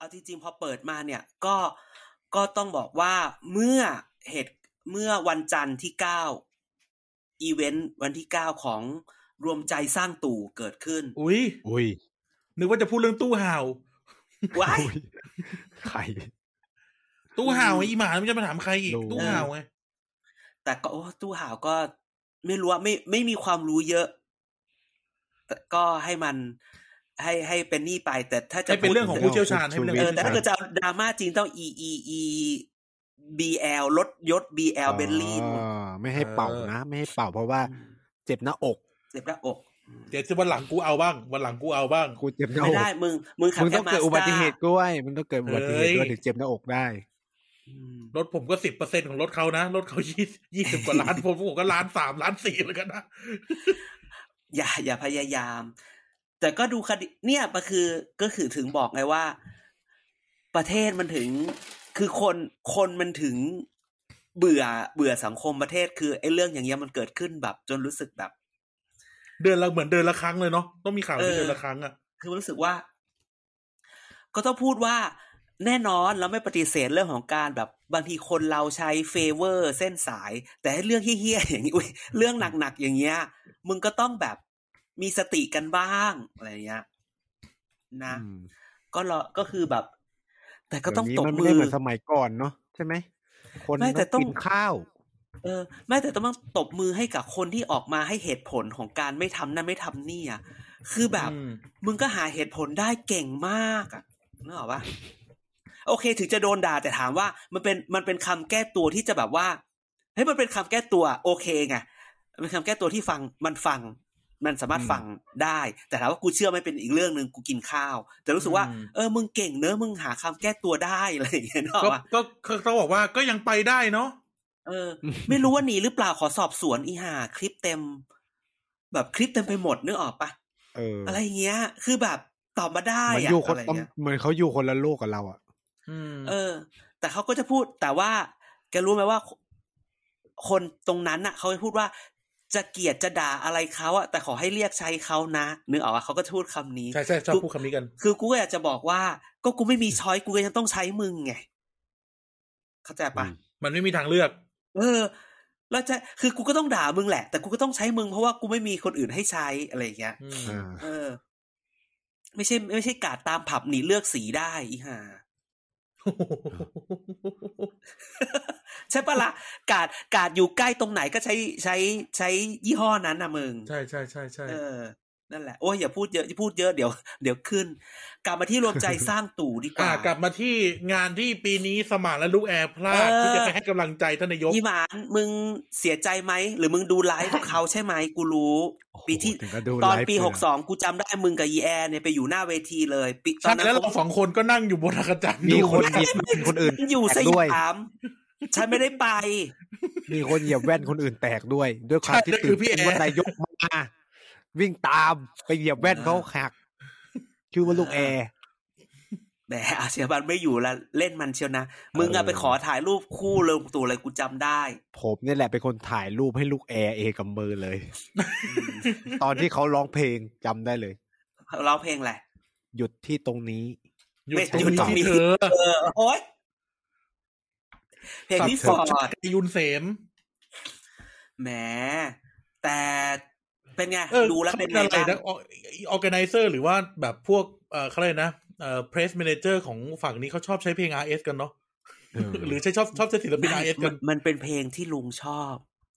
อเปิดมาเนี่ยก็ ก็ต้องบอกว่าเมื่อเหตุเมื่อวันจันทร์ที่ 9 อีเวนต์วันที่ 9 ของรวมใจสร้างตู่เกิดขึ้น อุ้ย อุ้ย นึกว่าจะพูดเรื่องตู้ห่าว ว้าย อุ้ย ใคร ตู้ห่าวไงอีหมามันจะมาถามใครอีก รู้ ตู้ห่าวไง แต่ก็โอ้ตู้ห่าวก็ไม่รู้ว่าไม่ไม่มีความรู้เยอะ แต่ก็ให้มันให้ให้เป็นนี่ไป แต่ถ้าจะ ให้เป็นเรื่องของผู้เชี่ยวชาญให้เป็น เอ เรื่ อ อง แต่ ของ ถ้า ผู้ เกิด เชี่ยวชาญ จะเอาดราม่าจริงต้อง e e e b l ลดยศ b l เบลลี่ อ่าไม่ให้เป่านะ ไม่ให้เป่าเพราะว่า เจ็บหน้าอก เจ็บหน้าอก เดี๋ยวจะวันหลังกูเอาบ้าง วันหลังกูเอาบ้าง กูเจ็บหน้าอ ไม่ ก ได้มึง มึงขับ มึง แค่ ต้อง มา เกิด ส อุบัติเหตุกล้วยมึงต้องเกิดอุบัติเหตุด้วยถึงเจ็บหน้าอกได้ รถผมก็สิบเปอร์เซ็นของรถเขานะรถเขายี่ยี่สิบกว่าล้านผมผมก็ล้านสามล้านสี่แล้วกันนะ อย่าอย่าพยายาม แต่ก็ดูคดีเนี่ยก็คือก็คือถึงบอกไงว่า ประเทศมันถึง คือคนคนมันถึงเบื่อเบื่อสังคมประเทศ คือไอ้เรื่องอย่างเงี้ยมันเกิดขึ้นแบบ จนรู้สึกแบบ เดือนละเหมือนเดือนละครั้งเลยเนาะต้องมีข่าว เอ ที่ อ เดือนละครั้งอ่ะ คือมันรู้สึกว่า ก็ต้องพูดว่าแน่นอนเราไม่ปฏิเสธเรื่องของการแบบบางทีคนเราใช้เฟเวอร์เส้นสาย แต่ให้เรื่องเฮี้ยๆอย่างนี้ อุ๊ยเรื่องหนักๆอย่างเงี้ย มึงก็ต้องแบบมีสติกันบ้างอะไรอย่างเงี้ยนะ อืม ก็รอก็คือแบบ แต่ก็ต้อง เดี๋ ต ยว บ นี้มันมืไม่ได้ อ เหมือนสมัยก่อนเนาะใช่ไหมคน ไม่แต่ต้อง กินข้าว เออไม่แต่ต้องตบมือให้กับคนที่ออกมาให้เหตุผลของการไม่ทำนั่นไม่ทำนี่อ่ะคือแบบ อืม มึงก็หาเหตุผลได้เก่งมากอ่ะนึกออกปะโอเค ถึงจะโดนด่าแต่ถามว่า มันเป็นมันเป็นคำแก้ตัวที่จะแบบว่าเฮ้ยมันเป็นคำแก้ตัว โอเคไงมันเป็นคำแก้ตัวที่ฟังมันฟัง มันสามารถฟังได้ แต่ถามว่ากูเชื่อไหม่เป็นอีกเรื่องหนึ่งกูกินข้าว แต่รู้สึกว่า เออมึงเก่งเนอะมึงหาคำแก้ตัวได้อะไรอย่างเงี้ยนึกออก ก็ ปะ ก็ก็เขาบอกว่าก็ยังไปได้เนาะ เออ ไม่รู้ว่าหนีหรือเปล่าขอสอบสวนอีห่าคลิปเต็ม แบบคลิปเต็มไปหมดนึกออกปะ เออ อะไรเงี้ย คือแบบตอบมาได้ เหมือน อะ อยู่ค อะ น ไรเงี้ย เหมือนเขาอยู่คนละโลกกับเราอ่ะ อืม เออ แต่เขาก็จะพูดแต่ว่า แกรู้ไหมว่า คนตรงนั้นน่ะเขาจะพูดว่าจะเกลียดจะด่าอะไรเขาอะแต่ขอให้เรียกใช้เขานะนึกออกปะเขาก็จะพูดคำนี้ ใช่ใช่ชอบพูดคำนี้กัน คือกูก็อยากจะบอกว่า ก็กูไม่มีช้อยกูก็ยังต้องใช้มึงไงเข้าใจปะ อืม มันไม่มีทางเลือก เออ แล้วจะคือกูก็ต้องด่ามึงแหละ แต่กูก็ต้องใช้มึงเพราะว่ากูไม่มีคนอื่นให้ใช้อะไรอย่างเงี้ย อืม อ่า เออ ไม่ใช่ ไม่ใช่กาดตามผับหนีเลือกสีได้อีห่า ใช่ปะละ่ะกาดกาดอยู่ใกล้ตรงไหนก็ใช้ใช้ใช้ยี่ห้อนั้นนะมึง ใช่ใช่ใช่ใช่ เออ นั่นแหละ โอ้ยอย่าพูดเยอะอย่าพูดเยอะเดี๋ยวเดี๋ยวขึ้น กลับมาที่รวมใจสร้างตู่ดีก อ่ะ ว่า กลับมาที่งานที่ปีนี้สมานและลูกแอร์พลาด เออ ที่จะไปให้กำลังใจท่านนายก ยี่หมานมึงเสียใจไหม หรือมึงดูไลฟ์ของเขาใช่ไหมกูรู้ ปีที่ โอ้โหถึงก็ดู ตอน ไลฟ์ ปี เลยะ หกสองกูจำได้มึงกับยีแอร์เนี่ยไปอยู่หน้าเวทีเลยปีตอ ชั น ด นั้น แล้วเราสองคนก็นั่งอยู่บนอากาศจันทร์ มี ดู คนเหยียบแว่นคนอื่น ฉันอยู่ส แตกด้วย ยามฉันไม่ได้ไป มีคนเหยียบแว่นคนอื่นแตกด้วย ด้วยความที่ตื่นเต้นว่านายกมาวิ่งตามไปเหยียบแว่นเขาหักชื่อว่าลูกแอร์ แหมอาเซียบันไม่อยู่ละเล่นมันเชียวนะ มึงอะ เออ ไปขอถ่ายรูปคู่เลยตัวอะไรกูจำได้ ผมเนี่ยแหละเป็นคนถ่ายรูปให้ลูกแอร์เองกับมือเลย ตอนที่เขาร้องเพลงจำได้เลย เราเพลงแหละ หยุดที่ตรงนี้ หยุด หยุด ต ต ร รง งนี้ นี้เธอ เออ โอ๊ยเพลงที่ฟอร์ด กยุนเสม แหมแต่เป็นไง เออ ดูแล้วเป็นไง ขาอะไร บ้าง นะออแกไนเซอร์หรือว่าแบบพวกเอ่อเขาเรียกนะเอ่อเพรสเมนเจอร์ของฝั่งนี้เขาชอบใช้เพลง RS กันเนาะ เออ หรือใช้ชอบชอบใช้ศิลปิน RS กั มัน นมันเป็นเพลงที่ลุงชอบ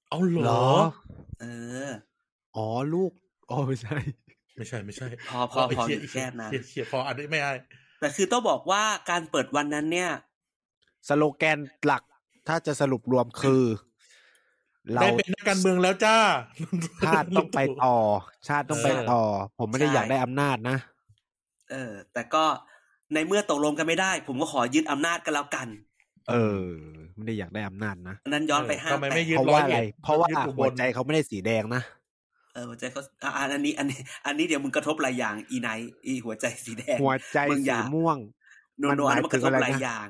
เอาเหร เหร อ อ เออ อ๋อลูกอ๋อไม่ใช่ ไม่ใช่ไม่ใช่ พอพอพอ เาไเหี้ย อยู่แค่นั้น เหี้ยเขียพออันนี้ไม่ได้ แต่คือต้องบอกว่าการเปิดวันนั้นเนี่ย สโลแกนหลักถ้าจะสรุปรวมคือ เรา ได้เป็นนักการเมืองแล้วจ้า ชาติต้องไปต่อ ชาติต้องไปต่อ ผมไม่ได้ ใช่ อยากได้อำนาจนะ เออ แต่ก็ในเมื่อตกลงกันไม่ได้ ผมก็ขอยึดอำนาจกันแล้วกัน เออ ไม่ได้อยากได้อำนาจนะ อันนั้นย้อนไป เออ ห้า ทำไมไม่ยึด เพราะว่าอะร้อไรยเอ็ด เพราะว่า ยึดอุบล หัวใจเขาไม่ได้สีแดงนะ เออหัวใจเขาอ่ะอันนี้ อันนี้ อันนี้เดี๋ยวมึงกระทบหลายอย่างอีไนท์อีหัวใจสีแดง หัวใจ มึงอ สี ย่า ม่วง โนโน มันห อัน มาย นั้นมันกระทบ ถึงอะหไรนะลายอย่าง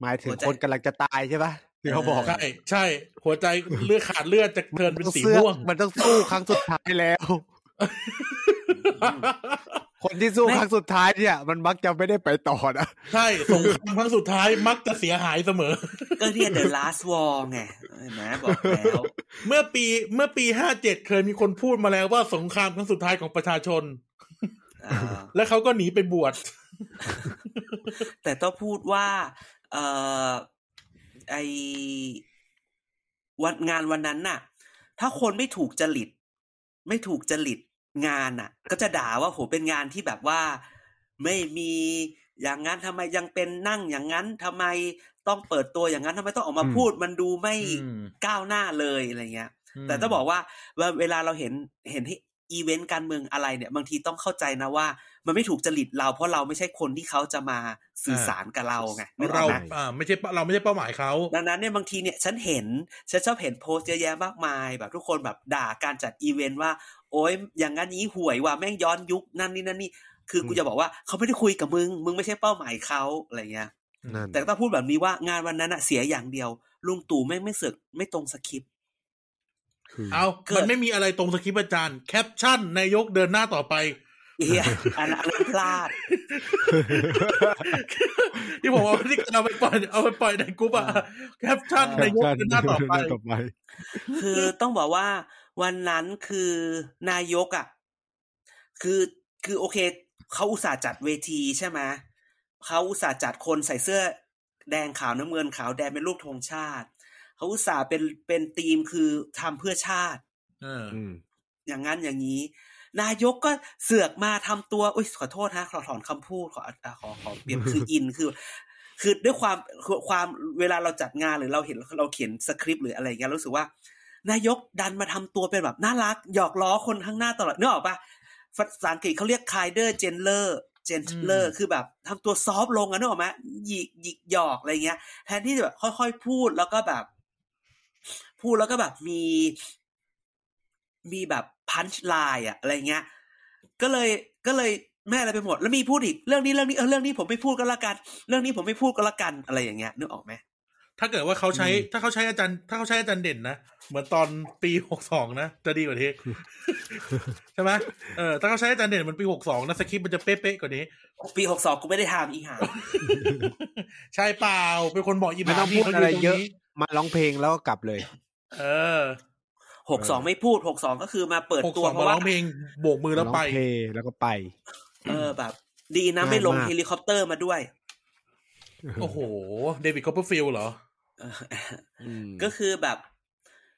หมายถึง หัวใจ คนกำลังจะตายใช่ปะที่เขาบอก เออ ใช่ใช่หัวใจเลือดขาดเลือดจะเทิร์นเป็นสี สื้อ ม่วง มันต้องสู้ครั้งสุดท้ายแล้ว ค คนที่สู้ครั้งสุดท้ายเนี่ย มันมักจะไม่ได้ไปต่อนะ ใช่สงครามครั้งสุดท้ายมักจะเสียหายเสมอ ก็เรียก The Last War ไงเห็นไหมบอกแล้ว เมื่อปีเมื่อปีห้าเจ็ดเคยมีคนพูดมาแล้วว่าสงครามครั้งสุดท้ายของประชาชน อ่า แล้วเขาก็หนีไปบวช แต่ต้องพูดว่า เออไอวันงานวันนั้นน่ะ ถ้าคนไม่ถูกจริต ไม่ถูกจริตงานน่ะ ก็จะด่าว่าโหเป็นงานที่แบบว่า ไม่มีอย่างนั้นทำไมยังเป็นนั่งอย่างนั้นทำไมต้องเปิดตัวอย่างนั้นทำไมต้องออกมา อืม พูดมันดูไม่ก้าวหน้าเลยอะไรเงี้ย แต่ต้องบอกว่าเวลาเวลาเราเห็นเห็นที่อีเวนต์การเมืองอะไรเนี่ย บางทีต้องเข้าใจนะว่า มันไม่ถูกจริตเราเพราะเราไม่ใช่คนที่เขาจะมาสื่อสารกับเราไงนึกอ เรา อกไหม อ่าไม่ใช่เป้าเราไม่ใช่เป้าหมายเขา ดังนั้นเนี่ยบางทีเนี่ยฉันเห็นฉันชอบเห็นโพสต์เยอะแยะมากมายแบบทุกคนแบบด่าการจัดอีเวนต์ว่า โอ๊ยอย่างนั้นอย่างนี้ห่วยว่าแม่งย้อนยุคนั่นนี่นั่นนี่คือกูจะบอกว่าเขาไม่ได้คุยกับมึง มึงไม่ใช่เป้าหมายเขาอะไรเงี้ย นั่น แต่ถ้าพูดแบบนี้ว่างานวันนั้นอะเสียอย่างเดียวลุงตู่แม่งไม่เสึกไม่ตรงสคริปต์ คือ เอา เกิด มันไม่มีอะไรตรงสคริปต์อาจารย์แคปชั่นนายกเดินหน้าต่อไป เหีย อันนั้นพลาด ที่ผมเอาที่เอาไปปล่อยเอาไปปล่อยในกรุ๊ปอะแคปชั่น อ่า นายกเดินหน้าต่อไป ต่อไป คือต้องบอกว่าวันนั้นคือนายกอ่ะคือคือโอเค เขาอุตส่าห์จัดเวทีใช่ไหมเขาอุตส่าห์จัดคนใส่เสื้อแดงขาวน้ำเงินขาวแดงเป็นรูปธงชาติ เขาอุตส่าห์เป็นเป็นธีมคือทำเพื่อชาติ เออ อืม อย่างนั้นอย่างนี้ นายกก็เสือกมาทำตัวอุ้ยขอโทษฮะขอถอนคำพูดขออ่ะขอขอเปลี่ยน คืออินคือ คือด้วยความคือความเวลาเราจัดงานหรือเราเห็นเราเขียนสคริปต์หรืออะไรอย่างเงี้ยรู้สึกว่า นายกดันมาทำตัวเป็นแบบน่ารัก หยอกล้อคนข้างหน้าตลอดนึกออกปะภาษาอังกฤษเขาเรียกคายเดอร์เจนเลอร์เจนเลอร์คือแบบทำตัวซอฟต์ลงอะนึกออกไหมหยิกหยิกหยอกอะไรเงี้ย แทนที่จะแบบค่อย ๆ พูดแล้วก็แบบ พูดแล้วก็แบบมี มีแบบพันช์ไลน์อะอะไรเงี้ย ก็เลยก็เลยแม่อะไรไปหมด แล้วมีพูดอีกเรื่องนี้เรื่องนี้เออเรื่องนี้ผมไม่พูดก็แล้วกัน เรื่องนี้ผมไม่พูดก็แล้วกันอะไรอย่างเงี้ยนึกออกไหม ถ้าเกิดว่าเขาใช้ ถ้าเขาใช้อาจารย์ ถ้าเขาใช้อาจารย์เด่นนะ เหมือนตอนปีหกสองนะ จะดีกว่านี้ ใช่ไหมเออถ้าเขาใช้อาจารย์เด่นเหมันปีหกสองนะสคริปต์มันจะเป๊ะๆกว่านี้ ปีหกสองกูไม่ได้ทำอีหา ใช่เปล่า เป็นคนบอกอี ไม่ บา ต้อง พี่ พูด เขาอ อะ ยู่ ไร ตรง เยอะ นี้ มาร้องเพลงแล้วก็กลับเลย เออ หกสองไม่พูดหกสองก็คือมาเปิด หก ตัวสอง เพ มา ราะ ร้ ว่า องเพลงโบกมือแล้วไป ร้องเพลงแล้วก็ไป เออแบบ ดีนะไม่ลง ง่ายมาก เฮลิคอปเตอร์มาด้วย โอ้โห เดวิดคอปเปอร์ฟิลด์เหรอ เออ อืม ก็คือแบบ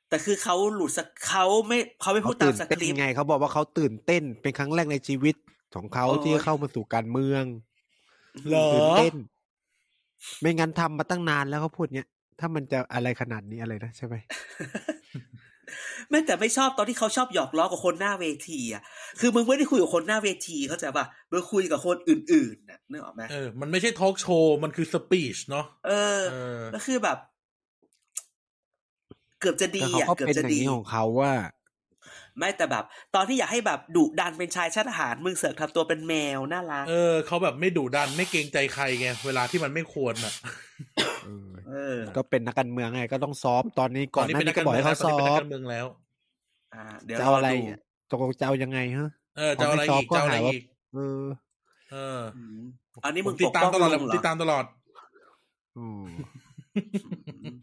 แต่คือเขาหลุดสกเขาไม่เขาไม่พู เขา ดตา ตื่ ม น สค เต้น ริปต์ ไงเขาบอกว่าเขาตื่นเต้นเป็นครั้งแรกในชีวิตของเขา โอ้ย ที่เข้ามาสู่การเมือง เหรอ ตื่นเต้น ไม่งั้นทำมาตั้งนานแล้วเขาพูดเนี้ยถ้ามันจะอะไรขนาดนี้อะไรนะใช่ไหม แม้แต่ไม่ชอบตอนที่เขาชอบหยอกล้อกับคนหน้าเวทีอ่ะคือมึงไม่ได้คุยกับคนหน้าเวทีเข้าใจป่ะมึงคุยกับคนอื่นๆน่ะนึกออกไหม เออ มันไม่ใช่ทอล์กโชว์ มันคือสปีชเนาะ เออ เออ ก็คือแบบ เกือบจะดี แต่เขา อ่ะ ก็ เกือ เป็น บ อ จะ ย่าง ดี นี้ของเขาว่า ไม่แต่แบบ ตอนที่อยากให้แบบดุดันเป็นชายชาติทหารมึงเสือกทำตัวเป็นแมวน่ารัก เออเขาแบบไม่ดุดันไม่เกรงใจใครไง เวลาที่มันไม่ควรอ่ะ เออ เออ ก็เป็นนักการเมืองไง ก็ต้องซ้อมตอนนี้ ก่ ก่ อ อน น นี้ หน้า เป็นนั นี้ ก ก็ การ บอก เมือง ให้ แล้ว เขาอ่าตอนนี้เป็นนักการเมืองแล้วซ้อมเดี๋ยว จะ เรา เอาอะไร ดู ตกลงจะเอายังไงฮะ เออจะเอาอะไรอีก อ๋อไม่ซ้จะอมก็เอาอะไร หาว่า อีก เออ เออ อืมอันนี้ ผ มึ ม ง ติ ป ด ก ตาม ป้อง ตลอดเล ลุ ย ง ผม เหร ติด อ ตามตลอด อืม อืม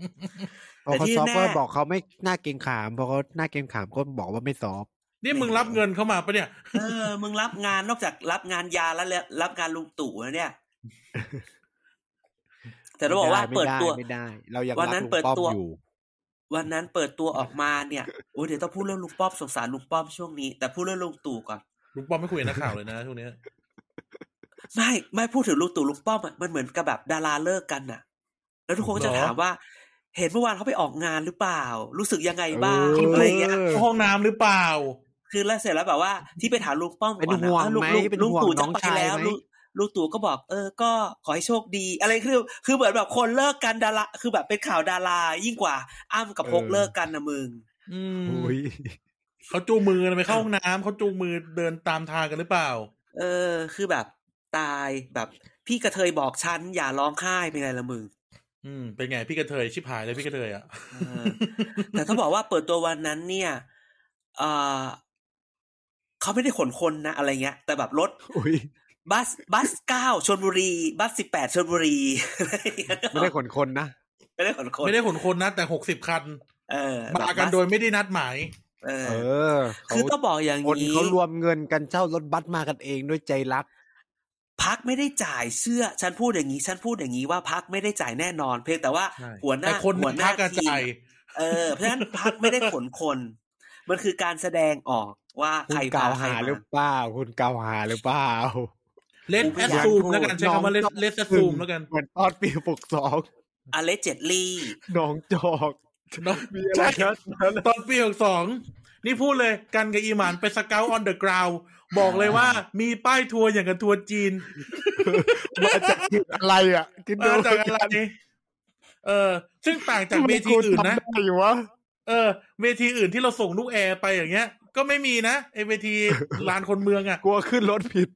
พอเขา แต่ที่ ซ้อมก็ แน่ บอกเขาไม่น่าเกรงขามพอเขาหน้าเกรงขามก็บอกว่าไม่ซ้อม นี่มึงรับเงินเข้ามาปะเนี่ย เออ มึงรับงานนอกจากรับงานยาแล้วแล้วรับงานลุงตู่แล้วเนี่ย แต่เราบอกว่า ไม่ เปิด ไ ตัว ไม่ได้ เรายัง วัน รัก นั้น ลุง เปิด ป้อม ตัว อยู่ วันนั้นเปิดตัวออกมาเนี่ยโอ้ยเดี๋ยวต้องพูดเรื่องลุงป้อมสงสารลุงป้อมช่วงนี้ แต่พูดเรื่องลุงตู่ก่อน ลุงป้อมไม่คุยกับนักข่าวเลยนะช่วงเนี้ย ไม่ไม่พูดถึงลุงตู่ลุงป้อมอะมันเหมือนกับแบบดาราเลิกกันน่ะ แล้วทุกคนก็จะถามว่า เห็นเมื่อวานเขาไปออกงานหรือเปล่า รู้สึกยังไงบ้าง เอออ อะไรเงี้ย เข้าห้องน้ำหรือเปล่า คือแล้วเสร็จแล้วแบบว่า ที่ไปถามลุงป้อมก่ เป็น อะ ห่วง อ่ะลุ ไหม ลุ เป็น ลุง ห่วง ตู่ น้ จะ อง ไป ชาย แล้ว ไหม ลุงลุงตู่ก็บอก เออ ก็ขอให้โชคดี อะไรคือคือเหมือนแบบคนเลิกกันดาราคือแบบเป็นข่าวดารายิ่งกว่าอ้ำกับพก เออ เลิกกันนะมึง อืม โอ้ย เขาจูงมือกันไปเข้าห้องน้ำเขาจูงมือเดินตามทางกันหรือเปล่า เออ คือแบบตายแบบ พี่กระเทยบอกฉันอย่าร้องไห้เป็นไงละมึง อืมเป็นไงพี่กระเทยชิบหายเลยพี่กระเทยอ่ะ เออแต่ถ้าบอกว่าเปิดตัววันนั้นเนี่ยเอ่อ เขาไม่ได้ขนคนนะอะไรเงี้ย แต่แบบรถ อุ๊ย บัสบัสเก้าชนบุรี บัสสิบแปดชนบุรี ไม่ได้ขนคนนะ ไม่ได้ขนคน ไม่ได้ขนคนนะแต่หกสิบคัน เออ มากันโดยไม่ได้นัดหมาย เออ เออ คือต้องบอกอย่าง คน นี้ เขารวมเงินกันเช่ารถบัสมากันเองด้วยใจรัก พักไม่ได้จ่ายเสื้อ ฉันพูดอย่างนี้ ฉันพูดอย่างนี้ว่าพักไม่ได้จ่ายแน่นอน เพียงแต่ว่า ใช่ หัวหน้า แต่คน หัวหน้า พักกระ ทีม จาย เออเพราะฉะนั้นพักไม่ได้ขนคน มันคือการแสดงออกว่า คุ ใคร ณกล่าว พใคร หาห ม รือเปล่า คุณกล่าวหาหรือเปล่า เล s แอ s ซูมแล้วกันใช้คำว่าเลสเลสแอ s ซูมแล้วกัน เหมือนตอนปีปกสอง อเลเจดลี่ หน้องจอก เนอะ มีอะไร ใช่ นะ ตอนปีหกสองนี่พูดเลยกันกับอีหมานไปสเกลออนเดอะกราวบอกเลยว่ามีป้ายทัวร์อย่างกับทัวร์จีน มาจากกินอะไรอ่ะกิน มา ดู จากอะไรเออ ซึ่งต่างจากเวทีอื่นนะ ทำได้อยู่วะ เออ เวทีอื่นที่เราส่งลูกแอร์ไปอย่างเงี้ย ก็ไม่มีนะไอเวทีลานคนเมืองอะ่ะ กลัวขึ้นรถผิด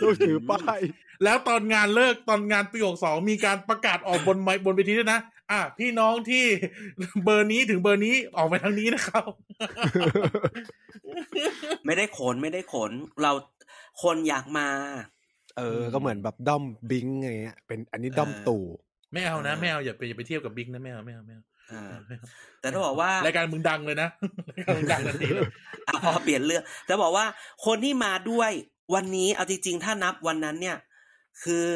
ต้องถือป้าย แล้วตอนงานเลิกตอนงานปีหกสองมีการประกาศออกบนไมค์บนเวทีด้วยนะ อ่ะพี่น้องที่ เบอร์นี้ถึงเบอร์นี้ออกไปทางนี้นะครับ ไม่ได้ขนไม่ได้ขน เราคนอยากมา เออ ก็เหมือนแบบด้อมบิงอะไรเงี้ย เป็นอันนี้ด้อม เออ ตู่ ไม่เอานะไม่เอาอย่าไปอย่าไปเทียบกับบิ๊กนะไม่เอาไม่เอาไม่เอา เออ ไม่เอา แต่ต้องบอกว่าร ายการมึงดังเลยนะ รายการมึงดังทันทีเลย อ่ะพอเปลี่ยนเรื่องแต่บอกว่าคนที่มาด้วยวันนี้เอาจริงๆ ถ้านับวันนั้นเนี่ย คือ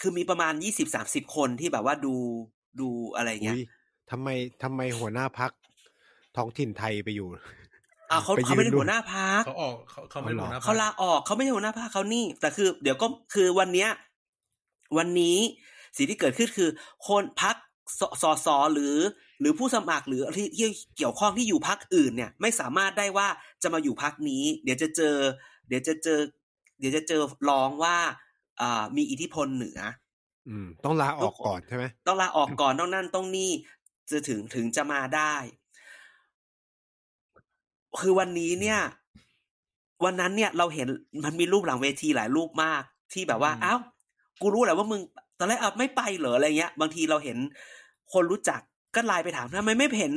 คือมีประมาณยี่สิบสามสิบคนที่แบบว่าดูดูอะไรเงี้ย อุ๊ยทำไมทำไมหัวหน้าพักท้องถิ่นไทยไปอยู่ อ่ะเขา ไปยืน เขาไม่ได้ ดู หัวหน้าพัก เขาออกเขาเขาไม่รู้นะ เขาลาออกเขาไม่ใช่หัวหน้าพักเขานี่ แต่คือ เดี๋ยวก็คือวันเนี้ย วันนี้สิ่งที่เกิดขึ้นคือ คนพักสสสหรือ หรือผู้สมัครหรือที่ที่เกี่ยวข้องที่อยู่พักอื่นเนี่ย ไม่สามารถได้ว่าจะมาอยู่พักนี้ เดี๋ยวจะเจอ เดี๋ยวจะเจอ เดี๋ยวจะเจอร้องว่าอ่ามีอิทธิพลเหนือ อืม ต้องลาออกก่อนใช่ไหม ต้องลาออกก่อนต้องนั่นต้องนี่จะถึงถึงจะมาได้ คือวันนี้เนี่ย วันนั้นเนี่ยเราเห็นมันมีรูปหลังเวทีหลายรูปมาก ที่แบบว่าอ้าวกูรู้แหละว่ามึงตอนแรกอ่ะไม่ไปเหรออะไรเงี้ย บางทีเราเห็นคนรู้จักก็ไลน์ไปถามทำไมไม่เห็น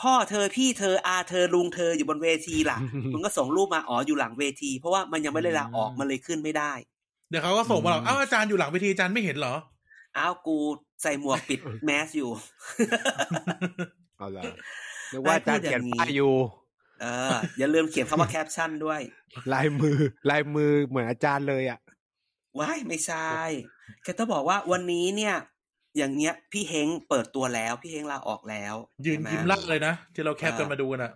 พ่อเธอพี่เธออาเธอลุงเธออยู่บนเวทีล่ะมึงก็ส่งรูปมาอ๋ออยู่หลังเวที เพราะว่ามันยังไม่ได้ลาออกมันเลยขึ้นไม่ได้ เดี๋ยวเขาก็ส่งมาหรอกเอ้าอาจารย์อยู่หลังเวทีอาจารย์ไม่เห็นเหรอ อ้าวกูใส่หมวก ปิดแมสอยู่ เอาละนึกว่าอาจารย์ ได้พูดอ เขีย ย่าน งนี้ ป้ายอยู่ เอออย่าลืมเขียนคำว่าแคปชั่นด้วย ลายมือ ลายมือเหมือนอาจารย์เลยอ่ะ ว้ายไม่ใช่แกต้องบอกว่าวันนี้เนี่ย อย่างเงี้ย พี่เฮงเปิดตัวแล้ว พี่เฮงลาออกแล้ว ยืน ใช่ไห ยิ้มลักเลยนะ ที่เราแคปกันมาดูน่ะ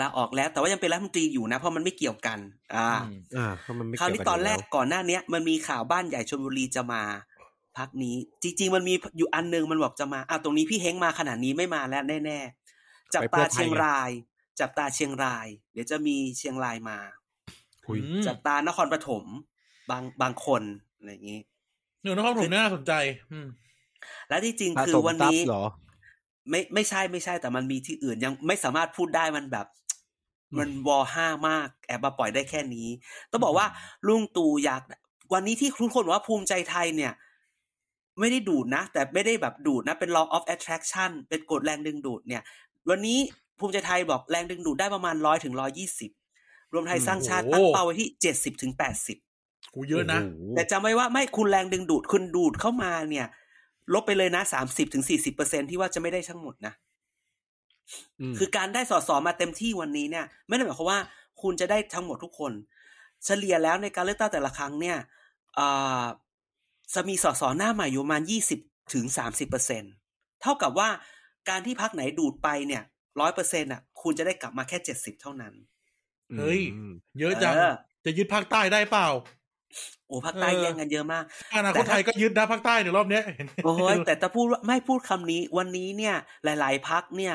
ลาออกแล้ว แต่ว่ายังเป็นรัฐมนตรีอยู่นะ เพราะมันไม่เกี่ยวกัน อ่า อ่าเพราะมันไม่ คราว เกี่ย นี้ วกับ ตอนแรก เ ก่อนหน้าเนี้ย มันมีข่าวบ้านใหญ่ชลบุรีจะมา พักนี้ จริง ๆ มันมีอยู่อันหนึงมันบอกจะมาอ่ะตรงนี้พี่เฮงมาขนาดนี้ไม่มาแล้วแน่ๆจับ ไปเพื่ ตา อไทย เชียงราย จับตาเชียงราย เดี๋ยวจะมีเชียงรายมา คุย อืม จับตานครปฐมบางบางคนอะไรอย่างนี้ หนูนครปฐมน่าสนใจ อืม และที่จริง มา คื ส อ ม วัน ทรัพ นี้ ย์เหรอ ไม่ไม่ใช่ไม่ใช่แต่มันมีที่อื่นยังไม่สามารถพูดได้มันแบบ อืม มันวอห้ามาก แอบมาปล่อยได้แค่นี้ ต้องบอกว่าลุงตู่อยาก วันนี้ที่ทุกคนบอกว่าภูมิใจไทยเนี่ย ไม่ได้ดูดนะ แต่ไม่ได้แบบดูดนะ เป็น law of attraction เป็นกฎแรงดึงดูดเนี่ย วันนี้ภูมิใจไทยบอกแรงดึงดูดได้ประมาณร้อยถึงร้อยี่สิบรวมไทยสร้างชาติตั้งเป้าไว้ที่เจ็ดสิบถึงแปดสิบ กูเยอะนะ โโห แต่จำไว้ว่าไม่คุณแรงดึงดูดคุณดูดเข้ามาเนี่ย ลบไปเลยนะสามสิบถึงสี่สิบเปอร์เซ็นที่ว่าจะไม่ได้ทั้งหมดนะ ม คือการได้สสมาเต็มที่วันนี้เนี่ย ไม่ได้หมายความว่าคุณจะได้ทั้งหมดทุกคน เฉลี่ยแล้วในการเลือกตั้งแต่ละครั้งเนี่ยเอ่อจะมีสสหน้าใหม่อยู่ประมาณยี่สิบถึงสามสิบเปอร์เซ็นเท่ากับว่าการที่พักไหนดูดไปเนี่ยร้อยเปอร์เซ็นต์อ่ะ คุณจะได้กลับมาแค่เจ็ดสิบเท่านั้น อืม เฮ้ย เยอะจัง เออ จะยึดภาคใต้ได้เปล่า โอ้ภาคใต้ เออ แย่งกันเยอะมาก อนาคตไทยก็ยึดนะภาคใต้เดี๋ยวรอบเนี้ย โอ้ยแต่ถ้าพูดว่าไม่พูดคำนี้ วันนี้เนี่ย หลาย ๆ พักเนี่ย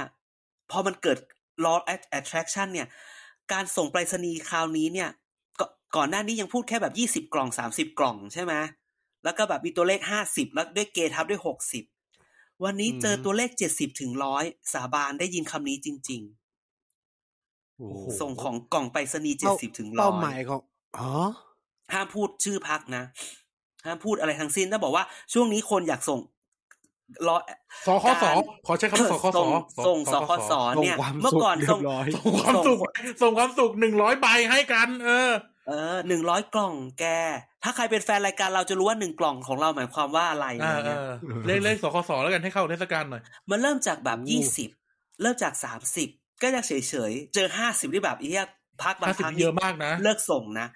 พอมันเกิด law of attraction เนี่ย การส่งไปรษณีย์คราวนี้เนี่ยกก่อนหน้านี้ยังพูดแค่แบบยี่สิบ20 กล่องสามสิบกล่องใช่ไหมแล้วก็แบบมีตัวเลขห้าสิบแล้วด้วยเกทับด้วยหกสิบวันนี้เจอตัวเลขเจ็ดสิบถึงร้อยสาบานได้ยินคำนี้จริง โอ้โห ๆ ส่งของกล่องไปรษณีย์เจ็ด เป้า สิบถึงร้อย เป้าหมายของอ๋อ ห้ามพูดชื่อพักนะ ห้ามพูดอะไรทั้งสิ้นถ้าบอกว่าช่วงนี้คนอยากส่ง รอ สคส การ ขอใช้คำว่าสคส ส่งส่งสคส ส่ง เนี่ย ความ เมื่อ สุข ก่อน เรีย ส่ง บร้อย ส่งความสุขส่งความสุขหนึ่งร้อยใบให้กัน เออ เออหนึ่งร้อยกล่องแก ถ้าใครเป็นแฟนรายการเราจะรู้ว่าหนึ่งกล่องของเราหมายความว่าอะไรอะไร อ่า เงี้ย ๆเล่นเล่นสคสแล้วกันให้เข้าเทศกาลหน่อย มันเริ่มจากแบบ โอ้ ยี่สิบเริ่มจากสามสิบก็ยังเฉยเฉยๆเจอห้าสิบที่แบบเอี้ยพักบาง ห้าสิ ค บ รั้ง เยอะมากนะ เลิกส่งนะ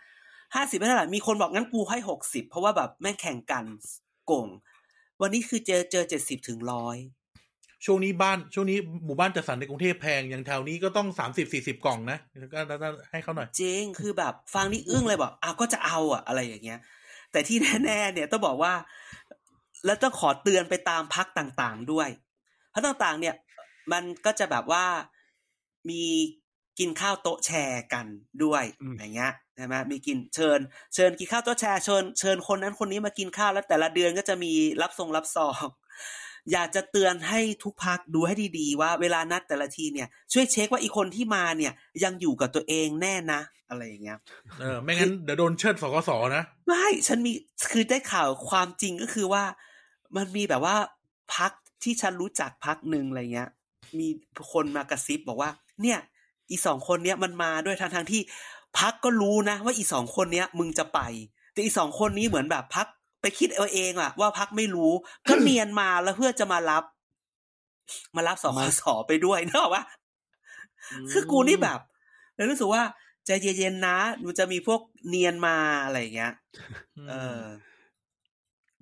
ห้าสิบไม่เท่าไหร่มีคนบอกงั้นกูให้หกสิบเพราะว่าแบบแม่งแข่งกันโกงวันนี้คือเจอเจอเจ็ดสิบถึงร้อย ช่วงนี้บ้านช่วงนี้หมู่บ้านจัดสรรในกรุงเทพแพงอย่างแถวนี้ก็ต้องสามสิบสี่สิบกล่องนะก็ให้เขาหน่อย จริงคือแบบฟังนี่อึ้งเลยบอกอ้าวก็จะเอาอะอะไรอย่างเงี้ย แต่ที่แน่ๆเนี่ยต้องบอกว่า แล้วต้องขอเตือนไปตามพักต่างๆด้วยพักต่างๆ เนี่ย มันก็จะแบบว่ามีกินข้าวโต๊ะแชร์กันด้วย อืม อย่างเงี้ยใช่ไหมมีกินเชิญ เชิญกินข้าวโต๊ะแชร์เชิญเชิญคนนั้นคนนี้มากินข้าวแล้วแต่ละเดือนก็จะมีรับทรงรับซอง อยากจะเตือนให้ทุกพักดูให้ดีๆ ว่าเวลานัดแต่ละทีเนี่ย ช่วยเช็คว่าอีกคนที่มาเนี่ย ยังอยู่กับตัวเองแน่นะ อะไรอย่างเงี้ย เออ ไม่งั้นเดี๋ยวโดนเชิดสกสนะ ไม่ฉันมีคือได้ข่าวความจริงก็คือว่า มันมีแบบว่าพักที่ฉันรู้จักพักหนึ่งอะไรเงี้ย มีคนมากระซิบบอกว่า เนี่ย อีสองคนเนี้ยมันมาด้วยทางทางๆที่พักก็รู้นะ ว่าอีสองคนเนี้ยมึงจะไป แต่อีสองคนนี้เหมือนแบบพักไปคิดเอาเองอะว่าพักไม่รู้ ก็เนียนมาแล้วเพื่อจะมารับ มารับสคสไปด้วยเนกอะวะ คือกูนี่แบบเลยรู้สึกว่าใจเย็นๆนะมันจะมีพวกเนียนมาอะไรอย่างเงี้ย เออ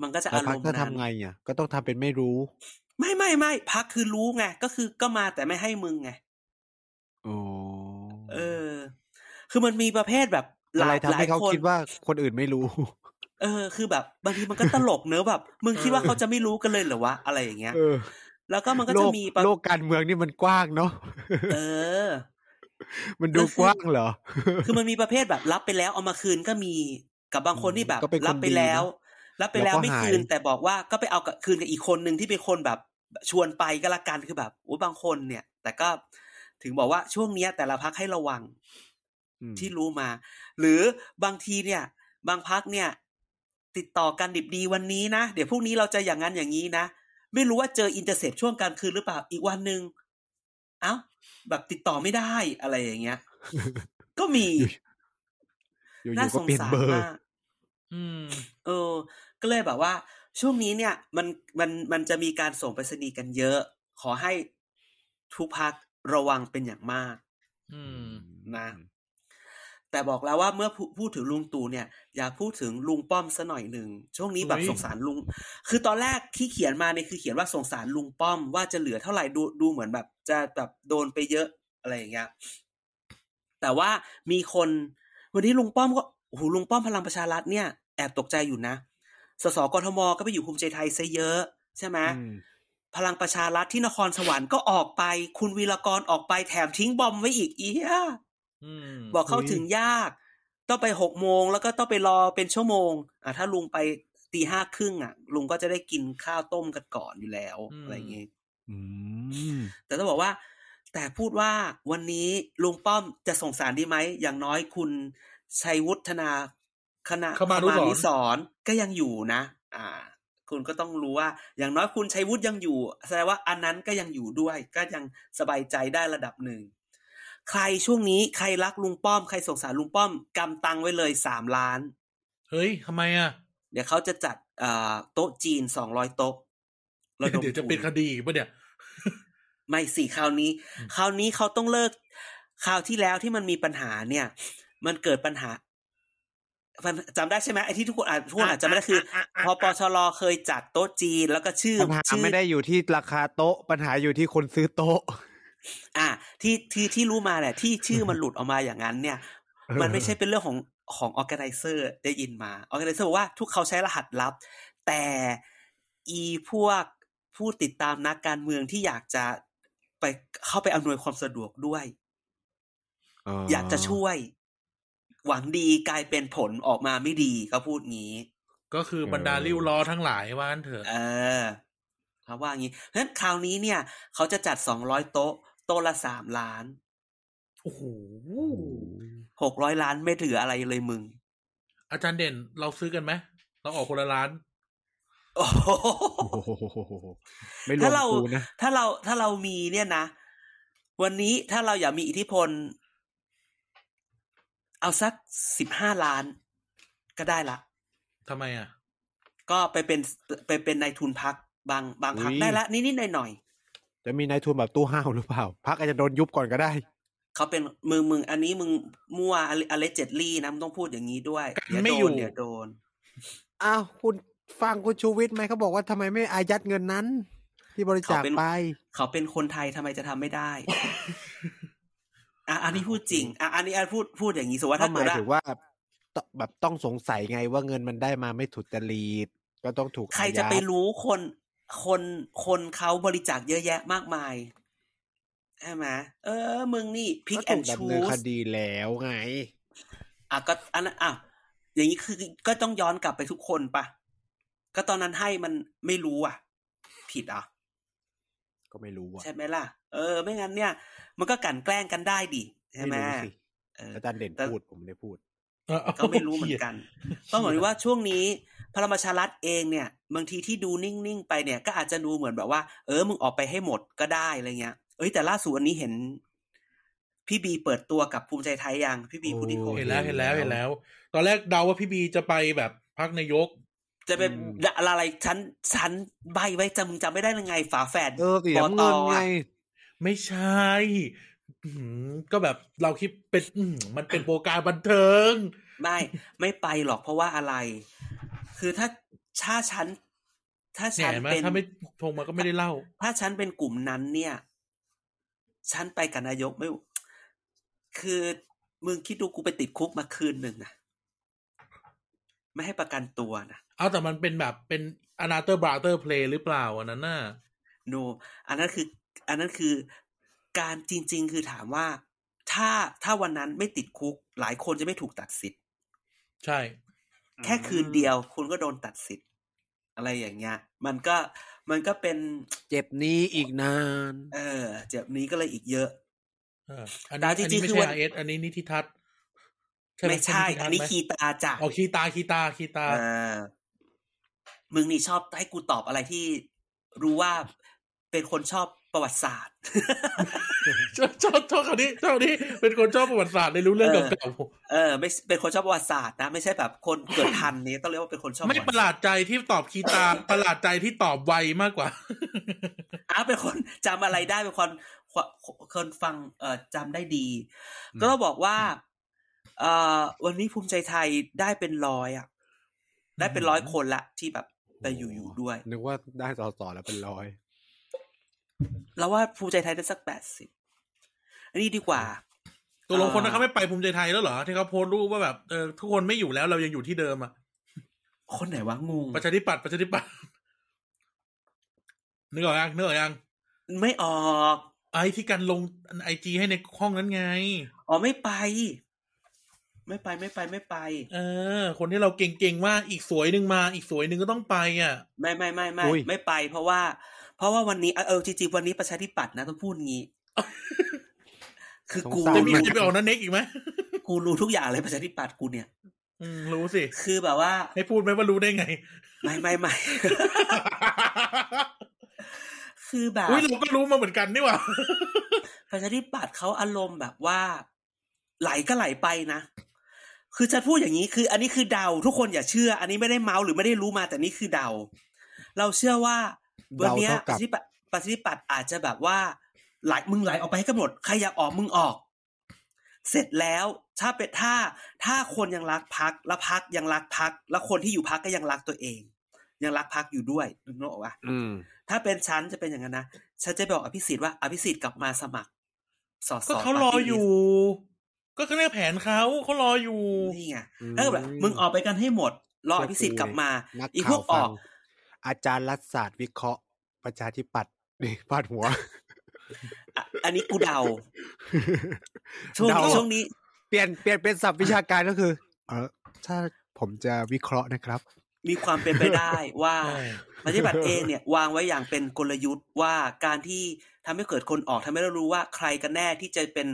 มันก็จะ แล้ว อาร พัก มณ์ ก็ทำ นั้น ไงอ่ะก็ต้องทำเป็นไม่รู้ ไม่ไม่ไม่พักคือรู้ไง ก็คือก็มาแต่ไม่ให้มึงไง โอ้ เออ คือมันมีประเภทแบบห อะ ลา ไร ย ทำ หลา ให้ ย เขา คน คิดว่าคนอื่นไม่รู้ เออ คือแบบบางทีมันก็ตลกเนอะแบบ มึงคิดว่าเขาจะไม่รู้กันเลยเหรอวะอะไรอย่างเงี้ย เออ แล้วก็มันก็ โล จะ ก มีประ โลกการเมืองนี่มันกว้างเนาะ เออ มันดูกว้างเหรอ คือมันมีประเภทแบบรับไปแล้วเอามาคืนก็มีกับบางคนที่แบบ ก็เป็นคน รับไปแล้ว ดีนะ รับไปแล้ว แล้วก็ ไม่คืน หาย แต่บอกว่าก็ไปเอากับคืนกับอีกคนหนึ่งที่เป็นคนแบบชวนไปก็ละกันคือแบบโอ้บางคนเนี่ย แต่ก็ถึงบอกว่าช่วงเนี้ยแต่ละพักให้ระวัง ม ที่รู้มา หรือบางทีเนี่ย บางพักเนี่ย ติดต่อกันดิบดีวันนี้นะเดี๋ยวพรุ่งนี้เราจะอย่างนั้นอย่างนี้นะไม่รู้ว่าเจออินเตอร์เซปช่วงกลางคืนหรือเปล่าอีกวันหนึ่งเอ้าแบบติดต่อไม่ได้อะไรอย่างเงี้ย ก็มี อยู่ น่า ๆก็ สง เปลี่ยน สาร เบอร์ มาก อืม เออ ก็เลยแบบว่า ช่วงนี้เนี่ย มันมันมันจะมีการส่งไปรษณีย์กันเยอะ ขอให้ทุกพักระวังเป็นอย่างมาก อืม นะ แต่บอกแล้วว่าเมื่อพูพูดถึงลุงตู่เนี่ย อย่าพูดถึงลุงป้อมซะหน่อยหนึ่งช่วงนี้แบบ อุ๊ย สงสารลุง คือตอนแรกที่เขียนมาเนี่ยคือเขียนว่าสงสารลุงป้อมว่าจะเหลือเท่าไหร่ดูดูเหมือนแบบ จะแบบโดนไปเยอะอะไรอย่างเงี้ยแต่ว่ามีคน วันนี้ลุงป้อมก็โอ้โหลุงป้อมพลังประชารัฐเนี่ยแอบตกใจอยู่นะสสกทมก็ไปอยู่ภูมิใจไทยซะเยอะ ใช่ไหม อืม พลังประชารัฐที่นครสวรรค์ก็ออกไป คุณวีรกรออกไปแถมทิ้งบอมไว้อีกเอีย อืม บอกเข้า อุ๊ย ถึงยาก ต้องไปหกโมงแล้วก็ต้องไปรอเป็นชั่วโมง อ่ะถ้าลุงไปตีห้าครึ่งอ่ะ ลุงก็จะได้กินข้าวต้มกันก่อนอยู่แล้ว อะไรอย่างเงี้ย อืม แต่ต้องบอกว่า แต่พูดว่าวันนี้ลุงป้อมจะส่งสารดีไหม อย่างน้อยคุณชัยวุฒนาคณะ ขมานุสรณ์ สรณ์ก็ยังอยู่นะ อ่า คุณก็ต้องรู้ว่า อย่างน้อยคุณชัยวุฒิยังอยู่แสดงว่าอันนั้นก็ยังอยู่ด้วย ก็ยังสบายใจได้ระดับหนึ่ง ใครช่วงนี้ใครรักลุงป้อม ใครสงสารลุงป้อมกำตังไว้เลยสามล้าน เฮ้ยทำไมอ่ะ เดี๋ยวเขาจะจัดเอ่อโต๊ะจีนสองร้อยโต๊ะระดม เดี๋ยวจะ ทุน เป็นคดีอีกปะเนี่ย ไม่สี่คราวนี้ อืม คราวนี้เขาต้องเลิก คราวที่แล้วที่มันมีปัญหาเนี่ย มันเกิดปัญหามันจำได้ใช่ไหมไอ้ที่ทุกคนอาจทุกคนอาจจะไม่ได้คือพอปชรเคยจัดโต๊ะจีนแล้วก็ชื่อ ปัญหา ชื่อ ไม่ได้อยู่ที่ราคาโต๊ะ ปัญหาอยู่ที่คนซื้อโต๊ะ อ่ะที่ที่ที่รู้มาเนี่ยที่ชื่อมันหลุดออกมาอย่างนั้นเนี่ย มันไม่ใช่เป็นเรื่องของของออแกไนเซอร์ได้ยินมาออแกไนเซอร์บอกว่าทุกเขาใช้รหัสลับ แต่อีพวกผู้ติดตามนักการเมืองที่อยากจะไปเข้าไปอำนวยความสะดวกด้วย อยากจะช่วย หวังดีกลายเป็นผลออกมาไม่ดีเขาพูดงี้ ก็คือบรรดาริ้วล้อทั้งหลายว่างั้นเถอะ เออเขาว่างี้เพราะฉะนั้นคราวนี้เนี่ย เขาจะจัดสองร้อยโต๊ะ โต๊ะละสามล้าน โอ้โห หกร้อยล้านไม่ถืออะไรเลยมึง อาจารย์เด่นเราซื้อกันไหม เราออกคนละร้าน โ โอ้โห โอ้โหไม่รว ถ้าม เรา กูนะ ถ้าเราถ้าเรามีเนี่ยนะ วันนี้ถ้าเราอยากมีอิทธิพล เอาสักสิบห้าล้าน ก็ได้ละ ทำไมอ่ะ ก็ไปเป็นไปเป็นนายทุนพักบางบางพักได้ละนิดๆหน่อย จะมีนายทุนแบบตู้ห้าวหรือเปล่าพักอาจจะโดนยุบก่อนก็ได้ ๆเขาเป็นมึงมึงอันนี้มึงมั่วอเลเจดลี่นะมึงต้องพูดอย่างนี้ด้วย กัน เดี๋ยว ไม่ โด อยู่ นเดี๋ยวโดน อ้าวคุณฟังคุณชูวิทย์ไหมเขาบอกว่าทำไมไม่อายัดเงินนั้น ที่บริจาค เขาเป็น ไป เขาเป็นคนไทยทำไมจะทำไม่ได้ อ่ะอันนี้พูดจริง อ่ะอันนี้อันพูดพูดอย่างนี้สมมติว่า ก็ ถ้า ห เกิ มา ดว่ายถึงว่าตแบบต้องสงสัยไงว่าเงินมันได้มาไม่ถูกจริตก็ต้องถูก ใครจะไป อายัด รู้คนคนคนเขาบริจาคเยอะแยะมากมายใช่ไหมเออ มึงนี่พิก ก็ แอ ถู น ก ชู ดำเนินค ส ดีแล้วไง อ่ะก็อันนั้นอ่ะอย่างนี้คือก็ต้องย้อนกลับไปทุกคนปะก็ตอนนั้นให้มันไม่รู้อ่ะ ผิดอ่ะ ก็ไม่รู้อ่ะ ใช่ไหมล่ะ เออ ไม่งั้นเนี่ย มันก็กลั่นแกล้งกันได้ดิใช่ไหม รู้สิ เออ อาจารย์เด่น แต่ พูดผมไม่ได้พูด เออ ก็ไม่รู้เหมือนกัน ก็เหมือนว่าช่วงนี้พลังประชารัฐเองเนี่ย บางทีที่ดูนิ่งๆไปเนี่ย ก็อาจจะดูเหมือนแบบว่า เออมึงออกไปให้หมดก็ได้อะไรเงี้ยเอ้ยแต่ล่าสุดวันนี้เห็น พี่บีเปิดตัวกับภูมิใจไทยยังพี่บี โอ้ พุทธิโก เห็นแล้วเห็นแล้วเห็นแล้ว ตอนแรกเดาว่าพี่บีจะไปแบบพักนายก จะเป็น อืม อะไรฉันฉันใบไว้จำมึงจำไม่ได้ยังไงฝาแฝด เออสี ป น้ำเงินไง อะ ไม่ใช่อื้อหือก็แบบเราคิดเป็นอื้อหือมันเป็นโปรการบันเทิง ไม่ ไม่ไปหรอกเพราะว่าอะไร คือถ้าถ้าฉันถ้า เนี่ ฉันยเห็นไหม เป็น ถ้าไม่โทงมาก็ไม่ได้เล่า ถ้าฉันเป็นกลุ่มนั้นเนี่ย ฉันไปกับนายกไม่ คือมึงคิดดูกูไปติดคุกมาคืนหนึ่งอะไม่ให้ประกันตัวนะ เอาแต่มันเป็นแบบเป็นอนาเตอร์บราเตอร์เพลย์หรือเปล่าอันนั้นน่ะ โน อันนั้นคือ อันนั้นคือการจริง ๆ คือถามว่า ถ้าถ้าวันนั้นไม่ติดคุก หลายคนจะไม่ถูกตัดสิทธิ์ ใช่ แค่คืนเดียว คุณก็โดนตัดสิทธิ์ อะไรอย่างเงี้ย มันก็มันก็เป็น เจ็บนี้อีกนาน เออเจ็บนี้ก็เลยอีกเยอะ เอออัน แต่จนี้อัน ริงๆนี้ไม่ คือ ใช่ วัน อาเอสอันนี้นิติทัศน์ห ไม่ใช่ ทั อันศน์ นี้ ไหม คีตาจ้ะ อ๋อคีตาคีตาคีตา เออมึงนี่ชอบให้กูตอบอะไรที่รู้ว่าเป็นคนชอบประวัติศาสตร์ ชอบชอบชอบคนนี้ชอบคนนี้เป็นคนชอบประวัติศาสตร์ได้รู้เรื่อง เออ เก่า เออ ไม่เป็นคนชอบประวัติศาสตร์นะไม่ใช่แบบคนเกิดทันนี้ต้องเรียกว่าเป็นคนชอบ ๆไม่ประหลาดใจที่ตอบคีตา ประหลาดใจที่ตอบไวมากกว่า อ้าวเป็นคน จำอะไรได้เป็นคนคนคนฟังเอ่อจำได้ดี อืม ก็ต้องบอกว่าเอ่อวันนี้ภูมิใจไทยได้เป็นร้อยอ่ะ ได้เป็นร้อยคนละที่แบบไปอยู่อยู่ด้วย นึกว่าได้สอสอแล้วเป็นร้อย เราว่าภูมิใจไทยได้สักแปดสิบอันนี้ดีกว่า ตกลงคนนั้นเขาไม่ไปภูมิใจไทยแล้วเหรอที่เขาโพสต์รูปว่าแบบเออทุกคนไม่อยู่แล้วเรายังอยู่ที่เดิมอ่ะ คนไหนวะงง ประชาธิปัตย์ประชาธิปัตย์ นึกออกยังนึกออกยัง ไม่ออก ไอ้ที่การลงไอจีให้ในห้องนั้นไง อ๋อไม่ไป ไม่ไปไม่ไปไม่ไป เออ คนที่เราเก่งๆว่าอีกสวยหนึ่งมาอีกสวยหนึ่งก็ต้องไปอ่ะ ไม่ไม่ไม่ไม่ อุ๊ย ไม่ไป เพราะว่า เพราะว่าวันนี้เออเออจริงๆวันนี้ประชาธิปัตย์นะต้องพูดงี้ คือกู สงสารรู้จะมีใครไปออกนั้นเน็กอีกไหม กูรู้ทุกอย่างเลยประชาธิปัตย์กูเนี่ย อืมรู้สิ คือแบบว่า ให้พูดไหมว่ารู้ได้ ไง ไม่ไม่ไม่ คือแบบ อุ้ยเราก็รู้มาเหมือนกันนี่หว่า ประชาธิปัตย์เขาอารมณ์แบบว่า ไหลก็ไหลไปนะ คือจะพูดอย่างนี้คือ อันนี้คือเดาทุกคนอย่าเชื่อ อันนี้ไม่ได้เมาส์หรือไม่ได้รู้มาแต่นี่คือเดา เราเชื่อว่า วัน เรา เนี้ย เท่า ป กับ ฏิปัติปฏิปัติอาจจะแบบว่าไหลมึงไหลออกไปให้กำหนดใครอยากออกมึงออก เสร็จแล้วถ้าเป็นถ้าถ้าคนยังรักพักและพักยังรักพัก และคนที่อยู่พักก็ยังรักตัวเอง ยังรักพักอยู่ด้วยนึกออกปะ อืม ถ้าเป็นฉันจะเป็นอย่างนั้นนะฉันจะบอกอภิสิทธิ์ว่าอภิสิทธิ์กลับมาสมัครสอส ก็เขารออยู่ ก็เขาเรียกแผนเขาเขารออยู่ นี่ไงถ้าแบบมึงออกไปกันให้หมด รออภิสิทธิ์กลับมา นัก อีกพ ข่าว ว กอ ฟั อง ก อาจารย์รัฐศาสตร์วิเคราะห์ประชาธิปัตย์นี่พาดหัว อ่ะอันนี้กูเดาช่วง เดา ช่วงนี้ เปลี่ยนเปลี่ยนเป็นศัพท์วิชาการก็คือ เออถ้าผมจะวิเคราะห์นะครับ มีความเป็นไปได้ว่า ปฏิบัติเองเนี่ยวางไว้อย่างเป็นกลยุทธ์ว่าการที่ทำให้เกิดคนออกทำให้เรารู้ว่าใครกันแน่ที่จะเป็น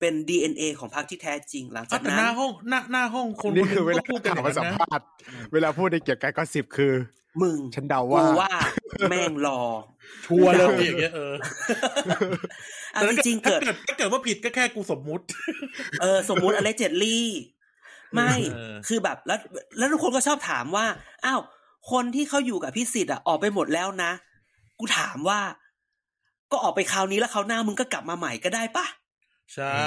เป็น DNA ของพรรคที่แท้จริง หลังจา อ่ะ ก แต่ นั้ ห น น้าห้องหน้าหน้าห้องคน นี่ ห คือเว ง ลา ก็พูดกันอ ข่าว ย่าง มา นั้นนะสัมภาษณ์เวลาพูดในเกี่ยวกับการก็สิบคือ มึง ฉันเดา กู ว่า ว่าแม่งรอ ชัวร์เลยอย่างเงี้ยเออ เอาจริงๆ ถ้า เกิด เกิดถ้าเกิดว่าผิดก็แค่กูสมมุติ เออสมมุติอะไรเจ็ดลี่ ไม่ เออ คือแบบแล้ว แล้วทุกคนก็ชอบถามว่า อ้าวคนที่เขาอยู่กับพี่สิทธิ์อ่ะออกไปหมดแล้วนะ กูถามว่า ก็ออกไปคราวนี้แล้วคราวหน้ามึงก็กลับมาใหม่ก็ได้ปะ ใช่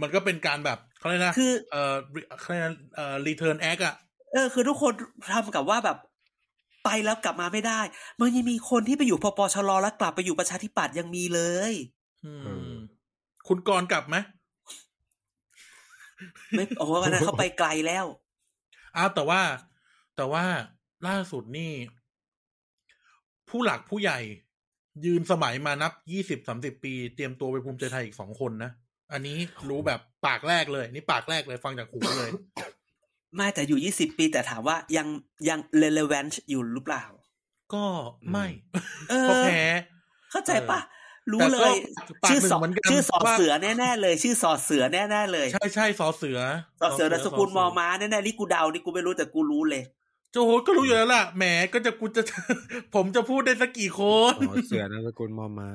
มันก็เป็นการแบบเขาเรียกนะ คือ เอ่อเขาเรียกนะเอ่อรีเทิร์นแอคอะ เออ คือทุกคนทำกับว่าแบบ ไปแล้วกลับมาไม่ได้ มันยังมีคนที่ไปอยู่พปชรแล้วกลับไปอยู่ประชาธิปัตย์ยังมีเลย อืม เออ คุณกรณ์กลับไหม ไม่โอ้โหอันนั้นเขาไปไกลแล้ว อ้าวแต่ว่า แต่ว่าล่าสุดนี่ ผู้หลักผู้ใหญ่ ยืนสมัยมานับยี่สิบสามสิบปี เตรียมตัวไปภูมิใจไทยอีกสองคนนะ อันนี้รู้แบบปากแรกเลย นี่ปากแรกเลยฟังจากหูเลย ไม่แต่อยู่ยี่สิบปีแต่ถามว่ายังยัง relevant อยู่หรือเปล่า ก็ไม่ เอ เพราะ อ แพ้ เข้าใจปะรู้ แต่ เล ก็ ย ปาก ชื่อ หนึ่ง สอ เหมือนกัน ชื่อสอ ว่า เสือแน่ๆเลย ชื่อสอเสือแน่ๆเลย ใช่ใช่สอเสือ สอเสือนามสกุลมอ มา ม้าแน่ๆนี่กูเดานี่กูไม่รู้แต่กูรู้เลย โจโหก็รู้อยู่แล้วล่ะแหมก็จะกูจะ ผมจะพูดได้สักกี่คน อ๋อเสือนามสกุลมอมา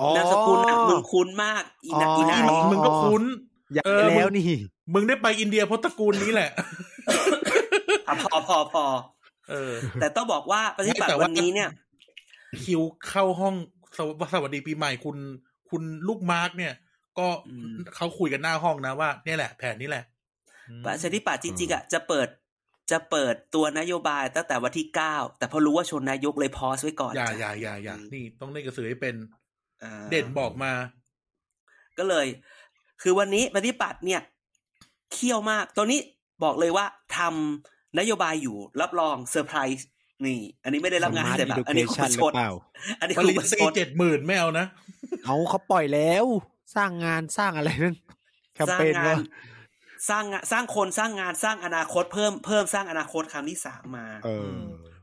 อ๋อ นามสกุลน่ะมึงคุ้นมากอีนัก อ๋ออี อีนัก อ๋อ มึงก็คุ้น อยาก เออ แล้วนี่ มึงได้ไปอินเดียเพราะตระกูลนี้แหละ อ่ะพอพอพอ เออ แต่ต้องบอกว่าประชาธิปัต แต่ ย์ ว่า วันนี้เนี่ย คิวเข้าห้องสวสวัสดีปีใหม่คุณ คุณลูกมาร์กเนี่ย ก็ อืม เขาคุยกันหน้าห้องนะว่าเนี่ยแหละ แผนนี้แหละอืม ประชาธิปัตย์จริงๆอ่ะจะเปิดจะเปิดตัวนโยบายตั้งแต่วันที่เก้าแต่พอรู้ว่าชนนายกเลยพอสไว้ก่อน อย่า จ้ะ อย่าอย่าอย่านี่ต้องเล่นกระสือให้เป็น อ่า เด่นบอกมา ก็เลย คือวันนี้ปฏิปัติเนี่ยเขี้ยวมาก ตอนนี้บอกเลยว่าทำนโยบายอยู่รับรองเซอร์ไพรส์นี่ อันนี้ไม่ได้รับงาน Smart แต่แบบ อันนี้คุณ Education ช หรื น อเปล่า อันนี้ ป คุ ริ ณ ญญาตรี ชน เจ็ดหมื่นไม่เอานะ เอาเขาปล่อยแล้ว สร้างงานสร้างอะไร นั่นแคม สร้า เป ง ญ งา ว่าน สร้างงานสร้างคนสร้างงานสร้างอนาคตเพิ่มเพิ่มสร้างอนาคตครั้งที่สามมา เออ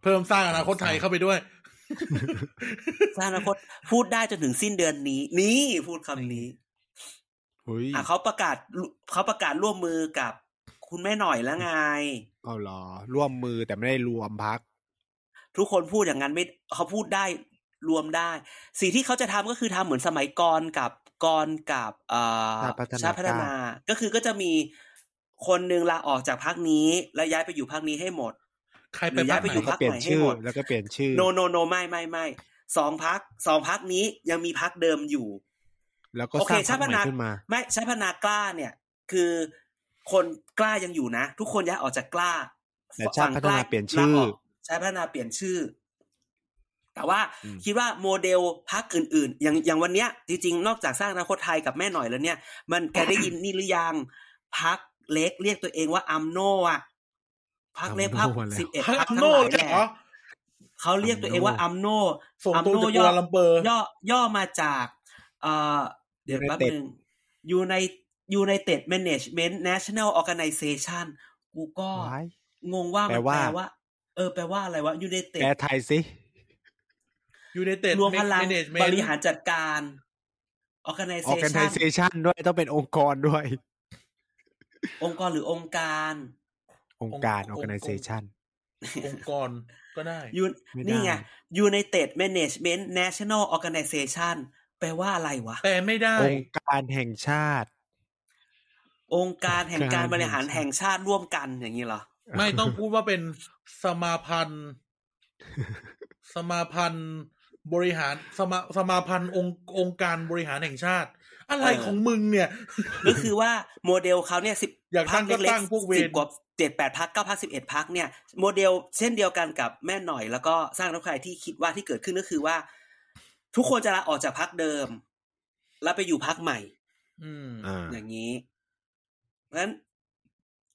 เพิ่มสร้างอนาคตไทยเข้าไปด้วย สร้างอนาคตพูดได้จนถึงสิ้นเดือนนี้ นี่พูดคำนี้ เฮ้ย อ่ะเขาประกาศเขาประกาศร่วมมือกับคุณแม่หน่อยแล้วไง เอาเหรอ ร่วมมือแต่ไม่ได้รวมพัก ทุกคนพูดอย่างนั้นไม่เขาพูดได้รวมได้ สิ่งที่เขาจะทำก็คือทำเหมือนสมัยก่อนกับก่อนกับเอ่อชาชาติพัฒนาติพัฒนา ก็คือก็จะมีคนหนึ่งลาออกจากพักนี้ แล้วย้ายไปอยู่พักนี้ให้หมด ใครไป หรือ บ้า ย้าน ย ไห ไป น อยู่ แล้วพก็รรค เปลี่ยใหนม่ให้ ชื่อ หมด แล้วก็เปลี่ยนชื่อ โนโนโนไม่ไม่ไม่สองพักสองพักนี้ยังมีพักเดิมอยู่ แล้วก็ โอ ส เค ร้างพร ชาร ติ รค พัฒ ใหม่ นา ขึ้นมา ไม่ชาติพัฒนากล้าเนี่ย คือคนกล้ายังอยู่นะ ทุกคนย้ายออกจากกล้า แต่ชาติพัฒนาเปลี่ยนชื่อ ลาอกชาติพัฒนาเปลี่ยนชื่อ แต่ว่า อืม คิดว่าโมเดลพักอื่น ๆ อย่างอย่างวันเนี้ย จริง ๆ นอกจากสร้างอนาคตไทยกับแม่หน่อยแล้วเนี่ย มันแกได้ยินนี่หรือยังพักเล็กเรียกตัวเองว่าอัมโนอะพักเล็กพักสิบเอ็ด ฮั พัก ม ทั้ง โน่ หลาย เลย แหละ เหรอ เขาเรียกตัวเองว่าอัมโน ส่งตัวจากกัวลาลัมเปอร์ ย่อย่อมาจากเอ่อเดี๋ยว United แป๊บหนึ่งอยู่ในอยู่ในเต็ดแมネจเมนต์ national organization กูก็ ว้าย งงว่ามัน แป แป ล ล ว่า ว่า เออแปลว่าอะไรวะยู i นเต็ แปลไทยสิ ยูไนเต็ด รวมพลัง เมเนจเมน บ ต์ ริหารจัดการ ออกกันไท organization เซชันด้วยต้องเป็นองค์กรด้วย องค์กรหรือองค์การ องค์การออกกันไทเซชัน องค์กรก็ได้ ยู ไม่ได้ นี่ไง United Management National Organization แปลว่าอะไรวะ แต่ไม่ได้ องค์การแห่งชาติ องค์การแห่งการบริหาร การ แห่งชาติร่วมกันอย่างนี้เหรอ ไม่ต้องพูดว่าเป็นสมาพันธ์ สมาพันธ์บริหารสมาสมาพันธ์องค์องค์การบริหารแห่งชาติ อะไร เออ ของมึงเนี่ย ก็คือว่าโมเดลเขาเนี่ยสิบ อยากตั้งก็ตั้งพวกเวร สิบกว่าเจ็ดแปดพักเก้าพักสิบเอ็ดพักเนี่ย โมเดลเช่นเดียวกันกับแม่หน่อย แล้วก็สร้างนักใครที่คิดว่าที่เกิดขึ้นก็คือว่า ทุกคนจะลาออกจากพักเดิม แล้วไปอยู่พักใหม่ อืม อ่า อย่างนี้เพราะฉะนั้น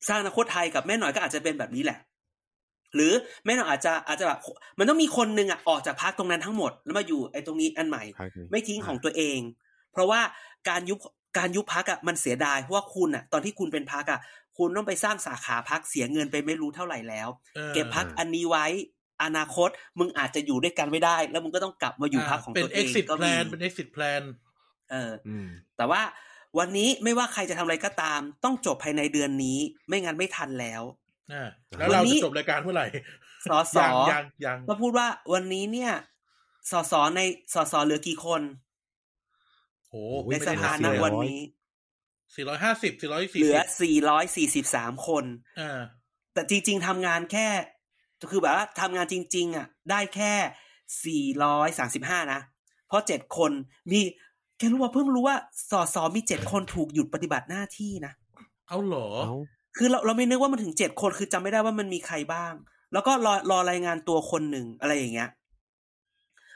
สร้างอนาคตไทยกับแม่หน่อยก็อาจจะเป็นแบบนี้แหละ หรือแม่หน่อยอาจจะอาจจะแบบมันต้องมีคนหนึ่งอ่ะออกจากพักตรงนั้นทั้งหมด แล้วมาอยู่ไอ้ตรงนี้อันใหม่ พักนี้ ไม่ทิ้งของตัวเอง เพราะว่าการยุบการยุบพักอ่ะมันเสียดายเพราะว่าคุณอ่ะ ตอนที่คุณเป็นพักอ่ะ คุณต้องไปสร้างสาขาพักเสียเงินไปไม่รู้เท่าไหร่แล้ว ออ เก็บพักอันนี้ไว้ อนาคตมึงอาจจะอยู่ด้วยกันไม่ได้ แล้วมึงก็ต้องกลับมาอยู่พักของ เป็น ตัวเอง exit ก็มี plan เป็น exit plan เออ อืม แต่ว่าวันนี้ไม่ว่าใครจะทำอะไรก็ตาม ต้องจบภายในเดือนนี้ ไม่งั้นไม่ทันแล้ว อ่าแล้วเรา วันนี้ จะจบรายการเมื่อไหร่ สอสอ ยังยังยัง มาพูดว่าวันนี้เนี่ย สสในสสเหลือกี่คน โอ้ อุ๊ ใน ย สภา ไม่ ณ ได้นะ วันนี้ สี่ร้อยห้าสิบสี่ร้อย เห สี่ ลือ สิบ 443 คน อ่า แต่จริง ๆทำงานแค่ คือแบบว่าทำงานจริง ๆ อ่ะ ได้แค่ 435 นะ เพราะ 7 คนมีแกรู้ว่าเพิ่งรู้ว่าสสมี 7 คนถูกหยุดปฏิบัติหน้าที่นะ เอาเหรอ เอ้า คือเราเราไม่นึกว่ามันถึง 7 คนคือจำไม่ได้ว่ามันมีใครบ้าง แล้วก็รอรอรายงานตัวคนหนึ่งอะไรอย่างเงี้ย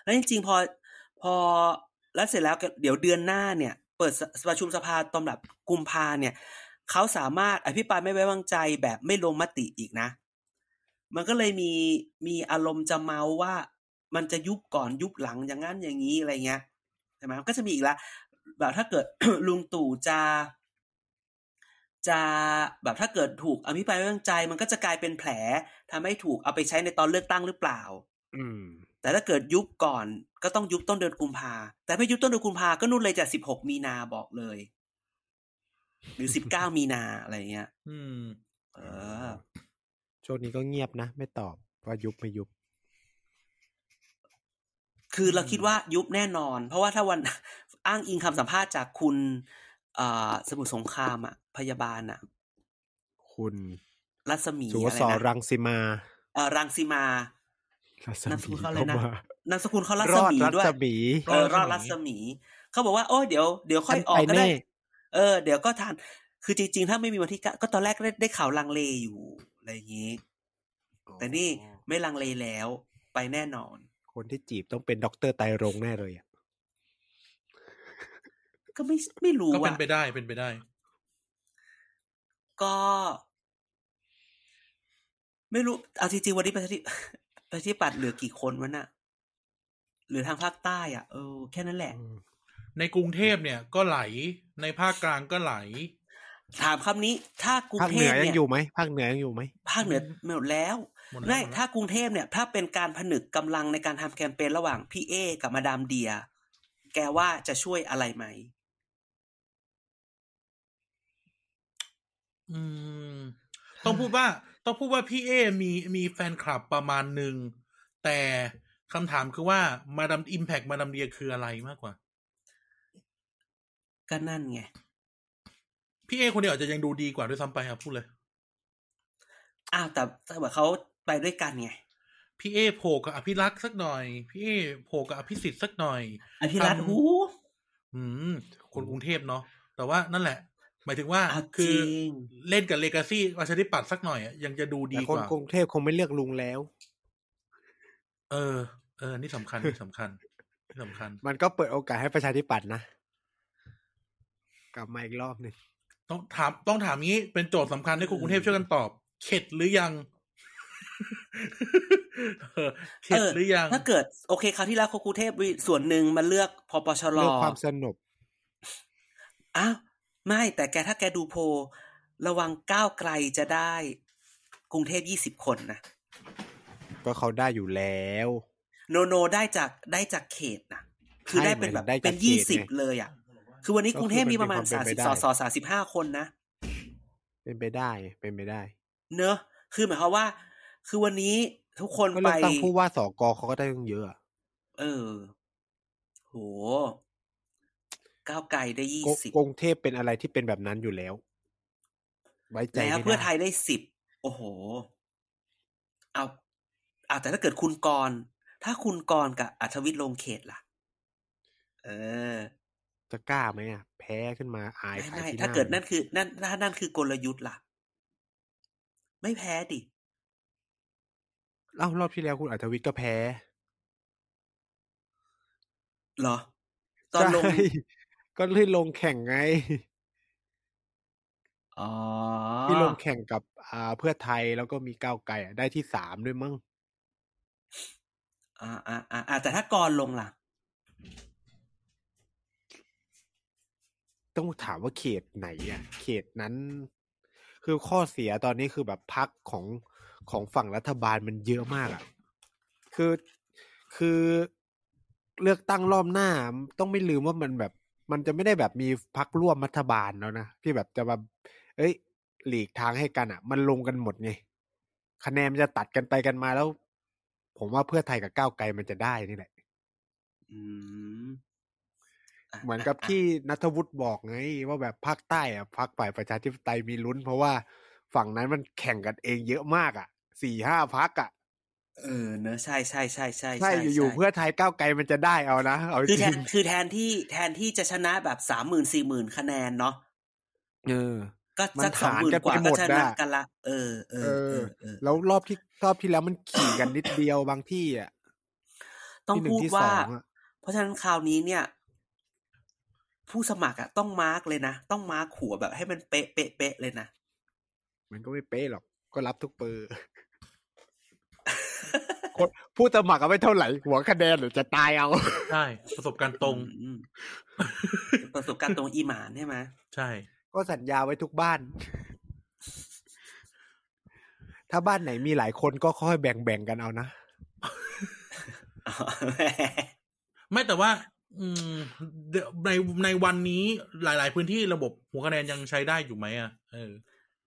แล้วจริงๆ พอพอแล้วเสร็จแล้วก็เดี๋ยวเดือนหน้าเนี่ย เปิดสประชุมสภาตอนแบบกุมภาเนี่ย เขาสามารถอภิปรายไม่ไว้วางใจแบบไม่ลงมติอีกนะ มันก็เลยมีมีอารมณ์จะเมาว่า มันจะยุบก่อนยุบหลังอย่างนั้นอย่างนี้อะไรเงี้ยใช่ไหมมันก็จะมีอีกละแบบถ้าเกิด ลุงตู่จะ จะแบบถ้าเกิดถูกอภิปรายไม่ไว้วางใจ มันก็จะกลายเป็นแผลทำให้ถูกเอาไปใช้ในตอนเลือกตั้งหรือเปล่า อืม แต่ถ้าเกิดยุบก่อนก็ต้องยุบต้นเดือนกุมภาแต่ไม่ยุบต้นเดือนกุมภาก็นู่นเลยจากสิบหกมีนาบอกเลย หรือสิบเก้ามีนาอะไรเงี้ย อืม เออ ช่วงนี้ก็เงียบนะ ไม่ตอบว่ายุบไม่ยุบ คือเราคิดว่ายุบแน่นอน เพราะว่าถ้าวัน อ้างอิงคำสัมภาษณ์จากคุณเอ่อสมุทรสงครามอะพยาบาลอะ คุณ รัศมี สุว อะไร ส นะ รังสิมา เอ่อรังสีมา รัศ นามสกุ มี ลเขาอะไร เข้า นะ มาน ามสกุลเขารั ร ศ อด มี รั ด้วย ศมี เออรอดรัศมี เขาบอกว่าโอ้ยเดี๋ยวเดี๋ยวค่อยออก ฉัน ก็ ไป ได้ แน่ เออ เดี๋ยวก็ทัน คือจริง ๆ ถ้าไม่มีวันที่เก้าก็ตอนแรกได้ได้ข่าวลังเลอยู่อะไรอย่างนี้ แต่นี่ไม่ลังเลแล้วไปแน่นอน คนที่จีบต้องเป็นด็อกเตอร์ไตรรงค์แน่เลยอะ ก็ไม่ไม่รู้ ก็เป็ อ่ะ นไปได้เป็นไปได้ ก็ ไม่รู้เอาจริงๆวันนี้ประชาธิ ประชาธิปัตย์เหลือกี่คนวะน่ะเหลือทางภาคใต้อ่ะเออแค่นั้นแหละ อืม ในกรุงเทพเนี่ยก็ไหล ในภาคกลางก็ไหล ถามคำนี้ ถ้ากรุง ภาค เท เหนื พ อยั เนี่ ง ย อยู่ไหมภาคเหนือยังอยู่ไหม ภาคเหนือหมดแล้ว หมดแล้ว ไม่ หมดแล้ว ถ้ากรุงเทพเนี่ย ถ้าเป็นการผนึกกำลังในการทำแคมเปญระหว่างพี่เอกับมาดามเดีย แกว่าจะช่วยอะไรไหม อืม ต้องพูดว่า ต้องพูดว่าพี่เอมีมีแฟนคลับประมาณหนึ่ง แต่คำถามคือว่ามาดามอิมแพกมาดามเดียคืออะไรมากกว่า ก็นั่นไง พี่เอคนเดียวอาจจะยังดูดีกว่าด้วยซ้ำไปครับพูดเลย อ้าวแต่แต่ว่าเขาไปด้วยกันไง พี่เอโผล่กับอภิรักษ์สักหน่อย พี่เอโผล่กับอภิสิทธิ์สักหน่อย อภิรัตน์ ทำ หู อืม คนกรุงเทพเนาะแต่ว่านั่นแหละ หมายถึงว่า อ้าวจ คือ ริง เล่นกับเลกาซี่ประชาธิปัตย์สักหน่อยอะยังจะดู แต่ ดี ค ก น ว่า กรุงเทพคงไม่เลือกลุงแล้ว เออ เออ นี่สำคัญ นี่สำคัญ นี่สำคัญ มันก็เปิดโอกาสให้ประชาธิปัตย์นะ กลับมาอีกรอบหนึ่ง ต้องถาม ต้องถามงี้ เป็นโจทย์สำคัญให้คนกรุงเทพช่วยกันตอบ เข็ดหรือยัง เออเข็ดหรือยัง ถ้าเกิด โอเคคราวที่แล้วคนกรุงเทพมีส่วนหนึ่งมาเลือกพปชร เลือกความสนุก อ้าวไม่แต่แกถ้าแกดูโพลระวังก้าวไกลจะได้ กรุงเทพยี่สิบคนนะ ก็เขาได้อยู่แล้ว โนโนได้จากได้จากเขตนะคือได้เป็นแบบเป็นยี่สิบเลยอ่ะ คือวันนี้กรุงเทพมีประมาณสามสิบสอสอสามสิบห้าคนนะ เป็นไปได้เป็นไปได้ เนอะ คือหมายความว่า คือวันนี้ทุกคนไปก็เลือกตั้งผู้ว่าสกเขาก็ได้ตั้งเยอะอะ เออ โห ก้าวไกลได้ยี่ กรุ สิบ กรุงเทพเป็นอะไรที่เป็นแบบนั้นอยู่แล้ว ไว้ใจ แล้ว ม่ด้ เพื่อไทยได้สิบ โอ้โห เอาเอาแต่ถ้าเกิดคุณกรณ์ถ้าคุณกรณ์กับอัธวิทย์ลงเขตล่ะ เออ จะกล้าไหมอ่ะ แพ้ขึ้นมาอาย ไม่ ขาย ไม่ ที่ห ถ้าเกิดนั่นคือ นั่นถ้านั่นคือกลยุทธ์ล่ะ ไม่แพ้ดิ เอ้ารอบที่แล้วคุณอัธวิทย์ก็แพ้ เหรอ ตอนลง ใช่ ก็ที่ลงแข่งไง อ๋อ ที่ลงแข่งกับอ่าเพื่อไทยแล้วก็มีก้าวไกลอะได้ที่สามด้วยมั้ง อ่าอ่าอ่าอ่าแต่ถ้ากรลงล่ะ ต้องถามว่าเขตไหนอ่ะ เขตนั้น คือข้อเสียตอนนี้คือแบบพักของของฝั่งรัฐบาลมันเยอะมากอ่ะ คือคือเลือกตั้งรอบหน้าต้องไม่ลืมว่ามันแบบ มันจะไม่ได้แบบมีพักร่วมรัฐบาลแล้วนะที่แบบจะมาเอ้ย หลีกทางให้กันอ่ะ มันลงกันหมดไง คะแนนมันจะตัดกันไปกันมาแล้ว ผมว่าเพื่อไทยกับก้าวไกลมันจะได้นี่แหละ อืมะ เหมือนกับที่นัทวุฒิบอกไงว่าแบบภาคใต้อะพรรคฝ่ายประชาธิปไตยมีลุ้น เพราะว่าฝั่งนั้นมันแข่งกันเองเยอะมากอ่ะสี่ห้าพักอ่ะ เออเนอะใช่ใช่ใช่ใช่ ใช่อยู่ๆเพื่อไทยก้าวไกลมันจะได้เอานะเอาจ คือแท ริ น ง คือแทนที่แทนที่จะชนะแบบสามหมื่นสี่หมื่นคะแนนเนาะ เออ ก็ มัน สักสอง หา หมื่น กัน กว่า ไปหม ก็ ด ชนะ อะ กันละเออเออเออเออ แล้วรอบที่รอบที่แล้วมันขี่กันนิดเดียวบางที่อ่ะ ต้อง ที่หนึ่ง พูด ที่ ว่า สองอะ เพราะฉะนั้นคราวนี้เนี่ย ผู้สมัครอะต้องมาร์กเลยนะ ต้องมาร์กหัวแบบให้มันเป๊ะเป๊ะเป๊ะเลยนะ มันก็ไม่เป๊ะหรอก ก็รับทุกเปอร์ คนผู้สมัครเอาไม่เท่าไหร่หัวคะแนนหรือจะตายเอา ใช่ประสบการณ์ตรง อืมอืมประสบการณ์ตรงอีหมานใช่ไหม ใช่ ก็สัญญาไว้ทุกบ้าน ถ้าบ้านไหนมีหลายคนก็ค่อยแบ่งๆกันเอานะ อ๋อ ไม่แต่ว่า อืมเดี๋ยวในในวันนี้หลาย ๆ พื้นที่ระบบหัวคะแนนยังใช้ได้อยู่ไหมอ่ะเออ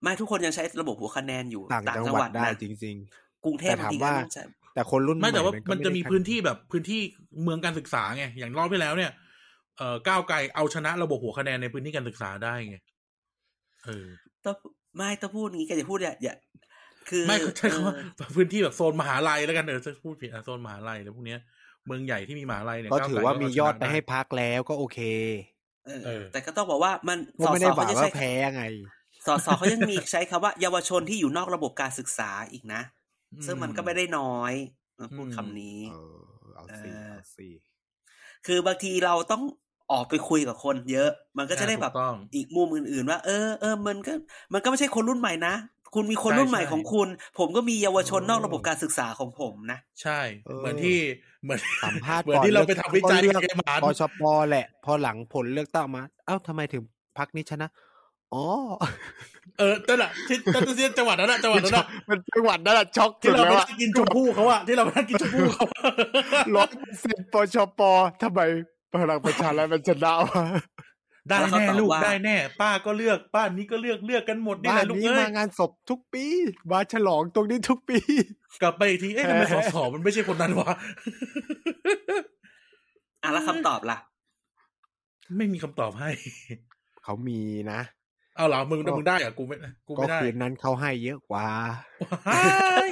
ไม่ทุกคนยังใช้ระบบหัวคะแนนอยู่ ต่างจังหวัดได้ นะ จริง กรุงเทพ แต่ถาม บงที ว่า ก็ต้องใช้ ๆ แต่คนรุ่นใหม่ ไม่แต่ว่ามันจะมีพื้น ก็ไได้ ที่แบบพื้นที่เมืองการศึกษาไงอย่างรอบที่แล้วเนี่ยเอ่อก้าวไกลเอาชนะระบบหัวคะแนนในพื้นที่การศึกษาได้ไงเออ ต้องไม่ต้องพูดอย่างนี้แกจะพูดอย่าอย่าคือ ไม่ใช่คำว่า เออ พื้นที่แบบโซนมหาลัยแล้วกันเออจะพูดผิดอ่ะโซนมหาลัยแล้วพวกเนี้ยเมืองใหญ่ที่มีมหาลัยเนี่ย ก็ถือว่ามียอดไปให้ ก้าวกลก็เาชนะ พักแล้วก็โอเค เออ เออ แต่ก็ต้องบอกว่ามัน ก็ สอ ไม่ ส ได้ อ หวั เขา ง จะ ว่า ใช้ แพ้ไง สอสอเขายังมีใช้คำว่าเยาวชนที่อยู่นอกระบบการศึกษาอีกนะ อื ซึ่งมันก็ไม่ได้น้อยนะพูด อืม คำนี้ เออ เอาสิ เออ เอาสิ คือบางทีเราต้องออกไปคุยกับคนเยอะ มันก็จะได้แบบ ถูต้อง อีกมุมอื่น ๆ ว่า เออเออมันก็มันก็ไม่ใช่คนรุ่นใหม่นะ คุณมีคน ใช่ รุ่นใหม่ ใช่ ของคุณ ผมก็มีเยาวชนนอกระบบการศึกษาของผมนะ ใช่ เหมือนที่เหมือน สัมภาษณ์ เหมือนที่เราไปทำวิจัย เลื กั อบ แกหมาน ปชปแหละ พอหลังผลเลือกตั้งมา เอ้าทำไมถึงพักนี้ชนะ อ๋อ เออนั่นแหละที่นั่นที่จังหวัดนั้นน่ะจังหวัดนั้นน่ะ มันจังหวัดนั่นแหละช็อก ที่เรา สุด ไป แล้วอะ นั่งกินชมพู่เขาอะที่เราไปนั่งกินชมพู่เขาอะ ร้อยเปอร์เซ็นต์ปชปทำไมพลังประชารัฐมันชนะวะ ได้ แล้วเขา แน่ ตอบ ลูก ว่า ได้แน่ ป้าก็เลือกป้านี้ก็เลือกเลือกกันหมดนี่ บ้า แหละนลูก นี้ เอ้ มาย งานศพทุกปีมาฉลองตรงนี้ทุกปี กลับไปอีกที เอ๊ะทำไมสอสอมันไม่ใช่คนนั้นวะ อ่ะแล้วคำตอบล่ะ ไม่มีคำตอบให้ เขามีนะ เอาเหรอมึงมึงได้เหรอะกูไม่กู ก็ ไม่ได้ คืนนั้นเขาให้เยอะกว่า ว้าย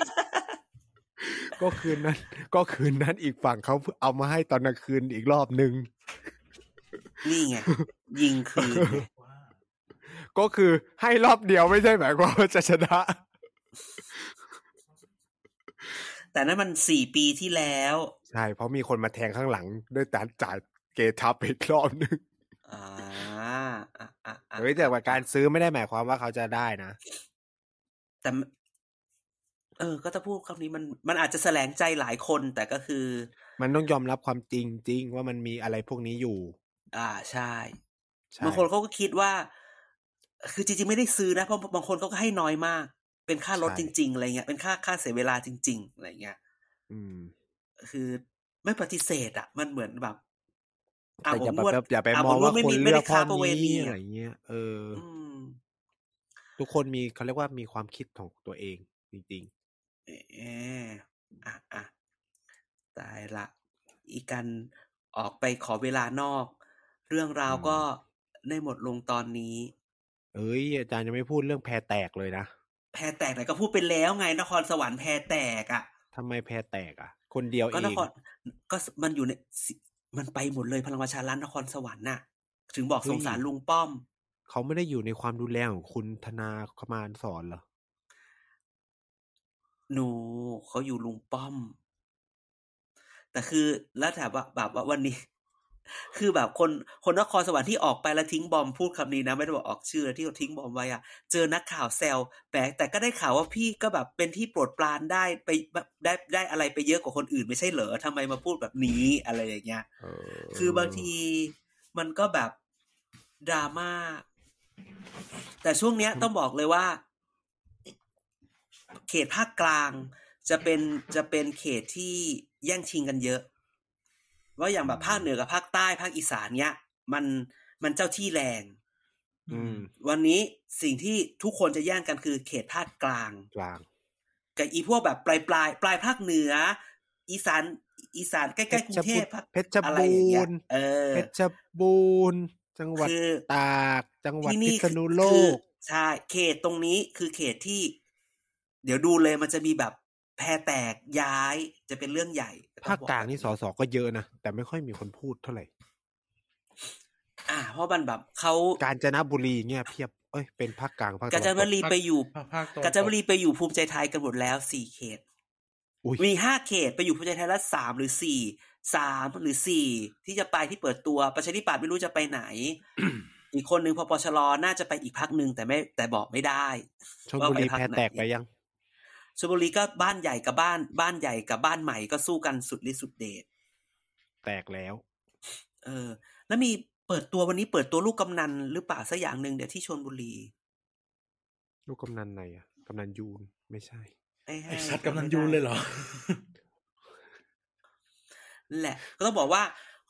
ก็คืนนั้น ก็คืนนั้นอีกฝั่งเขาเอามาให้ตอนกลางคืนอีกรอบหนึ่ง นี่ไง ยิงคืนไง ก็คือให้รอบเดียวไม่ใช่หมายความว่าจะชนะ แต่นั้นมันสี่ปีที่แล้ว ใช่เพราะมีคนมาแทงข้างหลังด้วยการจ่ายเกทับอีกรอบหนึ่ง อ่าอ่ะอ่ะอ่ะ เฮ้ยแต่ว่าการซื้อไม่ได้หมายความว่าเขาจะได้นะ แต่มเออ ก็จะพูดคำนี้มันมันอาจจะแสลงใจหลายคน แต่ก็คือ มันต้องยอมรับความจริงจริงๆว่ามันมีอะไรพวกนี้อยู่ อ่าใช่ ใช่ บางคนเขาก็คิดว่า คือจริงๆไม่ได้ซื้อนะ เพราะบางคนเขาก็ให้น้อยมาก เป็นค่ารถ ใช่ จริง ๆ อะไรเงี้ย เป็นค่าค่าเสียเวลาจริง ๆ อะไรเงี้ย อืม คือไม่ปฏิเสธอ่ะ มันเหมือนแบบะ แต่อย่า ผมนวด แบบอย่าไป อ่ะ มองว่า ผมนวดไม่ ค มี น ไม่ เลื ได้ อกข้อ ค้าประเวณี นี้ อะ อะไรเงี้ยเอออ อืม ทุกคนมีเขาเรียกว่ามีความคิดของตัวเองจริง เอออ่ะอ่ะตายละ อีกันออกไปขอเวลานอก เรื่องราวก็ได้หมดลงตอนนี้ ๆ เอ้ยอาจารย์ยังไม่พูดเรื่องแพรแตกเลยนะ แพรแตกไหนก็พูดไปแล้วไงนครสวรรค์แพรแตกอ่ะ ทำไมแพรแตกอ่ะ คนเดียวเอ ก็น ง ครก็มันอยู่ในสิมันไปหมดเลยพลังประชารัฐนครสวรรค์น่ะ ถึงบอกสงสารลุงป้อม เขาไม่ได้อยู่ในความดูแลของคุณธนาคมานสอนเหรอ หนูเขาอยู่ลุงป้อม แต่คือแล้วถามว่าแบบว่าวันนี้ คือแบบคนคนนครสวรรค์ที่ออกไปแล้วทิ้งบอมพูดคำนี้นะ ไม่ได้บอกออกชื่อที่เขาทิ้งบอมไว้อะเจอนักข่าวแซวแต่แต่ก็ได้ข่าวว่าพี่ก็แบบเป็นที่โปรดปรานได้ไปได้ได้อะไรไปเยอะกว่าคนอื่นไม่ใช่เหรอทำไมมาพูดแบบนี้อะไรอย่างเงี้ย เออ คือบางทีมันก็แบบดราม่า แต่ช่วงเนี้ยต้องบอกเลยว่า เขตภาคกลาง จะเป็นจะเป็นเขตที่แย่งชิงกันเยอะ ว่าอย่างแบบภาคเหนือกับภาคใต้ภาคอีสานเนี้ย มันมันเจ้าที่แรง อืม วันนี้สิ่งที่ทุกคนจะแย่งกันคือเขตภาคกลาง กลาง กับอีพวกแบบปลายปลายปลายภาคเหนือ อีสานอีสานใกล้ๆกรุงเทพภาค เพชร อะไร บู อย่างเงี้ย รณ์ เออ เพชรบูรณ์จังหวัด คือ ตาก จังหวัด ที่ พิ นี่ ษณุโล คือก ใช่เขตตรงนี้คือเขตที่ เดี๋ยวดูเลยมันจะมีแบบแพรแตกย้ายจะเป็นเรื่องใหญ่ ภาคกลางนี่สสก็เยอะนะ แต่ไม่ค่อยมีคนพูดเท่าไหร่ อ่าเพราะมันแบบเขา กาญจนบุรีเนี่ยเพียบ เอ้ย เป็นภาคกลางภาคตะ กาญจนบุ วันตก รีไปอยู่ ภาคตอน กาญจนบุรีไปอยู่ภูมิใจไทยกันหมดแล้วสี่เขต อุ๊ย มีห้าเขตไปอยู่ภูมิใจไทยแล้วสามหรือสี่สามหรือสี่ที่จะไปที่เปิดตัวประชาธิปัตย์ไม่รู้จะไปไหน อีกคนนึงพปชรน่าจะไปอีกพักหนึ่งแต่ไม่แต่บอกไม่ได้ ชลบุรี ว่าไปภาค แพ้ ไหน แตกไปยัง ชลบุรีก็บ้านใหญ่กับบ้าน บ้านใหญ่กับบ้านใหม่ก็สู้กันสุดฤทธิ์สุดเดช แตกแล้ว เออ แล้วมีเปิดตัววันนี้เปิดตัวลูกกำนันหรือเปล่าสักอย่างหนึ่งเดี๋ยวที่ชลบุรี ลูกกำนันไหนอะกำนันยูนไม่ใช่ ไอ้ชัดกำนันยูนเลยเหรอ แหละ ก็ต้องบอกว่า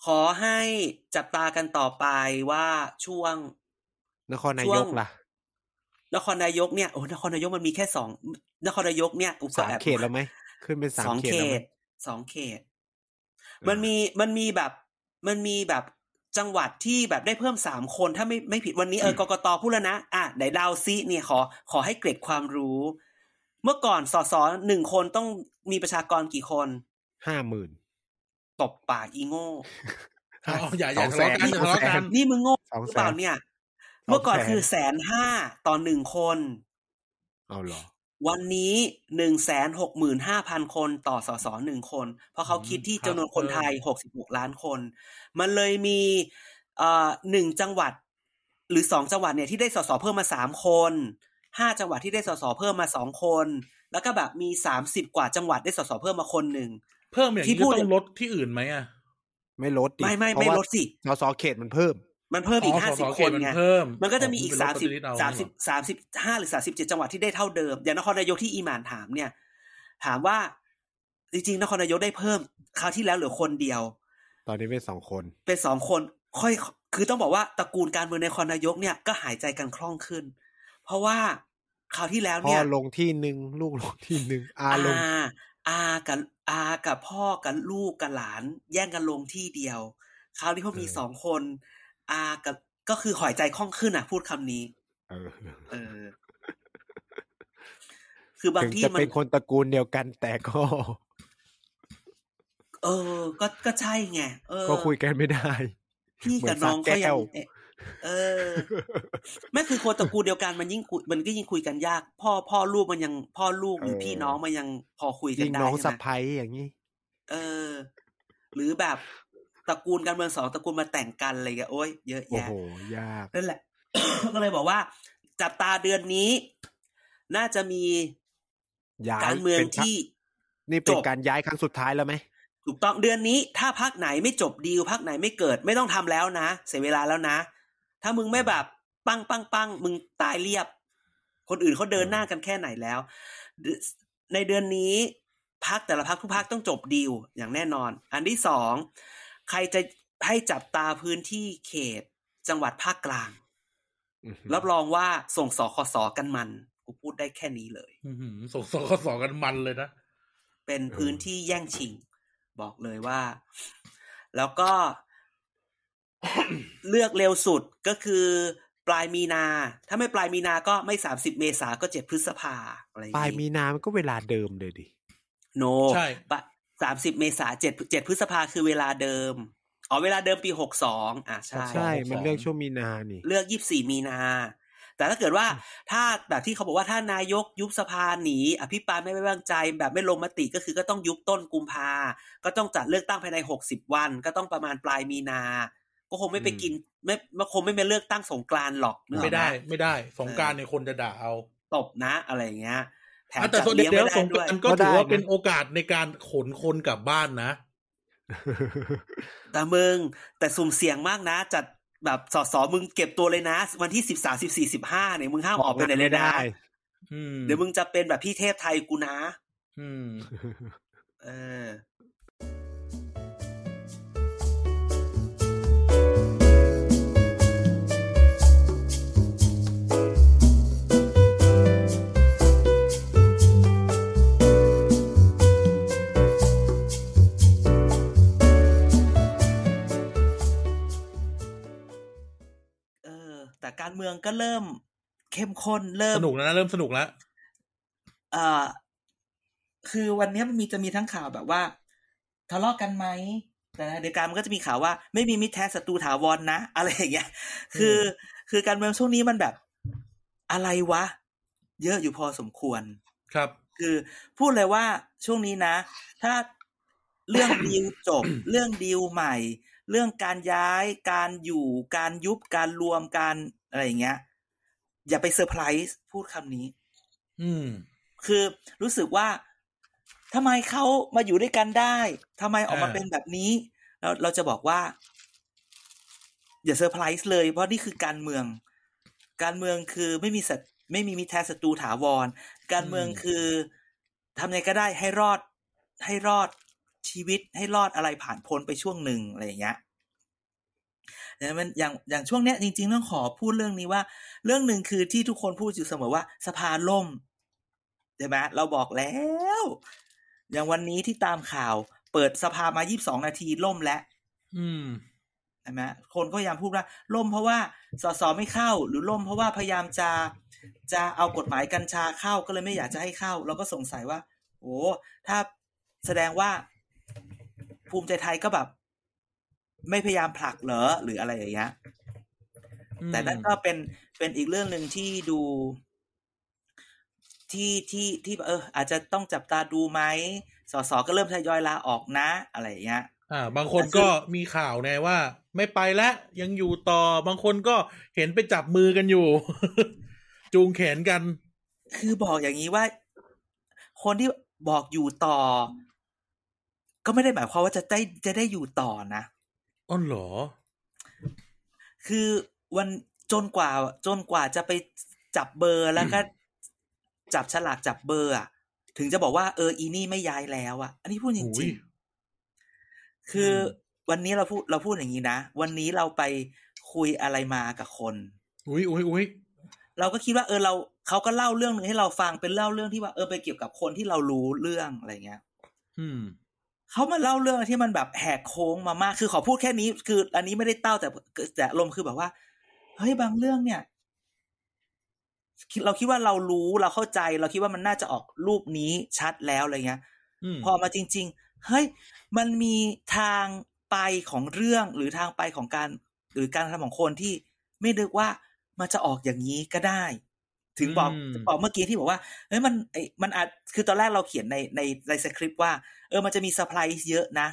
ขอให้จับตากันต่อไปว่าช่วง นครนา ช่วยง กล่ะ นครนายกเนี่ยโอ้นครนายกมันมีแค่สองนครนายกเนี่ยอุป สาม แอบ เขตแล้วไหม ขึ้นเป็นสาม สองเขเขตแล้วไหม ตสองเขต มันมีมันมีแบบมันมีแบบจังหวัดที่แบบได้เพิ่มสามคนถ้าไม่ไม่ผิดวันนี้เออกกตพูดแล้วนะอ่ะไหนดาวซิเนี่ยขอขอให้เกร็ดความรู้ เมื่อก่อนสสหนึ่งคนต้องมีประชากรกี่คน ห้าหมื่น ตบป่ากอี โง่ เอาเอาอย่าอย่า สองแสน ทะเลาะกันอย่าทะเลาะกัน นี่มึงโง่ สอง หรือ แส เปล่าน เนี่ย สองแสน เมื่อก่อนคือแสนห้าต่อหนึ่งคน เอาเหรอ วันนี้หนึ่งแสนหกหมื่นห้าพันคนต่อสสหนึ่งคน เพราะเขา อืม คิดที่ ครับ จำนวนคนไทย เออ หกสิบหกล้านคน มันเลยมีเอ่อหนึ่งจังหวัด หรือสองจังหวัดเนี่ยที่ได้สสเพิ่มมาสามคนห้าจังหวัดที่ได้สสเพิ่มมาสองคน แล้วก็แบบมีสามสิบกว่าจังหวัดได้สสเพิ่มมาคนหนึ่ง เพิ่มอย่าง ที่ นี้ พู ก็ ด ต้องลดที่อื่นไหมอ่ะ ไม่ลดดิ ไม่ไม่ไม่ เพราะว่า ลดสิ สสเขตมันเพิ่ม มันเพิ่มอีก ส ห้าสิบ เข ค ต น มัน ไง เพิ่ม มันก็จะมีอีก คุณ สาม ไป สิบ ลด สามสิบสามสิบห้าหรือสาสิบเจ็ดจังหวัดที่ได้เท่าเดิม อย่างนครนายกที่อีหมานถามเนี่ย ถามว่า จริงๆ นครนายกได้เพิ่ม คราวที่แล้วเหลือคนเดียว ตอนนี้เป็นสองคน เป็นสองคน ค่อย คือต้องบอกว่าตระกูลการเมืองในนครนายกเนี่ยก็หายใจกันคล่องขึ้น เพราะว่าคราวที่แล้ว พ่อ เนี่ย ลงที่หนึ่งลูกลงที่หนึ่งอา อา ลง อากับอากับพ่อกับลูกกับหลาน แย่งกันลงที่เดียว คราวนี้พอมี เออ สองคน อากับก็คือหอยใจคล่องขึ้นอ่ะ พูดคำนี้ เออ เออ คือบาง ถึง ที่ จะ มัน เป็นคนตระกูลเดียวกันแต่ก็ เออ ก็ก็ใช่ไงเออ ก็คุยกันไม่ได้ พี่ เหมื กั อบ น น้องก็สระแก้ ยัง ว เออไม่คือคนตระกูลเดียวกันมันยิ่งคุยมันก็ยิ่งคุยกันยาก พ่อพ่อลูกมันยังพ่อลูกหรือ เออ พี่น้องมันยังพอคุยกัน ยิ่ง ได้ น้อง ใช่ไหม สะพ้ยอย่างนี้ เออ หรือแบบตระกูลการเมืองสองตระกูลมาแต่งกันอะไรเงี้ยโอ้ยเยอะ โอ้ แยะ โห ยาก นั่นแหละ ก็เลยบอกว่า จับตาเดือนนี้ น่าจะมี ย้าย การเมือง ป็นพรรค ที่ นี่จเป็น บ การย้ายครั้งสุดท้ายแล้วไหม ถูกต้องเดือนนี้ ถ้าพักไหนไม่จบดีลพักไหนไม่เกิด ไม่ต้องทำแล้วนะ เสียเวลาแล้วนะ ถ้ามึงไม่แบบ ปังปังปังมึงตายเรียบ คนอื่นเขาเดินหน้ากันแค่ไหนแล้ว ในเดือนนี้พักแต่ละพักทุกพักต้องจบดีลอย่างแน่นอน อันที่สองใครจะให้จับตาพื้นที่เขตจังหวัดภาคกลาง อื้อหือ รับรองว่าส่งสคสกันมันกูพูดได้แค่นี้เลย อื้อหือส่งสกสกันมันเลยนะ เป็นพื้นที่แย่งชิง บอกเลยว่า แล้ว ก็ เลือกเร็วสุดก็คือปลายมีนา ถ้าไม่ปลายมีนาก็ไม่สามสิบเมษาก็เจ็ดพฤษภาอะไรอง ปลายมีนามันก็เวลาเดิมเลยดิ โน ใช่ สามสิบเมษาเจ็ดเจ็ดพฤษภาคือเวลาเดิมอ๋อเวลาเดิมปีหกสองอ่ะใช่ ใช่ สอง มันเลือกช่วงมีนานี่ เลือกยี่สี่มีนา แต่ถ้าเกิดว่าถ้าแบบที่เขาบอกว่าถ้านายกยุบสภาหนี อภิปรายไม่ไว้วางใจ แบบไม่ลงมติก็คือก็ต้องยุบต้นกุมภาก็ต้องจัดเลือกตั้งภายในหกสิบวัน ก็ต้องประมาณปลายมีนา ก็คงไม่ไป อืม กิน ไม่ไม่คงไม่ไปเลือกตั้งสงกรานต์หรอกนึกออกห ไม่ได้ไม่ได้ สงกรารเนี่ยคนจะด่าเอา ตบนะอะไรอย่างเงี้ยแถม อ่ะแต่ จัด ส่วน เลี้ยง เดี๋ย ไม่ ว ได้ สงก ด้ว ราย รก็ถือว่าเป็นโอกาสในการขนคนกลับบ้านนะ แต่มึงแต่สุ่มเสี่ยงมากนะ จัดแบบสสมึงเก็บตัวเลยนะ วันที่สิบสามสิบสี่สิบห้า เนี่ยมึงห้ามออกไปไหนเลยนะ อืม เดี๋ยวมึงจะเป็นแบบพี่เทพไทยกูนะ อืม เออ แต่การเมืองก็เริ่มเข้มข้นเริ่ม สนุกแล้วนะเริ่มสนุกแล้ว เอ่อคือวันเนี้ยมันมีจะมีทั้งข่าวแบบว่าทะเลาะกันไหมแต่ในเดียวกันมันก็จะมีข่าวว่า ไม่มีมิตรแท้ศัตรูถาวรนะ อะไรอย่างเงี้ย คืออคือการเมืองช่วงนี้มันแบบอะไรวะ เยอะอยู่พอสมควร ครับ คือพูดเลยว่าช่วงนี้นะ ถ้าเรื่อง ดีลจบ เรื่องดีลใหม่ เรื่องการย้ายการอยู่การยุบการรวมการอะไรอย่างเงี้ย อย่าไปเซอร์ไพรส์พูดคำนี้ อืม คือรู้สึกว่าทำไมเขามาอยู่ด้วยกันได้ทำไมออกมา อ่า เป็นแบบนี้เราเราจะบอกว่า อย่าเซอร์ไพรส์เลยเพราะนี่คือการเมือง การเมืองคือไม่มีศัตไม่มีมิตรแท้ศัตรูถาวร การเมืองคือทำยังไงก็ได้ให้รอดให้รอดชีวิตให้รอดอะไรผ่านพ้นไปช่วงหนึ่งอะไรอย่างเงี้ยแต่มันอย่างอย่างช่วงเนี้ยจริงๆต้องขอพูดเรื่องนี้ว่า เรื่องหนึ่งคือที่ทุกคนพูดอยู่เสมอว่าสภาล่มใช่ไหมเราบอกแล้ว อย่างวันนี้ที่ตามข่าวเปิดสภามา 22 นาทีล่มแล้ว อืม ใช่ไหมคนก็พยายามพูดว่า ล่มเพราะว่าสสไม่เข้า หรือล่มเพราะว่าพยายามจะจะเอากฎหมายกัญชาเข้าก็เลยไม่อยากจะให้เข้า เราก็สงสัยว่าโอ้ถ้าแสดงว่า ภูมิใจไทยก็แบบ ไม่พยายามผลักเหรอหรืออะไรอย่างเงี้ย แต่นั่นก็เป็นเป็นอีกเรื่องหนึ่งที่ดู ที่ที่ที่เออ อาจจะต้องจับตาดูไหมสสก็เริ่มทยอยลาออกนะ อะไรอย่างเงี้ย อ่า บางคนก็มีข่าวไงว่า ไม่ไปแล้วยังอยู่ต่อบางคนก็เห็นไปจับมือกันอยู่ จูงแขนกัน คือบอกอย่างนี้ว่า คนที่บอกอยู่ต่อ ก็ไม่ได้หมายความว่าจะได้จะได้อยู่ต่อนะ อ้อนเหรอ คือวันจนกว่า จนกว่าจะไปจับเบอร์แล้วก็ จับฉลากจับเบอร์อะถึงจะบอกว่าเอออีนี่ไม่ย้ายแล้วอ่ะ อันนี้พูดจ หู ริ ย งๆ คืออ ม วันนี้เราพูดเราพูดอย่างนี้นะ วันนี้เราไปคุยอะไรมากับคน อุ้ยอุ้ยอุ้ย เราก็คิดว่าเออเราเขาก็เล่าเรื่องหนึ่งให้เราฟังเป็นเล่าเรื่องที่ว่าเออไปเกี่ยวกับคนที่เรารู้เรื่องอะไรเงี้ย อืม เขามาเล่าเรื่องที่มันแบบแหกโค้งมามากคือขอพูดแค่นี้ คือ อันนี้ไม่ได้เต้าแต่แต่ลมณ์คือแบบว่าเฮ้ยบางเรื่องเนี่ยคิดเราคิดว่าเรารู้เราเข้าใจ เราคิดว่ามันน่าจะออกรูปนี้ชัดแล้วอะไรเงี้ย อืม พอมาจริง ๆ เฮ้ย มันมีทางไปของเรื่องหรือทางไปของการ หรือการกระทำของคนที่ไม่นึกว่ามันจะออกอย่างนี้ก็ได้ ถึงบอกถึงบอกเมื่อกี้ที่บอกว่าเฮ้ยมันไอ้มันอาจคือตอนแรกเราเขียนในในในสคริปต์ว่า เออมันจะมีเซอร์ไพรส์เยอะนะ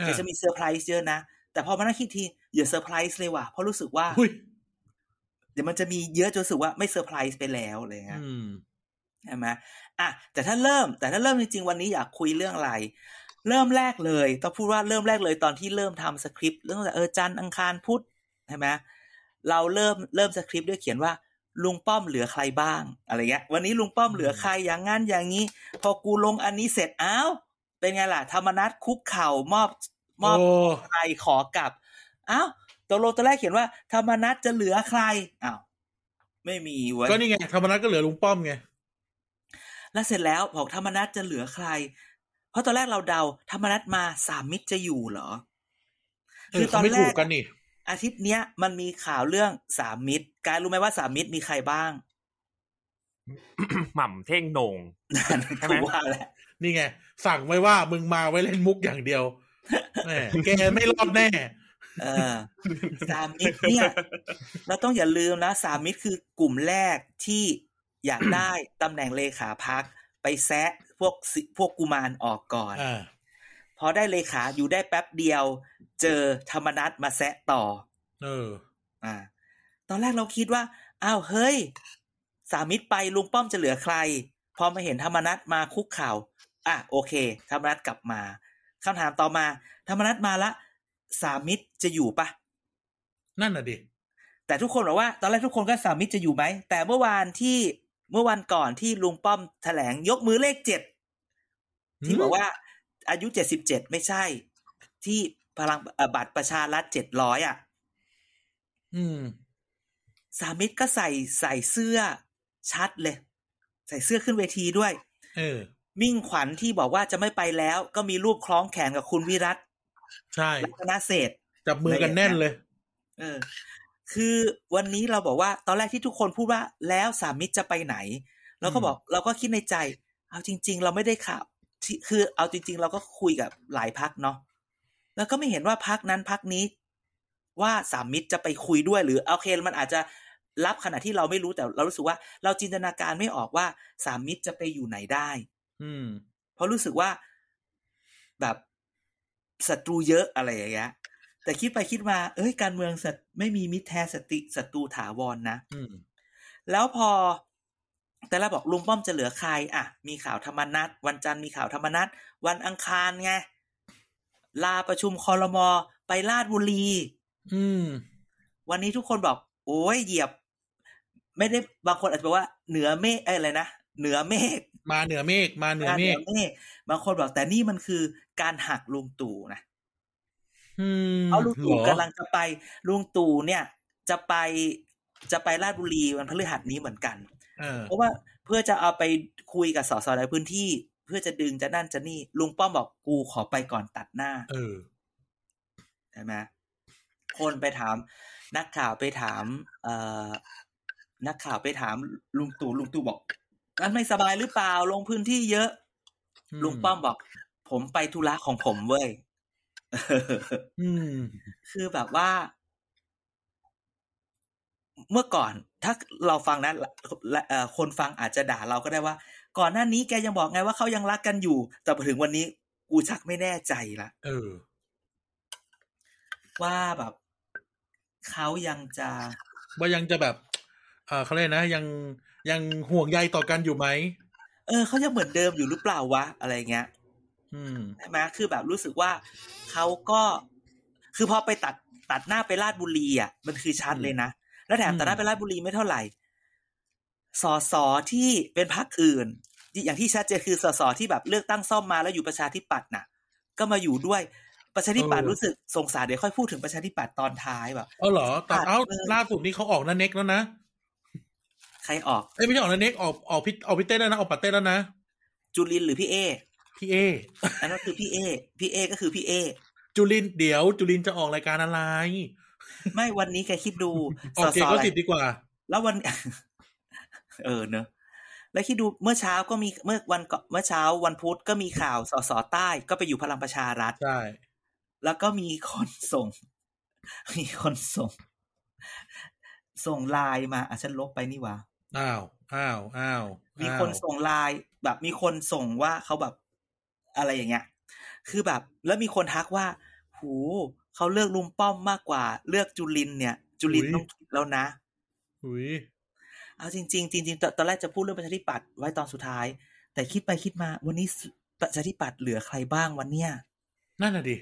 อ่า เดี๋ยวจะมีเซอร์ไพรส์เยอะนะ แต่พอมานั่งคิดทีอย่าเซอร์ไพรส์เลยว่ะเพราะรู้สึกว่า อุ้ย เดี๋ยวมันจะมีเยอะจนรู้สึกว่าไม่เซอร์ไพรส์ไปแล้วอะไรอย่างเงี้ย อืม ใช่ไหมอ่ะ แต่ถ้าเริ่ม แต่ถ้าเริ่มจริงๆ วันนี้อยากคุยเรื่องอะไร เริ่มแรกเลย ต้องพูดว่าเริ่มแรกเลยตอนที่เริ่มทำสคริปต์เรื่องแต่เออจันทร์อังคารพุธใช่ไหมเราเริ่มเริ่มสคริปต์ด้วยเขียนว่าลุงป้อมเหลือใครบ้าง อะไรเงี้ย วันนี้ลุงป้อมเหลือใครอย่างงั้นอย่างนี้ พอกูลงอันนี้เสร็จอ้าวเป็นไงล่ะ ธรรมนัตคุกเข่ามอบมอบ โอ้ ใครขอกลับ อ้าวตกลงตอนแรกเขียนว่า ธรรมนัตจะเหลือใคร อ้าว ไม่มีเว้ย ก็นี่ไงธรรมนัตก็เหลือลุงป้อมไง แล้วเสร็จแล้วบอกธรรมนัตจะเหลือใคร เพราะตอนแรกเราเดาธรรมนัตมาสามมิตรจะอยู่เหรอ เออเขาไม่ถูกกันนี่ อาทิตย์เนี้ยมันมีข่าวเรื่องสามมิตรกายรู้ไหมว่าสามมิตรมีใครบ้าง หม่ำเท่งโหน่ง นั่น ใช่ไหม กูว่าแหละ นี่ไง สั่งไว้ว่ามึงมาไว้เล่นมุกอย่างเดียวแหมแกไม่รอดแน่ เออสามมิตรเนี่ย เราต้องอย่าลืมนะสามมิตรคือกลุ่มแรกที่อยาก ได้ ตำแหน่งเลขาพัก ไปแซะพวกสิพวกกุมารออกก่อน อ่า พอได้เลขาอยู่ได้แป๊บเดียว เจอธรรมนัตมาแซะต่อ เออ อ่า ตอนแรกเราคิดว่า อ้าว เฮ้ย สามิตรไปลุงป้อมจะเหลือใคร พอมาเห็นธรรมนัตมาคุกเข่า อ่ะ โอเค ธรรมนัตกลับมาคำถามต่อมา ธรรมนัตมาละ สามิตรจะอยู่ปะ นั่นน่ะดิ แต่ทุกคนบอกว่า ตอนแรกทุกคนก็สามิตรจะอยู่ไหม แต่เมื่อวานที่เมื่อวันก่อนที่ลุงป้อมแถลงยกมือเลขเจ็ดที่บอกว่า อายุเจ็ดสิบเจ็ดไม่ใช่ ที่พลังเอ่อบัตรประชารัฐเจ็ดร้อยอ่ะ อืม สามิตรก็ใส่ใส่เสื้อชัดเลย ใส่เสื้อขึ้นเวทีด้วย เออ มิ่งขวัญที่บอกว่าจะไม่ไปแล้ว ก็มีรูปคล้องแขนกับคุณวิรัต ใช่ ลัตนเศรษฐ์ จับมือกันแน่นเลย เออ คือวันนี้เราบอกว่าตอนแรกที่ทุกคนพูดว่าแล้วสามมิตรจะไปไหน เราก็บอกเราก็คิดในใจ เอาจริง ๆ เราไม่ได้ข่าวที่คือเอาจริง ๆ เราก็คุยกับหลายพักเนาะแล้วก็ไม่เห็นว่าพักนั้นพักนี้ ว่าสามมิตรจะไปคุยด้วยหรือโอเคมันอาจจะรับขณะที่เราไม่รู้แต่เรารู้สึกว่า เราจินตนาการไม่ออกว่าสามมิตรจะไปอยู่ไหนได้ อืม เพราะรู้สึกว่าแบบศัตรูเยอะอะไรอย่างเงี้ย แต่คิดไปคิดมา เอ้ยการเมืองสัตไม่มีมิตรแท้สติศัตรูถาวรนนะ อืม แล้วพอ แต่ละบอกลุงป้อมจะเหลือใคร อ่ะ มีข่าวธรรมนัตวันจันทร์มีข่าวธรรมนัตวันอังคารไง ลาประชุมคอรมอไปลาดบุรี อืม วันนี้ทุกคนบอก โอ้ยเหยียบ ไม่ได้บางคนอาจจะบอกว่าเหนือเมฆเอ้ยอะไรนะเหนือเมฆ มาเหนือเมฆมาเหนือเมฆ เมฆบางคนบอกแต่นี่มันคือการหักลุงตู่นะ อืม เพราะลุงตู่ เหรอก ำลังจะไปลุงตู่เนี่ย จะไปจะไปราชบุรีวันพฤหัสนี้เหมือนกัน เออ เพราะว่าเพื่อจะเอาไปคุยกับสสในพื้นที่ เพื่อจะดึงจะนั่นจะนี่ลุงป้อมบอกกูขอไปก่อนตัดหน้า เออ ใช่ไหมคนไปถาม นักข่าวไปถาม เอ่อนักข่าวไปถามลุงตู่ลุงตู่บอกนั้นไม่สบายหรือเปล่าลงพื้นที่เยอะ ลุงป้อมบอก ผมไปธุระของผมเว้ย อืม คือแบบว่า เมื่อก่อน ถ้าเราฟังนะละเอ่อคนฟังอาจจะด่าเราก็ได้ว่า ก่อนหน้านี้แกยังบอกไงว่าเขายังรักกันอยู่ แต่พอถึงวันนี้ กูชักไม่แน่ใจละ เออ ว่าแบบเขายังจะ ว่ายังจะแบบ เอ่อเขาเรียกนะ ยังยังห่วงใยต่อกันอยู่ไหม เออเขายังเหมือนเดิมอยู่หรือเปล่าวะอะไรเงี้ย อืม ใช่ไหมคือแบบรู้สึกว่าเขาก็ คือพอไปตัดตัดหน้าไปลาดบุรีอ่ะ มันคือชัดเลยนะ แล้วแถม อืม ตัดหน้าไปลาดบุรีไม่เท่าไหร่ สสที่เป็นพรรคอื่น อย่างที่ชัดเจนคือสสที่แบบเลือกตั้งซ่อมมาแล้วอยู่ประชาธิปัตย์น่ะ ก็มาอยู่ด้วย ประชาธิปัตย์รู้สึกสงสารเดี๋ยวค่อยพูดถึงประชาธิปัตย์ตอนท้ายแบบ เออเหรอตอนเอ้า เออ ล่าสุดนี้เขาออกนันเน็กแล้วนะ ใครออก เอ้ยไม่ใช่ออกนันเน็กออกออกพิออกพิเต้แล้วนะออกปัตเต้แล้วนะ จุลินหรือพี่เอ พี่เอ อันนั้นคือพี่เอพี่เอก็คือพี่เอ จุลินเดี๋ยว จุลินจะออกรายการอะไร ไม่วันนี้แกคิด ดู ออกเกม อะ ก็ ไร สิบดีกว่า แล้ววัน เออเนอะแล้วคิดดูเมื่อเช้าก็มีเมื่อวันก่อนเมื่อเช้าวันพุธก็มี ข่าวสสใต้ก็ไปอยู่พลังประชารัฐ ใช่ แล้วก็มีคนส่ง มีคนส่ง ส่งไลน์มาอ่ะฉันลบไปนี่หว่า อ้าวอ้าวอ้าว มี อ้าว คนส่งไลน์แบบมีคนส่งว่าเขาแบบอะไรอย่างเงี้ย คือแบบ แล้วมีคนทักว่า หูเขาเลือกลุงป้อมมากกว่า เลือกจุลินเนี่ย จุลินต้องคิดแล้วนะ หุย เอาจริงๆจริงๆตอนตอนแรกจะพูดเรื่องประชาธิปัตย์ไว้ตอนสุดท้าย แต่คิดไปคิดมา วันนี้สประชาธิปัตย์เหลือใครบ้างวันเนี้ย นั่นน่ะดิ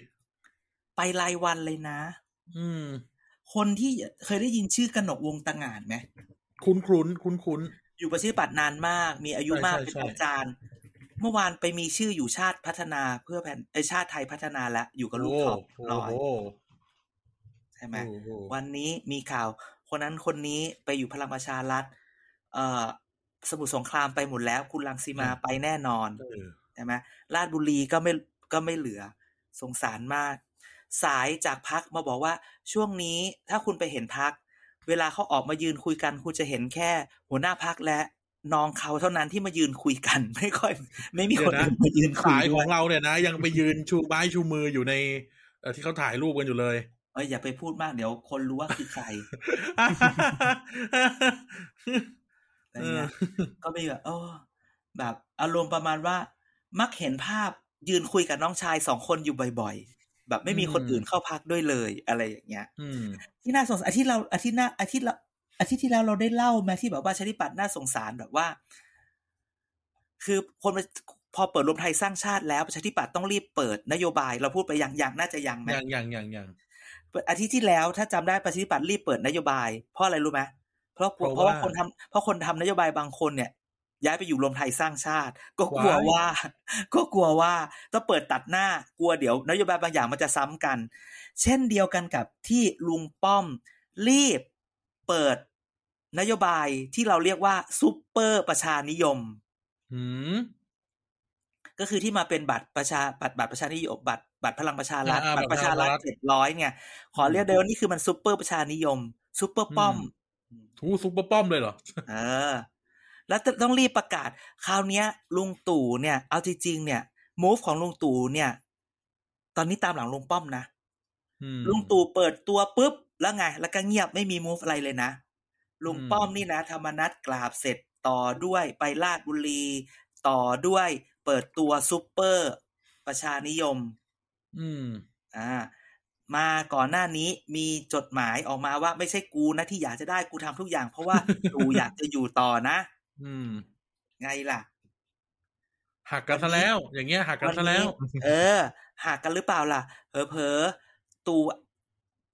ไปรายวันเลยนะ อืม คนที่เคยได้ยินชื่อกนกวงศ์ตะงานไหม คุ้นคุ้นคุ้นคุ้น อยู่ประชาธิปัตย์นานมาก มีอายุมาก ใช่ เป็น ใช่ อาจารย์ เมื่อวานไปมีชื่ออยู่ชาติพัฒนาเพื่อแผ่นไอยชาติไทยพัฒนาแล้วอยู่กับลูกท็อป โอ้ ร้อย โห ใช่ไหม โอ้โห วันนี้มีข่าว คนนั้นคนนี้ไปอยู่พลังประชารัฐเอ่อสมุทรสงครามไปหมดแล้ว คุณลังสีมาไปแน่นอน เออ ใช่ไหมราชบุรีก็ไม่ก็ไม่เหลือ สงสารมาก สายจากพักมาบอกว่าช่วงนี้ถ้าคุณไปเห็นพัก เวลาเขาออกมายืนคุยกัน คุณจะเห็นแค่ หัวหน้าพักและน้องเขาเท่านั้นที่มายืนคุยกัน ไม่ค่อย ไม่มีคนอื่นมายืนคุย สายข ด้ อ ว ง ย เราเนี่ยนะ ยังไปยืนชูไม้ชูมืออยู่ในเอ่อที่เขาถ่ายรูปกันอยู่เลย เอยอย่าไปพูดมากเดี๋ยวคนรู้ว่าคือใครอะไรเงี้ย ก็ไปแบบโอ้แบบอารมณ์ประมาณว่า มักเห็นภาพยืนคุยกับน้องชายสองคนอยู่บ่อยๆ แบบไม่มีคน อืม อื่นเข้าพักด้วยเลยอะไรอย่างเงี้ย อืม ที่น่าสงสารอาทิตย์เราอาทิตย์หน้าอาทิตย์ละอาทิตย์ที่แล้วเราได้เล่ามาที่แบบว่าชาติปัตย์น่าสงสารแบบว่า คือคนมันพอเปิดรวมไทยสร้างชาติแล้วประชาธิปัตย์ต้องรีบเปิดนโยบาย เราพูดไปอย่างอย่างน่าจะยังไหม อย่างอย่างอย่างอย่าง อาทิตย์ที่แล้วถ้าจำได้ประชาธิปัตย์รีบเปิดนโยบาย เพราะอะไรรู้ไหมเพราะกลัว เพ เพ ราะ ราะ ว่า ว่าคนทำเพราะคนทำนโยบายบางคนเนี่ย ย้ายไปอยู่รวมไทยสร้างชาติ ก็กลัว ว้าย ว่า ก็กลัวว่าต้องเปิดตัดหน้ากลัวเดี๋ยวนโยบายบางอย่างมันจะซ้ำกัน เช่นเดียวกันกับที่ลุงป้อม รีบเปิดนโยบายที่เราเรียกว่าซูเปอร์ประชานิยม หืม ก็คือที่มาเป็นบัตรประชาบัตรบัตรประชานิยมบัตรบัตรพลังประชารัฐ อ่า บัตรประชารัฐ บัตรประชารัฐ เจ็ดร้อยเนี่ย ขอเรียกได้ว่านี่คือมันซูเปอร์ประชานิยม ซุปเปอร์ป้อม ทูซุปเปอร์ป้อมเลยเหรอ เออ แล้วต้องรีบประกาศ คราวเนี้ย ลุงตู่เนี่ย เอาจริงๆเนี่ยมูฟของลุงตู่เนี่ย ตอนนี้ตามหลังลุงป้อมนะ อืม ลุงตู่เปิดตัวปุ๊บ แล้วไง แล้วก็เงียบไม่มีมูฟอะไรเลยนะ ลุง อืม ป้อมนี่นะธรรมนัตกราบเสร็จต่อด้วยไปลาดบุรี ต่อด้วยเปิดตัวซุปเปอร์ ประชานิยม อืม อ่า มาก่อนหน้านี้มีจดหมายออกมาว่าไม่ใช่กูนะที่อยากจะได้กูทำทุกอย่าง เพราะว่า กูอยากจะอยู่ต่อนะ อืม ไงล่ะ หักกันซะแล้ว อย่างเงี้ยหักกันซะแล้ว เออหักกันหรือเปล่าล่ะเผลอๆตู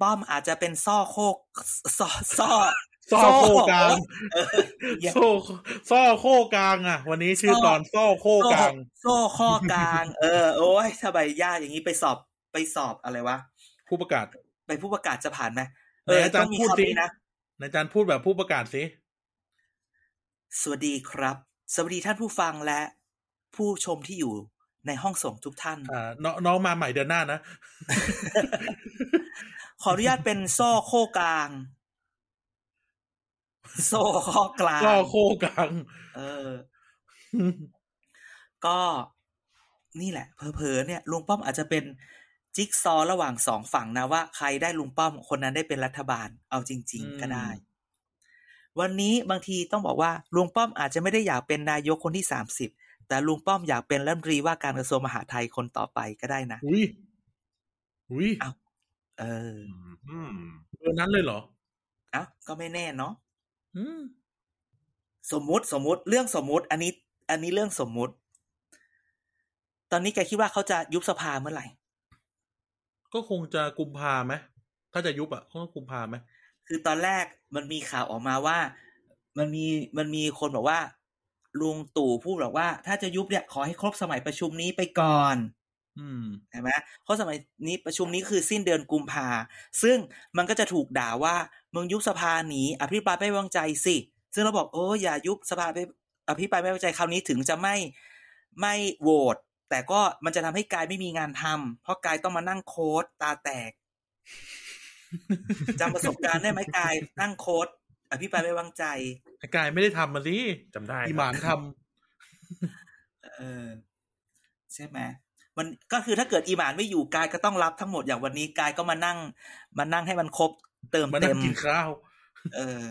ป้อมอาจจะเป็นซ่อโคก ซ่อซ่อ ซ่อโคกลาง เออ อย่า โซ่ซ่อโคกลางอ่ะ วันนี้ชื่อ ซ่อ ตอนซ่อโคกลาง โซ่ข้อกลาง เออ โอ้ยทำไมยากอย่างนี้ไปสอบไปสอบอะไรวะ ผู้ประกาศ ไปผู้ประกาศจะผ่านไหมเออนไหอาจารต้อย์งมี พูดสิ คำนี้นะ นายจารย์พูดแบบผู้ประกาศสิ สวัสดีครับ สวัสดีท่านผู้ฟังและ ผู้ชมที่อยู่ในห้องส่งทุกท่าน อ่าน้องน้องมาใหม่เดือนหน้านะ ขออนุญาตเป็น โซ่โคกลาง โซ่ข้อกลาง ซ่อโคกลาง เออ ก็นี่แหละเผลอๆเนี่ยลุงป้อมอาจจะเป็นจิ๊กซอว์ระหว่างสองฝั่งนะว่าใครได้ลุงป้อมคนนั้นได้เป็นรัฐบาล เอาจริง อืม ๆ ก็ได้ วันนี้บางทีต้องบอกว่าลุงป้อมอาจจะไม่ได้อยากเป็นนายกคนที่สามสิบแต่ลุงป้อมอยากเป็นรัฐมนตรีว่าการกระทรวงมหาดไทยคนต่อไปก็ได้นะ อุ้ยอุ้ย อ้าว เออ อืม เบอร์นั้นเลยเหรอ เอ้าก็ไม่แน่เนาะ อืม สมมุติสมมุติเรื่องสมมุติ อันนี้ อันนี้เรื่องสมมุติ ตอนนี้แกคิดว่าเขาจะยุบสภาเมื่อไหร่ ก็คงจะกุมภาไหมถ้าจะยุบอ่ะก็กุมภาไหม คือตอนแรกมันมีข่าวออกมาว่า มันมีมันมีคนบอกว่า ลุงตู่พูดบอกว่า ถ้าจะยุบเนี่ยขอให้ครบสมัยประชุมนี้ไปก่อน อืม ใช่ไหมครบสมัยนี้ประชุมนี้คือสิ้นเดือนกุมภาซึ่งมันก็จะถูกด่าว่ามึงยุบสภาหนีอภิปรายไม่ไว้วางใจสิ ซึ่งเราบอกโอ้อย่ายุบสภาไปอภิปรายไม่ไว้วางใจคราวนี้ถึงจะไม่ไม่โหวตแต่ก็มันจะทำให้กายไม่มีงานทำเพราะกายต้องมานั่งโค้ดตาแตก จำประสบการณ์ได้ไหมกายนั่งโค้ดอภิปรายไม่ไว้วางใจ ไอ้กายไม่ได้ทำมาสิ จำได้ อีหมานทำ เออ ใช่ไหมมันก็คือถ้าเกิดอีหมานไม่อยู่กายก็ต้องรับทั้งหมดอย่างวันนี้กายก็มานั่งมานั่งให้มันครบเติม มานั่ เต็ ง ม กินข้าว เออ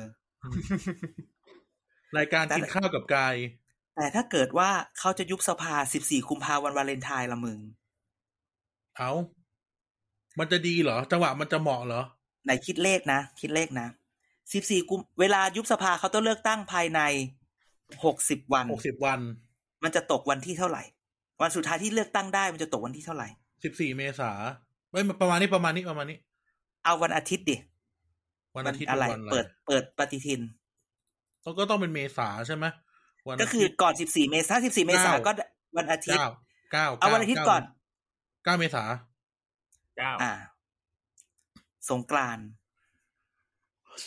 รายการกินข้าวกับกาย แต่ถ้าเกิดว่าเขาจะยุบสภา 14 กุมภาพันธ์วันวาเลนไทน์ละมึง เอา มันจะดีเหรอ จังหวะมันจะเหมาะเหรอ ไหนคิดเลขนะ คิดเลขนะ 14 กุมเวลายุบสภาเขาต้องเลือกตั้งภายใน 60 วัน หกสิบวัน มันจะตกวันที่เท่าไหร่ วันสุดท้ายที่เลือกตั้งได้มันจะตกวันที่เท่าไหร่ สิบสี่เมษาไม่ประมาณนี้ประมาณนี้ประมาณนี้ เอาวันอาทิตย์ดิ วันอาทิตย์ อะไร วันอะไร เปิดเปิดปฏิทิน ต้องก็ต้องเป็นเมษาใช่ไหมวัน ก็ อา คือ ทิตย์ ก่อน 14 เมษายน14 เมษายน เก้า ก็วันอาทิตย์ เก้าเก้า เอาวันอาทิตย์ก่อน เก้าเมษา เจ้า อ่า สงกรานต์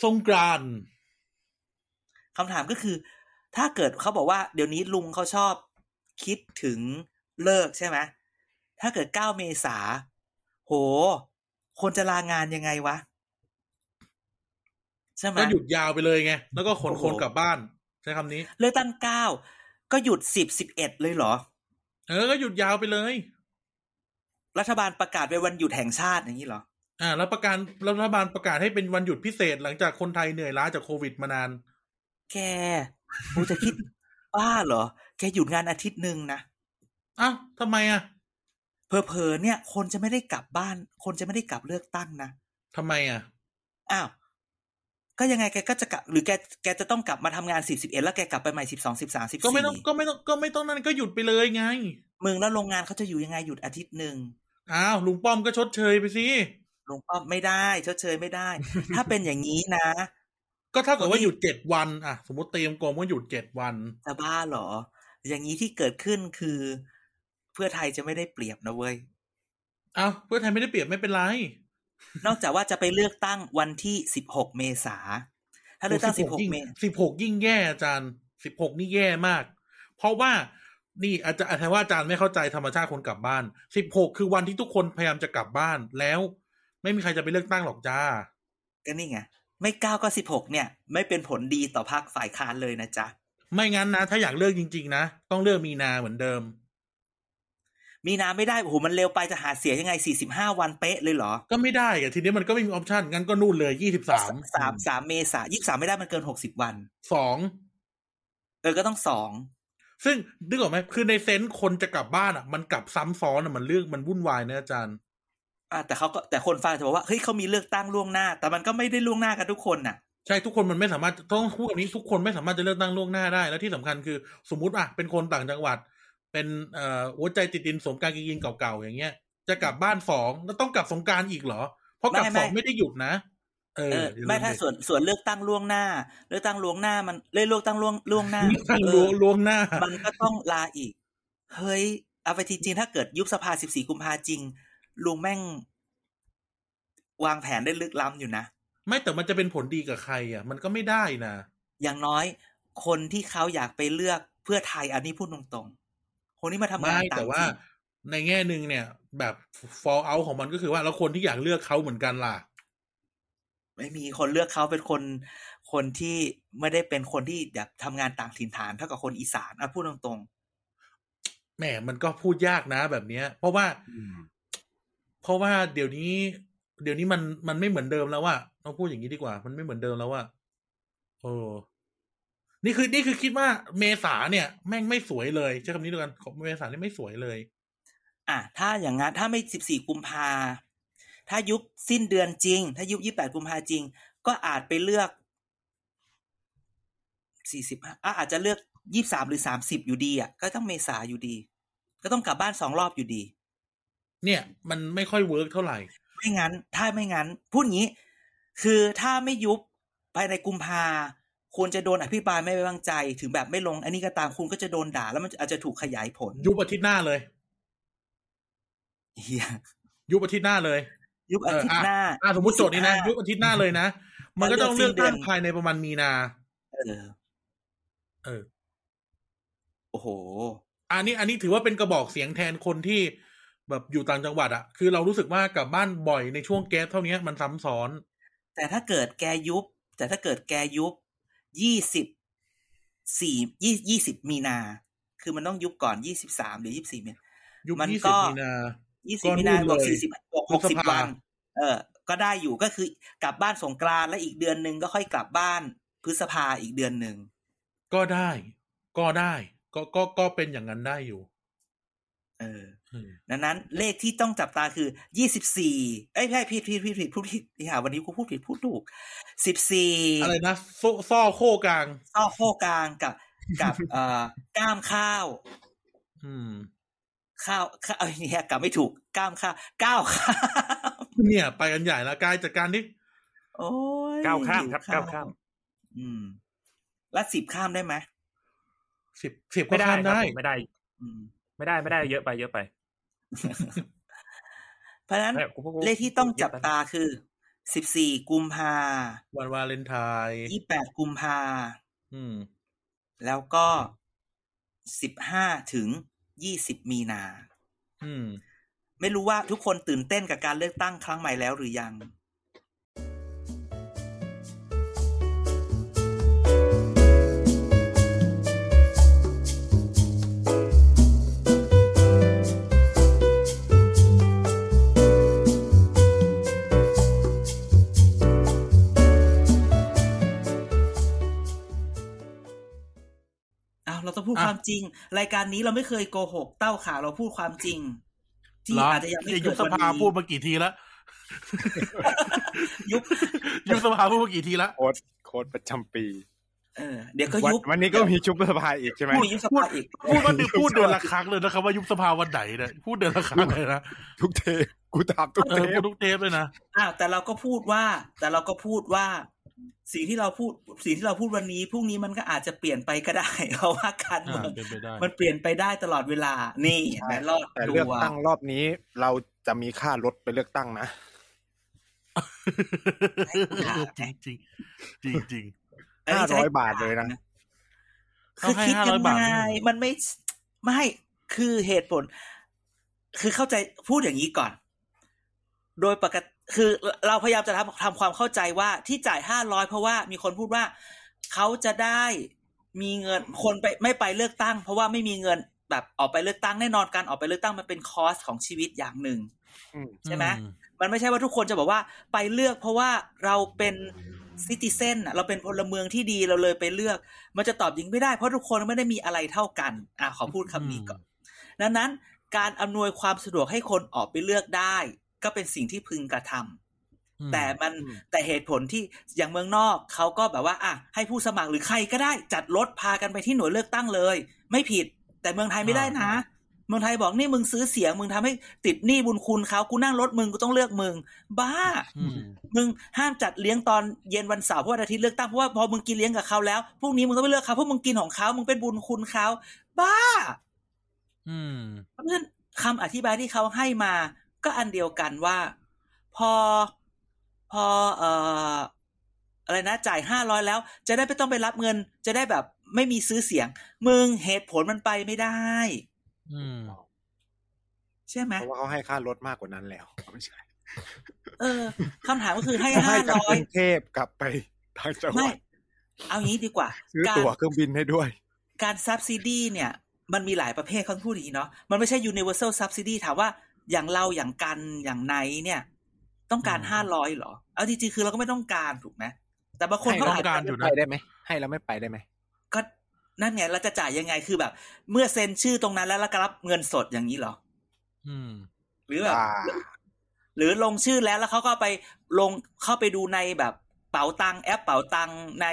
สงกรานต์ คำถามก็คือ ถ้าเกิดเขาบอกว่า เดี๋ยวนี้ลุงเขาชอบ คิดถึงเลิกใช่ไหมถ้าเกิด 9 เมษาโห คนจะลางานยังไงวะ ใช่ไหม ก็หยุดยาวไปเลยไง แล้วก็ขน โอ้ คน โห กลับบ้าน ใช้คำนี้ เลือกตั้ง 9 ก็หยุด 10 11 เลยเหรอ เออ ก็หยุดยาวไปเลย รัฐบาลประกาศเป็นวันหยุดแห่งชาติอย่างนี้เหรอ อ่า แล้วประกันรัฐบาลประกาศให้เป็นวันหยุดพิเศษหลังจากคนไทยเหนื่อยล้าจากโควิดมานาน แกกูจะคิด บ้าเหรอ แกหยุดงานอาทิตย์หนึ่งนะ อ้าวทำไมอ่ะ เผลอๆเนี่ย คนจะไม่ได้กลับบ้าน คนจะไม่ได้กลับเลือกตั้งนะ ทำไมอ่ะ อ้าว ก็ยังไงแกก็จะกลับ หรือแก แกจะต้องกลับมาทำงานสิบสิบเอ็ดแล้วแกกลับไปใหม่สิบสองสิบสามสิบ ก็ไม่ สี่ ต้องก็ไม่ต้องก็ไม่ต้องนั่นก็หยุดไปเลยไง มึงแล้วโรงงานเขาจะอยู่ยังไงหยุดอาทิตย์หนึ่ง อ้าวลุงป้อมก็ชดเชยไปสิ ลงป้อมไม่ได้ชดเชยไม่ได้ ถ้าเป็นอย่างนี้นะ ก็เท่ากับว่าหยุดเจ็ดวันอ่ะสมมติเตรียมกรมก็หยุดเจ็ดวัน จะบ้าเหรอ อย่างนี้ที่เกิดขึ้นคือ เพื่อไทยจะไม่ได้เปรียบนะเว้ย อ้าวเพื่อไทยไม่ได้เปรียบไม่เป็นไร นอกจากว่าจะไปเลือกตั้งวันที่สิบหกเมษา ถ้าเลือกตั้งสิบหกเมษา สิบหกยิ่งแย่อาจารย์สิบหกนี่แย่มาก เพราะว่านี่อาจารย์อาจารย์ว่าอาจารย์ไม่เข้าใจธรรมชาติคนกลับบ้านสิบหกคือวันที่ทุกคนพยายามจะกลับบ้านแล้ว ไม่มีใครจะไปเลือกตั้งหรอกจ้า ก็นี่ไง ไม่เก้าก็สิบหกเนี่ย ไม่เป็นผลดีต่อพรรคฝ่ายค้านเลยนะจ๊ะ ไม่งั้นนะ ถ้าอยากเลือกจริง ๆ นะ ต้องเลือกมีนาเหมือนเดิม มีนาไม่ได้โอ้โหมันเร็วไปจะหาเสียงยังไงสี่สิบห้าวันเป๊ะเลยเหรอ ก็ไม่ได้อะทีนี้มันก็ไม่มีออปชันงั้นก็นู่นเลยยี่สิบสาม สามสามเมษายี่สามไม่ได้มันเกินหกสิบวัน สอง เออก็ต้องสอง ซึ่งนึกออกไหมคือในเซนส์คนจะกลับบ้านอ่ะ มันกลับซ้ำซ้อนอ่ะมันเรื่องมันวุ่นวายนะอาจารย์ อ่ะแต่เขาก็แต่คนฟังจะบอกว่าเฮ้ยเขามีเลือกตั้งล่วงหน้า แต่มันก็ไม่ได้ล่วงหน้ากันทุกคนน่ะ ใช่ทุกคนมันไม่สามารถต้องพูดแบบนี้ทุกคนไม่สามารถจะเลือกตั้งล่วงหน้าได้ แล้วที่สำคัญคือสมมติอ่ะเป็นคนต่างจังหวัด เป็นเอ่อหัวใจติดดินสมการกินเก่าๆอย่างเงี้ย จะกลับบ้านสองแล้วต้องกลับสงกรารอีกเหรอ เพราะกลับ ไม่ไม่ สองไม่ได้หยุดนะ เออ เออ อย่ลื ไม่ถ้า ดิ ส่วนส่วนเลือกตั้งล่วงหน้า เลือกตั้งล่วงหน้ามันเลยเลือกตั้งล่วงล่วงหน้า เลือกตั้ง เอ ล่ว อ งล่วงหน้า มันก็ต้องลาอีก เฮ้ย เอาไปจริงๆถ้าเกิดยุบสภา 14 กุมภาจริง ลุงแม่ง วางแผนได้ลึกล้ำอยู่นะ ไม่แต่มันจะเป็นผลดีกับใครอ่ะ มันก็ไม่ได้นะ อย่างน้อย คนที่เขาอยากไปเลือกเพื่อไทยอันนี้พูดตรงๆ คนที่มาทำงาน ไม่ ต่าง แต่ว่า ถิ่น ในแง่หนึ่งเนี่ย แบบ fall out ของมันก็คือว่าแล้วคนที่อยากเลือกเขาเหมือนกันล่ะ ไม่มีคนเลือกเขาเป็นคน คนที่ไม่ได้เป็นคนที่อยากทำงานต่างถิ่นฐานเท่ากับคนอีสานอ่ะพูดตรง แหมมันก็พูดยากนะแบบเนี้ย เพราะว่า อืม เพราะว่าเดี๋ยวนี้ เดี๋ยวนี้มันมันไม่เหมือนเดิมแล้วว่าเราพูดอย่างนี้ดีกว่า มันไม่เหมือนเดิมแล้วว่าโอ้นี่คือนี่คือคิดว่าเมษาเนี่ย แม่งไม่สวยเลยใช้คำนี้ด้วยกันของเมษาเนี่ยไม่สวยเลย ๆ อ่ะถ้าอย่างงั้นถ้าไม่ 14 กุมภาถ้ายุบสิ้นเดือนจริง ถ้ายุบ 28 กุมภาจริง ก็อาจไปเลือก สี่สิบอ่ะอาจจะเลือกยี่สามหรือสามสิบอยู่ดีอ่ะก็ต้องเมษาอยู่ดี ก็ต้องกลับบ้านสองรอบอยู่ดี เนี่ย มันไม่ค่อยเวิร์กเท่าไหร่ ไม่งั้น ถ้าไม่งั้น พูดอย่างนี้ คือถ้าไม่ยุบภายในกุมภาควรจะโดนอภิปรายไม่ไว้วางใจ ถึงแบบไม่ลง อันนี้ก็ตามคุณก็จะโดนด่า แล้วมันอาจจะถูกขยายผล ยุบอาทิตย์หน้าเลย เหี้ย ยุบอาทิตย์หน้าเลย ยุบอาทิตย์หน้า อ่าสมมติโจทย์นี้นะ 25 ยุบอาทิตย์หน้าเลยนะ มันก็ต้องเลือกตั้ง เดือน ภายในประมาณมีนา เออ เออ โอ้โห อันนี้อันนี้ถือว่าเป็นกระบอกเสียงแทนคนที่แบบอยู่ต่างจังหวัดอะคือเรารู้สึกว่ากลับบ้านบ่อยในช่วงแก๊สเท่านี้มันซ้ำซ้อน แต่ถ้าเกิดแกยุบ แต่ถ้าเกิดแกยุบยี่สิบสี่ยี่ยี่สิบมีนา คือมันต้องยุบก่อนยี่สิบสามหรือยี่สิบสี่เมษ ยุค มัน ยี่ ก็ สิบมีนา ยี่ ก็ สิบมีนา นู่น บวก เลย สี่สิบบวกหกสิบ พฤษภา วัน เออ ก็ได้อยู่ก็คือกลับบ้านสงกรานต์แล้วอีกเดือนหนึ่งก็ค่อยกลับบ้านพฤษภาอีกเดือนหนึ่ง ก็ได้ ก็ได้ ก็ก็ก็เป็นอย่างนั้นได้อยู่ เออ อืม ดังนั้นเลขที่ต้องจับตาคือยี่สิบสี่เอ้ยไม่ใช่ผิดผิดผิดผิดพูดผิดนี่ค่ะวันนี้กูพูดผิดพูดถูกสิบสี่ อะไรนะโซ่ซ่อโค่กลาง ซอกโคกลางกับกับ เอ่อก้ามข้าว อืม ข้าวข้าวเอ้ยเนี่ยกลับไม่ถูกก้ามข้าวก้าวข้าว เนี่ย ไปกันใหญ่ละกายจัดการนี่ โอ้ย ก้าวข้ามครับ หิว ก้าวข้าม อืม แล้วสิบข้ามได้ไหม สิบสิบก็ ไม่ได้ ข้าม ครับ ได้ ผมไม่ได้ อืม ไม่ได้ไม่ ได้เยอะไปเยอะไป เพราะฉะนั้น ไม่ผมผม เลขที่ต้องจับ เยะไป ตาคือ 14 กุมภา วันวาเลนไทน์ 28 กุมภา อืม แล้วก็ 15 ถึง 20 มีนา อืม ไม่รู้ว่าทุกคนตื่นเต้นกับการเลือกตั้งครั้งใหม่แล้วหรือยัง อ้าวเราต้องพูด อ่ะ ความจริง รายการนี้เราไม่เคยโกหกเต้าข่าวเราพูดความจริง ที่ เหรอ อาจจะยังไม่ นี่ เกิ ยุ ด บส วัน ภา นี้ พูดมากี่ทีแล้ว ยุบ ยุบสภาพูดมากี่ทีแล้ว โค้ดโค้ดประจำปี เออเดี๋ยวก็ วัน ยุบ วันนี้ก็มีชุบสภาอีกใช่ไหม พูดยุบสภาอีก พูดว่า พูดเดือนละครั้งเลยนะครับว่ายุบสภาวันไหนเนี่ยพูดเดือนละครั้งเลยนะ ทุกเทปกูตามทุก เอ เท อพู ป ดทุกเทปเลยนะ อ้าวแต่เราก็พูดว่า แต่เราก็พูดว่า สิ่งที่เราพูดสิ่งที่เราพูดวันนี้พรุ่งนี้มันก็อาจจะเปลี่ยนไปก็ได้ เพราะว่าการเมือง เป็นไป ได้ มันเปลี่ยนไปได้ตลอดเวลา นี่แต่รอด แต่ ดู เลือก ว่า ตั้งรอบนี้ เราจะมีค่ารถไปเลือกตั้งนะ จริงจริงจริงจริง นนี้จะ ห้าร้อยบาทเลยนะ คือคิด เขาให้ ยัง 500บาท ไง นะ มันไม่ไม่คือเหตุผล คือเข้าใจพูดอย่างนี้ก่อน โดยปกติ คือเราพยายามจะทำทำความเข้าใจว่าที่จ่ายห้าร้อยเพราะว่ามีคนพูดว่าเขาจะได้มีเงินคนไปไม่ไปเลือกตั้ง เพราะว่าไม่มีเงินแบบออกไปเลือกตั้งแน่นอนการออกไปเลือกตั้งมันเป็นคอสของชีวิตอย่างหนึ่ง อืม ใช่ไหม อื มันไม่ใช่ว่าทุกคนจะบอกว่าไปเลือกเพราะว่าเราเป็นซิติเซนเราเป็นพลเมืองที่ดีเราเลยไปเลือก มันจะตอบยิงไม่ได้เพราะทุกคนไม่ได้มีอะไรเท่ากัน อ่ะขอพูดคำนี้ก่อน ดังนั้นการอำนวยความสะดวกให้คนออกไปเลือกได้ ก็เป็นสิ่งที่พึงกระทำ แต่มัน อืม แต่เหตุผลที่อย่างเมืองนอกเขาก็แบบว่าอ่ะให้ผู้สมัครหรือใครก็ได้จัดรถพากันไปที่หน่วยเลือกตั้งเลย ไม่ผิด แต่เมืองไทยไม่ได้นะ อ่า เมืองไทยบอกนี่มึงซื้อเสียงมึงทำให้ติดหนี้บุญคุณเขากูนั่งรถมึงกูต้องเลือกมึง บ้า อืม มึงห้ามจัดเลี้ยงตอนเย็นวันเสาร์เพราะวันอาทิตย์เลือกตั้งเพราะว่าพอมึงกินเลี้ยงกับเขาแล้วพรุ่งนี้มึงต้องไปเลือกเขาเพราะมึงกินของเขามึงเป็นบุญคุณเขาบ้า อืม เพราะฉะนั้นคำอธิบายที่เขาให้มาก็อันเดียวกันว่า พอพอเอ่ออะไรนะจ่ายห้าร้อยแล้ว จะได้ไม่ต้องไปรับเงิน จะได้แบบไม่มีซื้อเสียง มึงเหตุผลมันไปไม่ได้ อืม ใช่ไหม เพราะว่าเขาให้ค่ารถมากกว่านั้นแล้วไม่ใช่ เออคำถามก็คือให้ เขา ห้า ให้จาก ร้อก ย รุงเทพกลับไปทางจังห ไม่ วัด เอางี้ดีกว่า ซื้อ การ ตั๋วเครื่องบินให้ด้วย การซับซิดีเนี่ย มันมีหลายประเภทเขาพูดอย่างนี้เนาะมันไม่ใช่ universal subsidy ถามว่าอย่างเราอย่างกันอย่างไนท์เนี่ย ต้องการ อืม ห้าร้อยเหรอเอาจริงๆคือเราก็ไม่ต้องการถูกไหมแต่บางคน ให้ เขา แล้ว อาจ ต้งกา จะ ร อยู่นะ ไปได้ไหมให้แล้วไม่ไปได้ไหม ก็นั่นไงเราจะจ่ายยังไงคือแบบ เมื่อเซ็นชื่อตรงนั้นแล้วเราก็รับเงินสดอย่างนี้เหรอ อืม หรือแบบ อ่า หรือลงชื่อแล้วแล้วเขาก็ไปลงเข้าไปดูในแบบเป๋าตังแอปเป๋าตังใน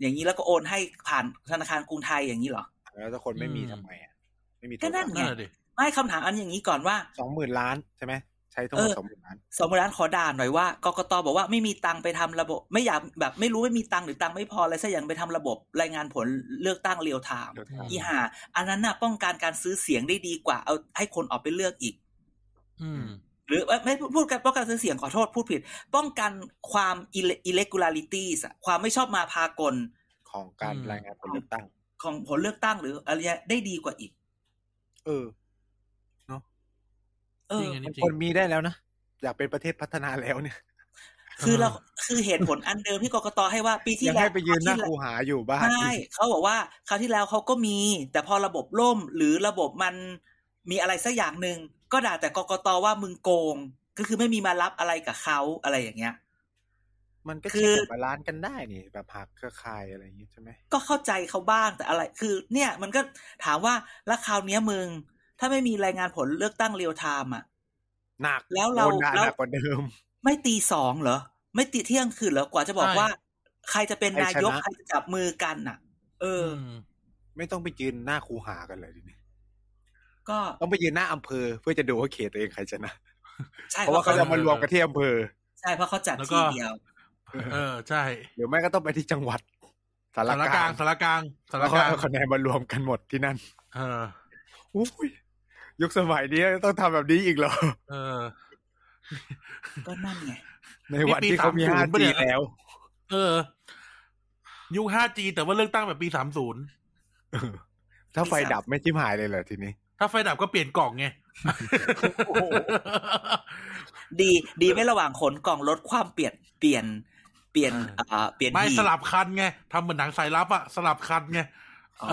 อย่างนี้แล้วก็โอนให้ผ่านธนาคารกรุงไทยอย่างนี้เหรอ แล้วถ้าคนไม่มี อืม ทำไมอ่ะไม่มี ก็นั่น นั่นแหละดิ ไม่คำถามอันอย่างนี้ก่อนว่า สองหมื่นล้านใช่ไหมใช้ทั้งหมด เออ สองหมื่นล้าน สมร้านขอด่าหน่อยว่ากกตบอกว่าไม่มีตังค์ไปทำระบบ ไม่อยากแบบไม่รู้ไม่มีตังค์หรือตังค์ไม่พออะไรสักอย่างไปทำระบบรายงานผลเลือกตั้งเรียลไทม์ อีห่าอันนั้นน่ะป้องกันการซื้อเสียงได้ดีกว่าเอาให้คนออกไปเลือกอีก อืม หรือเอ้ยไม่พูดกันป้องกันซื้อเสียงขอโทษพูดผิด ป้องกันความอิเล็ก u l a r i t i e s อะความไม่ชอบมาพากล ของการ อืม รายงานผลเลือกตั้ง ของผลเลือกตั้งหรืออะไรเงี้ยได้ดีกว่าอีก เออ เอ จริ อ งอันนี้จริ คน ง มีได้แล้วนะ อยากเป็นประเทศพัฒนาแล้วเนี่ย คือเรา เออ คือเหตุผลอันเดิมที่กกตให้ว่าปีที่ ยัง แล้ว ให้ไปยืนหน้า ที่ คู แล้ว หาอยู่บ้าน ใช่เขาบอกว่าคราวที่แล้วเขาก็มี แต่พอระบบล่มหรือระบบมันมีอะไรสักอย่างหนึ่งก็ด่าแต่กกตว่ามึงโกง ก็คือไม่มีมารับอะไรกับเขาอะไรอย่างเงี้ย มันก็ คื เช็ค อ กับบาลานซ์กันได้นี่แบบหักเครือข่ายอะไรอย่างงี้ใช่ไหม ก็เข้าใจเขาบ้างแต่อะไร คือ เนี่ยมันก็ถามว่าแล้วคราวเนี้ยมึง ถ้าไม่มีรายงานผลเลือกตั้งเรียลไทม์อ่ะ หนัก แล้วเรา โดนด่ แล้ว หนักกว่าเดิม ไม่ตีสองเหรอ ไม่ตีเที่ยงคืนเหรอกว่าจะบอก ใช่ ว่า ใครจะเป็นนายก ใค ใค รรชนะจะจับมือกันน่ะ เอออ ม ไม่ต้องไปยืนหน้าคูหากันเลยทีนี้ ก็ ต้องไปยืนหน้าอำเภอเพื่อจะดูว่าเขตตัวเองใครชนะ ใช่ เพราะว่าเขาจะ เข มารวมกันที่อำเภอ ใช่เพราะเขาจัด แล้วก็ ที่เดียว เออ ใช่ หรือไม่ก็ต้องไปที่จังหวัดสาร สาร ก กลา ลาง ง สารกลางสาร แล้ว ก ก็ ลาง เอาคะแนนมารวมกันหมดที่นั่น เออ อุ้ยยุคสมัยนี้ต้องทำแบบนี้อีกเหรอ เออ ก็นั่นไง ในวันที่เขามี นี่ปี 5G 30 แล้ว เออ ยุค 5G แต่ว่าเลือกตั้งแบบปี 30 ถ้าไฟ ปี30 ดับไม่ชิมหายเลยเหรอทีนี้ ถ้าไฟดับก็เปลี่ยนกล่องไง โอ้โห ดีดีไม่ระหว่างขนกล่องลดความเปลี่ยนเปลี่ยนเปลี่ยน อ่า อ่าเปลี่ยน ไม่ หีบ สลับคันไงทำเหมือนหนังสายลับอะสลับคันไง อ๋อ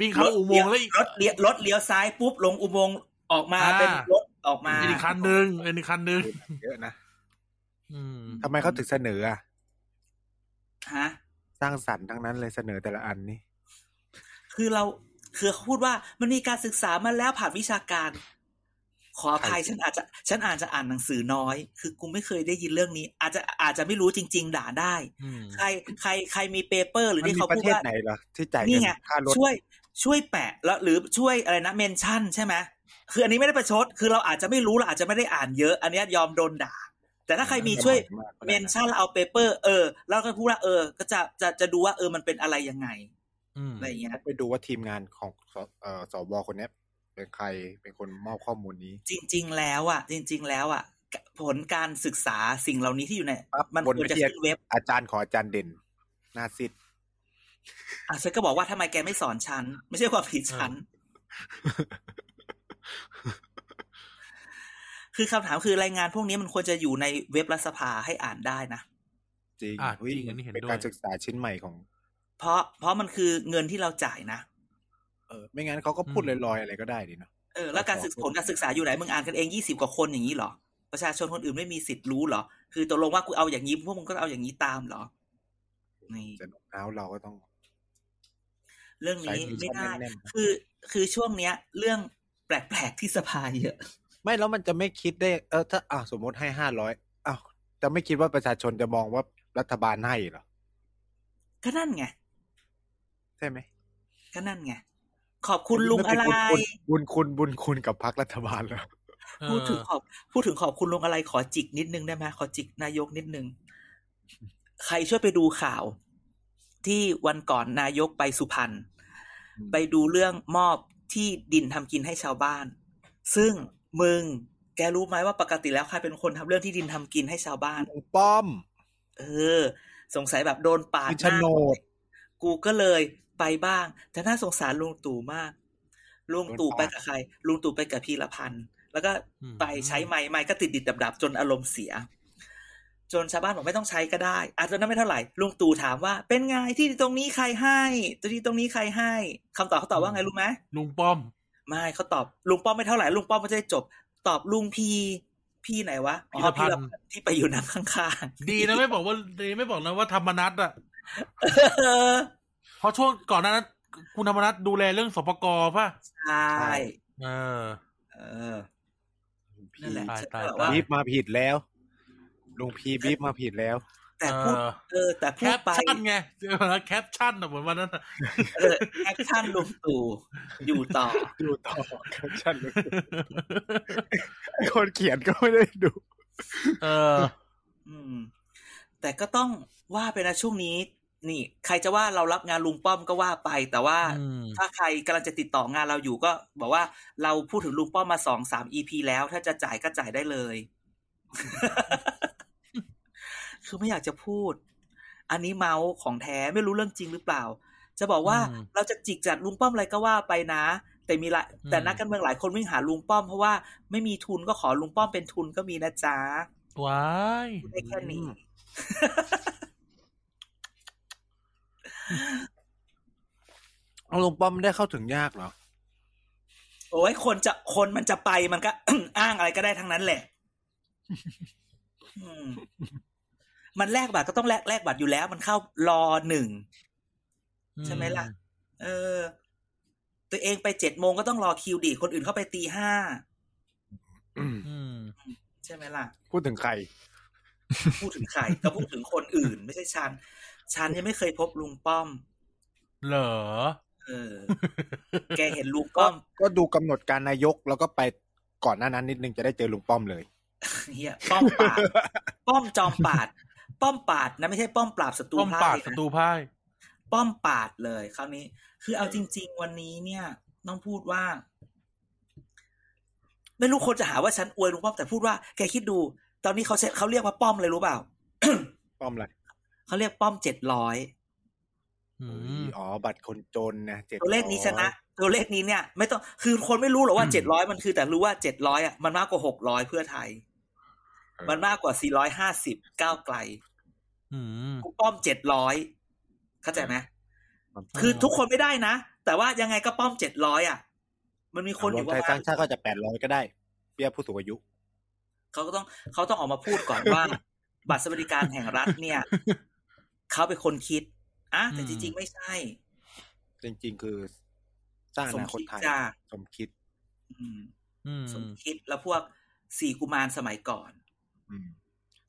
วิ่งเข้าอุโมงค์แล้วอีก รถเลี้ยวรถเลี้ยวซ้ายปุ๊บลงอุโมงค์ออกมา อ่า เป็นรถออกมา อีกคันหนึ่งอีกคันหนึ่ง เยอะนะ อืม ทำไมเขาถึงเสนออะ ฮะ สร้างสรรค์ทั้งนั้นเลยเสนอแต่ละอันนี่ คือเราคือเขาพูดว่ามันมีการศึกษามาแล้วผ่านวิชาการ ขออภัยฉันอาจจะ ฉันอาจจะอ่านหนังสือน้อย คือกูไม่เคยได้ยินเรื่องนี้ อาจจะอาจจะไม่รู้จริง ๆ ด่าได้ อืม ใครใครใครมีเปเปอร์หรือ มัน ที่ มี เขา ประ พูด เทศ ว่า ไหนเหรอที่จ่าย นี่ เงิน ไง ค่ารถ ช่วยช่วยแปะแล้วหรือช่วยอะไรนะเมนชั่นใช่ไหมคืออันนี้ไม่ได้ประชด คือเราอาจจะไม่รู้เราอาจจะไม่ได้อ่านเยอะ อันเนี้ยยอมโดนด่า แต่ถ้าใครมีช่วย เมนชั่นแล้วเอาเปเปอร์เออ แล้วก็พูดว่าเออ ก็จะจะจะดูว่าเออมันเป็นอะไรยังไง อืม อะไรอย่างเงี้ย ไปดูว่าทีมงานของสเอ่อสวคนเนี้ยเป็นใครเป็นคนมอบข้อมูลนี้ จริง ๆ แล้วอ่ะ จริง ๆ แล้วอ่ะ ผลการศึกษาสิ่งเหล่านี้ที่อยู่ใน ปั๊บ มัน บน ควร ไป จะ ที่ ขึ้นเว็บ อาจารย์ของอาจารย์เด่นหนาซิด อ่ะฉันก็บอกว่าทำไมแกไม่สอนฉัน ไม่ใช่ความผิดฉัน คือคำถามคือรายงานพวกนี้มันควรจะอยู่ในเว็บรัฐสภาให้อ่านได้นะ จริง อ่ะ เฮ้ย จริงอันนี้เห็น เป็น ด้วย การศึกษาชิ้นใหม่ของ เพราะเพราะมันคือเงินที่เราจ่ายนะ เออไม่งั้นเขาก็พูด อื ล ม อยๆอะไรก็ได้ดีเนาะ เออแล้วการศึก ขอ ผลการศึกษาอยู่ไหนมึงอ่านกันเองยี่สิบกว่าคนอย่างนี้เหรอ ประชาชนคนอื่นไม่มีสิทธิ์รู้เหรอ คือตกลงว่ากูเอาอย่างนี้พวกมึงก็เอาอย่างนี้ตามเหรอ นี่ จะโน้มน้าวเราก็ต้อง เรื่องนี้ สายสื่อ ไม่ได้สารแน่นๆ คือคือช่วงเนี้ย เรื่องแปลกๆที่สภาเยอะ ไม่แล้วมันจะไม่คิดได้ เออถ้าอ่ะสมมติให้ห้าร้อยอ้าวจะไม่คิดว่าประชาชนจะมองว่ารัฐบาลให้เหรอ ก็นั่นไง ใช่ไหม ก็นั่นไงขอบคุณลุงอะไร บุญคุณบุญคุณกับพรรครัฐบาลแล้ว เออ พูดถึงขอบพูดถึงขอบคุณลงอะไรขอจิกนิดนึงได้ไหมขอจิกนายกนิดนึง ใครช่วยไปดูข่าว ที่วันก่อนนายกไปสุพรรณไปดูเรื่องมอบที่ดินทำกินให้ชาวบ้าน ซึ่งมึง แกรู้ไหมว่าปกติแล้วใครเป็นคนทำเรื่องที่ดินทำกินให้ชาวบ้าน ลุงป้อม เออ สงสัยแบบโดนปาด คือ หา โฉนด กูก็เลยไปบ้าง แต่น่าสงสารลุงตู่มาก ลุงตู่ไปกับใคร ลุงตู่ไปกับพีรพันธ์ แล้วก็ไปใช้ไม้ไม้ก็ติดดิดดับดับๆจนอารมณ์เสีย จนชาวบ้านบอกไม่ต้องใช้ก็ได้อาจจะนั้นไม่เท่าไหร่ ลุงตู่ถามว่า เป็นไงที่ดินตรงนี้ใครให้ที่ตรงนี้ใครให้คำตอบเขาตอบว่าไงรู้ไหม ลุงป้อม ไม่เขาตอบลุงป้อมไม่เท่าไหร่ลุงป้อมไม่ได้จบ ตอบลุงพีพี่ไหนวะอ๋อ พีรพันธ์ พันธ์ที่ไปอยู่น้ำข้าง ดีนะไม่บอกว่าดีไม่บอกนะว่าธรรมนัตอ่ะ ๆเออ เพราะช่วงก่อนหนานั้นคุณธรรมนัตดูแลเรื่องสปกป่ะ ใช่ ใช่ เออ เออ นั่นแหละ ตาย ฉัน ตาย ก็แบบว่า บีบมาผิดแล้วลุงพีบีบมาผิดแล้ว แต่พูด เออ เออ แต่ แค พูด ป ไป ชั่นไงแคปชั่นอะเหมือนวันนั้นอะ เออแอคชั่นลุงตู่อยู่ต่อ ดูต่อครับฉันรู้สึกไอ้คนเขียนก็ไม่ได้ดู เอ อ อืม แต่ก็ต้องว่าไปนะช่วงนี้ นี่ ใครจะว่าเรารับงานลุงป้อมก็ว่าไป แต่ว่า อืม ถ้าใครกำลังจะติดต่องานเราอยู่ก็ บอกว่าเราพูดถึงลุงป้อมมาสองสามอีพีแล้ว ถ้าจะจ่ายก็จ่ายได้เลย คือไม่อยากจะพูด อันนี้เมาส์ของแท้ไม่รู้เรื่องจริงหรือเปล่า จะบอกว่า อืม เราจะจิกจัดลุงป้อมอะไรก็ว่าไปนะ แต่มีหลาย อืม แต่นักการเมืองหลายคนวิ่งหาลุงป้อมเพราะว่าไม่มีทุนก็ขอลุงป้อมเป็นทุนก็มีนะจ๊ะ ว้าย พูดได้แค่นี้ อืม เอาลุงป้อมได้เข้าถึงยากเหรอ โอ้ยคนจะคนมันจะไปมันก็ อ้างอะไรก็ได้ทั้งนั้นแหละ อืมมันแลกบัตรก็ต้องแลกแลกบัตรอยู่แล้ว มันเข้ารอหนึ่ง ใช่ไหมล่ะ เออ ตัวเองไปเจ็ดโมงก็ต้องรอคิวดิคนอื่นเข้าไปตีห้า อืม ใช่ไหมล่ะ พูดถึงใคร พูดถึงใครก็พูดถึงคนอื่น ไม่ใช่ฉันฉันยังไม่เคยพบลุงป้อม เหรอ เออ แกเห็นลุงป้อม ก็ดูกำหนดการนายกแล้วก็ไปก่อนหน้านั้นนิดนึงจะได้เจอลุงป้อมเลย เฮียป้อมปราดป้อมจอมปราด ป้อมปราดนะไม่ใช่ป้อมปราบศัตรู ต้ม พลา ปา ด ด นะ ศัตรูพ่าย ป้อมปราดเลยคราวนี้ คือเอาจริง ๆ วันนี้เนี่ย ต้องพูดว่า ไม่รู้คนจะหาว่าฉันอวยลุงป้อมแต่พูดว่าแกคิดดู ตอนนี้เขาใช้เขาเรียกว่าป้อมเลยรู้เปล่า ป้อมอะไร เขาเรียกป้อมเจ็ดร้อย อืม อ๋อ บัตรคนจนนะเจ็ด ตัวเลขนี้ชนะ ตัวเลขนี้เนี่ย ไม่ต้องคือคนไม่รู้หรอกว่าเจ็ดร้อยมันคือ แต่รู้ว่าเจ็ดร้อยอ่ะมันมากกว่าหกร้อยเพื่อไทย มันมากกว่าสี่ร้อยห้าสิบก้าวไกล อืม กูป้อมเจ็ดร้อยเข้าใจไหม อ๋อ คือทุกคนไม่ได้นะ แต่ว่ายังไงก็ป้อมเจ็ดร้อยอ่ะ มันมีคนอรว ยู่ ม ป ไท ระ ยมาสร้า ณ งชาติก็จะแปดร้อยก็ได้เบี้ยผู้สูงอายุ เขาก็ต้องเขาต้องออกมาพูดก่อน ว่า บัตรสวัสดิการแห่งรัฐเนี่ย เขาเป็นคนคิดอ่ะแต่ อืม จริง ๆ ไม่ใช่ จริง ๆ คือสร้างอนาคตไทย สมคิดจ้า สมคิด อืม อืม สมคิดแล้วพวกสี่กุมารสมัยก่อน อืม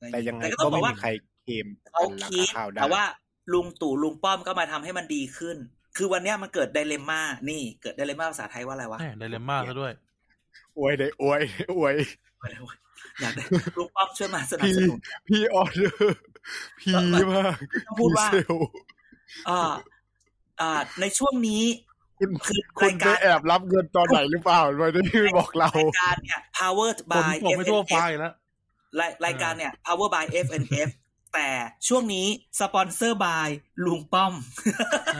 อะไรอา แต่ยังไง แต่ก็ต้ ก็ องบ ไม่ อกว่า มีใครเคลม เขา รา คิ คา ด ข้าวได้ แต่ว่าลุงตู่ลุงป้อมก็มาทำให้มันดีขึ้น คือวันเนี้ยมันเกิดไดเลมม่านี่เกิดไดเลมม่าภาษาไทยว่าอะไรวะ แหม่ไดเรมม่าซะด้วย อวยได้อวยอวย ว่าอะไรวะอยากได้ลุงป้อมช่วยมาสนับสนุน พี่ออเดอร์พี่มาก ต้องพูดว่า เซล อ่าอ่าในช่วงนี้ คุณ คือ คุ รายณได้ การ แอบรับเงินตอนไหนหรือเปล่าวันที่บอกเรา รายการเนี่ย power by ผมบอกไม่ทั่วไฟ FNF แล้ว รายรายการเนี่ย power by FNF แต่ช่วงนี้สปอนเซอร์ by ลุงป้อม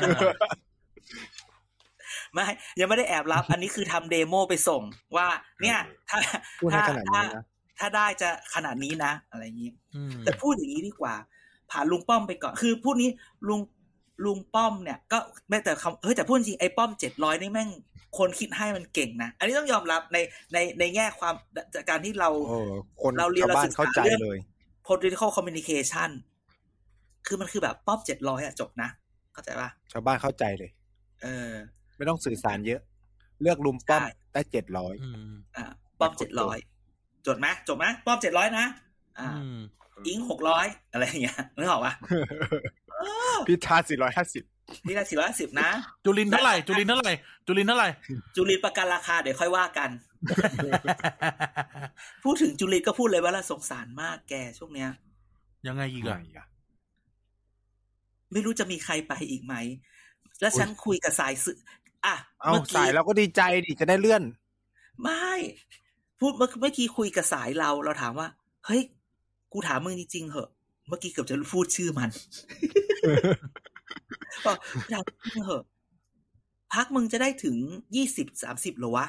ไม่ ยังไม่ได้แอบรับ อันนี้คือทำเดโมไปส่งว่า เนี่ย ถ้า พูดให้ ถ้า ขนาดนี้ ถ้า นะ ถ้าได้จะขนาดนี้นะ อะไรอย่างนี้ อืม แต่พูดอย่างนี้ดีกว่า ผ่านลุงป้อมไปก่อน คือพูดนี้ลุงลุงป้อมเนี่ย ก็แม้แต่คำเฮ้ยแต่พูดจริงไอ้ป้อมเจ็ดร้อยนี่แม่งคนคิดให้มันเก่งนะ อันนี้ต้องยอมรับในในในแง่ความจากการที่เรา โอ้คน เราเรียน ชาวบ้าน เราศึกษา เข้าใจ เรื่อง เลย political communication คือมันคือแบบป้อมเจ็ดร้อยอะจบนะ เข้าใจป่ะ ชาวบ้านเข้าใจเลย เออ ไม่ต้องสื่อสารเยอะ เลือกลุมป้อม ใช่ ได้เจ็ดร้อย อืม อ่าป้อม ปรา เจ็ด ก ร้อย ฏ จบไหมจบไหมป้อมเจ็ดร้อยนะอ่า อืม อิงหกร้อยอะไรอย่างเงี้ยนึกออกป่ะ พิธาสี่ร้อยห้าสิบ นี่ละสี่ร้อยสิบนะ จุลินเท่าไหร่จุลินเท่าไหร่จุลินเท่า ไหร่ จุลินประกันราคาเดี๋ยวค่อยว่ากัน พูดถึงจุลินก็พูดเลยว่าเราสงสารมากแกช่วงเนี้ย ยังไงอีก ไหน อ่ะ อ่ะ ไม่รู้จะมีใครไปอีกไหม แล้วฉันคุยกับสายสื่ออ่ะ เอา เมื่อกี้ สายเราก็ดีใจดิจะได้เลื่อน ไม่ พูดเมื่อเมื่อกี้คุยกับสายเราเราถามว่า เฮ้ย กูถามมึงจริงๆเหอะ เมื่อกี้เกือบจะพูดชื่อ มัน บอกกูถามมึงเหอะพักมึงจะได้ถึงยี่สิบสามสิบหรอ วะ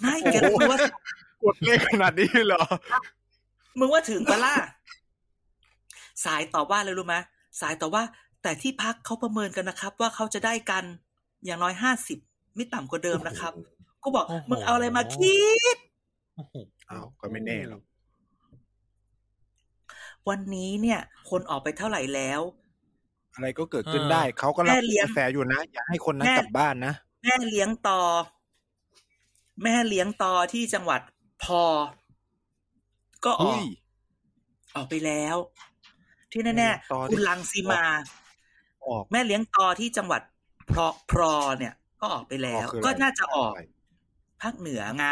ไม่แก โอ้โห มึงว่าก ดเลขขนาดนี้เหรอ มึงว่าถึงปะล่ะสายตอบว่าเลยรู้ไหมสายตอบว่า แต่ที่พักเขาประเมินกันนะครับ ว่าเขาจะได้กันอย่างน้อยห้าสิบไม่ต่ำกว่าเดิมนะครับ กูบอก มึงเอาอะไรมาคิด โอ้โห อ้าวก็ไม่แน่หรอก วันนี้เนี่ย คนออกไปเท่าไหร่แล้ว อะไรก็เกิดขึ้นได้ เขาก็รับ แม่เลี้ยง กระแสอยู่นะ อย่าให้คนนั้น แม่ กลับบ้านนะ แม่เลี้ยงต่อ แม่เลี้ยงต่อที่จังหวัดพอ ก็ออ เฮ้ ก ย ออกไปแล้ว ที่ แม่ แน่ เลี้ยงต่อ ๆ ที่ คุณลังสีมา ออก แม่เลี้ยงต่อที่จังหวัดพรอพรอเนี่ย ก็ออกไปแล้ว พอคืออะไร ก็น่าจะออกภาคเหนือไง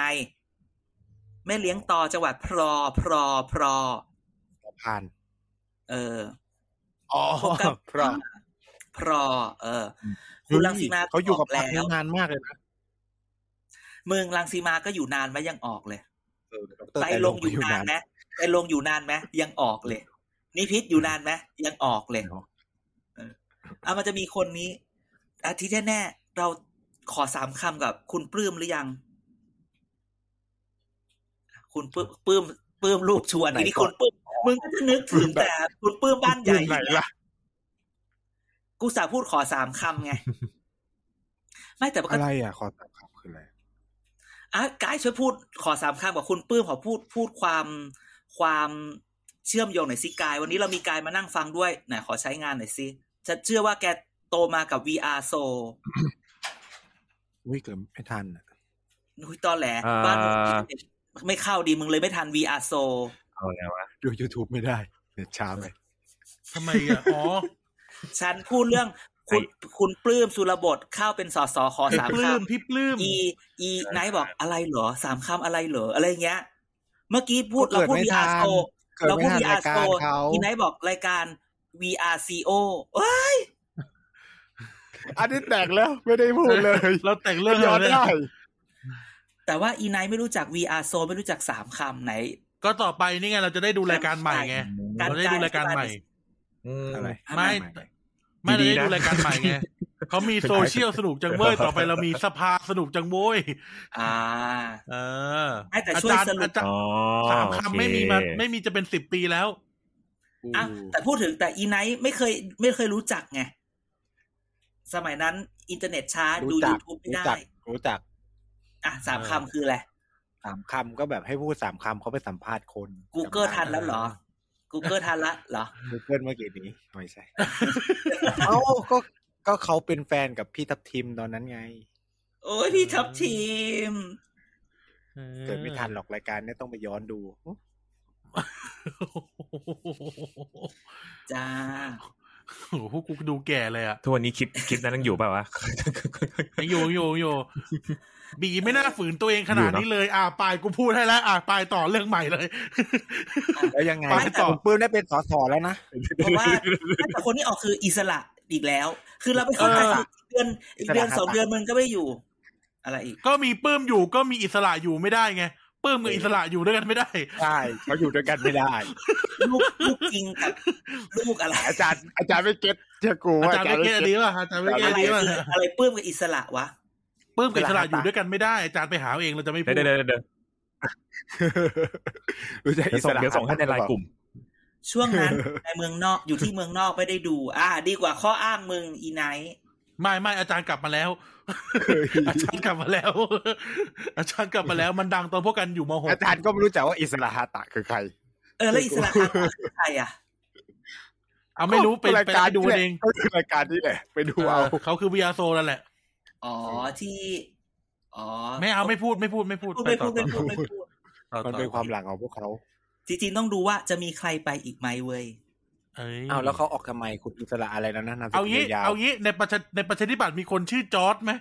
แม่เลี้ยงต่อจังหวัดพรอพรอพรอ ผ่าน เออ อ๋อ พบกับ พระ พรอ เออ คุณลังสีมา เขาอยู่กับ แล้ พักนี้ ว นานมากเลยนะ เมืองลังสีมาก็อยู่นานไหมยังออกเลย เออดร ไปลงอยู่นานไหม นะ ไปลงอยู่นานไหมยังออกเลยนิพิษอยู่นานไหมยังออกเลยเออเอามันจะมีคนนี้อาทิตย์แน่ๆเราขอสามคำกับคุณปลื้มหรือยัง คุณปลื้มปลื้มปลื้มลูกชวนอันนี้คุณปลื้มมึงก็จะนึกถึงแต่คุณปลื้มบ้านใหญ่ ไหนล่ะ กูสาพูดขอสามคำไง ไม่แต่มันก็ อะไรอ่ะ ขอตามคำคืออะไร อ่ะกายช่วยพูดขอสามคำกับคุณปื้มขอพูดพูดความความเชื่อมโยงหน่อยสิกาย วันนี้เรามีกายมานั่งฟังด้วยไหนขอใช้งานหน่อยสิฉันเชื่อว่าแกโตมากับ VR โซ อุ้ยเกิดไม่ทันอะ นุ้ยตอแหล อ่า บ้านไม่เข้าดีมึงเลยไม่ทัน VR โซ เอาแล้ววะ ดู YouTube ไม่ได้เดี๋ยวช้าไป ทำไมอ่ะ อ๋อ ฉันพูดเรื่องคุณคุณปลื้มสุรบทเข้าเป็นสสขอ พี่ สาม ปลื้ม คำ พี่ปลื้ม อีอีไนท์บอกอะไรเหรอสามคำอะไรเหรออะไรเงี้ย เมื่อกี้พูด ก็ เรา เกิด พูด ไม่ VR ทัน โซ เกิด เรา ไม่ พูด ทันรา VR ยกา Show รเขา อีไนท์บอกรายการ VRCO เอ้ย อันนี้แตกแล้ว ไม่ได้พูดเลย เราแต่งเรื่อง ย้อน เลย ได้ แต่ว่าอีไนท์ไม่รู้จัก VR Show ไม่รู้จักสามคำไหน ก็ต่อไปนี่ไงเราจะได้ดูรายการใหม่ไง การ เราจะได้ดูรายการใหม่ อะไร ไม่ ใหม่ ไม่ ดี ได้ ๆนะ ดูรายการใหม่ไงเขามีโซเชียลสนุกจังเว้ยต่อไปเรามีสภาสนุกจังโว้ย อ่า เออ ไม่แต่ อา ช่วย จารย์ สรุป อาจารย์ อ๋อ สาม โอเคำไม่มีมาไม่มีจะเป็นสิบปีแล้ว อ่ะแต่พูดถึงแต่อีไนท์ไม่เคยไม่เคยรู้จักไง สมัยนั้นอินเทอร์เน็ตช้าดู รู้จัก YouTube ไม่ รู้ ได้ จัก รู้จัก อ่ะสาม เออ คำคืออะไร สามคำก็แบบให้พูดสามคำเขาไปสัมภาษณ์คน Google ทันแล้วเหรอ Google ทันละเหรอ กูเกิลเมื่อกี้นี้ไม่ใช่ เอ้าก็ก็เขาเป็นแฟนกับพี่ทับทิมตอนนั้นไง โอ้ยพี่ทับทีม เกิดไม่ทันหรอกรายการเนี้ต้องไปย้อนดู จ้า โอ้โหกูดูแก่เลยอ่ะ ทุกวันนี้คลิปคลิปนั้นยังอยู่เปล่าวะ ยังอยู่ยังอยู่ยังอยู่บีไม่น่าฝืนตัวเองขนาดนี้เลย อ่าปายกูพูดให้แล้ว อ่าปายต่อเรื่องใหม่เลย แล้วยังไง ไปต่อ คุณปื้มได้เป็นสสแล้วนะ เพราะว่าแต่คนที่ออกคืออิสระอีกแล้ว คือเราไปเข้าใจ เออ อีกเดือนอีกเดือน อิสระ สองเดือนมึงก็ไม่อยู่ อะไรอีก ก็มีปื้มอยู่ก็มีอิสระอยู่ไม่ได้ไงปื้มกับอิสระอยู่ด้วยกันไม่ได้ ใช่เขาอยู่ด้วยกันไม่ได้ ลูกลูกจริงกับลูกอะไร อาจารย์ อาจารย์ไม่เก็ตเชื่อกู อา ว่า จารย์ไม่เก็ตอันนี้ป่ะอาจารย์ไม่อะเก็ตอัน ไร นี้ป่ะ คืออะไรปลื้มกับอิสระวะ ปื้มกับอิสระอยู่ด้วยกันไม่ได้อาจารย์ไปหาเอาเองเราจะไม่พู เดี๋ย ด วเดี๋ยวเดี๋ยว รู้จัก เดี๋ย อิ ว ส ส่ง ระ เดี๋ยวส่งให้ในไลน์กลุ่ม ช่วงนั้น ในเมืองนอกอยู่ที่เมืองนอกไม่ได้ดู อ่า ดีกว่าข้ออ้างมึงอีไนท์ ไม่ไม่อาจารย์กลับมาแล้ว อาจารย์กลับมาแล้ว อาจารย์กลับมาแล้วมันดังตอนพวกกันอยู่มหก อาจารย์ก็ไม่รู้จักว่าอิสระฮาตะคือใคร เออแล้วอิสระคาตาคือใครอ่ะ เอาไม่รู้ไป ก็ ไปดูเอง ก็คือรายการนี่แหละไปดูเอา เออเขาคือวิยาโซนั่นแหละ อ๋อที่ อ๋อ ไม่เอาไม่พูดไม่พูดไม่พูด พูด ไป ไม่ ต่ พู อ ดไม่พูดไม่พูด ต่อต่อ มันเป็นความหลังของพวกเขา จริงๆต้องดูว่าจะมีใครไปอีกไหมเว้ย เอ้ย เอาแล้วเขาออกทำไมคุณอิสระอะไรแล้วนะนามส เอา กุล งี้ ยาว เอางี้ในประชาในประชาธิปัตย์มีคนชื่อจอร์ดไหม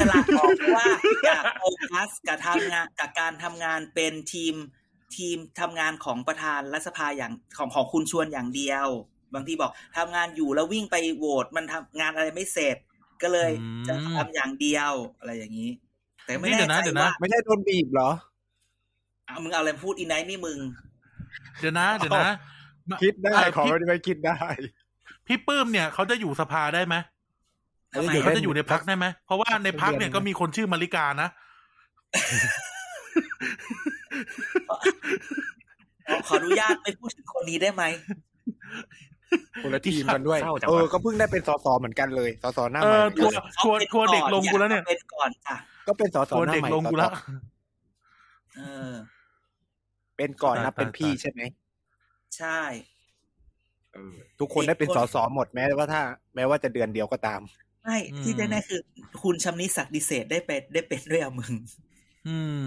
สลากออกเพราะว่าอยากโฟกัสกับทำงานกับการทำงานเป็นทีมทีมทำงานของประธานรัฐสภาอย่างของของคุณชวนอย่างเดียว บางทีบอกทำงานอยู่แล้ววิ่งไปโหวตมันทำงานอะไรไม่เสร็จ ก็เลยจะทำอย่างเดียวอะไรอย่างนี้ แต่ไม่ นี่ แน่ใจเดี๋ยวนะเดี๋ยวนะ ว่า ไม่ใช่โดนบีบเหรอ อ่ะมึงเอาอะไรพูดอีไนท์นี่มึง เดี๋ยวนะเดี๋ยวนะ คิดได้ เอ่อ ขอไม่ได้ไปคิดได้ พี่ปื้มเนี่ยเขาจะอยู่สภาได้ไหม ทำไม เขาจะอยู่ในพักได้ไหมเพราะว่าในพักเนี่ยก็มีคนชื่อมาริกานะ ขอขออนุญาตไม่พูดถึงคนนี้ได้ไหม คนละทีมกันด้วย เศร้าจังวะ เออ ก็เพิ่งได้เป็นสสเหมือนกันเลย สสหน้าให เอ ม่ อ เหมือน ทัวร์กัน ทัวร์ทัวร์เด็กลงกูแล้วเนี่ย อาเป็นก่อนจ้ะ ก็เป็นสส ทัวร์ หน้า เด็ก ใหม่ ลงกูแล้ว เออ เป็นก่อนนะ ตาย เป็นพี่ ตาย ใช่ไหม ใช่ เออทุกคนได้เป็นสสหมดแม้ว่าถ้า แม้ว่าจะเดือนเดียวก็ตาม ไม่ อืม ที่แน่ๆคือคุณชำนิศักดิเศษได้เป็นได้เป็นด้วยอะมึง อืม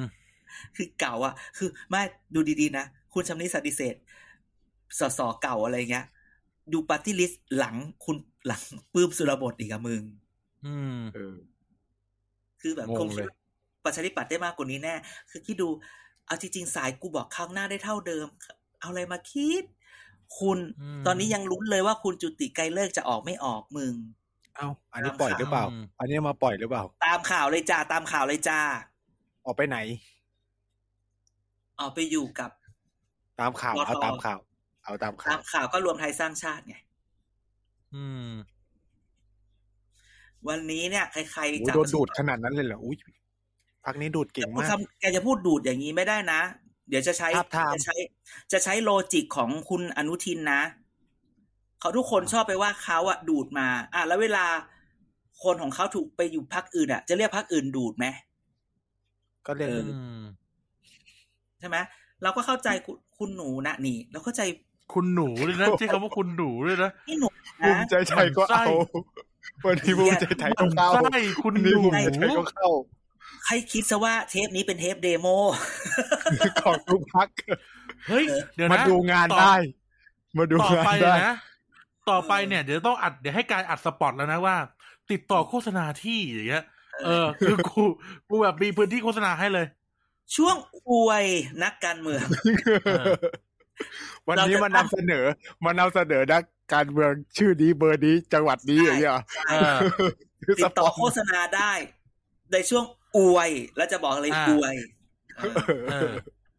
คือเก่าอ่ะ คือไม่ดูดีๆนะ คุณชำนิศักดิเศษสสเก่าอะไรเงี้ย ดูปาร์ตี้ลิสต์หลังคุณหลังปื้มสุรบดอีกอะมึง อืม เออ คือแบบ งง คงคิด เลย ว่าประชาธิปัตย์ได้มากกว่านี้แน่ คือคิดดู เอาจริงๆสายกูบอกข้างหน้าได้เท่าเดิม เอาอะไรมาคิด คุณ อืม ตอนนี้ยังลุ้นเลยว่าคุณจุติไกลเลิกษ์จะออกไม่ออกมึง เอ้า อันนี้ปล่อยหรือเปล่า อืม อันนี้มาปล่อยหรือเปล่า ตามข่าวเลยจ้าตามข่าวเลยจ้า ออกไปไหน ออกไปอยู่กับ ตามข่าว รอ เอาตามข่าว เอาตามข่า ตาว มข่าวก็รวมไทยสร้างชาติไง อืม วันนี้เนี่ยใครๆโอ้ย จาก โดนดูดขนาดนั้นเลยเหรอ อุ้ยพักนี้ดูดเก่ง พูด มาก คำแกจะพูดดูดอย่างนี้ไม่ได้นะ เดี๋ยวจะใช้ ทาบทาม จะใช้ จะใช้โลจิกของคุณอนุทินนะ เขาทุกคนชอบไปว่าเขาอะดูดมาอ่ะแล้วเวลาคนของเขาถูกไปอยู่พักอื่นอะจะเรียกพักอื่นดูดไหม ก็เรียก เออ อืม ใช่ไหมเราก็เข้าใจคุณคุณหนูนะนี่เราเข้าใจ คุณหนูด้วยนะ ใช้คำว่าคุณหนูด้วยนะ พี่หนู ภู นะ มิใจไทยก็เอา วันนี้ภูมิใจไทยก็เข้า ใช่คุณ วัน ห นี้ นู ภูมิใจไทยก็เข้า ให้คิดซะว่าเทปนี้เป็นเทปเดโม ของทุกพัก เฮ้ย เดี๋ยว มา นะ ดูงานได้ มาดู ต่อง าน ไป ได้ นะ ต่อไปเนี่ยเดี๋ยวต้องอัดเดี๋ยวให้การอัดสปอตแล้วนะว่า ติดต่อโฆษณาที่อย่างเงี้ย เออ คือกูกูแบบมีพื้นที่โฆษณาให้เลย ช่วงอวยนักการเมือง วันนี้ เราจะ มานำเสนอ มานำเสนอนักการเมืองชื่อนี้เบอร์นี้จังหวัดนี้อย่างเงี้ยเหรอ ใช่ เออ คือ ติ ส ด ป ต่ อ อน โฆษณาได้ในช่วงอวยแล้วจะบอกอะไร อ่า อวยเออ เออ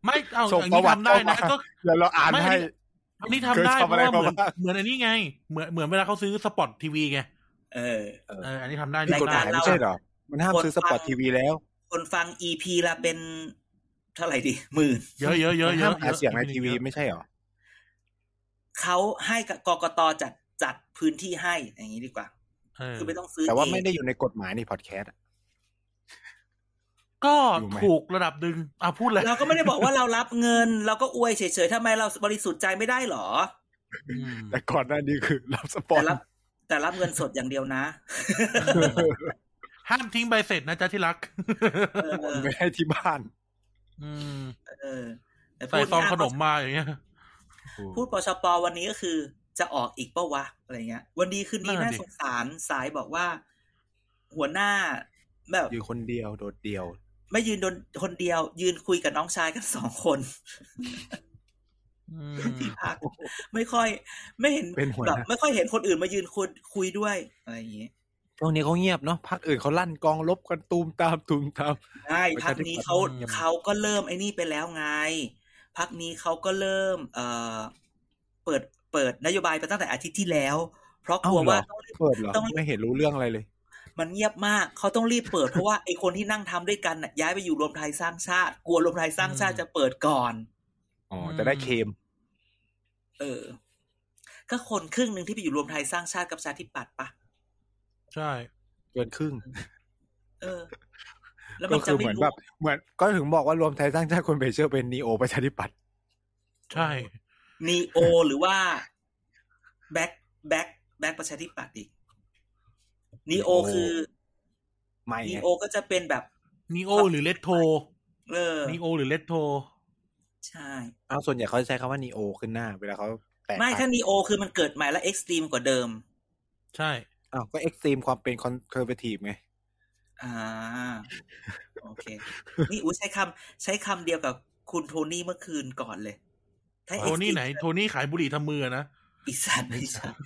ไม่เอา ส่ง อย่าง ปนี้ระวัติ ทำได้ เข้ามา นะก็ เดี๋ยวเราอ่าน ไม่ ให้ อันนี้ทำได้ เคย เพ ทำอะไร ราะว่าเหมือน มาบ้าง เหมือนอันนี้ไง เหมือนเหมือนเวลาเขาซื้อสปอตทีวีไง เออ เอออันนี้ทำได้ ผิ มี ด กฎหมายไม่ใช่เหรอ มันห้ามซื้อสปอร์ตทีวีแล้ว คนฟังอีพีละเป็นเท่าไหร่ดีหมื่น เยอะเยอะเยอะ มัน เย ห้า อะ มหาเสียงในทีวีไม่ใช่เหรอ เขาให้กับกกตจัดจัดพื้นที่ให้อย่างนี้ดีกว่า เออ คือไม่ต้องซื้อ แต่ว่า เอง ไม่ได้อยู่ในกฎหมายในพอดแคสต์อะ ก็ อยู่ไหม ถูกระดับหนึ่งอ่ะพูดเลย เราก็ไม่ได้บอกว่าเรารับเงิน เราก็อวยเฉยๆทำไมเราบริสุทธิ์ใจไม่ได้หรอ อืม แต่ก่อนหน้านี้คือรับสปอ แต่ น รับแต่รับเงินสดอย่างเดียวนะ ห้ามทิ้งใบเสร็จนะจ๊ะที่รัก เออ ไม่ให้ที่บ้าน อืม เออแต่ ใส่ พูด ซองขนม นะ มาอย่างเงี้ย พูดปชปวันนี้ก็คือ จะออกอีกเป้าวะอะไรเงี้ย วันดีคืนดี นั่น น่า ดิ สงสารสายบอกว่า หัวหน้าแบบ อยู่คนเดียวโดดเดียว ไม่ยืนโดนคนเดียว ยืนคุยกับน้องชายกันสองคน อืม ที่พักไม่ค่อย ไม่เห็น เป็นหัวห แบ น้า บไม่ค่อยเห็นคนอื่นมายืนคุยคุยด้วยอะไรอย่างงี้ ช่วงนี้เขาเงียบเนาะพักอื่นเขาลั่นกองลบกันตูมตามตูมตาม ใช่พักนี้เขา ประชาธิปัตย์ เขาก็เริ่มไอ้นี่ไปแล้วไงพักนี้เขาก็เริ่ม เอ่อเปิดเปิดนโยบายไปตั้งแต่อาทิตย์ที่แล้ว เพราะกลัว เอ้าเหรอ ว่าต้องรีบ เปิดเหรอ ต้อง ไม่เห็นรู้เรื่องอะไรเลย มันเงียบมากเขาต้องรีบเปิดเพราะว่าไอคนที่นั่งทำด้วยกันน่ะย้ายไปอยู่รวมไทยสร้างชาติ กลัวรวมไทยสร้างชาติจะเปิดก่อน อ๋อจะได้เคม เออ ก็คนครึ่งหนึ่งที่ไปอยู่รวมไทยสร้างชาติกับประชาธิปัตย์ปะ ใช่ เกินครึ่ง เออ แล้ว ก็ มัน คื จะ อ ไม่ เหมือน รู้ แบบเหมือนก็ถึงบอกว่ารวมไทยสร้างชาติคนเบเชอร์เป็นนีโอประชาธิปัตย์ ใช่ นีโอหรือว่าแบ็คแบ็คแบ็คประชาธิปัตย์อีกนีโอคือ ไม่ นี ไง โอก็จะเป็นแบบ นีโอหรือเลตโท เออ นีโอหรือเลตโท ใช่ เอาส่วนใหญ่เขาจะใช้คำว่านีโอขึ้นหน้า เวลาเขาแตะ ไม่ถ้านีโอคือมันเกิดใหม่และเอ็กซ์ตรีมกว่าเดิม ใช่ อ้าวก็เอ็กซ์ตรีมความเป็นคอนเ e อร์เวทีฟไง อ่า โอเค นี่อุ้ยใช้คำใช้คำเดียวกับคุณโทนี่เมื่อคืนก่อนเลยถ้า โทนี่ extreme ไหน โทนี่ขายบุหรี่ทำมือนะ อีสัตว์อีสัตว์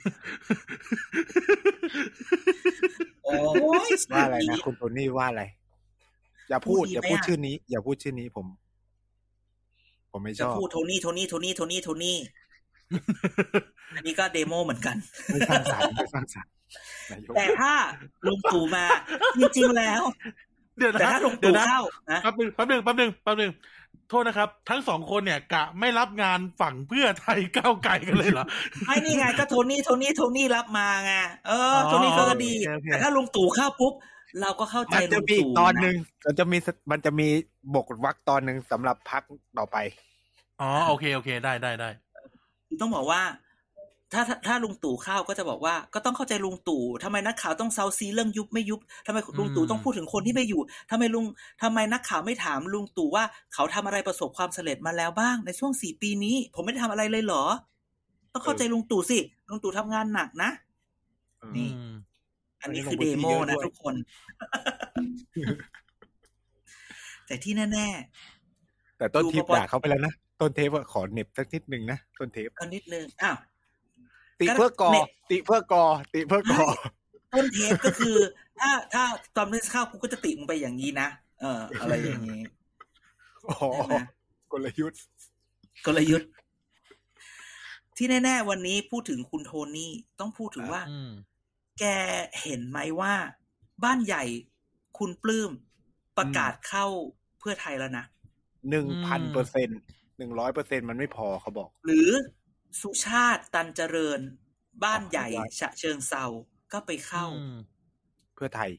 โอ้ย ว่าอะไรนะ คุณโทนี่ว่าอะไร อย่าพูพูดดดี อย่าพูด ไหมอะ ชื่อนี้ อย่าพูดชื่อนี้ผม ผมไม่ช จะ อบ พูดโทนี่โทนี่โทนี่โทนี่โทนี่ อันนี้ก็เดโมเหมือน กัน ไม่สร้างสรรค์ไม่สร้างสรรค์นายก แต่ถ้าลุงตู่มา จริงๆ แล้ว เดี๋ยว แต่ นะ ถ้าลุง เดี๋ย ตู่ วนะ เข้านะ แป๊บหนึงแป๊บหนึงแป๊บหนึงแป๊บหนึงโทษนะครับ ทั้งสองคนเนี่ยกะไม่รับงานฝั่งเพื่อไทยก้าวไกลกันเลยเหรอ ไม่นี่ไงก็โทนี่โทนี่โทนี่รับมาไงเออ อ โทนี่เขาก็ดี โอเคโอเค แต่ถ้าลุงตู่เข้าปุ๊บ เราก็เข้าใจ มันจะ ลุง มีอีก ตู่ ตอนห นะ นึ่งมันจะมีสมันจะมีบกวักตอนหนึ่งสำหรับพักต่อไป อ๋อโอเคโอเคได้ได้ได้ ต้องบอกว่า ถ้าถ้าถ้าลุงตู่เข้าก็จะบอกว่า ก็ต้องเข้าใจลุงตู่ทำไมนักข่าวต้องเซาซีเรื่องยุบไม่ยุบทำไมลุงตู่ต้องพูดถึงคนที่ไม่อยู่ทำไมลุงทำไมนักข่าวไม่ถามลุงตู่ว่า เขาทำอะไรประสบความสำเร็จมาแล้วบ้าง ในช่วงสี่ปีนี้ ผมไม่ได้ทำอะไรเลยเหรอ ต้องเข้าใจลุงตู่สิลุงตู่ทำงานหนักนะ นี่ อืม อันนี้ อันคือเดนี้ลงพื้นที่ โม เยอะด้ นะ วย ทุกคน แต่ที่แน่ แต่ต้น ดู เทป ประวัติ ด่าเขาไปแล้วนะ ต้นเทปอะขอเหน็บสักนิดหนึ่งนะ ต้นเทป ๆก็นิดนึงอ้าว ติเพื่อกอ เหน็บ ติเพื่อกอ ติเพื่อกอ ต้นเทปก็คือ ถ้าถ้าตอนเล่นข้าวกูก็จะติมึงไปอย่างนี้นะเออ อะไรอย่าง นี้ อ๋อ ใช่ไหม กลยุทธ์ กลยุทธ์ ที่แน่ ๆ วันนี้พูดถึงคุณโทนี่ต้องพูดถึงว่า อืม แกเห็นไหมว่า บ้านใหญ่คุณปลื้มประกาศเข้าเพื่อไทยแล้วนะ หนึ่งพันเปอร์เซ็นหนึ่งร้อยเปอร์เซ็นมันไม่พอเขาบอก หรือสุชาติตันเจริญ บ้านใหญ่ฉะเชิงเซาก็ไปเข้า อืม เพื่อไทย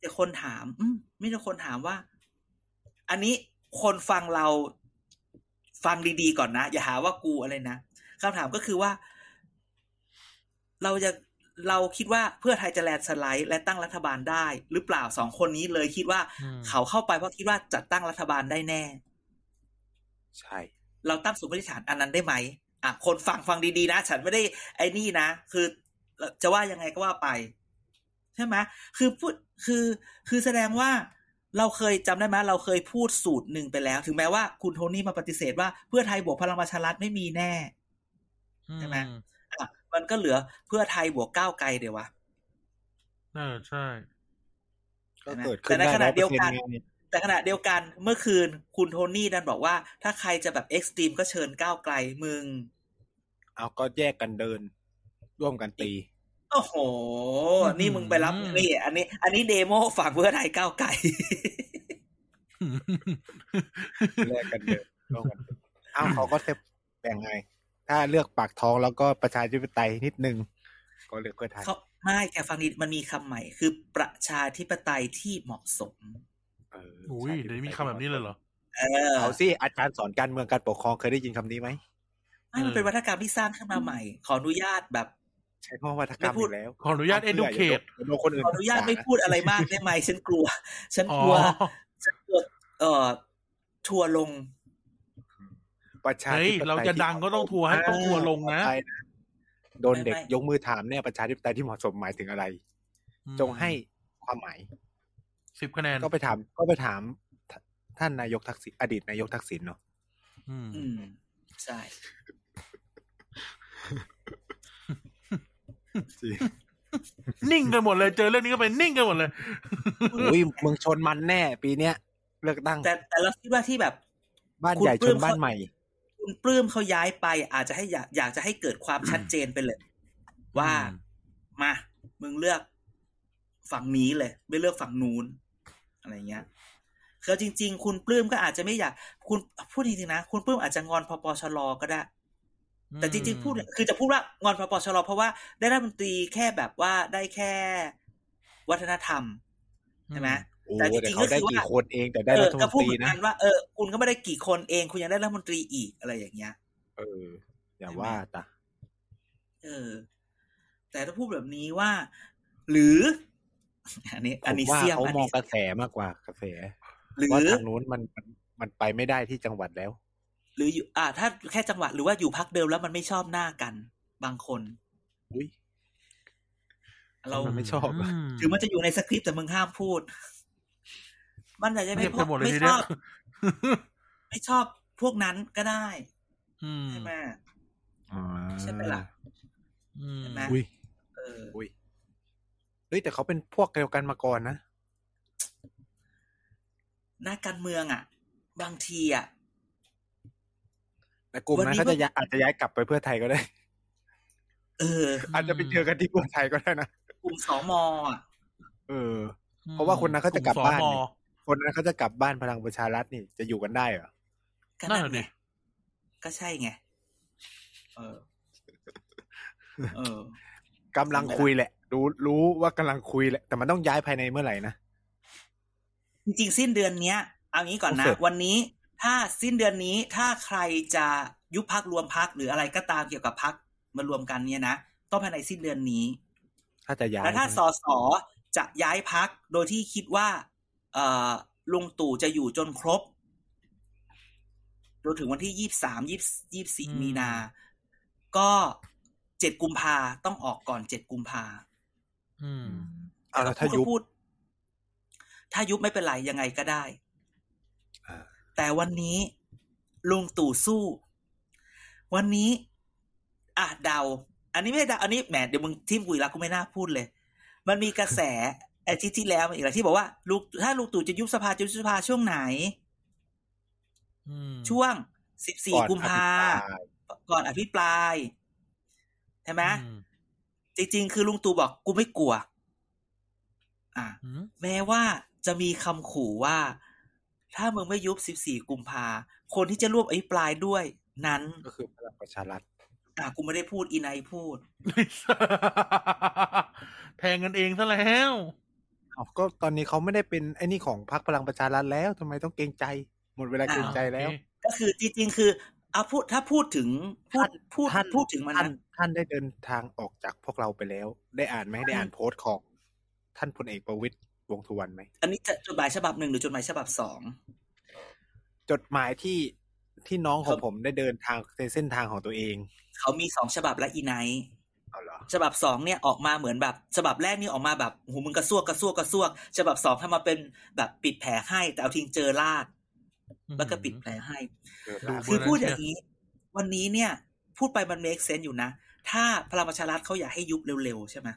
แต่คนถาม อืมไมแต่ได้คนถามว่า อันนี้คนฟังเราฟังดีๆก่อนนะ อย่าหาว่ากูอะไรนะคำถามก็คือว่า เราจะเราคิดว่าเพื่อไทยจะแลนด์สไลด์ และตั้งรัฐบาลได้ หรือเปล่าสองคนนี้เลยคิดว่า อืม เขาเข้าไปเพราะคิดว่าจัดตั้งรัฐบาลได้แน่ ใช่ เราตั้งสมมติฐานอันนั้นได้ไหม อ่ะ คนฟังฟังดีๆนะ ฉันไม่ได้ไอ้นี่นะ คือจะว่ายังไงก็ว่าไป ใช่ไหมคือพูดคือ คือแสดงว่าเราเคยจำได้ไหมเราเคยพูดสูตรหนึ่งไปแล้ว ถึงแม้ว่าคุณโทนี่มาปฏิเสธว่าเพื่อไทยบวกพลังประชารัฐไม่มีแน่ ใช่ไหม อ่ะมันก็เหลือเพื่อไทยบวกก้าวไกลเดี๋ยววะ เออใช่ ก็ ใช่ไหม เกิดขึ้น แต่ในขได้ณะ ร้อย เดี เปอ ยว ร์เซ็น กั ต์ น ไง แต่ขณะเดียวกันเมื่อคืนคุณโทนี่ดันบอกว่า ถ้าใครจะแบบเอ็กซ์ตรีมก็เชิญก้าวไกลมึง เอาก็แยกกันเดิน ร่วมกันตี โอ้โห นี่มึงไปรับ อืม นี่อันนี้ อันนี้เดโมฝากเพื่อไทยก้าวไกล แลกกันเดินร่วมกันตีเอาเขาก็เซฟแบ่งไง ถ้าเลือกปากท้องแล้วก็ประชาธิปไตยนิดนึง ก็เลือกเพื่อไทย เขาไม่แกฟังดีมันมีคำใหม่คือประชาธิปไตยที่เหมาะสม เออ อุ้ยเดี๋ยวนี้มีคำแบบนี้เลยเหรอ เออ เอาสิอาจารย์สอนการเมืองการปกครองเคยได้ยินคำนี้ไหม ไม่มันเป็นวัฒกรรมที่สร้างขึ้นมาใหม่ ขออนุญาตแบบ ใช้คำว่าวัฒกรรม ไม่พู อี ด กแล้ว ขออนุญาต educate เดี๋ยวโดนคนอื่น ขออนุญาตไม่พูดอะไรมากได้ไหมฉันกลัว ฉัน อ๋อก ลัวฉันกลัวเอ่อทัวร์ลง ประชา เฮ้ย ธิปไตย เราจะดังก็ต้องทัวร์ให้ต้องทัวร์ลงนะ ใช่นะโดนเด็ก ไม่ไม่ ยกมือถามเนี่ยประชาธิปไตยที่เหมาะสมหมายถึงอะไร จงให้ความหมาย สิบคะแนน ก็ไปถามก็ไปถามทท่านนายกทักษิณอดีตนายกทักษิณเนาะ อืม อืม ใช่ นิ่งกันหมดเลยเจอเรื่องนี้ก็ไปนิ่งกันหมดเลย อุ้ยเมืองชนมันแน่ ปีเนี้ยเลือกตั้ง แต่แต่เราคิดว่าที่แบบ บ้าน คุณ ใหญ่ ปลื้ ช ม นบ้าน เขา ใหม่ คุณปลื้มเขาย้ายไป อาจจะให้อยากอยากจะให้เกิดความชัดเจนไปเลย ว่า อืม มา มึงเลือก ฝั่งนี้เลย ไม่เลือกฝั่งนู้นอะไรเงี้ยคือจริง ๆ คุณปลื้มก็อาจจะไม่อยาก คุณพูดจริงๆนะ คุณปลื้มอาจจะงอนพปชรก็ได้ แต่จริงๆพูดคือจะพูดว่างอนพปชรเพราะว่าได้รัฐมนตรีแค่แบบว่าได้แค่วัฒนธรรมใช่ไหม โอ้ แต่จริงๆ แต่เขาได้ ก็คือ กี่ ว่า คนเองแต่ได้ เอ รั อ ฐม ก็ น พู ต ด รี เหมือน นะ กันว่าเออคุณก็ไม่ได้กี่คนเอง คุณยังได้รัฐมนตรีอีกอะไรอย่างเงี้ย เออ อย่าว่าแต่ เออ แต่ถ้าพูดแบบนี้ว่า หรือ อันนี้ ผ อัน ม นี้ ว่า เสี่ยม เขา อัน มอง นี้ กระแสมากกว่ากระแส หรือ ว่าทางนู้นมันมันมันไปไม่ได้ที่จังหวัดแล้ว หรืออยู่อ่า ถ้าแค่จังหวะหรือว่าอยู่พักเดิมแล้วมันไม่ชอบหน้ากัน บางคน อุ้ย เรา นไม่ชอบอะ ถึงมันจะอยู่ในสคริปต์แต่มึงห้ามพูด มันอาจจะ ไม่ ไม่ เจ็บไปหมดเลย ไม่ ที ช เนี้ย อบไม่ชอบพวกนั้นก็ได้ อืม ใช่ไหม อ๋อ ใช่ไหมล่ะ อืม ใช่ไหม อุ้ย เออ เฮ้ยแต่เขาเป็นพวกเดียวกันมาก่อนนะ หน้าการเมืองอ่ะ บางทีอ่ะ แต่กลุ่ม วั นั้น น นี้ เขาจะย้ายอาจจะย้ายกลับไปเพื่อไทยก็ได้ เออ อาจจะไปเจอกันที่เพื่อไทยก็ได้นะ กลุ่มสอมอ่ะ เออ เพราะว่าคนนั้นเขาจะกลับบ้าน สม คนนั้นเขาจะกลับบ้านพลังประชารัฐนี่จะอยู่กันได้เหรอ ก็ นั่น นั่น แหละ ไง ดิ ก็ใช่ไง เออ เออ กำลังคุยแหละ รู้รู้ว่ากำลังคุยแหละแต่มันต้องย้ายภายในเมื่อไหร่นะ จริงๆสิ้นเดือนเนี้ย เอางี้ก่อนนะ โอเค วันนี้ ถ้าสิ้นเดือนนี้ถ้าใครจะยุบพักรวมพักหรืออะไรก็ตามเกี่ยวกับพักมารวมกันเนี่ยนะต้องภายในสิ้นเดือนนี้ ถ้าจะย้าย แล้วถ้าสอสอจะย้ายพักโดยที่คิดว่า เออลุงตู่จะอยู่จนครบจนถึงวันที่ยี่สามยี่ยี่สี่ อืม มีนา ก็เจ็ดกุมภาต้องออกก่อนเจ็ดกุมภา อืม เอาแล้วถ้ายุบ พูด ถ้ายุบไม่เป็นไรยังไงก็ได้ อ่า แต่วันนี้ลุงตู่สู้ วันนี้อ่ะเดา อันนี้ไม่ได้เดาอันนี้แหมเดี๋ยวมึงทิมกุยละกูไม่น่าพูดเลย มันมีกระแส อาทิตย์ที่แล้วอีกแล้วที่บอกว่าลุงถ้าลุงตู่จะยุบสภาจะยุบสภาช่วงไหน อืม ช่วง 14 กุมภาก่อนอภิปราย ใช่ไหม อืม จริงๆ คือลุงตู่บอกกูไม่กลัว อ่ะ อืม แม้ว่าจะมีคำขู่ว่า ถ้ามึงไม่ยุบ 14 กุมภาคนที่จะร่วมอภิปรายด้วย นั้น ก็คือพลังประชารัฐ อ่ะกูไม่ได้พูดอีไนพูด แทงกันเองซะแล้ว เอาก็ตอนนี้เขาไม่ได้เป็นไอ้นี่ของพรรคพลังประชารัฐแล้วทำไมต้องเกรงใจ หมดเวลาเกรงใจแล้ว ก็คือจริงๆ คืออ่ะพูดถ้าพูดถึงพูดพูด ท่าน พูดถึงมัน ท่าน นะ ท่านได้เดินทางออกจากพวกเราไปแล้ว ได้อ่านไหมได้อ่านโพสต์ของ ท่านพลเอกประวิตยวงษ์สุวรรณไหม อันนี้จะจดหมายฉบับหนึ่งหรือจดหมายฉบับสอง จดหมายที่ที่น้องของผมได้เดินทางในเส้นทางของตัวเอง เขามีสองฉบับและอีไน เอาเหรอ ฉบับสองเนี่ยออกมาเหมือนแบบ ฉบับแรกนี่ออกมาแบบหูมึงกระซวกกระซวกกระซวก ฉบับสองทำมาเป็นแบบปิดแผลให้ แต่เอาทิ้งเจอลาดแล้วก็ปิดแผลให้ ดู คือพูดอย่างนี้ วันนี้เนี่ย พูดไปมัน make sense อยู่นะ ถ้าพลังประชารัฐเขาอยากให้ยุบเร็วๆ ใช่ไหม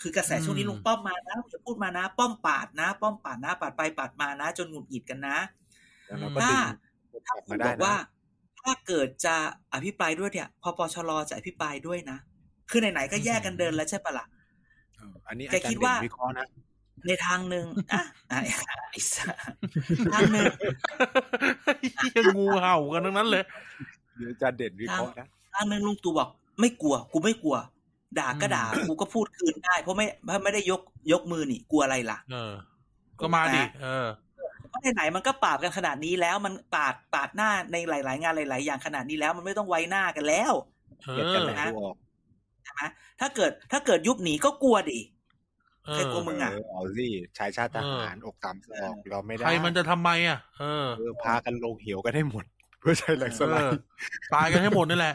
คือกระแสช่วงนี้ อืม ลุงป้อมมานะอย่าพูดมานะ ป้อมปาดนะ ป้อมปาดนะ ปาดไปปาดมานะ จนหงุดหงิดกันนะ แล้วเราก็ ถ้า ดึง ถ้าก ลับ คุ มา ณบ ได้ อก นะ ว่า ถ้าเกิดจะอภิปรายด้วยเนี่ยพปชรจะอภิปรายด้วยนะ คือไหนๆก็แยกกันเดินแล้วใช่ปะล่ะ เอออันนี้อา แก จาร คิด ย์เด่ ว่า นวิเคราะห์นะ ในทางหนึ่งอ่ะอ่ะไอ้สัสทางหนึ่ง ยัง งูเห่ากันทั้งนั้นเลย หรืออาจารย์เด่นวิเคราะห์นะ ทางหนึ่งลุงตู่บอกไม่กลัว กูไม่กลัว ด่าก็ด่า กูก็พูดคืนได้ เพราะไม่เพราะไม่ได้ยกยกมือนี่ กลัวอะไรล่ะ เออ ก็มาดิ เออ เพราะไหนๆมันก็ปราบกันขนาดนี้แล้ว มันปาดปาดหน้าในหลาย ๆ งานหลาย ๆ อย่างขนาดนี้แล้ว มันไม่ต้องไว้หน้ากันแล้ว เอ เกลีอยดกันแหละ เ ดูออก ใช่ไหมถ้าเกิดถ้าเกิดยุบหนีก็กลัวดิ อ ใคร อ กลัวมึง อะ เออเอาสิชายชาติทหารอกตามสอกเราไม่ได้ ใครมันจะทำไมอ่ะ เออ เออพากันลงเหวกันให้หมด เพื่อใช้แหลักสไล เออ ด์ ตายกันให้หมดนี่แหละ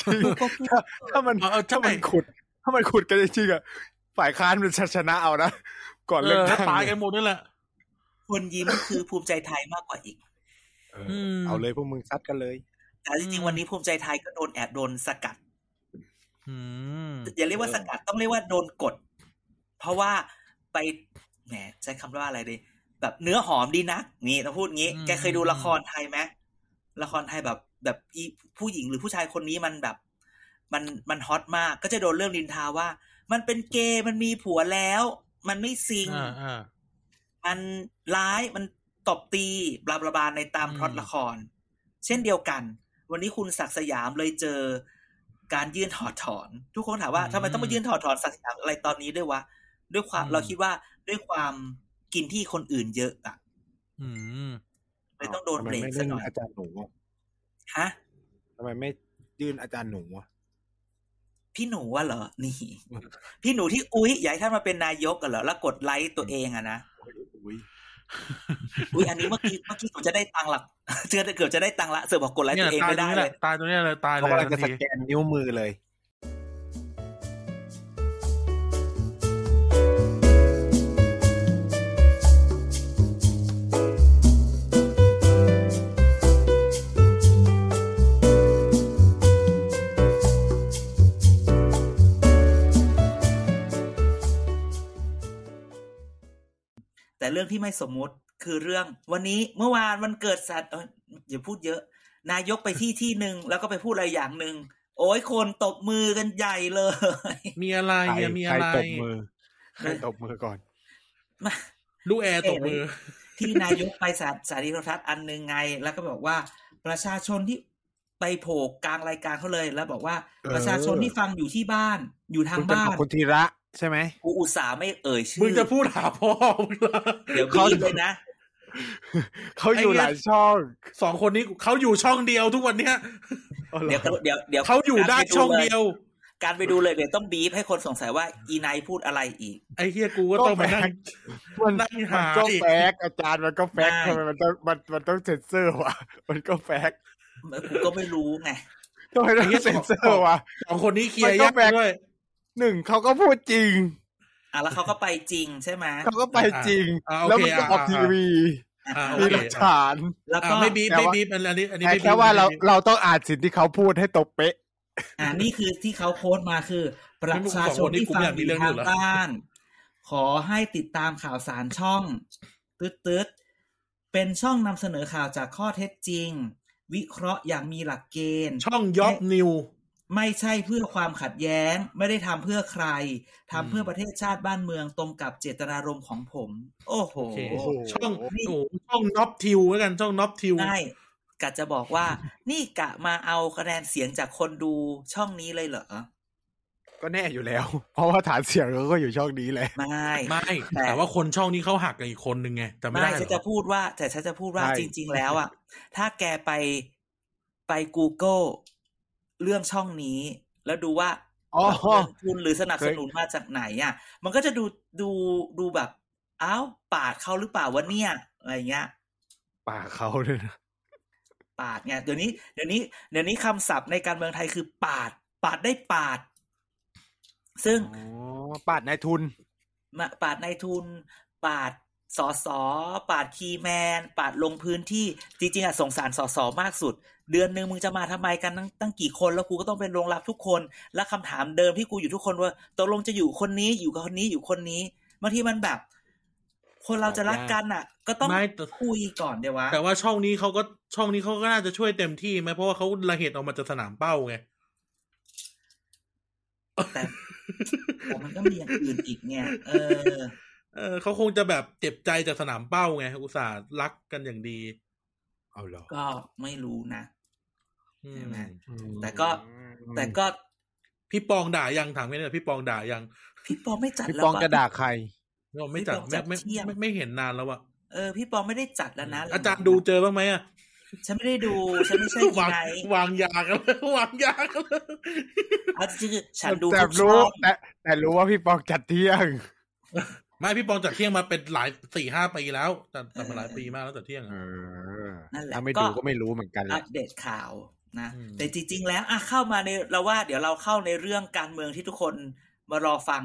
จริงถ้าถ้ามัน เออเออใช่ ถ้ามันขุด ถ้ามันขุดกันจริงๆอะฝ่ายค้านมันจะชนะเอานะก่อน เอ เลือก อ ตั้ง ตายกันหมดนี่แหละ คนยิ้มคือภูมิใจไทยมากกว่าอีก เออเอาเลยพวกมึงซัดกันเลย แต่จริ อื ง ม ๆวันนี้ภูมิใจไทยก็โดนแอบโดนสกัด อืม อย่าเรียกว่าสกัดต้องเรียกว่าโดนกด เพราะว่าไปแหมใช้คำว่าอะไรดี แบบเนื้อหอมดีนักนี่ต้องพูดงี้ อืม แกเคยดูละครไทยไหมละครไทยแบบ แบบอีผู้หญิงหรือผู้ชายคนนี้มันแบบ มันมันฮอตมาก ก็จะโดนเรื่องดินทาว่า มันเป็นเกย์มันมีผัวแล้ว มันไม่ซิง อ่าอ่า มันร้ายมันตบตีบลาบลาบลาในตาม อืม พล็อตละคร เช่นเดียวกัน วันนี้คุณศักดิ์สยามเลยเจอการยื่นถอดถอน ทุกคนถามว่าทำไมต้องมายื่นถอดถอนศักดิ์สยามอะไรตอนนี้ด้วยวะด้วยความเราคิดว่าด้วยความกินที่คนอื่นเยอะอะ อืม เลยต้องโดน ทำ เบ ไม รก ไม่ ซะ เล่น หน่อย อาจารย์หนูอะ ฮะ ทำไมไม่ยื่นอาจารย์หนูอะ พี่หนูว่าเหรอ นี่ พี่หนูที่อุ้ยอยากให้ท่านมาเป็นนายกกันเหรอ แล้วกดไลค์ตัวเองอะนะ อุ้ย อุ้ยอันนี้เมื่อกี้เมื่อกี้ผมจะได้ ตังค์หลัก เกือบเกือบจะได้ตังค์ละเสือบอกกดไลค์ เนี่ ตั ยเองวตาย ไม่ ตร ได้เลงนี้แหละ ย ตายตรงนี้เลยตายเล เขา ย กำลังจะ ทัน ส ที แกนนิ้วมือเลย แต่เรื่องที่ไม่สมมุติคือเรื่อง วันนี้เมื่อวานวันเกิดสัตว์เอ้ยอย่าพูดเยอะ นายกไปที่ที่หนึ่งแล้วก็ไปพูดอะไรอย่างหนึ่งโอ้ยคนตบมือกันใหญ่เลย มีอะไร ใคร อ่ะมี ใคร อะไร ตบมือใครตบมือก่อน ลูกแอร์ตกมือ ที่นายกไปสาสารีโทรทัศน์อันหนึ่งไง แล้วก็บอกว่าประชาชนที่ไปโผล่กลางรายการเขาเลย แล้วบอกว่า เออ ประชาชนที่ฟังอยู่ที่บ้าน อยู่ทา คุ ง ณเป็น บ้า ขอนงคุณธีระใช่ไหม กูอุตส่าห์ไม่เอ่ยชื่ มึ อง จะพูดหาพ่อมึงเหรอ เดี๋ยว เขา บีบเลยนะ เขาอยู่ ไอ้เงี้ย หลายช่อง สองคนนี้เขาอยู่ช่องเดียวทุกวันเนี้ย เอาเหร เดี๋ย อ วเดี๋ยวเดี๋ยว เขาอยู่ได้ช่องเดียว การไปดูเลยเดี๋ยวต้องบีบให้คนสงสัยว่าอีไนท์พูดอะไรอีก ไอ้เฮียกูก็ต้องมานั่ง มัน นั่งหา มันก็ อีก แฟกอาจารย์มันก็แฟก ได้ ทำไมมันต้องมันมันต้องเซ็นเซอร์วะมันก็แฟก กูก็ไม่รู้ไง ทำไมต้อง ไอ้เหี้ย เซ็นเซอร์วะ สองคนนี้เคลียร์ มันก็ ยาก แบก ด้วย หนึ่งเขาก็พูดจริง อ่ะแล้วเขาก็ไปจริงใช่ไหม เขาก็ไปจริง อ่าโอเค แล้วมันก็ อ่า ออก อ่า ทีวี อ่าโอ มี เค หลักฐาน แล้ว อ่า ก็ ไม่บีบ แต่ ไม่ ว่า บีบอันนี้อันนี้ แต่ ไม่บีบ แค่ว่าเรา ไม่บีบ เราต้องอ่านสิ่งที่เขาพูดให้ตกเป๊ะ อ่านี่คือที่เขาโพสต์มาคือ ประชาชนที่ฟังอยู่ทางบ้าน ขอให้ติดตามข่าวสารช่องตืดๆเป็นช่องนำเสนอข่าวจากข้อเท็จจริง วิเคราะห์อย่างมีหลักเกณฑ์ ช่องย็อบนิว ไม่ใช่เพื่อความขัดแย้ง ไม่ได้ทำเพื่อใครทำเพื่อประเทศชาติบ้านเมืองตรงกับเจตนารมณ์ของผม โอ้โห โอเค โอ้โห ช่องโอ้โหช่องน็อปทิวแล้วกันช่องน็อปทิว ใช่กะจะบอกว่า นี่กะมาเอาคะแนนเสียงจากคนดูช่องนี้เลยเหรอ ก็แน่อยู่แล้ว เพราะว่าฐานเสียงเขาก็อยู่ช่องนี้แหละ ไม่ ไม่ แต่ว่าคนช่องนี้เขาหักกับอีกคนนึงไงแต่ไม่ ไม่ ได้ ฉัน เหร จะ อ พูดว่า แต่ฉันจะพูดว่า ใช่ จริง ๆ แล้ว อ่ะ ถ้าแกไปไป Google เรื่องช่องนี้ แล้วดูว่า อ๋อ เงินทุนหรือสนับสนุนมาจากไหนอ่ะ มันก็จะดูดูดูแบบอ้าวปาดเขาหรือเปล่าวะเนี่ยอะไรเงี้ย ป่าเขาเลยนะ ปาดไงเดี๋ยวนี้เดี๋ยวนี้เดี๋ยวนี้คำศัพท์ในการเมืองไทยคือปาด ปาดได้ปาด ซึ่ง อ๋อป่านายทุน มาปาดในายทุน ปาดสอสอปาดคีย์แมน ปาดลงพื้นที่จริงๆอะสงสารสอสอมากสุด เดือนหนึ่งมึงจะมาทำไมกันตั้งตั้งกี่คนแล้วกูก็ต้องเป็นโรงรับทุกคน และคำถามเดิมที่กูอยู่ทุกคนว่าตกลงจะอยู่คนนี้อยู่กับคนนี้อยู่คนนี้บางทีมันแบบ คนเราจะรักกันอ่ะ ก็ต้อง ไม่แต่ คุยก่อนเดี๋ยววะ แต่ว่าช่องนี้เขาก็ช่องนี้เขาก็น่าจะช่วยเต็มที่ไหมเพราะว่าเขาละเหตุออกมาจากสนามเป้าไง แต่แต่มันก็มีอย่างอื่นอีกเนี่ยเออ เออเขาคงจะแบบเจ็บใจจากสนามเป้าไงอุตส่าห์รักกันอย่างดี เอาเหรอ ก็ไม่รู้นะ ใช่ไหม อื แต่ก็แต่ก็ พี่ปองด่ายังถามแค่นี้แหละพี่ปองด่ายัง พี่ปอไม่จัด พี่ แล้ว ปอง ว กระดาษใคร ก็ไม่จัด พี่ปองจั ไม่ ด ไม่ เที่ยง ไม่ไม่เห็นนานแล้วอะ เออพี่ปอไม่ได้จัดแล้วนะ อาจารย์ดูเจอบ้างไหมอะ ฉันไม่ได้ดู ฉันไม่ใช่ วาง ไน วางยากันเลยว างยากันเลย เอาจริงๆฉันดู แต่ ทุกช่ รู้ อง แต่แต่รู้ว่าพี่ปองจัดเที่ยง ไม่พี่ปองจัดเที่ยงมาเป็นหลายสี่ห้าปีแล้วจัดจัดมาหลายปีมากแล้วจัดเที่ยง เอ อะ อ นั่นแหละ ถ้าไม่ดูก็ไม่รู้เหมือนกันแห อั ละ ปเดตข่าวนะ อืม แต่จริง ๆ แล้วอ่ะเข้ามาในเราว่าเดี๋ยวเราเข้าในเรื่องการเมืองที่ทุกคนมารอฟัง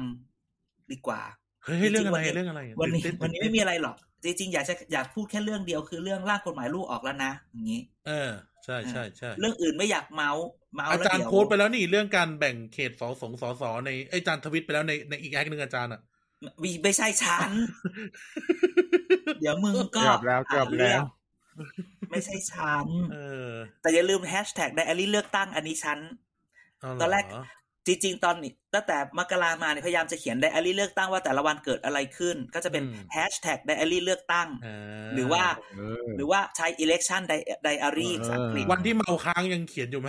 ดีกว่า เฮ้ยเฮ้ยเรื่องอะไร จริงๆ เรื่องอะไร วันนี้ ตื่เต้ วันนี้ไม่มีอะไรหรอก จริง ๆ อยากจะอยากพูดแค่เรื่องเดียวคือเรื่องร่างกฎหมายลูกออกแล้วนะอย่างนี้ เออใช่ใช่ใช่ เรื่องอื่นไม่อยากเมาส์เมาส์ อา แล้ว จาร เดี๋ ย์ ยว โพสต์ไปแล้วนี่เรื่องการแบ่งเขตสอสงสอสอในไอยอาจารย์ทวิตไปแล้วในในอีกแอคหนึ่งอาจารย์อะ ไม่ไม่ใช่ฉัน เดี๋ยวมึงก็ เกือบแล้วเกือบแล้ว ไม่ใช่ฉัน เออ แต่อย่าลืมแฮชแท็กไดอารี่เลือกตั้งอันนี้ฉัน เาเห ตอนแรก จริงๆ ตอนนี้ตั้งแต่มกรามาเนี่ยพยายามจะเขียนไดอารี่เลือกตั้งว่าแต่ละวันเกิดอะไรขึ้น ก็จะเป็น อืม แฮชแท็กไดอารี่เลือกตั้ง อ่า หรือว่า เออ หรือว่าใช้ election Di- diary ภาษาอังกฤษ วันที่เมาค้างยังเขียนอยู่ไหม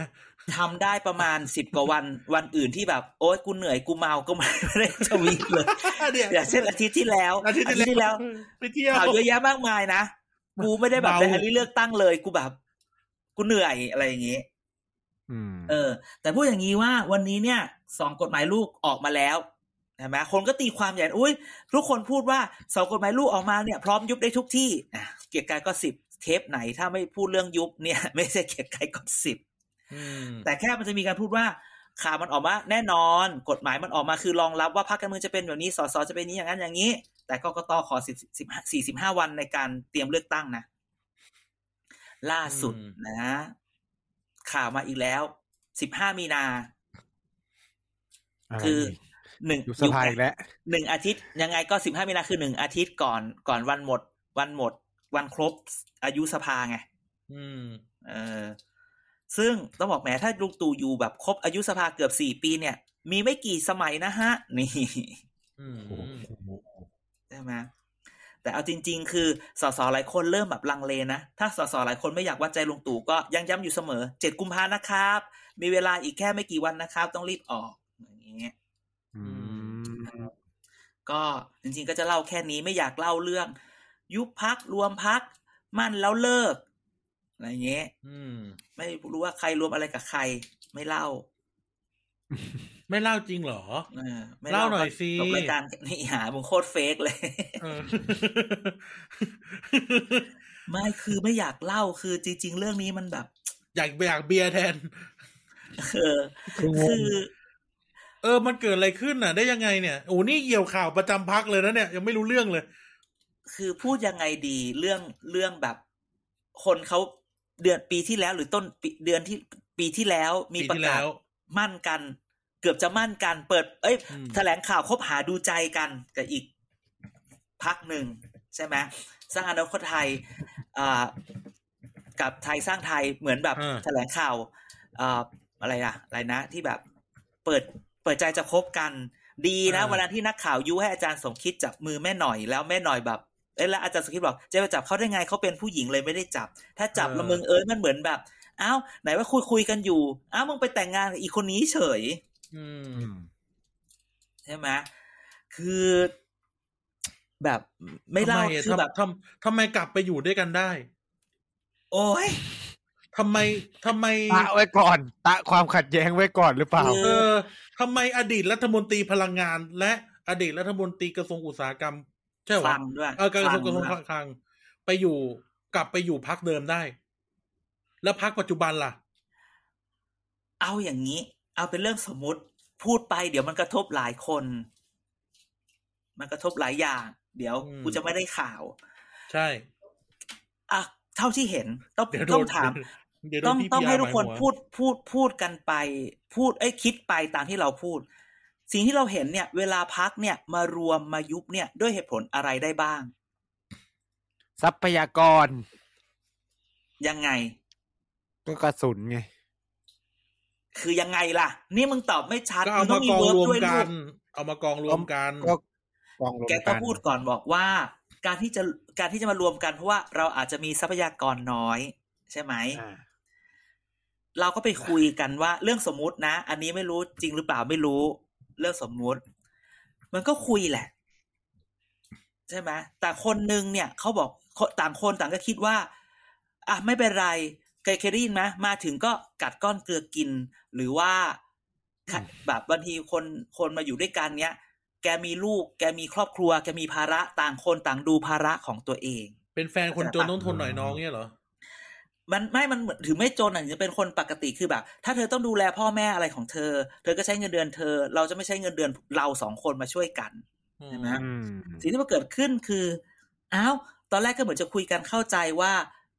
ทำได้ประมาณสิบกว่าวันวันอื่นที่แบบ โอ๊ยกูเหนื่อยกูเมาก็ไม่ได้ทวีต เลย เนี่ย อย่างเช่นอาทิตย์ที่แล้ว อาทิตย์ที่แล้วไปเที่ยว ข่าวเยอะแยะมากมายนะ กูไม่ได้แบบ เมา ไปอันนี้เลือกตั้งเลย กูแบบ กูเหนื่อยอะไรอย่างงี้ อืม เออ แต่พูดอย่างนี้ว่าวันนี้เนี่ยสองกฎหมายลูกออกมาแล้วใช่ไหมคนก็ตีความใหญ่อุ้ยทุกคนพูดว่าสองกฎหมายลูกออกมาเนี่ย พร้อมยุบได้ทุกที่อ่ะเกียรติกายก็สิบเทปไหนถ้าไม่พูดเรื่องยุบเนี่ย ไม่ใช่เกียรติกายก็สิบ อืม แต่แค่มันจะมีการพูดว่าข่าวมันออกมาแน่นอน กฎหมายมันออกมาคือรองรับว่าพรรคการเมืองจะเป็นแบบนี้สสจะเป็นนี้อย่างนั้นอย่างนี้ แต่กกตขอสิบสิบสี่สิบห้าวันในการเตรียมเลือกตั้งนะ ล่าสุดนะ ข่าวมาอีกแล้วสิบห้ามีนา อะไร คือ นี่ หนึ่ง ยุบสภาอีกแล้ว หนึ่งอาทิตย์ยังไงก็สิบห้ามีนาคือหนึ่งอาทิตย์ก่อนก่อนวันหมด วันหมด วันครบอายุสภาไง อืม เออซึ่งต้องบอกแหมถ้าลุงตู่อยู่แบบครบอายุสภาเกือบสี่ปีเนี่ย มีไม่กี่สมัยนะฮ ะ นี่ อืม โอ้โห ใช่ไหมแต่เอาจริง ๆ คือสสหลายคนเริ่มแบบลังเลนะ ถ้าสสหลายคนไม่อยากวัดใจลุงตู่ก็ยังย้ำอยู่เสมอเจ็ดกุมภานะครับ มีเวลาอีกแค่ไม่กี่วันนะครับ ต้องรีบออกอย่างเงี้ย อืม ก็จริงๆก็จะเล่าแค่นี้ไม่อยากเล่าเรื่อง ยุบพักรวมพักมั่นแล้วเลิกอะไรอย่างเงี้ย อืม ไม่รู้ว่าใครรวมอะไรกับใคร ไม่เล่า ไม่เล่าจริงเหรอ เออไม่ เล่าหน่อยสิ จบรายการนี่หามึงโคตรเฟกเลย เออ ไม่คือไม่อยากเล่าคือจริง ๆ เรื่องนี้มันแบบ อยากอยากเบียร์แทน เออคือ เออ มันเกิดอะไรขึ้นน่ะ ได้ยังไงเนี่ยโอ้นี่เกี่ยวข่าวประจำพักเลยนะเนี่ยยังไม่รู้เรื่องเลย คือพูดยังไงดีเรื่องเรื่องแบบ คนเขาเดือนปีที่แล้ว หรือต้นปีเดือนที่ปีที่แล้วมี ปี ประกาที่แล้ ศ ว มั่นกัน เกือบจะมั่นกัน เปิด เอ้ย อืม แถลงข่าวคบหาดูใจกันกับอีกพักหนึ่งใช่ไหมสร้างอนาคตไทยอ่ากับไทยสร้างไทยเหมือนแบบ อ่า แถลงข่าวอ่าอะไรนะอะไรนะ ที่แบบเปิดเปิดใจจะคบกัน ดีนะวันนั้นที่นักข่าวยุให้อาจารย์สมคิดจับมือแม่หน่อยแล้วแม่หน่อยแบบเอ้ยแล้วอาจารย์สมคิดบอกจะไปจับเขาได้ไงเขาเป็นผู้หญิงเลยไม่ได้จับ ถ้าจับละมึงเอ้ยมันเหมือนแบบอ้าวไหนว่าคุยคุยๆกันอยู่อ้าวมึงไปแต่งงานกับอีกคนนี้เฉย อืม อืม ใช่ไหมคือแบบไม่เล่า ทำอะ คือแบบ ทำทำทำไมกลับไปอยู่ด้วยกันได้ โอ้ย ทำไมทำไม ตะไว้ก่อน ตะความขัดแย้งไว้ก่อนหรือเปล่า เอ เออทำไมอดีตรัฐมนตรีพลังงาน และอดีตรัฐมนตรีกระทรวงอุตสาหกรรม ใช่ ค เหรอ ลังด้วย เออกระทรวงกระทรวง คลังด้วย คลังไปอยู่กลับไปอยู่พักเดิมได้ แล้วพักปัจจุบันล่ะ เอาอย่างนี้ เอาเป็นเรื่องสมมติพูดไปเดี๋ยวมันกระทบหลายคน มันกระทบหลายอย่าง เดี๋ยว อืม กูจะไม่ได้ข่าว ใช่ อ่ะ เท่าที่เห็นต้อง เดี๋ยวโด ต้อน งถาม เดี๋ยวโดน ต้อง พี่ ต้อง พี ให้ อาร์ ทุกคน มายหัว พูดพูดพูดกันไป พูดเอ้ยคิดไปตามที่เราพูด สิ่งที่เราเห็นเนี่ย เวลาพักเนี่ยมารวมมายุบเนี่ยด้วยเหตุผลอะไรได้บ้าง ทรัพยากร ยังไง ก็กระสุนไง คือยังไงล่ะ นี่มึงตอบไม่ชัด ก็เอา งต้องมามี กอง เวิร์ รวม ด้วย กั ลู น ก เอามากองรวมกัน ก็กองรวม แกก็ กัน พูดก่อนบอกว่า การที่จะการที่จะมารวมกันเพราะว่าเราอาจจะมีทรัพยากรน้อย ใช่ไหม อ่า เราก็ไปคุยกันว่าเรื่องสมมุตินะ อันนี้ไม่รู้จริงหรือเปล่าไม่รู้ เรื่องสมมุติ มันก็คุยแหละ ใช่ไหมแต่คนหนึงเนี่ยเขาบอกต่างคนต่างก็คิดว่า อ่ะไม่เป็นไรเคยเคยได้ยินไหมมาถึงก็กัดก้อนเกลือกิน หรือว่าแบบบางทีคนคนมาอยู่ด้วยกันเนี้ย แกมีลูก แกมีครอบครัว แกมีภาระต่างคนต่างดูภาระของตัวเอง เป็นแฟนคนจนต้องทนหน่อยน้องเนี่ยเหรอ มันไม่ มันเหมือนถือไม่จนอ่ะถึงจะเป็นคนปกติคือแบบ ถ้าเธอต้องดูแลพ่อแม่อะไรของเธอ เธอก็ใช้เงินเดือนเธอ เราจะไม่ใช้เงินเดือนเราสองคนมาช่วยกัน ใช่ไหม อืม สิ่งที่มันเกิดขึ้นคืออ้าวตอนแรกก็เหมือนจะคุยกันเข้าใจว่า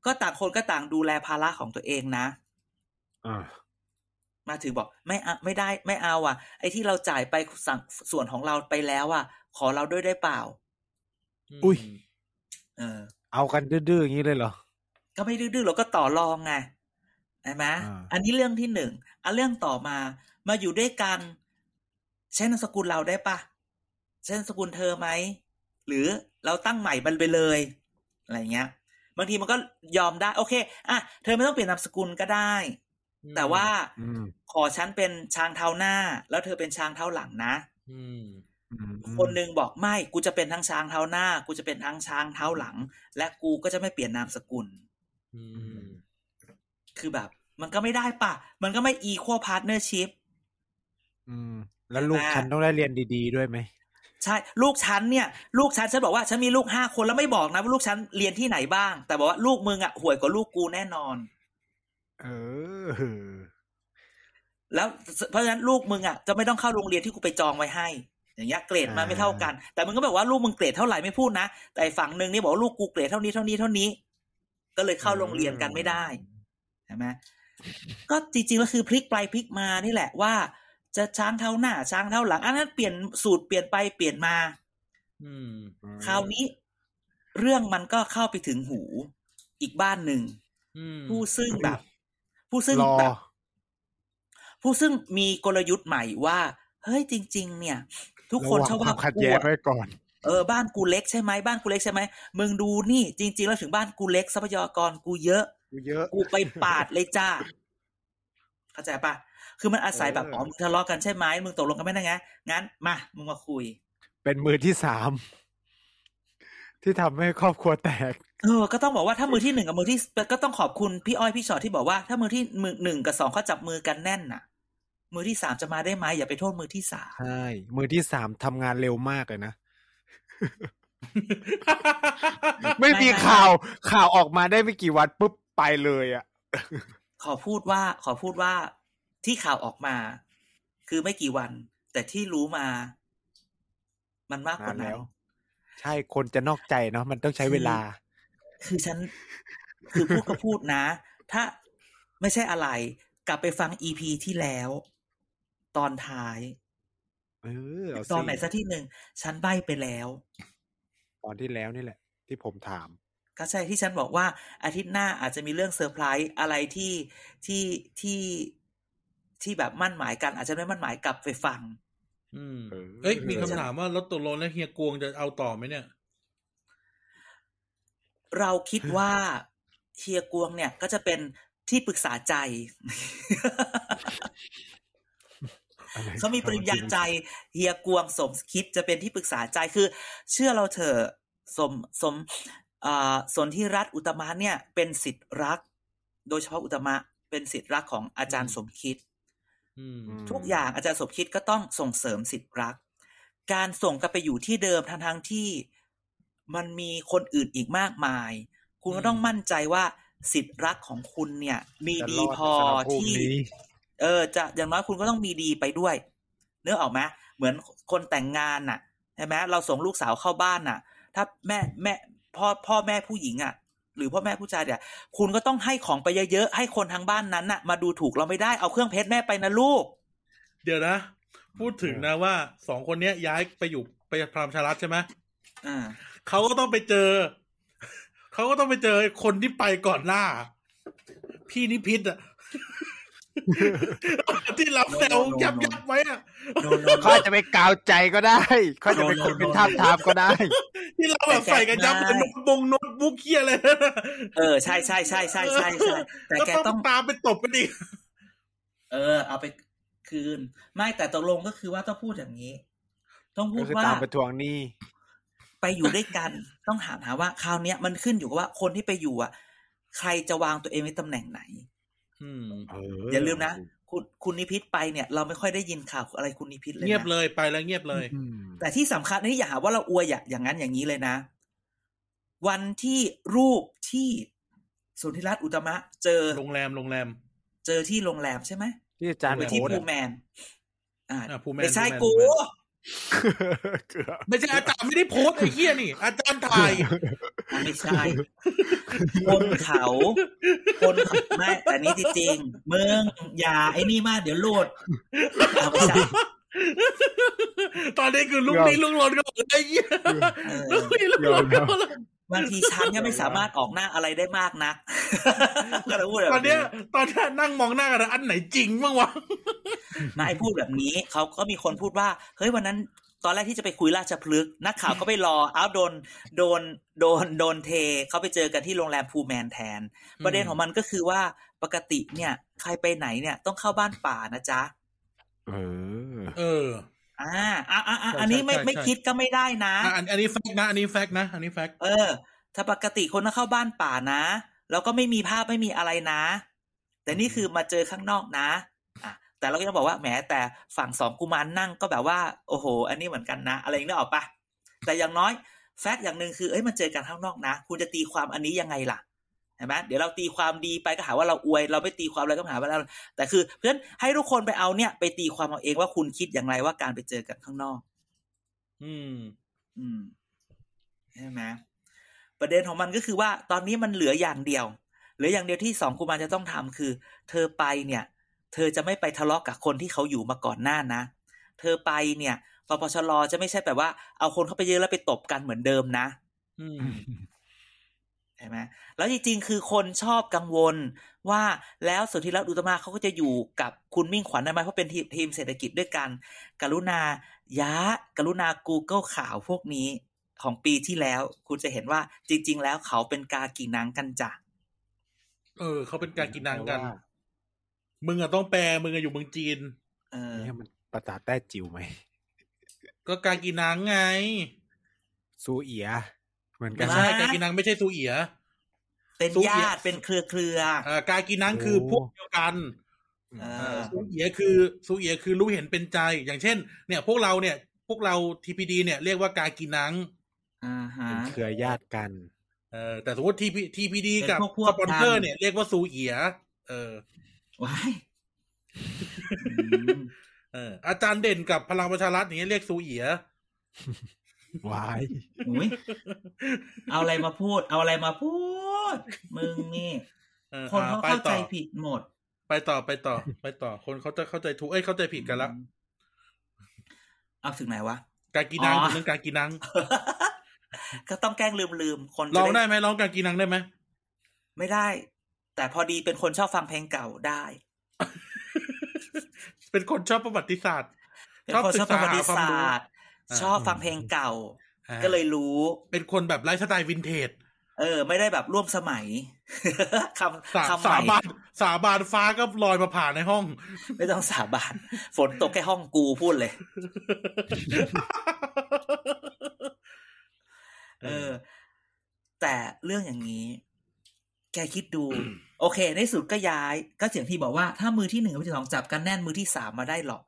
ก็ต่างคนก็ต่างดูแลภาระของตัวเองนะ อ่า มาถึงบอกไม่เอาไม่ได้ไม่เอาอ่ะ ไอ้ที่เราจ่ายไปสั่งส่วนของเราไปแล้วอ่ะ ขอเราด้วยได้เปล่า อุ้ย เออ เอากันดื้อๆอย่างนี้เลยเหรอ ก็ไม่ดื้อๆเราก็ต่อรองไงใช่ไหม อ่า อันนี้เรื่องที่หนึ่งอันเรื่องต่อมา มาอยู่ด้วยกัน ใช้นามสกุลเราได้ปะใช้นามสกุลเธอไหม หรือเราตั้งใหม่มันไปเลย อะไรเงี้ย บางทีมันก็ยอมได้ โอเคอ่ะเธอไม่ต้องเปลี่ยนนามสกุลก็ได้ แต่ว่า อืม ขอฉันเป็นช้างเท้าหน้า แล้วเธอเป็นช้างเท้าหลังนะ อืม คนหนึ่งบอกไม่กูจะเป็นทั้งช้างเท้าหน้า กูจะเป็นทั้งช้างเท้าหลัง และกูก็จะไม่เปลี่ยนนามสกุล อืม คือแบบ มันก็ไม่ได้ปะมันก็ไม่ equal partnership อืม แล้วลูกฉันต้องได้เรียนดี ๆ ด้วยไหม ใช่ ลูกฉันเนี่ย ลูกฉันฉันบอกว่าฉันมีลูกห้าคนแล้วไม่บอกนะว่าลูกฉันเรียนที่ไหนบ้าง แต่บอกว่าลูกมึงอ่ะห่วยกว่าลูกกูแน่นอน เออ แล้วเพราะฉะนั้นลูกมึงอ่ะจะไม่ต้องเข้าโรงเรียนที่กูไปจองไว้ให้ อย่างเงี้ยเกรดมา อ่า ไม่เท่ากัน แต่มึงก็แบบว่าลูกมึงเกรดเท่าไหร่ไม่พูดนะแต่อีกฝั่งหนึ่งนี่บอกว่าลูกกูเกรดเท่านี้เท่านี้เท่านี้ ก็เลยเข้าโรงเรียนกันไม่ได้ใช่ไหมก็จริงๆก็คือพลิกไปพลิกมานี่แหละว่า จะช้างเท่าหน้าช้างเท่าหลังอันนั้นเปลี่ยนสูตรเปลี่ยนไปเปลี่ยนมา อืม คราวนี้เรื่องมันก็เข้าไปถึงหูอีกบ้านหนึ่ง อืม ผู้ซึ่งแบบ ผู้ซึ่ง รอ แบบผู้ซึ่งมีกลยุทธ์ใหม่ว่า เฮ้ยจริง ๆ เนี่ย ทุกคนชอบ ระ ว่า วังขัด กู แย้ง อะ ไว้ก่อน เออบ้านกูเล็กใช่ไหมบ้านกูเล็กใช่ไหมมึงดูนี่ จริง ๆ แล้วถึงบ้านกูเล็กทรัพยากรกูเยอะ กูเยอะ กูไปปาดเลยจ้า เข้าใจปะคือมันอาศัยแบบ เอออ๋ อ๋อมึงทะเลาะกันใช่ไหมมึงตกลงกันไม่ได้ไงงั้นมามึงมาคุย เป็นมือที่สาม ที่ทำให้ครอบครัวแตก เออ ก็ต้องบอกว่าถ้ามือที่หนึ่งกับมือที่ก็ต้องขอบคุณพี่อ้อยพี่ชอตที่บอกว่า ถ้ามือที่มือหนึ่งกับสองเขาจับมือกันแน่นน่ะ มือที่สามจะมาได้ไหมอย่าไปโทษมือที่สาม ใช่ มือที่สามทำงานเร็วมากเลยนะ ไม่มีข่าวข่าวออกมาได้ไม่กี่วันปุ๊บไปเลยอ่ะ ขอพูดว่า ขอพูดว่าที่ข่าวออกมา คือไม่กี่วัน แต่ที่รู้มา มันมากกว่า นา นั้น แล้ น ว ใช่คนจะนอกใจเนาะมันต้องใช้เวลา คือฉัน คือพูดก็พูดนะ ถ้าไม่ใช่อะไร กลับไปฟังอีพีที่แล้ว ตอนท้าย เออเอาสิ ตอนไหนสักที่หนึ่งฉันใบไปแล้ว ตอนที่แล้วนี่แหละ ที่ผมถาม ก็ใช่ที่ฉันบอกว่าอาทิตย์หน้าอาจจะมีเรื่องเซอร์ไพรส์อะไรที่ที่ที่ที่แบบมั่นหมายกัน อาจจะไม่มั่นหมายกลับไปฟัง อืม เออ เอ้ย มีคำถามว่าแล้วตกลงแล้วเฮียกวงจะเอาต่อไหมเนี่ย เราคิดว่าเฮียกวงเนี่ยก็จะเป็นที่ปรึกษา ใจ อะไร เขามีปริญญาใจเฮียกวงสมคิดจะเป็นที่ปรึกษาใจคือ เชื่อเราเถอะสมสมอ่าสนธิรัตน์อุตมะเนี่ย เป็นสิทธิ์รัก โดยเฉพาะอุตมะเป็นสิทธิ์รักของอาจารย์สมคิด อืม ทุกอย่างอาจารย์สมคิดก็ต้องส่งเสริมสิทธิรัก การส่งกลับไปอยู่ที่เดิมทั้งทั้งๆที่มันมีคนอื่นอีกมากมาย คุณก็ต้องมั่นใจว่าสิทธิรักของคุณเนี่ย มี จะ ดี รอด พอ สำหรับพวก ที่ นี้ เออจะอย่างน้อยคุณก็ต้องมีดีไปด้วยเนื้อออกไหมเหมือนคนแต่งงานน่ะใช่ไหมเราส่งลูกสาวเข้าบ้านน่ะ ถ้าแม่แม่พ่อพ่อแม่ผู้หญิงอ่ะ หรือพ่อแม่ผู้ชายเนี่ย คุณก็ต้องให้ของไปเยอะๆให้คนทางบ้านนั้นน่ะ มาดูถูกเราไม่ได้เอาเครื่องเพชรแม่ไปนะลูก เดี๋ยวนะ พูดถึงนะว่าสองคนเนี้ยย้ายไปอยู่ไปพรามชารัตใช่ไหม อ่า เขาก็ต้องไปเจอ เขาก็ต้องไปเจอคนที่ไปก่อนหน้า พี่นิพิษอ่ะ ที่เราแซ วยับยับไว้อะ เขาอาจจะไปกาวใจก็ได้เขาอาจจะเป็นคนเป็นท่าบทามก็ ได้ ที่เราแบบใส่กันยับ แต่ เป็น แกะ โน้ตบงโน้ตบุ๊กเคียอะไร เออใช่ใช่ใช่ใช่ใช่ใช่แต่ ก็ แก ต้ ต้ อ อง ง ตามไปตบกันอีก เออ เอาไปคืน ไม่แต่ตกลงก็คือว่าต้องพูดอย่างนี้ ต้องพู ก็ ด คือ ว่า ตามไปทวงหนี้ ไปอยู่ด้วยกัน ต้องถามหาว่าคราวเนี้ยมันขึ้นอยู่กับว่าคนที่ไปอยู่อ่ะ ใครจะวางตัวเองไว้ตำแหน่งไหน อืม อย่าลืมนะ คุณคุณนิพิษไปเนี่ย เราไม่ค่อยได้ยินข่าวอะไรคุณนิพิษเลยนะ เงียบเลยไปแล้วเงียบเลย แต่ที่สำคัญอันนี่อย่าหาว่าเราอวยอย่าอย่างนั้นอย่างนี้เลยนะ วันที่รูปที่สุนทรรัตน์อุตมะ เจอ โรงแรมโรงแรม เจอที่โรงแรมใช่ไหม ที่อาจารย์ ไป ไป ที่ โพสต์ ภู อะ แมน อ่า อ่ะภูแมน ไม่ใช่ ภูแมน กู ภูแมน เกือบ ไม่ใช่อาจารย์ไม่ได้โพสต์ไอ้เหี้ยนี่ อาจารย์ ถ่าย ไม่ใช่ คนเขาคนเขาไม่แต่นี่จริงๆมึงอย่าไอ้นี่มากเดี๋ยวโหลดเอาไม่ใช่ ตอนนี้คือลุกนี้ลุกลนก็บอกไอ้เหี้ย เออ ลุกนี้ลุกลนก็บอก บางทีฉันก็ไม่สามารถออกหน้าอะไรได้มากนะก็เลยพูดแบบ ตอนเนี้ยตอนเนี้ยนั่งมองหน้ากันนะอันไหนจริงบ้างวะ นะไอ้พูดแบบนี้เขาก็มีคนพูดว่าเฮ้ยวันนั้นตอนแรกที่จะไปคุยราชพฤกษ์นักข่าวก็ไปรออ้าวโดนโดนโดนโดนเทเขาไปเจอกันที่โรงแรมพูแมนแทน ประเด็นของมันก็คือว่าปกติเนี่ย ใครไปไหนเนี่ยต้องเข้าบ้านป่านะจ๊ะ เออ เออ อ่าอ่าอ่าอ่า ใช่ อันนี้ไม่ ใช่ใช่ ไม่คิดก็ไม่ได้นะ อ่ะอันอันนี้แฟกนะ อันนี้แฟกนะ อันนี้แฟก เออ ถ้าปกติคนต้องเข้าบ้านป่านะ แล้วก็ไม่มีภาพไม่มีอะไรนะ แต่นี่คือมาเจอข้างนอกนะอ่ะแต่เราก็ยังบอกว่าแหมแต่ฝั่งสองกุมารนั่งก็แบบว่า โอ้โห อันนี้เหมือนกันนะ อะไรอย่างนี้นึกออกปะแต่อย่างน้อยแฟกต์อย่างหนึ่งคือเอ้ยมันเจอกันข้างนอกนะ คุณจะตีความอันนี้ยังไงล่ะเห็นไหมเดี๋ยวเราตีความดีไปก็หาว่าเราอวย เราไม่ตีความอะไรก็หาว่าเราแต่คือ เพื่อนนให้ทุกคนไปเอาเนี่ย ไปตีความเอาเองว่าคุณคิดอย่างไรว่าการไปเจอกันข้างนอก อืม อืมใช่ไหมประเด็นของมันก็คือว่าตอนนี้มันเหลืออย่างเดียว เหลืออย่างเดียวที่สองกุมารจะต้องทำคือ เธอไปเนี่ย เธอจะไม่ไปทะเลาะกับคนที่เขาอยู่มาก่อนหน้านะ เธอไปเนี่ยปปชรจะไม่ใช่แบบว่าเอาคนเข้าไปเยอะแล้วไปตบกันเหมือนเดิมนะ อืม ใช่ไหมแล้วจริงๆ คือคนชอบกังวลว่าแล้วสุทธิรัตน์อุตตมะเขาก็จะอยู่กับคุณมิ่งขวัญได้ไหมเพราะเป็นทีมทีมเศรษฐกิจด้วยกัน กรุณายะ กรุณา Google ข่าวพวกนี้ของปีที่แล้ว คุณจะเห็นว่าจริง ๆ แล้วเขาเป็นกากีนังกันจ้ะ เออ เขาเป็นการกินนางกัน มึงอะต้องแปล มึงอะอยู่เมืองจีน เออ เนี่ยมันภาษาแต้จิ๋วไหม ก็การกินนางไง ซูเอีย เหมือนกั ไม่ น ใช่ นะ การกินนางไม่ใช่ซูเอีย เป็น สู้ ญาติ เยอะ เป็นเครือเครือ อ่าการกินนางคือพวกเดียวกัน เออ ซูเอียคือซูเอียคือรู้เห็นเป็นใจ อย่างเช่น เนี่ย พวกเราเนี่ย พวกเราทีพีดีเนี่ย เรียกว่ากากินัง อ่าฮะ เป็นเครือญาติกัน เออแต่สมมติทีพีทีพีดี เป็น กับ พวกพว ส ก ปอนเซอ กั ร์ น เนี่ยเรียกว่าซูเอีย เออ ว้ายอืม เออ อาจารย์เด่นกับพลังประชารัฐอย่างเงี้ยเรียกซูเอีย วาย อุ๊ยเอาอะไรมาพูด เอาอะไรมาพูด มึงนี่ เออ คน อ่ เขา ไป เข้าใจต่อ ผิดหมด ไปต่อไปต่อ ไปต่อ คนเขาจะเข้าใจถูกเอ้ยเข้าใจผิดกันละ เอาถึงไหนวะ การกินัง อ๋อ เรื่องการกินัง ก็ต้องแกล้งลืมลืมๆคน ร้ จะ องได้ไหมร้องการกินังได้ไหม ไม่ได้ แต่พอดีเป็นคนชอบฟังเพลงเก่าได้ เป็นคนชอบประวัติศาสตร์ เป็น ชอบ คน ศึ ช ก อบประ ษา วัติ หาความ ศา รู้ สตร์ ชอบฟังเพลงเก่า อ่า ก็เลยรู้ เป็นคนแบบไลฟ์สไตล์วินเทจ เออ ไม่ได้แบบร่วมสมัย คำ สา คำ สา ให บา ม่ นสาบานฟ้าก็ลอยมาผ่านในห้อง ไม่ต้องสาบานฝนตกแค่ห้องกูพูดเลย เออ แต่เรื่องอย่างนี้ แกคิด ดู โอเค ในสุดก็ย้าย ก็เสียงที่บอกว่าถ้ามือที่หนึ่งกับมือที่สองจับกันแน่นมือที่สามมาได้หรอก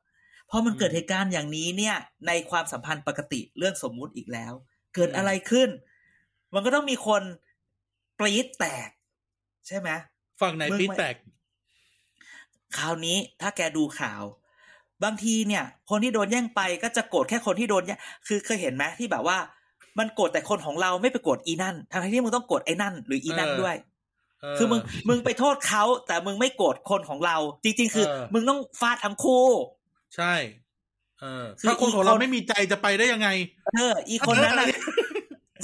เพราะมันเกิดเหตุการณ์อย่างนี้เนี่ย ในความสัมพันธ์ปกติเรื่องสมมุติอีกแล้ว เกิดอะไรขึ้น มันก็ต้องมีคนปรี๊ดแตก ใช่ไหม ฝั่งไหน มึง ปีแตก คราวนี้ถ้าแกดูข่าว บางทีเนี่ย คนที่โดนแย่งไปก็จะโกรธแค่คนที่โดนแย่งคือเคยเห็นไหมที่แบบว่า มันโกรธแต่คนของเราไม่ไปโกรธอีนั่นทั้งที่มึงต้องโกรธไอ้นั่น หรืออีนั่น เออ ด้วย เ คือมึงมึงไปโทษเขาแต่มึงไม่โกรธคนของเรา จริงๆ คือ เออ มึงต้องฟาดทั้งคู่ ใช่ เออ คือ ถ้าคน อีก ของเรา คน ไม่มีใจจะไปได้ยังไง เอออีคนนั้นน่ะ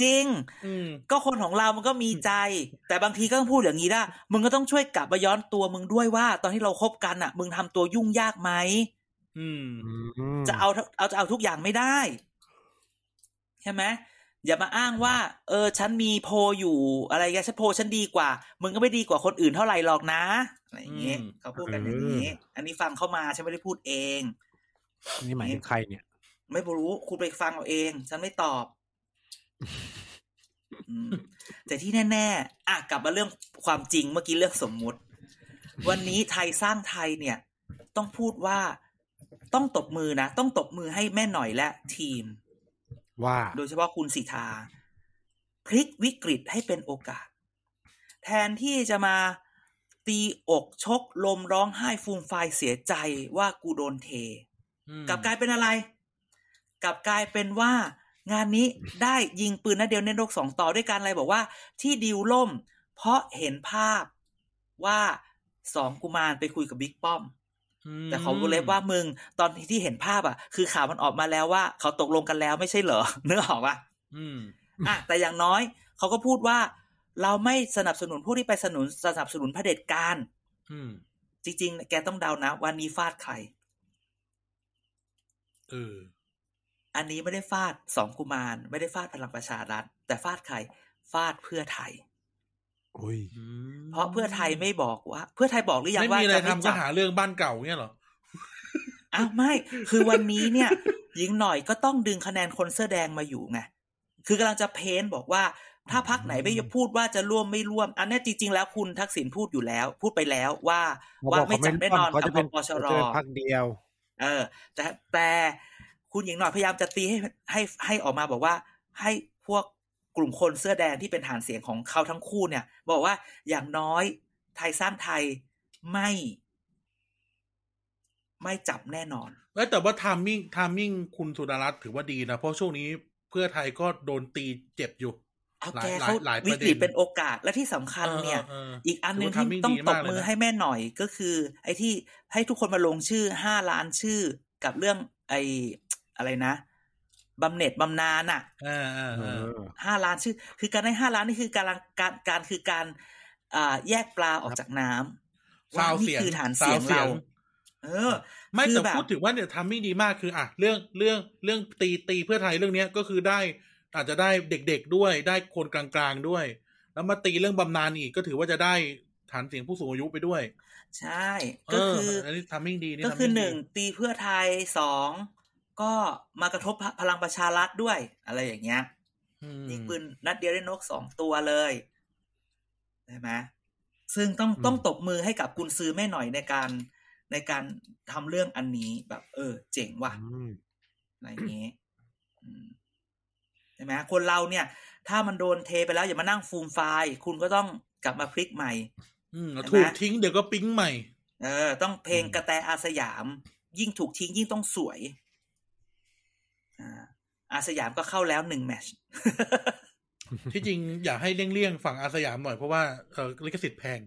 จริง อืม ก็คนของเรามันก็มีใจ แต่บางทีก็ต้องพูดอย่างนี้ได้มึงก็ต้องช่วยกลับมาย้อนตัวมึงด้วยว่า ตอนที่เราคบกันอ่ะ มึงทำตัวยุ่งยากไหม อืม จะเอาทั้งเอาจะเอาทุกอย่างไม่ได้ ใช่ไหมอย่ามาอ้างว่า เออ ฉันมีโพลอยู่อะไรเงี้ยฉันโพลฉันดีกว่า มึงก็ไม่ดีกว่าคนอื่นเท่าไหร่หรอกนะอะไรอย่างเงี้ย อืม เขาพูดกันอย่างนี้ อันนี้ฟังเข้ามาฉันไม่ได้พูดเอง นี่หมายถึงใครเนี่ย ไม่รู้คุณไปฟังเอาเอง ฉันไม่ตอบอืมแต่ที่แน่ๆอ่ะกลับมาเรื่องความจริงเมื่อกี้เรื่องสมมุติ วันนี้ไทยสร้างไทยเนี่ย ต้องพูดว่าต้องตบมือนะ ต้องตบมือให้แม่หน่อยและทีม ว่า โดยเฉพาะคุณสิทธาพลิกวิกฤตให้เป็นโอกาส แทนที่จะมาตีอกชกลมร้องไห้ฟูมฟายเสียใจว่ากูโดนเท อืม กลับกลายเป็นอะไร กลับกลายเป็นว่า งานนี้ได้ยิงปืนนัดเดียวเน้นโลกสองต่อด้วยการอะไรบอกว่า ที่ดิวล่ม เพราะเห็นภาพว่าสองกุมารไปคุยกับบิ๊กป้อม ม แต่ขอวงเล็บว่ามึง ตอนที่เห็นภาพอ่ะ คือข่าวมันออกมาแล้วว่า เขาตกลงกันแล้วไม่ใช่เหรอ เนื้อออกอ่ะ อืม อ่ะแต่อย่างน้อยเขาก็พูดว่า เราไม่สนับสนุนผู้ที่ไปสนุนสนับสนุนเผด็จการ อืม จริงๆ แกต้องเดานะว่านี้ฟาดใคร เออ อันนี้ไม่ได้ฟาดสองกุมาร ไม่ได้ฟาดพลังประชารัฐ แต่ฟาดใครฟาดเพื่อไทย โอ้ย เพราะเพื่อไทยไม่บอกว่า เพื่อไทยบอกหรือยัง ไม่ ว่า มีอะไร จะไม่ ทำก็ จับ หาเรื่องบ้านเก่าเนี่ยเหรอ อ้าวไม่ คือวันนี้เนี่ยหญิงหน่อยก็ต้องดึงคะแนนคนเสื้อแดงมาอยู่ไงคือกำลังจะเพ้นบอกว่า ถ้าพักไหนไม่พูดว่าจะร่วมไม่ร่วม อันเนี้ยจริง ๆ แล้วคุณทักษิณพูดอยู่แล้ว พูดไปแล้วว่าว่าไม่จับแน่นอน เขา กับ จะเป็น ปปชร เขาจะเป็นพักเดียว เออ แต่แต่คุณหญิงหน่อยพยายามจะตีให้ให้ให้ออกมาบอกว่า ให้พวกกลุ่มคนเสื้อแดงที่เป็นฐานเสียงของเขาทั้งคู่เนี่ย บอกว่าอย่างน้อยไทยสร้างไทยไม่ ไม่จับแน่นอน เอ้ยแต่ว่าทามมิ่งทามมิ่งคุณสุดารัตน์ถือว่าดีนะ เพราะช่วงนี้เพื่อไทยก็โดนตีเจ็บอยู่ เอา หลาย แก หลาย เขา หลายประเด็ วิ น กฤตเป็นโอกาสและที่สำคัญเนี่ย ออ อีกอันหนึ่ง ถือว่า ที่ต้อง timing ดี ต มา บ กเลยนะ มือให้แม่หน่อยก็คือ ไอ้ที่ให้ทุกคนมาลงชื่อห้าล้านชื่อกับเรื่องไอ้อะไรนะบำเหน็จบำนาญน่ะ เออเออเออ ห้าล้านชื่อคือการได้ห้าล้านนี่คือการการการคือการอ่าแยกปลาออกจากน้ำ ซา ว่าวนี่ เสียง คือฐานเสียง ซว เรา เออ ไม่ คือ แต่ แบบ พูดถึงว่าเนี่ยทามมิ่งดีมากคือ อ่ะ เรื่องเรื่องเรื่องตีตีเพื่อไทยเรื่องเนี้ยก็คือได้ อาจจะได้เด็กๆด้วย ได้คนกลางๆด้วย แล้วมาตีเรื่องบำนาญอีกก็ถือว่าจะได้ฐานเสียงผู้สูงอายุไปด้วย ใช่ ก็คือ เอันนี้ทามมิ่งดีนี่ ก็คือ timing ดี หนึ่งตีเพื่อไทยสองก็มากระทบพลังประชารัฐด้วย อะไรอย่างเงี้ย อืม ยิงปืนนัดเดียวได้นกสองตัวเลยใช่ไหมซึ่งต้องต้องตบมือให้กับกุนซือแม่หน่อยในการในการทำเรื่องอันนี้แบบ เออ เจ๋งว่ะ อะไรอย่างนี้อืมใช่ไหมคนเราเนี่ย ถ้ามันโดนเทไปแล้วอย่ามานั่งฟูมไฟล์ คุณก็ต้องกลับมาพลิกใหม่ อืม เห็นไหม ถูกทิ้งเดี๋ยวก็ปิ๊งใหม่ เออ ต้องเพลงกระแตอาสยาม ยิ่งถูกทิ้งยิ่งต้องสวย อ่า อาสยามก็เข้าแล้วหนึ่งแมตช ที่จริงอยากให้เลี่ยงๆฝั่งอาสยามหน่อยเพราะว่าเออลิขสิทธิ์แพง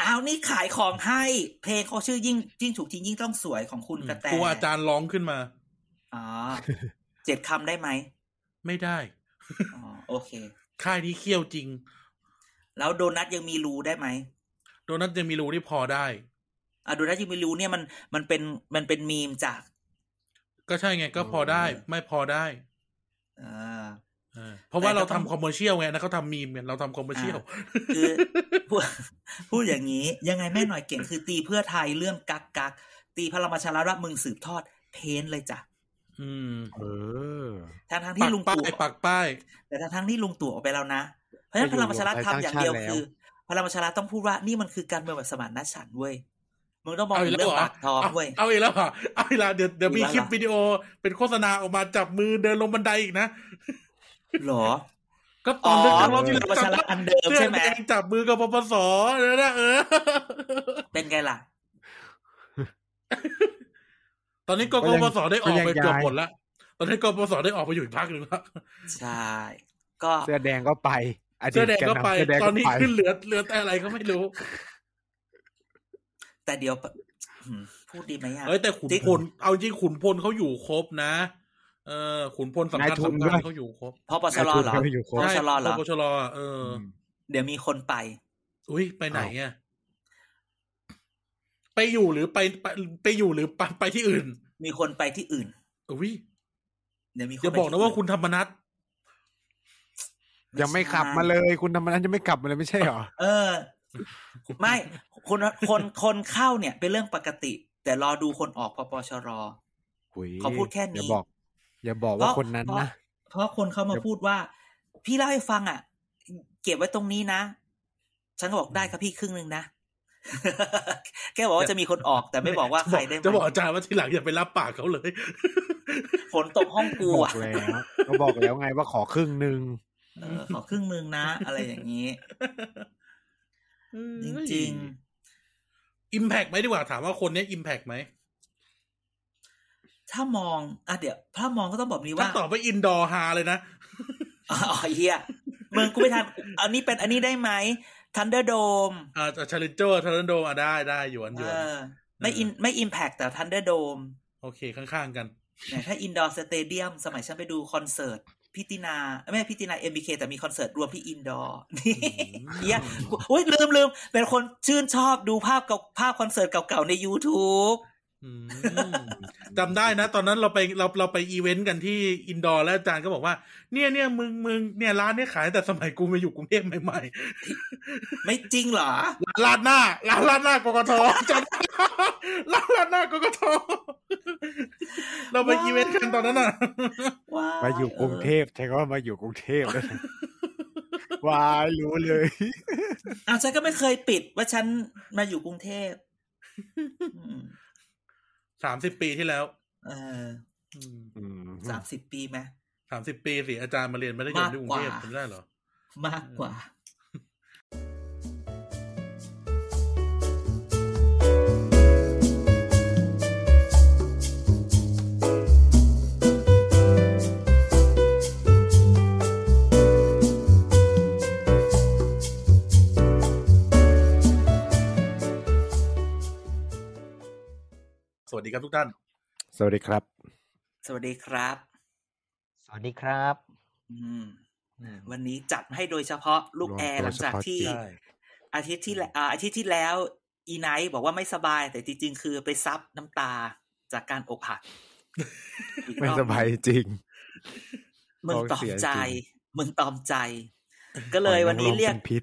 อ้าวนี่ขายของให้ เพลงเขาชื่อยิ่ง ยิ่งถูกทิ้งยิ่งต้องสวยของคุณกระแต ครูอาจารย์ร้องขึ้นมา อ๋อเจ็ดคำได้ไหม ไม่ได้ อ๋อโอเค ค่ายนี้เคี่ยวจริง แล้วโดนัทยังมีรูได้ไหม โดนัทจะมีรูนี่พอได้ อ่ะโดนัทยังมีรูเนี่ยมันมันเป็นมันเป็นมีมจาก ก็ใช่ไงก็พอได้ ไม่พอได้ เออ เออเพราะว่าเรา แต่ก็ต้อง ทำคอมเมอร์เชียลไงนะเขาทำมีมเนี่ยเราทำคอมเมอร์เชียล คือ พูดพูดอย่างนี้ ยังไงแม่หน่อยเก่งคือตีเพื่อไทยเรื่องกักกักตีพลังประชารัฐว่ามึงสืบทอดเพ้นเลยจ้ะ อืม เออ ทั้งทั้ง ปั ที่ ก ลุง ป้า ตู่ ยปักป้าย แต่ทั้งทั้งที่ลุงตู่ออกไปแล้วนะเพราะฉะนั้นพไม่อยู่ ลังประชารัฐ รวมไทย ทำอย่างเดียว สร้างชาติแล้ว คือ พลังประชารัฐต้องพูดว่านี่มันคือการเมืองแบบสมานนฉันท์เว้ยมึงต้องมอง เอาอี ถึ ก ง แล้ว เรื่อ เหรง อ ปากท้อง เอา เว้ย เอาอีกแล้วเหรอเอาอีกแล้วเดี๋ยวเดี๋ยวมี เอา ค อีกแล้ว ลิปวิดีโอ เป็นโฆษณาออกมาจับมือเดินลงบันไดอีกนะ หรอ ก็ตอนเดิน อ๋อ รอบที่แล้ว ประชารัฐอันเดิมใช่ไหม สื้อแงจับมือกับปปสเนี่ยนะเออ เป็นไงล่ะ ตอนนี้ก ก็ ก ยัง ปสได้ออกไป ก็ยังเกือย้ายบหมดแล้ว ตอนนี้กกปสได้ออกไปอยู่อีกพักหนึ่งแล้ว ใช่ ก็ เสื้อแดงก็ไป เสื้อแดงก็ไป เสื้ ตอนนี้ขึ้นเหลือเหลือแต่อะไรก็ไม่รู้ แต่เดี๋ยวปะอืมพูดดีไหมอ่ะ เอ้ยแต่ขุนพล เอาจริงขุนพลเขาอยู่ครบนะ เออ ขุนพลสำคัญสำคัญเขาอยู่ครบ พอปชรเหรอ นายทุนก็ไม่อยู่ครบ ปชรเหรอ ปชรเออ เดี๋ยวมีคนไป อุ้ยไปไหนอ่ะ ไปอยู่หรือไปไปไปอยู่หรือไปไปที่อื่น มีคนไปที่อื่น อุ้ย เดี๋ยวมีค อย่า ไป บอกนะ ที่ ว่าคุณธรรมนัท ยังไม่ขับมาเลยคุณธรรมนันยังไม่กลับมาเลยไม่ใช่เหรอ เออ ไม่คนคนคนเข้าเนี่ย เป็นเรื่องปกติ แต่รอดูคนออกพปชร หุย เขาพูดแค่นี้ อย่าบอก อย่าบอกว่าคนนั้นนะ เพราเพราะคนเขามาพูดว่า พี่เล่าให้ฟังอ่ะ เก็บไว้ตรงนี้นะ ฉันก็บอกได้ครับพี่ครึ่งหนึ่งนะ แกบอกว่าจะมีคนออก แต่ไม่บอกว่าใครได้ไหม จะบอกอาจารย์ว่าทีหลังอย่าไปรับปากเขาเลย ฝนตกห้องกู บอก อ่ะ แล้ว ก็บอกแล้วไงว่าขอครึ่งหนึ่ง เออขอครึ่งหนึ่งนะ อะไรอย่างนี้ จริง ๆ อิมแพกไหมดีกว่าถามว่าคนเนี้ยอิมแพกไหม ถ้ามองอ่ะเดี๋ยวถ้ามองก็ต้องบอกนี้ ถ้า ว่า ตอบว่าอินดอร์ฮาเลยนะ อ๋อเฮียเมืองกูไม่ทันอันนี้เป็นอันนี้ได้ไหมทันเดอร์โดม อ่าชาเลนเจอร์ทารันโดอ่ะได้ได้หยวนหย เอ วน อ ไม่อินไม่อิมแพกแต่ทันเดอร์โดม โอเคข้าง ๆกัน เนี่ยถ้าอินดอร์สเตเดียมสมัยฉันไปดูคอนเสิร์ตพิตินาไม่ใช่พิตินาเอ็มบีเคแต่มีคอนเสิร์ตรวมที่อินดอร์นี่เฮียอุ้ยลืมลืมเป็นคนชื่นชอบดูภาพเก่าภาพคอนเสิร์ตเก่าๆใน YouTube อืม จำได้นะ ตอนนั้นเราไปเราเราไปอีเวนต์กันที่อินดอร์แล้วอาจารย์ก็บอกว่า เนี่ยเนี่ยมึงมึงเนี่ยร้านเนี่ยขายแต่สมัยกูมาอยู่กรุงเทพใหม่ ไม่จริงเหรอ ๆร้านหน้าร้านร้านหน้ากกทจำได้ร้านร้านหน้ากกทเราไปอีเวนต์กันตอนนั้นอ่ะ ว้า มาอยู่กรุงเทพใช่ก็มาอยู่กรุงเทพแล้วนะวายรู้เลย อ้าวฉันก็ไม่เคยปิดว่าฉันมาอยู่กรุงเทพอืม สามสิบปีที่แล้ว เออ อืม สามสิบปีไหม สามสิบปีสิอาจารย์มาเรียนไม่ได้ยนที่กรุงเทพ มากกว่า จำได้เหรอ มากกว่า สวัสดีครับทุกท่าน สวัสดีครับ สวัสดีครับ สวัสดีครับ อืม วันนี้จัดให้โดยเฉพาะลูก รวม แอร์ ตัว หลังจาก เฉพาะ ที่ กิจ ใช่ อาทิตย์ที่แล้วอ่าอาทิตย์ที่แล้วอีไนท์บอกว่าไม่สบาย แต่จริงๆ คือไปซับน้ำตาจากการอก หักอีกร ไม่ อบ สบายจริง มึงตอมใจ ท้องเสียจริง มึงตอม ใจ ก็เลยวันนี้เรียก ป็พิษ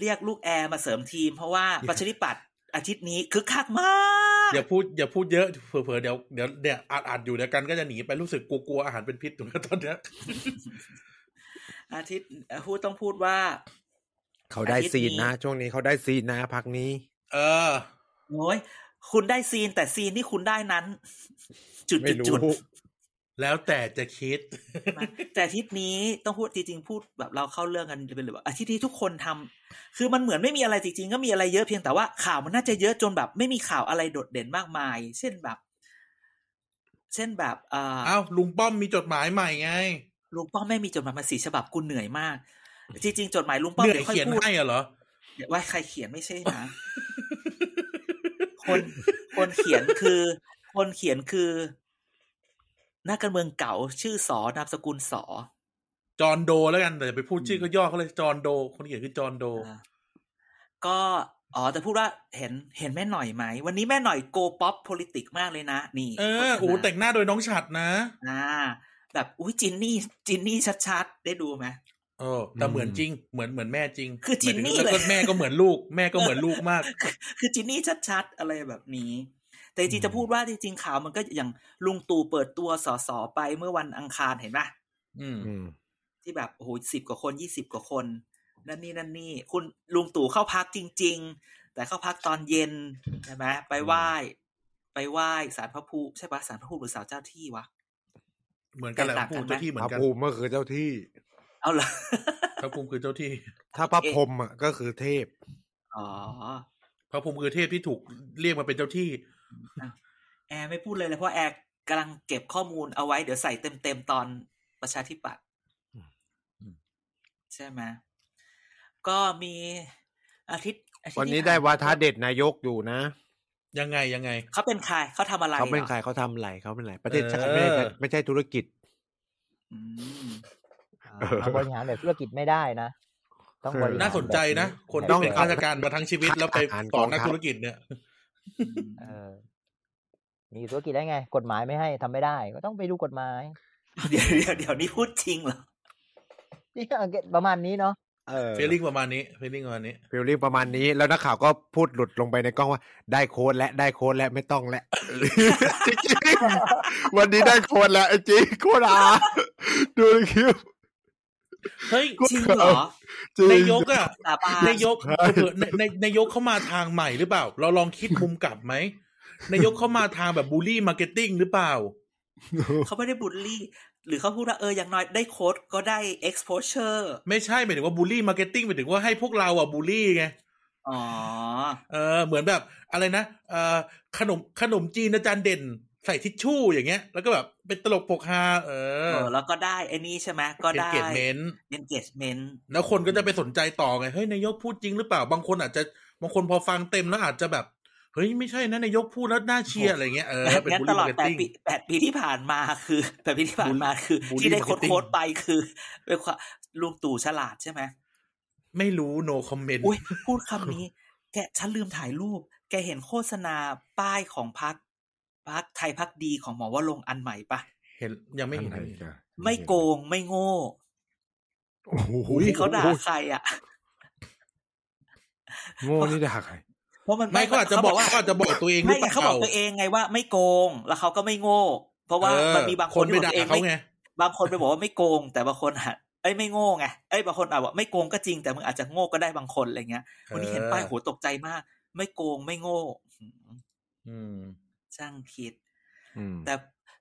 เรียกลูกแอร์มาเสริมทีม เพราะ ว่าประชาธิปัตย์อาทิตย์นี้คึกคักมาก อย่าพูดอย่าพูดเยอะเผื่อๆเดี๋ยวเดี๋ยวเนี่ยอัดอัดอยู่เดี๋ยวกันก็จะหนีไปรู้สึกกลัวๆอาหารเป็นพิษถึงตอนเนี้ย อาทิตย์พูดต้องพูดว่า เขาได้ อาทิตย์ ซีนนะ นี้ ช่วงนี้เขาได้ซีนนะพักนี้ เออ โอ้ยคุณได้ซีนแต่ซีนที่คุณได้นั้น จุด ไม่ จุด รู้ จุด แล้วแต่จะคิด นะแต่อาทิตย์นี้ต้องพูดจริงๆพูดแบบเราเข้าเรื่องกันเป็นแบบอาทิตย์นี้ทุกคนทำคือมันเหมือนไม่มีอะไรจริงๆก็มีอะไรเยอะเพียงแต่ว่าข่าวมันน่าจะเยอะจนแบบ ไม่มีข่าวอะไรโดดเด่นมากมาย เช่นแบบ เช่นแบบเอ่อ เอ้าลุงป้อมมีจดหมายใหม่ไง ลุงป้อมไม่มีจดหมายมาสี่ฉบับกูเหนื่อยมาก จริง ๆ จดหมายลุงป้อม เหนื่อย เดี๋ยวค่อย เขียน พูด ให้อะเหรอ เดี๋ยวว่าใครเขียนไม่ใช่นะ คนคนเขียนคือ คนเขียนคือนักการเมืองเก่าชื่อสอนามสกุลสอ จอห์นโดแล้วกันแต่อย่าไปพูดชื่อก็ย่อเขาเลยจอห์นโด คนเขียนคือจอห์นโด อ่าก็อ๋อแต่พูดว่าเห็นเห็นแม่หน่อยไหม วันนี้แม่หน่อยโกป๊อป politics มากเลยนะ นี่ เออโอ้แต่งหน้าโดยน้องฉัดนะ อ่าแบบอุ้ยจินนี่ จินนี่ชัดๆ ได้ดูไหม เออแต่เหมือนจริง เหมือนเหมือนแม่จริง คือจินนี่ หมายถึง เลย แวก็แม่ก็เหมือนลูก แม่ก็เหมือนลูกมาก คือจินนี่ชัดๆ อะไรแบบนี้ แต่จริงๆจะพูดว่าจริงๆข่าวมันก็อย่างลุงตู่เปิดตัวสสไปเมื่อวันอังคารเห็นปะ อืม อืม ที่แบบโอ้โหสิบกว่าคนยี่สิบกว่าคน นั่นนี่นั่นนี่ คุณลุงตู่เข้าพักจริง ๆ แต่เข้าพักตอนเย็นใช่ไหมไปไหว้ ไปไหว้สารพระภูมิใช่ปะสารพระภูมิหรือสารเจ้าที่วะ เหมือนกันแหละ แตกต่าง พู กั ด นไหม เจ้าที่เหมือ พระ นกัน ภูมิก็คือเจ้าที่ เอาเหรอ พระภูมิคือเจ้าที่ ถ้าพระพรหมอ่ะก็คือเทพ อ๋อ พระภูมิคือเทพที่ถูกเรียกมาเป็นเจ้าที่ แอร์ไม่พูดเลยเลยเพราะแอร์กำลังเก็บข้อมูลเอาไว้เดี๋ยวใส่เต็มๆตอนประชาธิปัตย์ อืม ใช่ไหมก็มีอาทิตย์อาทิตย์ วันนี้ ที่ ได้ ผ่ วาทะเด็ดนายกอยู่นะ ยังไงยังไง เขาเป็นใครเขาทำอะไร เขาเป็นใคร หอ เขาทำอะไรเขาเป็นอะไรประเทศชาติไม่ได้ เออ ไม่ใช่ธุรกิจ อืม เออ เราบริหารแบบธุรกิจไม่ได้นะ ต้องบริหาร น่าสนใจนะ แบบ คน แบบ ที่ อง เป็นข้าราชการมาทั้งชีวิตแล้วไปสอนนักธุรกิจเนี่ย เออมีธุรกิจได้ไง กฎหมายไม่ให้ทำไม่ได้ ก็ต้องไปดูกฎหมาย เดี๋ยวเดี๋ยวเดี๋ยวนี่พูดจริงเหรอ นี่ก็ประมาณนี้เนาะ เออ เฟลลิ่งประมาณนี้เฟลลิ่งประมาณนี้ ฟีลลิ่งประมาณนี้แล้วนักข่าวก็พูดหลุดลงไปในกล้องว่า ได้โค้ดและได้โค้ดและไม่ต้องและ จริงๆวันนี้ได้โค้ดแล้วไอ้จริงโค้ดอาดูในคลิป เฮ้ย จริงเหรอ จริง นายกอ่ะ สาบาน นายก ใช่ เผื่อๆในในนายกเข้ามาทางใหม่หรือเปล่า เราลองคิดมุมกลับไหมนายกเข้ามาทางแบบบูลลี่มาร์เก็ตติ้งหรือเปล่า เขาไม่ได้บูลลี่ หรือเขาพูดว่าเอออย่างน้อยได้โค้ดก็ได้ exposure ไม่ใช่หมายถึงว่าบูลลี่มาร์เก็ตติ้งหมายถึงว่าให้พวกเราอ่ะบูลลี่ไง อ๋อ เออเหมือนแบบอะไรนะเออขนมขนมจีนอาจารย์เด่นใส่ทิชชู่อย่างเงี้ย แล้วก็แบบเป็นตลกปกฮาเอ เอ อ อแล้วก็ได้ไอ้นี่ใช่ไหมก็ เป็น ได้ เกจเมน engagement แล้วคนก็จะไปสนใจต่อไง เฮ้ย นายกพูดจริงหรือเปล่า บางคนอาจจะ บางคนพอฟังเต็มแล้วอาจจะแบบ เฮ้ย ไม่ใช่นะ นายกพูดแล้วน่าเชียร์อะไรเงี้ย เออ เป็ นงั้น บูตลลลี่อดแปดมาร์เก็ตติ้ง ปีแปดปีที่ผ่านมาคือแปดปีที่ผ่านมาคือ บูลลี่ ที่ได้โค้ด marketing โค้ดไปคือเป็นความลุงตู่ฉลาดใช่ไหม ไม่รู้ no comment อุ้ยพูดคำนี้ แกฉันลืมถ่ายรูป แกเห็นโฆษณาป้ายของพัก พักไทยพักดีของหมอว่าลงค์อันใหม่ปะ เห็นยังไม่ อัน เห็น ไหนอีกอะ ไม่โกงไม่โง่ โอ้โห ที่เขาด่าใครอ่ะ โง่นี่ด่าใคร เพราะมัน ไม่เขาอาจจะบอกว่าเขาอาจจะบอกตัวเองหรื ไม่ อเปล่า เขาบอกตัวเองไงว่าไม่โกง แล้วเขาก็ไม่โง่ เพราะว่า เออ มันมีบางคน นไป ที่บอก ด่า ตัวเอง เขา ไม่ ไง บางคนไปบอกว่าไม่โกง แต่บางคนอาจเอ้ยไม่โง่ไงเอ้ยบางคนอาจว่าไม่โกงก็จริงแต่มึงอาจจะโง่ก็ได้บางคนอะไรเงี้ยวันนี้เห็นป้ายโหตกใจมาก ไม่โกงไม่โง่อืม อืม ช่างคิด อืม แต่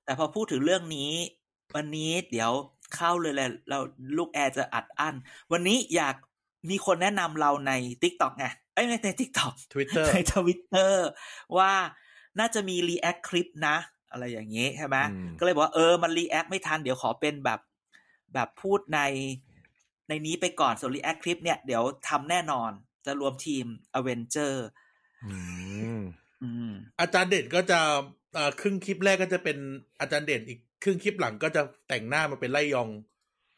แต่พอพูดถึงเรื่องนี้ วันนี้เดี๋ยวเข้าเลยแหละเราลูกแอร์จะอัดอั้น วันนี้อยากมีคนแนะนำเราใน t ิ k t o k ไงเอ้ยไม่ใน t ิ k t o k Twitter ในทวิตเตอร์ว่าน่าจะมีรีแอคคลิปนะ อะไรอย่างนี้ใช่ไหมก็เลยบอกว่าเออมันรีแอคไม่ทัน เดี๋ยวขอเป็นแบบแบบพูดในในนี้ไปก่อนส่วนรีแอคคลิปเนี่ยเดี๋ยวทำแน่นอนจะรวมทีมอเวนเจอร์ อืม อืม อาจารย์เด่นก็จะเอ่อครึ่งคลิปแรกก็จะเป็นอาจารย์เด่นอีกครึ่งคลิปหลังก็จะแต่งหน้ามาเป็นไล่ยอง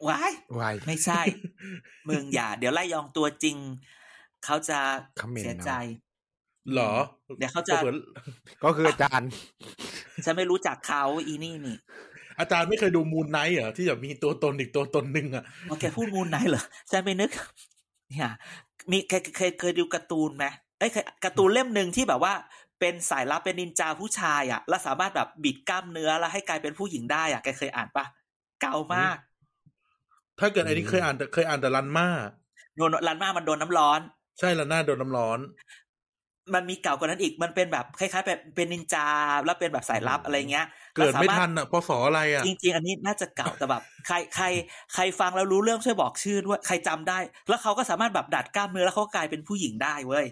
ว้าย วาย ไม่ใช่ มึงอย่า เดี๋ยวไล่ยองตัวจริง เขาจะ คอมเมนต์ เสียใจ เหรอ เดี๋ยวเขาจะ เผื่อ ก็คืออาจารย์ ฉันไม่รู้จักเขาอีนี่นี่ อาจารย์ไม่เคยดูมูนไนท์เหรอที่แบบมีตัวตนอีกตัวตนหนึ่งอ่ะ โอเคพูดมูลไหนเหรอฉันไม่นึก เนี่ยมีเคยเคยเคยดูการ์ตูนไหมเอ้ยเคยการ์ตูนเล่มหนึ่งที่แบบว่า เป็นสายลับเป็นนินจาผู้ชายอ่ะ แล้วสามารถแบบบิดกล้ามเนื้อแล้วให้กลายเป็นผู้หญิงได้อ่ะแกเคยอ่านปะเก่ามาก ถ้าเกิดไอ้นี่เคยอ่านแต่เคยอ่านแต่รันมา โดนรันมามันโดนน้ำร้อน ใช่รันหน้าโดนน้ำร้อน มันมีเก่ากว่านั้นอีกมันเป็นแบบคล้ายๆแบบเป็นนินจาแล้วเป็นแบบสายลับอะไรเงี้ย เกิดไม่ แล้วสาารถ ทันอ่ะพศอะไรอ่ะ จริงๆ อันนี้น่าจะเก่าแต่แบบ ใครใครใครฟังแล้วรู้เรื่องช่วยบอกชื่อด้วย ใครจำได้ แล้วเขาก็สามารถแบบดัดกล้ามเนื้อแล้วเขาก็กลายเป็นผู้หญิงได้เว้ย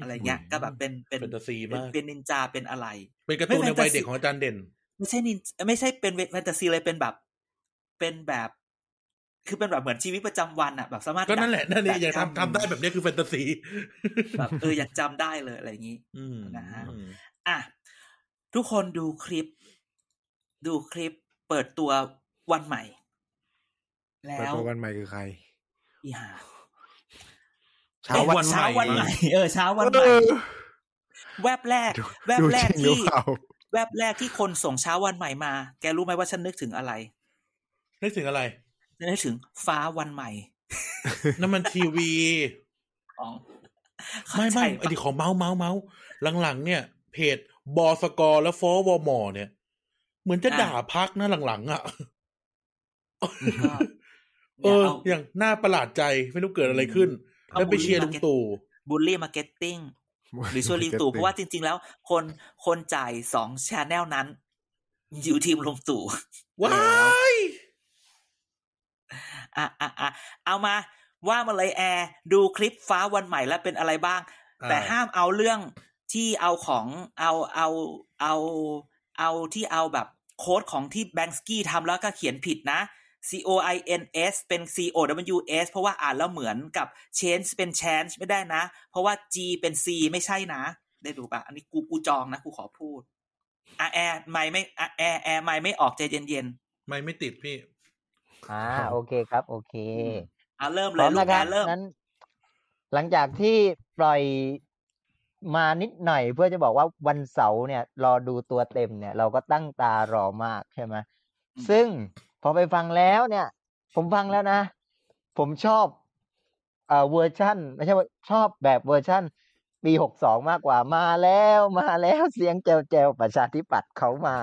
อะไรเงี้ย อืม ก็แบบเป็นเป็น แฟนตาซีมาก เป็นนินจาเป็นอะไร เป็นการ์ตูน ไม่ ใน แฟนตาซี วัยเด็กของอาจารย์เด่น ไม่ใช่นินไม่ใช่เป็นแฟนตาซีเลยเป็นแบบ เป็นแบบ คือเป็นแบบเหมือนชีวิตประจำวันอะแบบสามารถ ก็นั่นแหละนั่นแหละ ดัด อย่าง กล้ม ทำทำได้แบบเนี้ยคือแฟนตาซี แบบเอออยากจำได้เลยอะไรอย่างนี้ อืม นะฮะ อ่ะทุกคนดูคลิป ดูคลิปเปิดตัววันใหม่ แล้ เปิด ว ตัววันใหม่คือใคร อีหา เช้าวัน เช้าวันใหม่ เออเช้าวันให เอ ม่ อ แวบแรก แวบ ดู แรก จริงหรือ ที่ เปล่า แวบแรกที่คนส่งเช้าวันใหม่มา แกรู้ไหมว่าฉันนึกถึงอะไร นึกถึงอะไร ฉันนึกถึงฟ้าวันใหม่ น้ำมันทีวี ของ ไม่ไม่ เข้าใจปะ ไอดีขอเมาส์เมาส์เมาส์หลังๆ เนี่ย เพจบอสกอและฟอวอมอเนี่ย เหมือนจะด่าพักนะหลังๆ อ่ะ ก็ เออ นี่ยา อย่างน่าประหลาดใจไม่รู้เกิดอะไรขึ้น เอา แล้วไปเชียร์ลุงตู่ บูลลี่มาร์เก็ตติ้งหรือช่วยลิงตู่เพราะว่าจริง ๆ แล้ว คนคนจ่ายสองชาแนลนั้น อยู่ทีมลงตู่ ว้าย อ่ะอ่ะอ่ะเอามาว่ามาเลยแอร์ดูคลิปฟ้าวันใหม่แล้วเป็นอะไรบ้าง แต่ อ่ ห้ามเอาเรื่องที่เอาของเอาเอาเอาเอาที่เอาแบบโค้ดของที่แบงสกี้ทำแล้วก็เขียนผิดนะ C O I N S เป็น C O W S เพราะว่าอ่านแล้วเหมือนกับ change เป็น change ไม่ได้นะ เพราะว่า G เป็น C ไม่ใช่นะ ได้ดูปะอันนี้กูกูจองนะกูขอพูดอ่ะแอร์ไม่ไม่อ่ะแอร์แอร์ไม่ไม่ออกใจเย็น ไม่ไม่ติดพี่ อ่าโอเคครับ โอเค ๆอ่ะเริ่ม พ เล ร้อย ม ลู นะ ก ค แอ รับ ร์เริ่ม งั้น หลังจากที่ปล่อยมานิดหน่อย เพื่อจะบอกว่าวันเสาร์เนี่ย รอดูตัวเต็มเนี่ย เราก็ตั้งตารอมากใช่ไหม อืม ซึ่งพอไปฟังแล้วเนี่ย ผมฟังแล้วนะ ผมชอบเอ่อเวอร์ชั่นไม่ใช่ว่าชอบแบบเวอร์ชั่น ปีหกสองมากกว่ามาแล้วมาแล้วเสียงแจวแจวๆประชาธิปัตย์เขา มา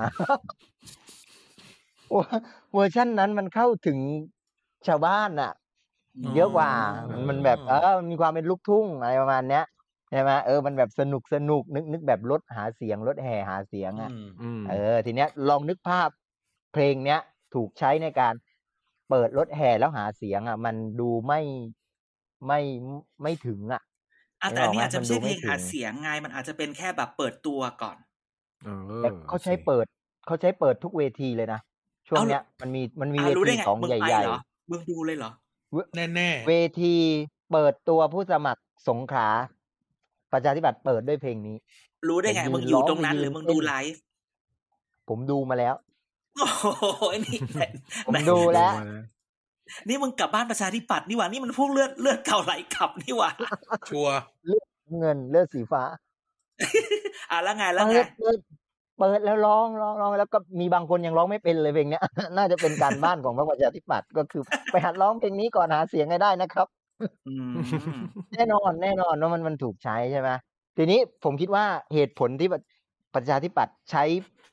เวอร์ชั่นนั้นมันเข้าถึงชาวบ้านอะ เยอะกว่า อ๋อ มันแบบเออมันมีความเป็นลูกทุ่งอะไรประมาณเนี้ยใช่ไหมเออ มันแบบสนุกสนุกนึกนึกแบบรถหาเสียงรถแห่หาเสียงอ่ะ อืม อืม เออ ทีเนี้ยลองนึกภาพเพลงเนี้ย ถูกใช้ในการเปิดรถแห่แล้วหาเสียงอ่ะ มันดูไม่ไม่ไม่ถึงอ่ะ อ่ะแต่อันนี้อาจจะไม่ใช่เพลง มันดูไม่ถึง หาเสียงไงมันอาจจะเป็นแค่แบบเปิดตัวก่อน เออ แต่เขาใช้เปิดเขาใช้เปิดทุกเวทีเลยนะ ช่วง เอาเหรอ เนี้ยมันมีมันมี อ่ะ เว รู้ได้ ที ไง สอง มึงไปใหญ่ เหรอมึงดูเลยเหรอ แน่แน่ๆ ๆ เวทีเปิดตัวผู้สมัครสงขลาประชาธิปัตย์เปิดด้วยเพลงนี้ รู้ได้ไง ผมยืน มึงอยู่ ร้อง ตรงนั้น ไปหยืนรือมึง เต้น ดูไลฟ์ ผมดูมาแล้ว โอ้โหไอ้นี่ ผม ไหน ดูแล้ว นี่มึงกลับบ้านประชาธิปัตย์นี่หว่านี่มันพวกเลือดเลือดเก่าไหลกลับนี่หว่า ชัวร์ เงินเลือดสีฟ้า อ่ะแล้วไงแล้ว เลื ไง อดเลือด เปิดแล้วร้องร้องร้องแล้วก็มีบางคนยังร้องไม่เป็นเลยเพลงเนี้ย น่าจะเป็นการบ้านของพรรคประชาธิปัตย์ก็คือ ไปหัดร้องเพลงนี้ก่อนหาเสียงให้ได้นะครับ อืม แน่นอนแน่นอนว่ามันมันถูกใช้ใช่ไหมทีนี้ผมคิดว่าเหตุผลที่ประประชาธิปัตย์ใช้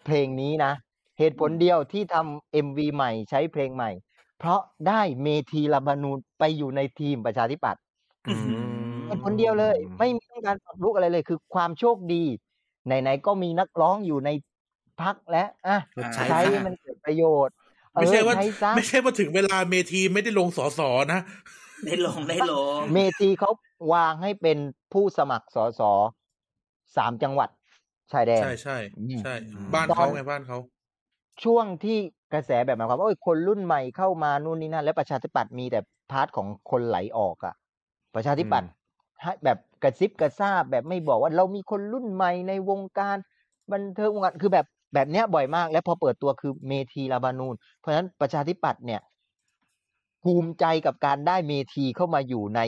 เพลงนี้นะ เหตุผลเดียวที่ทำเอ็มวีใหม่ใช้เพลงใหม่ เพราะได้เมธีลาบานูนไปอยู่ในทีมประชาธิปัตย์ อืม เป็นคนเดียวเลย ไม่มีต้องการปรับลุกอะไรเลย คือความโชคดี ไหนๆก็มีนักร้องอยู่ในพักและอ่ะ ใช้ ใช้ให้มันเกิดประโยชน์เอ ไม่ อ ใช่ว่า ใช้ซะ ไม่ใช่ว่าถึงเวลาเมทีไม่ได้ลงสอสอนะ ได้ลงได้ลง เมธีเขาวางให้เป็นผู้สมัครสสสามจังหวัดชายแดน ใช่ใช่ใช่ บ้าน ตอน เขาไงบ้านเขา ช่วงที่กระแสแบบหมายความว่าโอ้ยคนรุ่นใหม่เข้ามานู่นนี่นั่น แล้วประชาธิปัตย์มีแต่พาร์ทของคนไหลออกอะประชาธิปัตย์ให้แบบกระซิบกระซาบแบบไม่บอกว่าเรามีคนรุ่นใหม่ในวงการบันเทิงวงการคือแบบแบบเนี้ยบ่อยมาก แล้วพอเปิดตัวคือเมธีลาบานูน เพราะฉะนั้นประชาธิปัตย์เนี่ยภูมิใจกับการได้เมธีเข้ามาอยู่ใน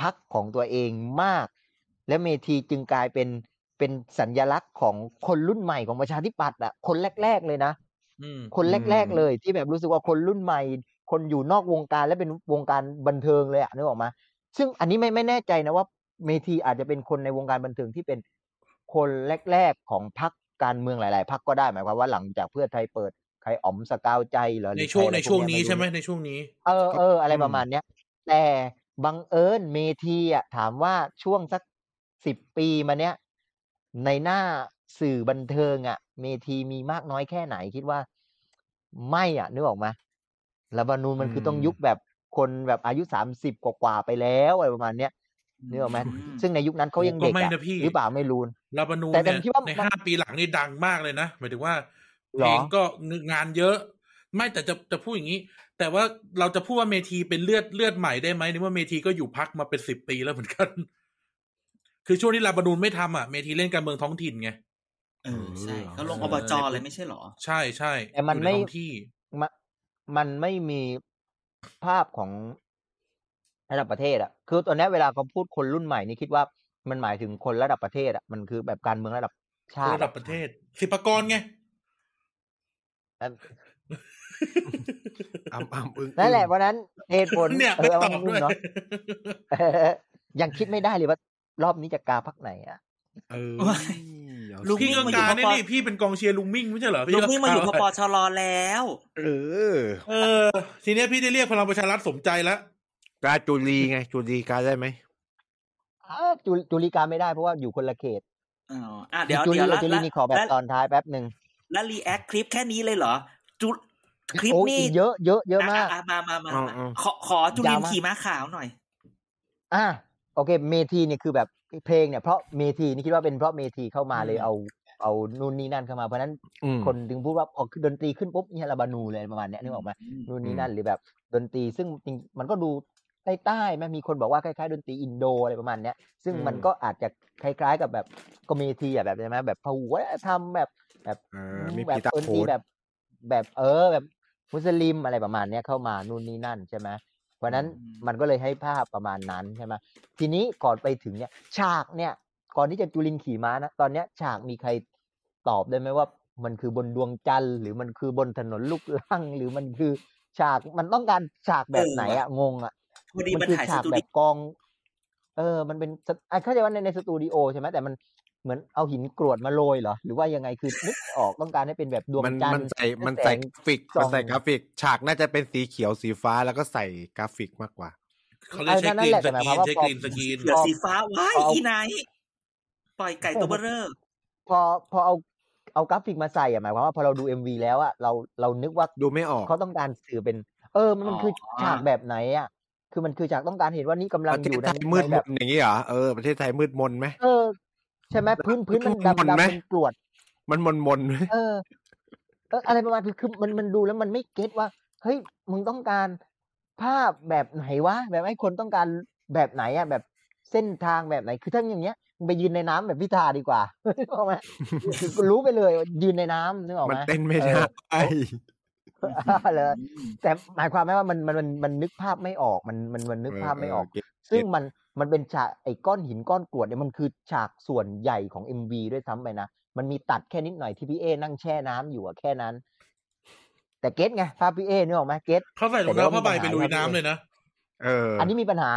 พักของตัวเองมาก และเมธีจึงกลายเป็นเป็นสัญลักษณ์ของคนรุ่นใหม่ของประชาธิปัตย์อะคนแรก ๆ เลยนะ อืม คนแรก ๆ เลยที่แบบรู้สึกว่าคนรุ่นใหม่ คนอยู่นอกวงการและเป็นวงการบันเทิงเลยอะนึกออกมา ซึ่งอันนี้ไม่ไม่แน่ใจนะว่าเมธีอาจจะเป็นคนในวงการบันเทิงที่เป็นคนแรก ๆ ของพรรคการเมืองหลาย ๆพรรคก็ได้หมายความว่าหลังจากเพื่อไทยเปิดใครอ๋อมสกาวใจเหรอหรือ ในช่วง คในรอะไร ช่วง พกเย นี้ใช่ไหม รู้ ในช่วงนี้ เออเอออะไรประมาณเนี้ยแต่บังเอิญเมธีอะถามว่าช่วงสักสิบปีมาเนี้ยในหน้าสื่อบันเทิงอะเมธีมีมากน้อยแค่ไหนคิดว่า ไม่อ่ะนึกออกไหมรัฐธรรมนูญมันคือต้องยุคแบบคนแบบอายุสามสิบกว่าๆไปแล้วอะไรประมาณเนี้ยนึกออกไหมซึ่งในยุคนั้นเขายังเด็ก ก็ไม่ อะ นะพี่ หรือเปล่าไม่รู้ ลาบานูน แต่ เนี่ย ผมคิดว่า ใน มัน ห้าปีหลังนี่ดังมากเลยนะหมายถึงว่า ห เพ ร ล อ งก็งานเยอะ ไม่แต่จะจะพูดอย่างนี้ แต่ว่าเราจะพูดว่าเมทีเป็นเลือดเลือดใหม่ได้ไหมในเมื่อเมทีก็อยู่พักมาเป็นสิบปีแล้วเหมือนกัน คือช่วงที่ลาบานูนไม่ทำอ่ะเมทีเล่นการเมืองท้องถิ่นไง เออใช่เขาลงอบจอะไรไม่ใช่เหรอ ใช่ใช่ แต่มัน อยู่ ไม่ ใท้องที่ มะมันไม่มีภาพของระดับประเทศอะคือตอนเนี้ยเวลาเขาพูดคนรุ่นใหม่นี่คิดว่ามันหมายถึงคนระดับประเทศอะมันคือแบบการเมืองระดับชาติ ระดับประเทศ สิบปกรไง เออ อ้ำอ้ำอึ้ง นั่นแหละเพราะฉะนั้นเหตุผล เนี่ย เอ ไม่ อ ตอมัน บ รุ่ ด้วนย เนาะ เออยังคิดไม่ได้เลยว่ารอบนี้จะกาพักไหนอะ เออ โอ้ย เอา ลุง พี่ สิ ก็ มิ่ง กา มาอยู่พอเนี่ยนี่พี่เป็นกองเชียร์ลุงมิ่งไม่ใช่เหรอพี่ ลุงมิ่งมาอยู่พ ก็ ปชรแล้ว เออ เออ ทีเนี้ยพี่ได้เรียกพลังประชารัฐสมใจแล้ว กาจุลีไง จุลีกาได้ไหม อ่าจุจุลิกาไม่ได้เพราะว่าอยู่คนละเขต อ๋ออ่ะเดี๋ยว จุ เดี๋ ลิ ยว กับจุลินี่ขอแบบ แล้ว ตอนท้ายแป๊บหนึ่ง แล้วรีแอคคลิปแค่นี้เลยเหรอจุคลิป โอ้ย นี่ เยอะเยอะเยอะมาก ะะมามามา อ๋อ มา อ๋อ ขอขอจุลิ ยาน วมาก ขี่ม้าขาวหน่อย อ่ะโอเค เมทีเนี่ยคือแบบเพลงเนี่ยเพราะเมทีนี่คิดว่าเป็นเพราะเมทีเข้ามาเลยเอาเอานู่นนี่นั่นเข้ามาเพราะฉะนั้น อืม คนถึงพูดว่าพอดนตรีขึ้นปุ๊บเนี่ยลาบานูเลยประมาณเนี้ยนึกออกไหมนู่นนี่นั่นหรือแบบดนตรีซึ่งจริงมันก็ดูใต้ใต้ๆไหมมีคนบอกว่าคล้ายๆดนตรีอินโดอะไรประมาณเนี้ยซึ่งมันก็อาจจะคล้าย ๆ กับแบบก็เมทีอ่ะแบบใช่ไหมแบบพหูวัฒนธรรมแบบ เออมี แบ ปี บ ตา คน โข ที่ น แบบแบบเออแบบมุสลิมอะไรประมาณเนี้ยเข้ามานู่นนี่นั่นใช่ไหมเพราะฉะนั้น อืม มันก็เลยให้ภาพประมาณนั้นใช่ไหมทีนี้ก่อนไปถึงเนี่ย ฉากเนี่ย ก่อนที่จะจุลินขี่ม้านะตอนเนี้ยฉากมีใครตอบได้ไหมว่า มันคือบนดวงจันทร์หรือมันคือบนถนนลูกรังหรือมันคือฉากมันต้องการฉากแบบไหนอะงงอะ พอดี มั มัน นคือ ถ่ายส ฉาก ตู แบ ดิ บกอง เออ มันเป็นสตอ่ะเข้าใจว่าในในสตูดิโอใช่ไหมแต่มันเหมือนเอาหินกรวดมาโรยเหรอ หรือว่ายังไงคือนึกไม่ออกต้องการให้เป็นแบบดวง มัน จันท มัน ร์ ใส่ และ มันใส่ แสง กราฟิก ส่อง มันใส่กราฟิก ฉากน่าจะเป็นสีเขียวสีฟ้าแล้วก็ใส่กราฟิกมากกว่า เขาเลยกใช้ เออก นั่ รีนนแหสละแต่หมาย ก ค รี วานมใช้กว่าพอรีนสกรีน เหลือสีฟ้าว้าย เอา อีไหนปล่อยไก่ตัวเบ้อเร่อ พอพอเอาเอากราฟิกมาใส่อะหมายความว่าพอเราดูเอ็มวีแล้วอะเราเรานึกว่า ดูไม่ออก เขาต้องการสื่อเป็น เออ มันมันคือฉากแบบไหนอะคือมันคือฉากต้องการเห็นว่านี่กำประลังอ เทศ ยู่ใน ไทยมืดมในแบบ นอย่างนี้เหรอเออประเทศไทยมืดมนไหม เออ ใช่ไหมพื้นพื้นมัน มน ดำดำ ไหม เป็นกรวด มันมนมนไหม เออเออ อะไรประมาณคือคือมันมันดูแล้วมันไม่เก็ตว่า เฮ้ย มึงต้องการภาพแบบไหนวะ แบบให้คนต้องการแบบไหนอะแบบเส้นทางแบบไหน คือถ้าอย่างเงี้ยมึงไปยืนในน้ำแบบพิธาดีกว่า นึกออกไหมคือกูรู้ไปเลยว่ายืนในน้ำนึกออก มัน ไหม เต้นไม่ เออ ได้ เลย แต่หมายความไหมว่ามันมันมันมันนึกภาพไม่ออกมันมันมันนึกภาพไม่ออก เเเ ซึ่งมันมันเป็นฉากไอ้ก้อนหินก้อนกรวดเนี่ยมันคือฉากส่วนใหญ่ของ MV ด้วยซ้ำไปนะ มันมีตัดแค่นิดหน่อยที่พี่เอนั่งแช่น้ำอยู่อะแค่นั้น แต่เก็ตไงภาพพี่เอนึกออกไหมเก็ต เขาใส่รองเท้าผ้าใบไปลุยน้ำเลยนะ เออ อันนี้มีปัญหา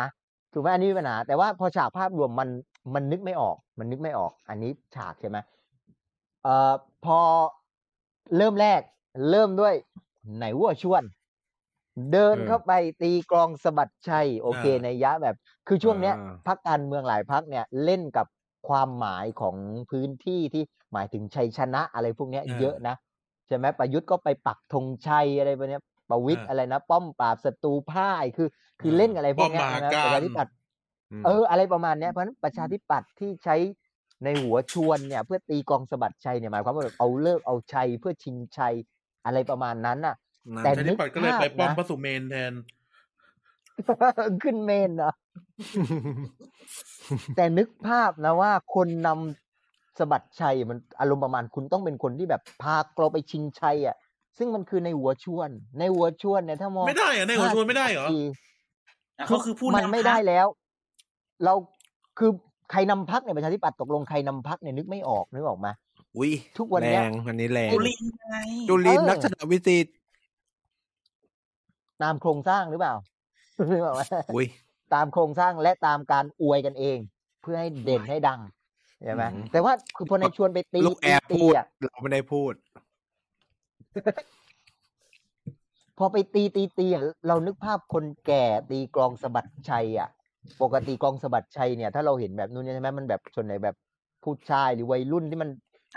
ถูกไหมอันนี้มีปัญหา แต่ว่าพอฉากภาพรวมมันมันนึกไม่ออก มันนึกไม่ออก อันนี้ฉากใช่ไหมเอ่อพอเริ่มแรก เริ่มด้วย ไหนวัวชวน เดินเข้าไปตีกลองสะบัดชัยโอเค อ่า ในยยะแบบ คือช่วงเนี้ย อ่า พักการเมืองหลายพักเนี่ยเล่นกับความหมายของพื้นที่ที่หมายถึงชัยชนะอะไรพวกเนี้ย อ่า เยอะนะใช่ไหมประยุทธ์ก็ไปปักธงชัยอะไรพวกเนี้ยประวิตย อ่า อะไรนะ ป้อมปราบศัตรูพ่ายคือ คือเล่นกับอะไรพวกเนี้ย ป้อมปราบ นะ การ ประชาธิปัตย์เออ อะไรประมาณเนี้ยเพราะฉะนั้นประชาธิปัตย์ที่ใช้ในหัวชวนเนี่ย เพื่อตีกองสะบัดชัยเนี่ยหมายความว่าแบบเอาเลิกเอาชัยเพื่อชิงชัยอะไรประมาณนั้นน่ะ แต่ ชาธิปัตย์ก็เลยไปป้อม นึกภาพนะ พระสุเมนแทน ขึ้นเมนเนาะ แต่นึกภาพนะว่าคนนำสะบัดชัยมันอารมณ์ประมาณคุณต้องเป็นคนที่แบบพาเราไปชิงชัยอ่ะ ซึ่งมันคือในหัวชวน ในหัวชวนเนี่ยถ้ามอง ไม่ได้เหรอในหัวชวนไม่ได้เหรอ ภาพอีก อ่ะ ที เขาคือผู้ มัน นำ ไม่ได้แล้ว เราคือใครนำพักเนี่ยประชาธิปัตย์ตกลงใครนำพักเนี่ยนึกไม่ออกนึกออกมา อุ้ย ทุกวันเนี้ย แรงอันนี้แรง จุลินไง จุลิน เออ ลักษณะวิสิทธิ์ ตามโครงสร้างหรือเปล่านึกออกไหม อุ้ย ตามโครงสร้างและตามการอวยกันเอง เพื่อให้เด่นให้ดังใช่ไหม อืม แต่ว่าคือพอในชวนไปตี ลูกแอบ ตี พูด อ่ะ เราไม่ได้พูด พอไปตีตีตีอ่ะเรานึกภาพคนแก่ตีกลองสะบัดชัยอ่ะ ปกติกลองสะบัดชัยเนี่ย ถ้าเราเห็นแบบนู้นเนี่ยใช่ไหมมันแบบส่วนไหนแบบผู้ชายหรือวัยรุ่นที่มัน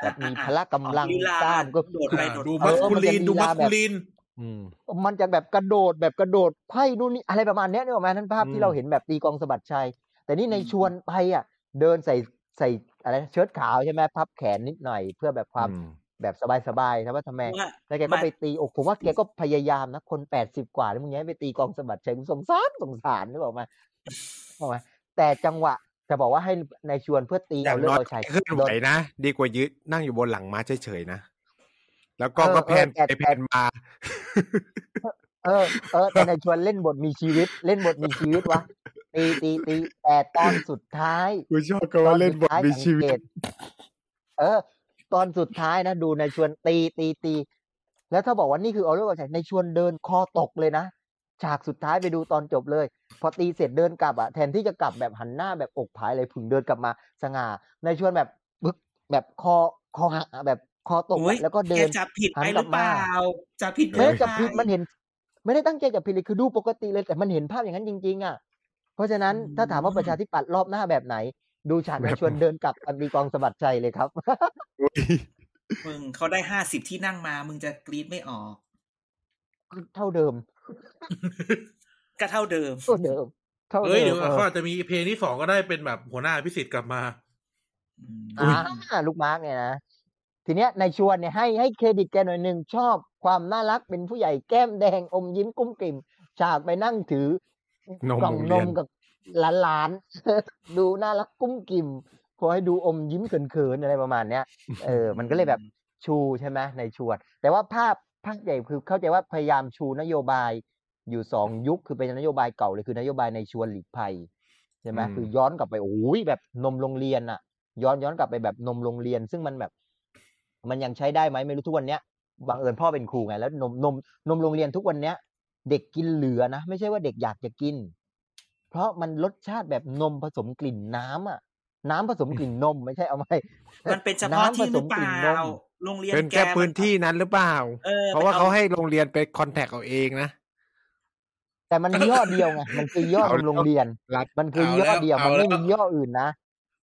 แบบมีพละกำลัง ลีลาก ล้ามก็ โดด อ่า ไปโดด ดู มา มัสคูลีน เออมันจะ ดูมัสลีลาแบบ คูลีน อืม มันจะแบบกระโดดแบบกระโดดไขว้นู่นนี่อะไรประมาณเนี้ยนึกออกไหมนั่นภาพ อื ที่ ม เราเห็นแบบตีกลองสะบัดชัย แต่นี่ในชวนไปอ่ะ เดินใส่ใส่อะไรเชิ้ตขาวใช่ไหมพับแขนนิดหน่อยเพื่อแบบความ อืม แบบสบายๆนะว่าทำไม ว่า แล้วแกก็ มา ไปตีอกผมว่าแกก็พยายามนะ คนแปดสิบกว่าแล้วมึงยังให้ไปตีกองสะบัดชัยกูสงสารสงสารนึกออกมาบอกมาแต่จังหวะจะบอกว่าให้ในายชวนเพื่อตี อย่า เอา ง เรื่อง น้อย เอาชัย เคลื่อนไหวนะ ดีกว่ายืดนั่งอยู่บนหลังม้าเฉยๆนะ แล้วกล้องก็แพนไปแพนมา เออเออแต่ในายชวนเล่นบทมีชีวิต เล่นบทมีชีวิตวะตีตีตีแต่ตอนสุดท้าย กูชอบคำว่าเล่นบทมีชีวิ ตอนสุดท้ายตสังเกเออ ตอนสุดท้ายนะ ดูในายชวนตีตีตี แล้วถ้าบอกว่านี่คือเอาเรื่องเอาชัยในชวนเดินคอตกเลยนะฉากสุดท้ายไปดูตอนจบเลย พอตีเสร็จเดินกลับอะแทนที่จะกลับแบบหันหน้าแบบอกผายเลยผึ่งเดินกลับมาสง่าในายชวนแบบบึกแบบคอคอหักอะแบบคอตก โอ้ย อะแล้วก็เดิ แก น จับผิด หัน ไปห กลั รื บ อเปมาล่าจับผิด ไม่ได้จับ หรือเปล่า ผิดมันเห็น ไม่ได้ตั้งใจจับผิดเลยคือดูปกติเลยแต่มันเห็นภาพอย่างนั้นจริง ๆ อ่ะ เพราะฉะนั้นถ้าถามว่าประชาธิปัตย์รอบหน้าแบบไหน ดูฉาก แบบ ชวนเดินกลับอันดีกองสะบัดใจเลยครับ มึงเขาได้ห้าสิบที่นั่งมา มึงจะกรี๊ดไม่ออก เท่าเดิม ก็เท่าเดิม เท่าเดิมเท่า เอ้ เดิ ยเดี๋ย ม ว เอ เขา อ อาจจะมีเพลงที่สองก็ได้เป็นแบบหัวหน้าพิสิทธิ์กลับมา อ่าลูกมาร์กเนี่ยนะทีเนี้ยนายชวนเนี่ยให้ให้เครดิตแกหน่อยหนึ่งชอบความน่ารักเป็นผู้ใหญ่แก้มแดงอมยิ้มกุ้มกิ่มฉากไปนั่งถือน ม กล่อง โรง น เรียน มกับ หลานๆ ดูน่ารักกุ้มกิ่มพอให้ดูอมยิ้มเขินๆอะไรประมาณเนี้ย เออ มันก็เลยแบบชูใช่ไหมในชวน แต่ว่าภาพภาพใหญ่คือเข้าใจว่าพยายามชูนโยบายอยู่สองยุคคือเป็นนโยบายเก่าเลยคือนโยบายในชวนหลีกภัยใช่ไหม อืม คือย้อนกลับไปโอ้ยแบบนมโรงเรียนอะย้อนย้อนกลับไปแบบนมโรงเรียน ซึ่งมันแบบ มันยังใช้ได้ไหมไม่รู้ทุกวันเนี้ยบังเอิญพ่อเป็นครูไงแล้วนมนมนมโรงเรียนทุกวันเนี้ย เด็กกินเหลือนะไม่ใช่ว่าเด็กอยากจะกิน เพราะมันรสชาติแบบนมผสมกลิ่นน้ำอะน้ำผสมกลิ่นนมไม่ใช่เอาไม่ มันเป็นเฉพาะที่หรือเปล่า น้ำผสมกลิ่นนม โรงเรียน เป็นแค่ มั พื้นที่นั้นหรือเปล่า ออ เพราะว่า ไปอ เขาให้โรงเรียนไปคอนแทคเอาเองนะ แต่มันมีย่อเดียวไง มันคือย่อ เอา นมโรงเรียน รัด มันคือย่อเดียว เอา มัน แล้ว ไม่มีย่ออื่นนะ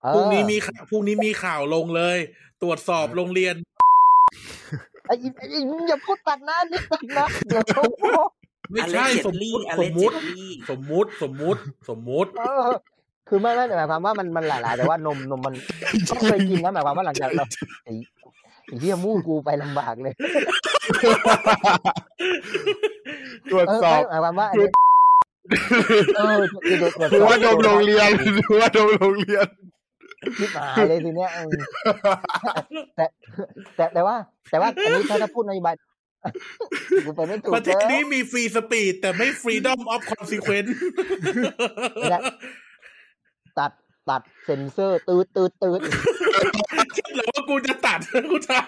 เอ พรุ่งนี้ อ มีข่าวพรุ่งนี้มีข่าวลงเลย ตรวจสอบโรงเรียน ไอ้ไอ้ไอ้ไอ้มึงอย่าพูดตัดหน้านี่ตัดหน้าเดี๋ยวโดนโป้ ไม่ อเล ใช่ เจ ส ด ม ลี่ มุติ อ ส เล ม เจ มุ ด ติ ลี่ สมมุติสมมุติสมมุติ เออ คือไม่ไม่แต่หมายความว่ามันมันหลายๆแต่ว่านมนมมันก็เคยกินนะหมายความว่าหลังจากเราไอ้ไอ้เหี้ยมู่กูไปลำบากเลย ตรวจ เออ สอบไม่หมายความว่าอันนี้เออคือโดน ดูว่านมโรงเรียนดูว่านมโรงเรียน คิดหายเลยทีเนี้ยเออแต่แต่แต่ว่า แต่ว่าอันนี้ถ้าถ้าพูดนโยบายกูไปไม่ถูก ประเทศ เลย นี้มีฟรีสปีดแต่ไม่ฟรีดอมออฟคอนซีเควนต์ และ ตัดตัดเซ็นเซอร์ตืดตืดตืด คิดเหรอว่า กูจะตัด กูจะ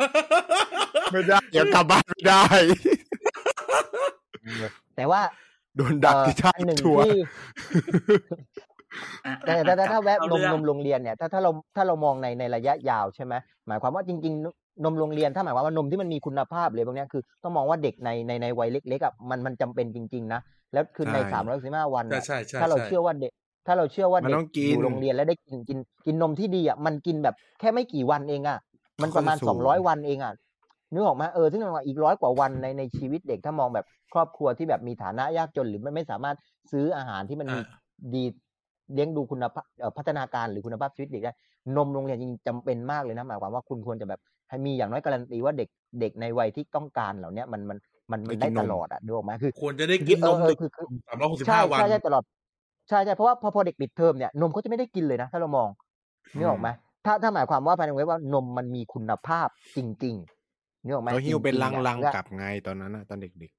ไม่ได้เดี๋ยวกลับบ้านไม่ได้ แต่ว่า โดนดัก เอ่อ ที่ท่า อันหนึ่ง ทัวร์ ที่ อ่ะ แต่แต่แต่ถ้าแวะ เข้ นม เรื่อนง มโรงเรียนเนี่ยถ้าถ้าเราถ้าเรามองในในระยะยาวใช่ไหมหมายความว่าจริง ๆ นมโรงเรียนถ้าหมายความว่านมที่มันมีคุณภาพเลยพวกเนี้ยคือต้องมองว่าเด็กในในในวัยเล็กๆอ่ะมันมันจำเป็นจริง ๆ นะ แล้วคือใน ใช่ สามร้อยสิบห้าวัน ใช่ อะ ใช่ใช่ ถ้าเรา ใช่ เชื่อว่าเด็ก ถ้าเราเชื่อว่า มัน เด็ก ต้องกิน อยู่โรงเรียนแล้วได้กินกินกินนมที่ดีอ่ะมันกินแบบแค่ไม่กี่วันเองอ่ะมันประมาณ ขึ้นสู ส ง องร้อยวันเองอ่ะนึกออกไหมาเออซึ่งมันว่าอีกร้อยกว่าวันในในชีวิตเด็กถ้ามองแบบครอบครัวที่แบบมีฐานะยากจนหรือไม่ไม่สามารถซื้ออาหารที่มันมี อ่ะ ดีเลี้ยงดูคุณภาพเอ่อพัฒนาการหรือคุณภาพชีวิตเด็กได้ นมโรงเรียนจริงจำเป็นมากเลยนะหมายความว่าคุณควรจะแบบให้มีอย่างน้อยการันตีว่าเด็กเด็กในวัยที่ต้องการเหล่าเนี้ยมันมันมันมัน ได้ ได้ กินนม ตลอดอ่ะดูออกไหมคือ ควรจะได้กินนม เออเอ เด็ อกคือคือ สามร้อยหกสิบ ใช่ ห้าวัน ใช่ใช่ตลอดใช่ใช่เพราะว่าพอพอเด็กปิดเทอมเนี่ยนมเขาจะไม่ได้กินเลยนะ ถ้าเรามองนึกออกไหมถ้าถ้าหมายความว่าภายในเว็บว่านมมันมีคุณภาพจริงๆนึกออกไหม เขาหิ้วเป็น จริงๆอะ ลัง แล้ว ๆกลับไงตอนนั้นนะตอนเด็ก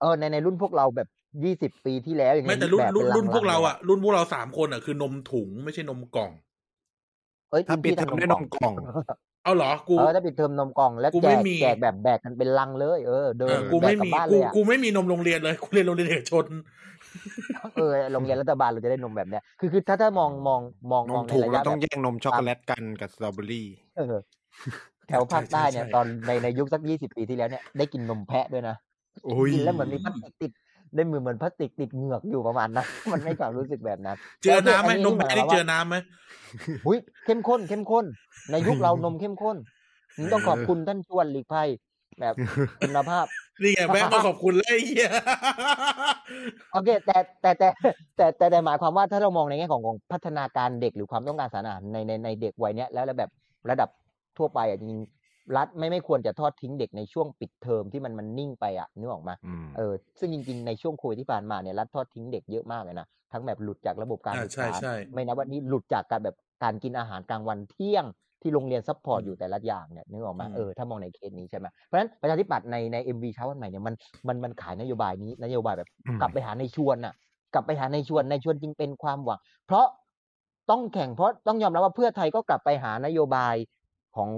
เออในในรุ่นพวกเราแบบยี่สิบปีที่แล้วอย่าง ไม่ เงี้ย แต่รุ่น แบบ รุ่น ป็ รุ่น ลังๆ พวกเรา ลย อ่ะ รุ่นพวกเราสามคนอ่ะคือนมถุงไม่ใช่นมกล่อง เอ้ย ๆ ถ้าปิด พี่ เท ทำ อมได้ ก น ล่อง มกล่อง เอาเหรอกู เออถ้าปิดเทอมนมกล่องแล้ว กู แจ ไม่ ก มี แจกแบบแบกกันเป็นลังเลยเออเดิ เอน อกู แบ ไม่ กกลับ มี บ้านเล กู ยอ่ะ กูไม่มีนมโรงเรียนเลยกูเรียนโรงเรียนเอกชน เออโรงเรียนรัฐบาลเราจะได้นมแบบเนี้ยคือคือถ้าถ้ามองมองมอง น ม ม องใน ถุง ระ เรา ยะ ต้อง แบบ แย่งนมช็อกโกแลตกันกับสตรอเบอรี่ เออแถวภาคใต้เนี่ย ใช่ ตอนในในยุคสักยี่สิบปีที่แล้วเนี่ยได้กินนมแพะด้วยนะ โอ้ย กินแล้วเหมือนมีพลาสติกติดได้มือเหมือนพลาสติกติดเหงือกอยู่ประมาณนั้น มันให้ความรู้สึกแบบนั้น เจอน้ำไหม แต่โเค นมแพะ าย นี่ ความว่า เจอน้ำไหม หุ้ยเข้มข้นเข้มข้น ในยุคเรานมเข้มข้นผมต้องขอบคุณท่านชวนหลีกภัย แบบคุณภาพ นี่ไงแวะมาขอบคุณเลยไอ้เหี้ย โอเคแต่แต่แต่ แต่แต่แต่หมายความว่าถ้าเรามองในแง่ของของพัฒนาการเด็กหรือความต้องการสารอาหารในในในเด็กวัยเนี้ยแล้วแล้วแบบระดับทั่วไปอ่ะจริงๆรัฐไม่ไม่ควรจะทอดทิ้งเด็กในช่วงปิดเทอมที่มันมันนิ่งไปอ่ะนึกออกมา อืม เออซึ่งจริง ๆ ในช่วงโควิดที่ผ่านมาเนี่ยรัฐทอดทิ้งเด็กเยอะมากเลยนะทั้งแบบหลุดจากระบบการ อ่า ศึก ใช่ ษา ใช่ ไม่นะวันนี้หลุดจากการแบบการกินอาหารกลางวันเที่ยงที่โรงเรียนซัพพอร์ตอยู่แต่ละอย่างเนี่ยนึกออกมาเออถ้ามองในเคสนี้ใช่ไหมเพราะฉะนั้นประชาธิปัตย์ในในเอ็มวีเช้าวันใหม่เนี่ยมันมันมันขายนโยบายนี้นโยบายแบบ อืม กลับไปหาในชวนน่ะ กลับไปหาในชวนในชวนจึงเป็นความหวัง เพราะต้องแข่งเพราะต้องยอมรับว่าเพื่อไทยก็กลับไปหานโยบายของ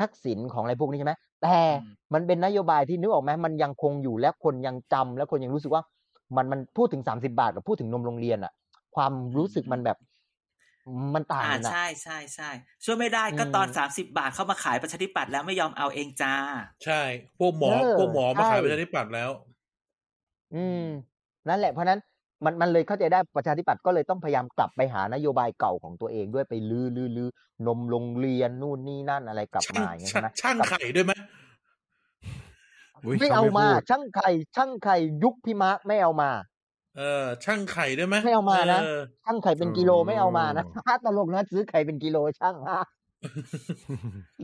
ทักษิณของอะไรพวกนี้ใช่ไหมแต่ อืม มันเป็นนโยบายที่นึกออกไหมมันยังคงอยู่และคนยังจำและคนยังรู้สึกว่า มันมันพูดถึงสามสิบาทกับพูดถึงนมโรงเรียนอะความรู้สึกมันแบบ มันต่าง อ่า กันอะ ใช่ใช่ใช่ช่วยไม่ได้ก็ อืม ตอนสามสิบาทเข้ามาขายประชาธิปัตย์แล้วไม่ยอมเอาเองจ้า ใช่ พวกหมอ เออ พวกหมอมาขาย ใช่ ประชาธิปัตย์แล้ว อืมนั่นแหละเพราะฉะนั้นมันมันเลยเข้าใจได้ประชาธิปัตย์ก็เลยต้องพยายามกลับไปหานโยบายเก่าของตัวเองด้วยไปลือลือลือนมโรงเรียนนู่นนี่นั่นอะไรกลับ ช่าง มาอย่างเงี้ยใช่ไหม ช่าง กลับ ไข่ด้วยไหม อุ๊ย ไม่ ข เอามา พูด ช่างไข่ช่างไข่ยุคพี่มาร์คไม่เอามา เออ ช่างไข่ด้วยไหม ไม่เอามานะ เออ ช่างไข่เป็นกิโลไม่เอามานะ ตลกนะซื้อไข่เป็นกิโลช่าง ฮะ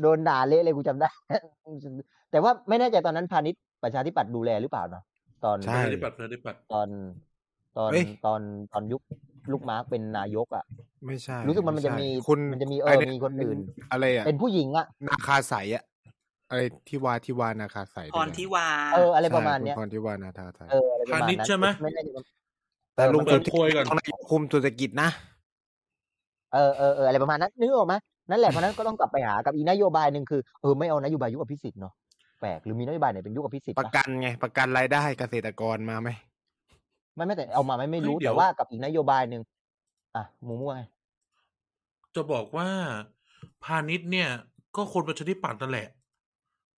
โดนด่าเละเลยกูจำได้ แต่ว่าไม่แน่ใจตอนนั้นพาณิชย์ประชาธิปัตย์ดูแลหรือเปล่าเนาะตอน ป ใช่ ระชาธิปัตย์ประชาธิปัตย์ ตอนตอน เอ้ย ตอนตอนยุคลูกมาร์กเป็นนายกอ่ะ ไม่ใช่ รู้สึกมันมันจะ ไใช่ มี คุณ มันจะมีเออ ไเย มีคนอื่น อะไรอะ เป็นผู้หญิงอ่ะ นาคาใสอะอะไรที่วาที่วานาคาใส พรทิวา เอออะไรประมาณเนี้ย ใช่คุณพรที่วานาคาใส เอออะไรประ พา มาณ ณิชย์ นั้น ใช่ไหม ไม่แน่ใจว่า แต่ลุง เปิ สุ ด เท โพย พ ก่อน ต้องนายกคุมเศรษฐกิจนะ เออเออเอออะไรประมาณนั้นนึกออกไหมนั่นแหละเพราะฉะนั้นก็ต้องกลับไปหากับอีกนโยบายหนึ่งคือเออไม่เอานโยบายยุคอภิสิทธิ์เนาะแปลกหรือมีนโยบายไหนเป็นยุคอภิสิทธิ์ ป ปะ ระกันไง ประกันรายได้เกษตรกรมาไหม ไม่ไม่แต่เอามาไม่ไม่ เฮ้ย รู้ เดี๋ย แต่ ว ว่ากับอีกนโยบายหนึ่งอ่ะหมูม่วงไง จะบอกว่าพาณิชย์เนี่ย ก็คนประชาธิปัตย์นั่นแหละ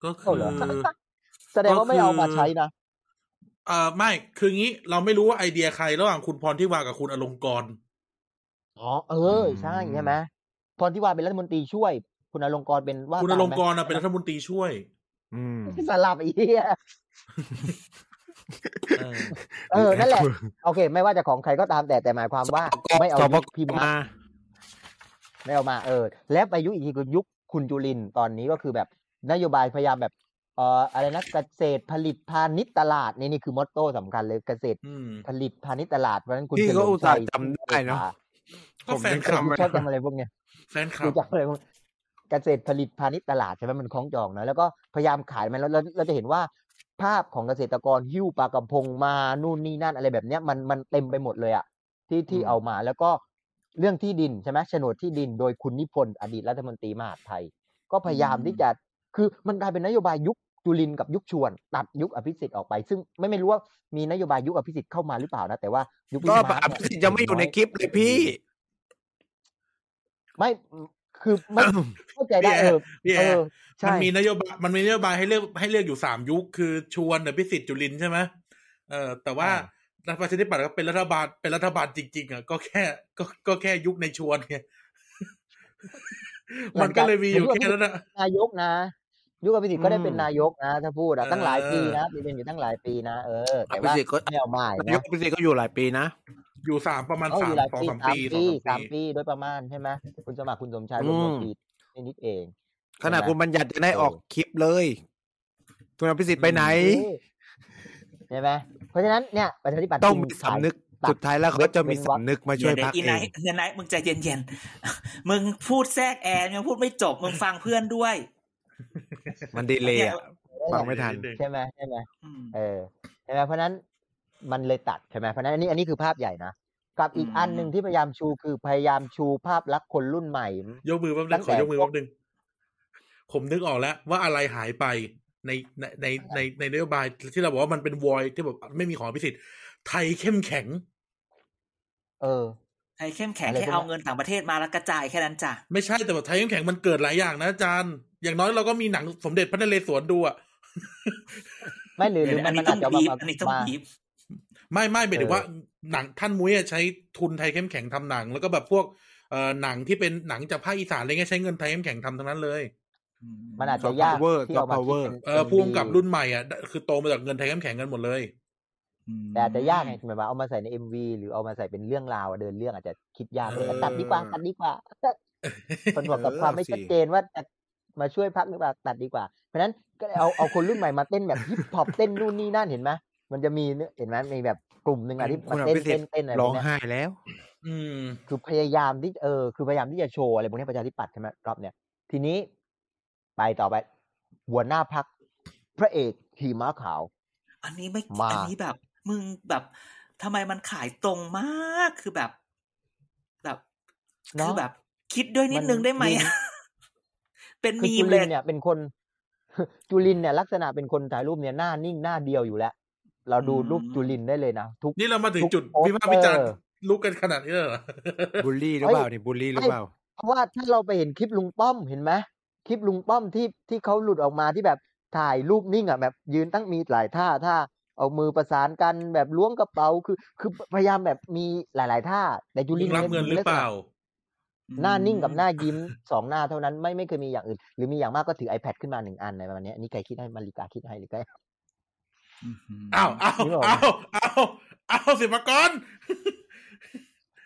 ก็ เอา คื เหร อ อ แสดงว่าไม่เอามาใช้นะ เออไม่คืองี้ เราไม่รู้ว่าไอเดียใครระหว่างคุณพรที่วากับคุณอลงกรณ์ อ๋อเออใช่ใช่ไหมพรทิวาเป็นรัฐมนตรีช่วย คุณอลงกรณ์เป็นว่า คุณอลงกรณ์น่ะเป็น รั รัฐมนตรีช่วย อืม สลับอีกเหี้ย เออ เออนั่นแหละ โอเค ไม่ว่าจะของใครก็ตามแต่แต่หมายความว่า ไม่เอา สป ยุค พิมพิมพ์ มา ไม่เอามาเออ แล้วไปยุคอีกทีคือยุคคุณจุลินทร์ตอนนี้ก็คือแบบนโยบายพยายามแบบเอ่ออะไรนะเกษตรผลิตพาณิชย์ตลาดนี่นี่คือมอตโต้สำคัญเลยเกษตร อืม ผลิตพาณิชย์ตลาดเพราะฉะนั้นคุณ พี่ เฉลิ ก็ ม อุต ชั ส่าห์ ย จำได้เนอะ ก็แฟนค เอ ลั อบกูชอบจำอะไรพวกเนี้ย แฟนคลั กู บ จำอะไรพวกเกษตรผลิตพาณิชย์ตลาดใช่ไหมมันคล้องจองนะแล้วก็พยายามขายมันแล้วเราเราจะเห็นว่า ภาพของเกษตรกรหิ้วปลากระพงมานู่นนี่นั่นอะไรแบบเนี้ยมันมันเต็มไปหมดเลยอะที่ที่ อืม เอามาแล้วก็เรื่องที่ดินใช่ไหมโฉนดที่ดินโดยคุณนิพนธ์อดีตรัฐมนตรีมหาดไทย ก็พยายาม อืม ที่จะคือมันกลายเป็นนโยบายยุคจุลินทร์กับยุคชวน ตัดยุคอภิสิทธิ์ออกไป ซึ่งไม่ไม่รู้ว่ามีนโยบายยุคอภิสิทธิ์เข้ามาหรือเปล่านะแต่ว่ายุค ก็ พี่มาอร์คเนี่ ภิสิทธิ์ยังไม่อยู่ในคลิปเลยพี่ ไม่คือไม่เข้าใจได้เออ พี่แอ เออ ร์ ใช่ มันมีนโยบายมันมีนโยบายให้เลือกให้เลือกอยู่สามยุค คือชวนอภิสิทธิ์จุลินทร์ใช่ไหมเออแต่ว่ารัฐประชาธิปัตย์ก็เป็นรัฐบาลเป็นรัฐบาลจริง ๆอ่ะก็แค่ก็ก็แค่ยุคในชวนไง มันก็เลยมีอยู่แค่นั้นอะ นายกนะยุคอภิสิทธิ์ก็ได้เป็น อืม นายกนะ ถ้าพูดอะ เออ ตั้งหลายปีนะเป็นอยู่ตั้งหลายปีนะเออ อ แต่ ภิ ว่า สิทธิ์ก็ ไม่เอามาอีก นาย นะ กอภิสิทธิ์ก็อยู่หลายปีนะ อยู่สามประมาณ เขา สามอยู่หลาย สอง ปี สาม สาม ปีสองสาปีสาม ม ปี ปีโดยประมาณใช่ไหมคุณสมัครคุณสมชายรวม อืม ตัวปีนิดๆเอง ขนาดคุณบัญญัติจะได้ออกคลิปเลยคุณอภิสิทธิ์ไปไหน ใช่ไหมเพราะฉะนั้นเนี่ยประชาธิปัตย์ ต้อง จึ มีสำนึก สาย สุดท้ายแล้วเขาจะมีสำนึกมาช่วย เดี๋ พั ยว ก อี เอ ไน ง ท์เดี๋ยวไนท์มึงใจเย็นๆ มึงพูดแทรกแอนมึงพูดไม่จบ มึงฟังเพื่อนด้วย มันดีเลยอ่ะ ตัด ฟังไม่ทัน ใช่ไหมใช่ไหม อืม เออใช่ไหมเพราะฉะนั้นมันเลยตัดใช่ไหมเพราะฉะนั้นอันนี้อันนี้คือภาพใหญ่นะกับอีก อืม อันหนึ่งที่พยายามชูคือพยายามชูภาพลักษณ์คนรุ่นใหม่ ยกมือแป๊บ ตั้ นึง ง ขอ แต่ ยกมือแป๊บนึงผมนึกออกแล้ว ว่าอะไรหายไปในในในในในนโยบายที่เราบอกว่ามันเป็นวอยที่แบบไม่มีของพิสิทธิ์ไทยเข้มแข็ง เออ ไทยเข้มแข็ง อะไร แค่ ประมาณ เอาเงินต่างประเทศมาแล้วกระจายแค่นั้นจ้ะ ไม่ใช่แต่แบบไทยเข้มแข็งมันเกิดหลายอย่างนะอาจารย์ อย่างน้อยเราก็มีหนังสมเด็จพระนเรศวรดูอะ ไม่หรือหรือ เดี๋ยวนะ มั อันนี้ต้องนมันอาจจะ บีบ มา อันนี้ต้อง มา บีบ ไม่ไม่หมายถึง เออ ว่าหนังท่านมุ้ยอะใช้ทุนไทยเข้มแข็งทำหนัง แล้วก็แบบพวกเอ่อหนังที่เป็นหนังจากภาคอีสานอะไรเงี้ยใช้เงินไทยเข้มแข็งทำทั้งนั้นเลย มันอาจ ซ จะ อฟต์ ยาก พาวเวอร์ ที่ ซอฟต์เอามา พาวเว คิ อร์ ด เออพ่วงกับ เป็ MV รุ่นใหม่อ่ะคือโตมาจากเงินไทยเข้มแข็งกันหมดเลย แต่อาจจะยากไงหมายว่าเอามาใส่ในเอ็มวีหรือเอามาใส่เป็นเรื่องราวเดินเรื่องอาจจะคิดยากเลย เออ ตัดดีกว่าตัดดีกว่า ผนวกกับความไม่ชัดเจนว่าจะมาช่วยพักหรือเปล่าตัดดีกว่า เพราะฉะนั้นก็เลยเอาเอาคนรุ่นใหม่มาเต้นแบบฮิปฮอปเต้นนู่นนี่นั่นเห็นไหมมันจะมีเนี่ยเห็นไหมมีแบบกลุ่มหนึ่งอะที่ คุณมาอ เต้น ภิสิท เต้น ธิ์ เต้นอะไรพ ร้อ ว ง กเนี้ย ไห้แล้ว อืม คือพยายามที่เออคือพยายามที่จะโชว์อะไรพวกเนี้ยประชาธิปัตย์ใช่ไหมรอบเนี้ยทีนี้ไปต่อไปหัวหน้าพักพระเอกขี่ม้าขาว อันนี้ไม่ มา อันนี้แบบ มึงแบบทำไมมันขายตรงมากคือแบบ แบบ เนาะ คือแบบ คิดด้วยนิดนึงได้ไหม มัน เป็น คือ มี จุ มเล ลิ ย นเนี่ยเป็นคน จุลินเนี่ย ลักษณะเป็นคนถ่ายรูปเนี่ยหน้านิ่งหน้าเดียวอยู่แล้ว เราดูรูป อืม จุลินได้เลยนะทุก นี่เรามาถึง ทุก จุด โปสเตอร์ วิพากษ์วิจารณ์ลุกกันขนาดนี้เลยเหรอ บูลลี่หรือเปล่านี่บูลลี่หรือเป ล่า เพราะว่าถ้าเราไปเห็นคลิปลุงป้อมเห็นไหมคลิปลุงป้อมที่ที่เขาหลุดออกมาที่แบบถ่ายรูปนิ่งอ่ะแบบ ยืนตั้งมีหลายท่าท่าเอามือประสานกันแบบล้วงกระเป๋าคือ คือพยายามแบบมีหลาย ๆ ท่าแต่จุ ลุ ลิ ง น รับ ย เงินหรือเปล่า หน้านิ่งกับหน้ายิ้ม สองหน้าเท่านั้นไม่ไม่เคยมีอย่างอื่น หรือมีอย่างมากก็ถือ iPad ขึ้นมาหนึ่งอันอะไรประมาณเนี้ยอันนี่ใครคิดให้มาริกาคิดให้หรือใคร อ้าวอ้าว นึกออกไหม อ้าวอ้าวอ้าวสิบกร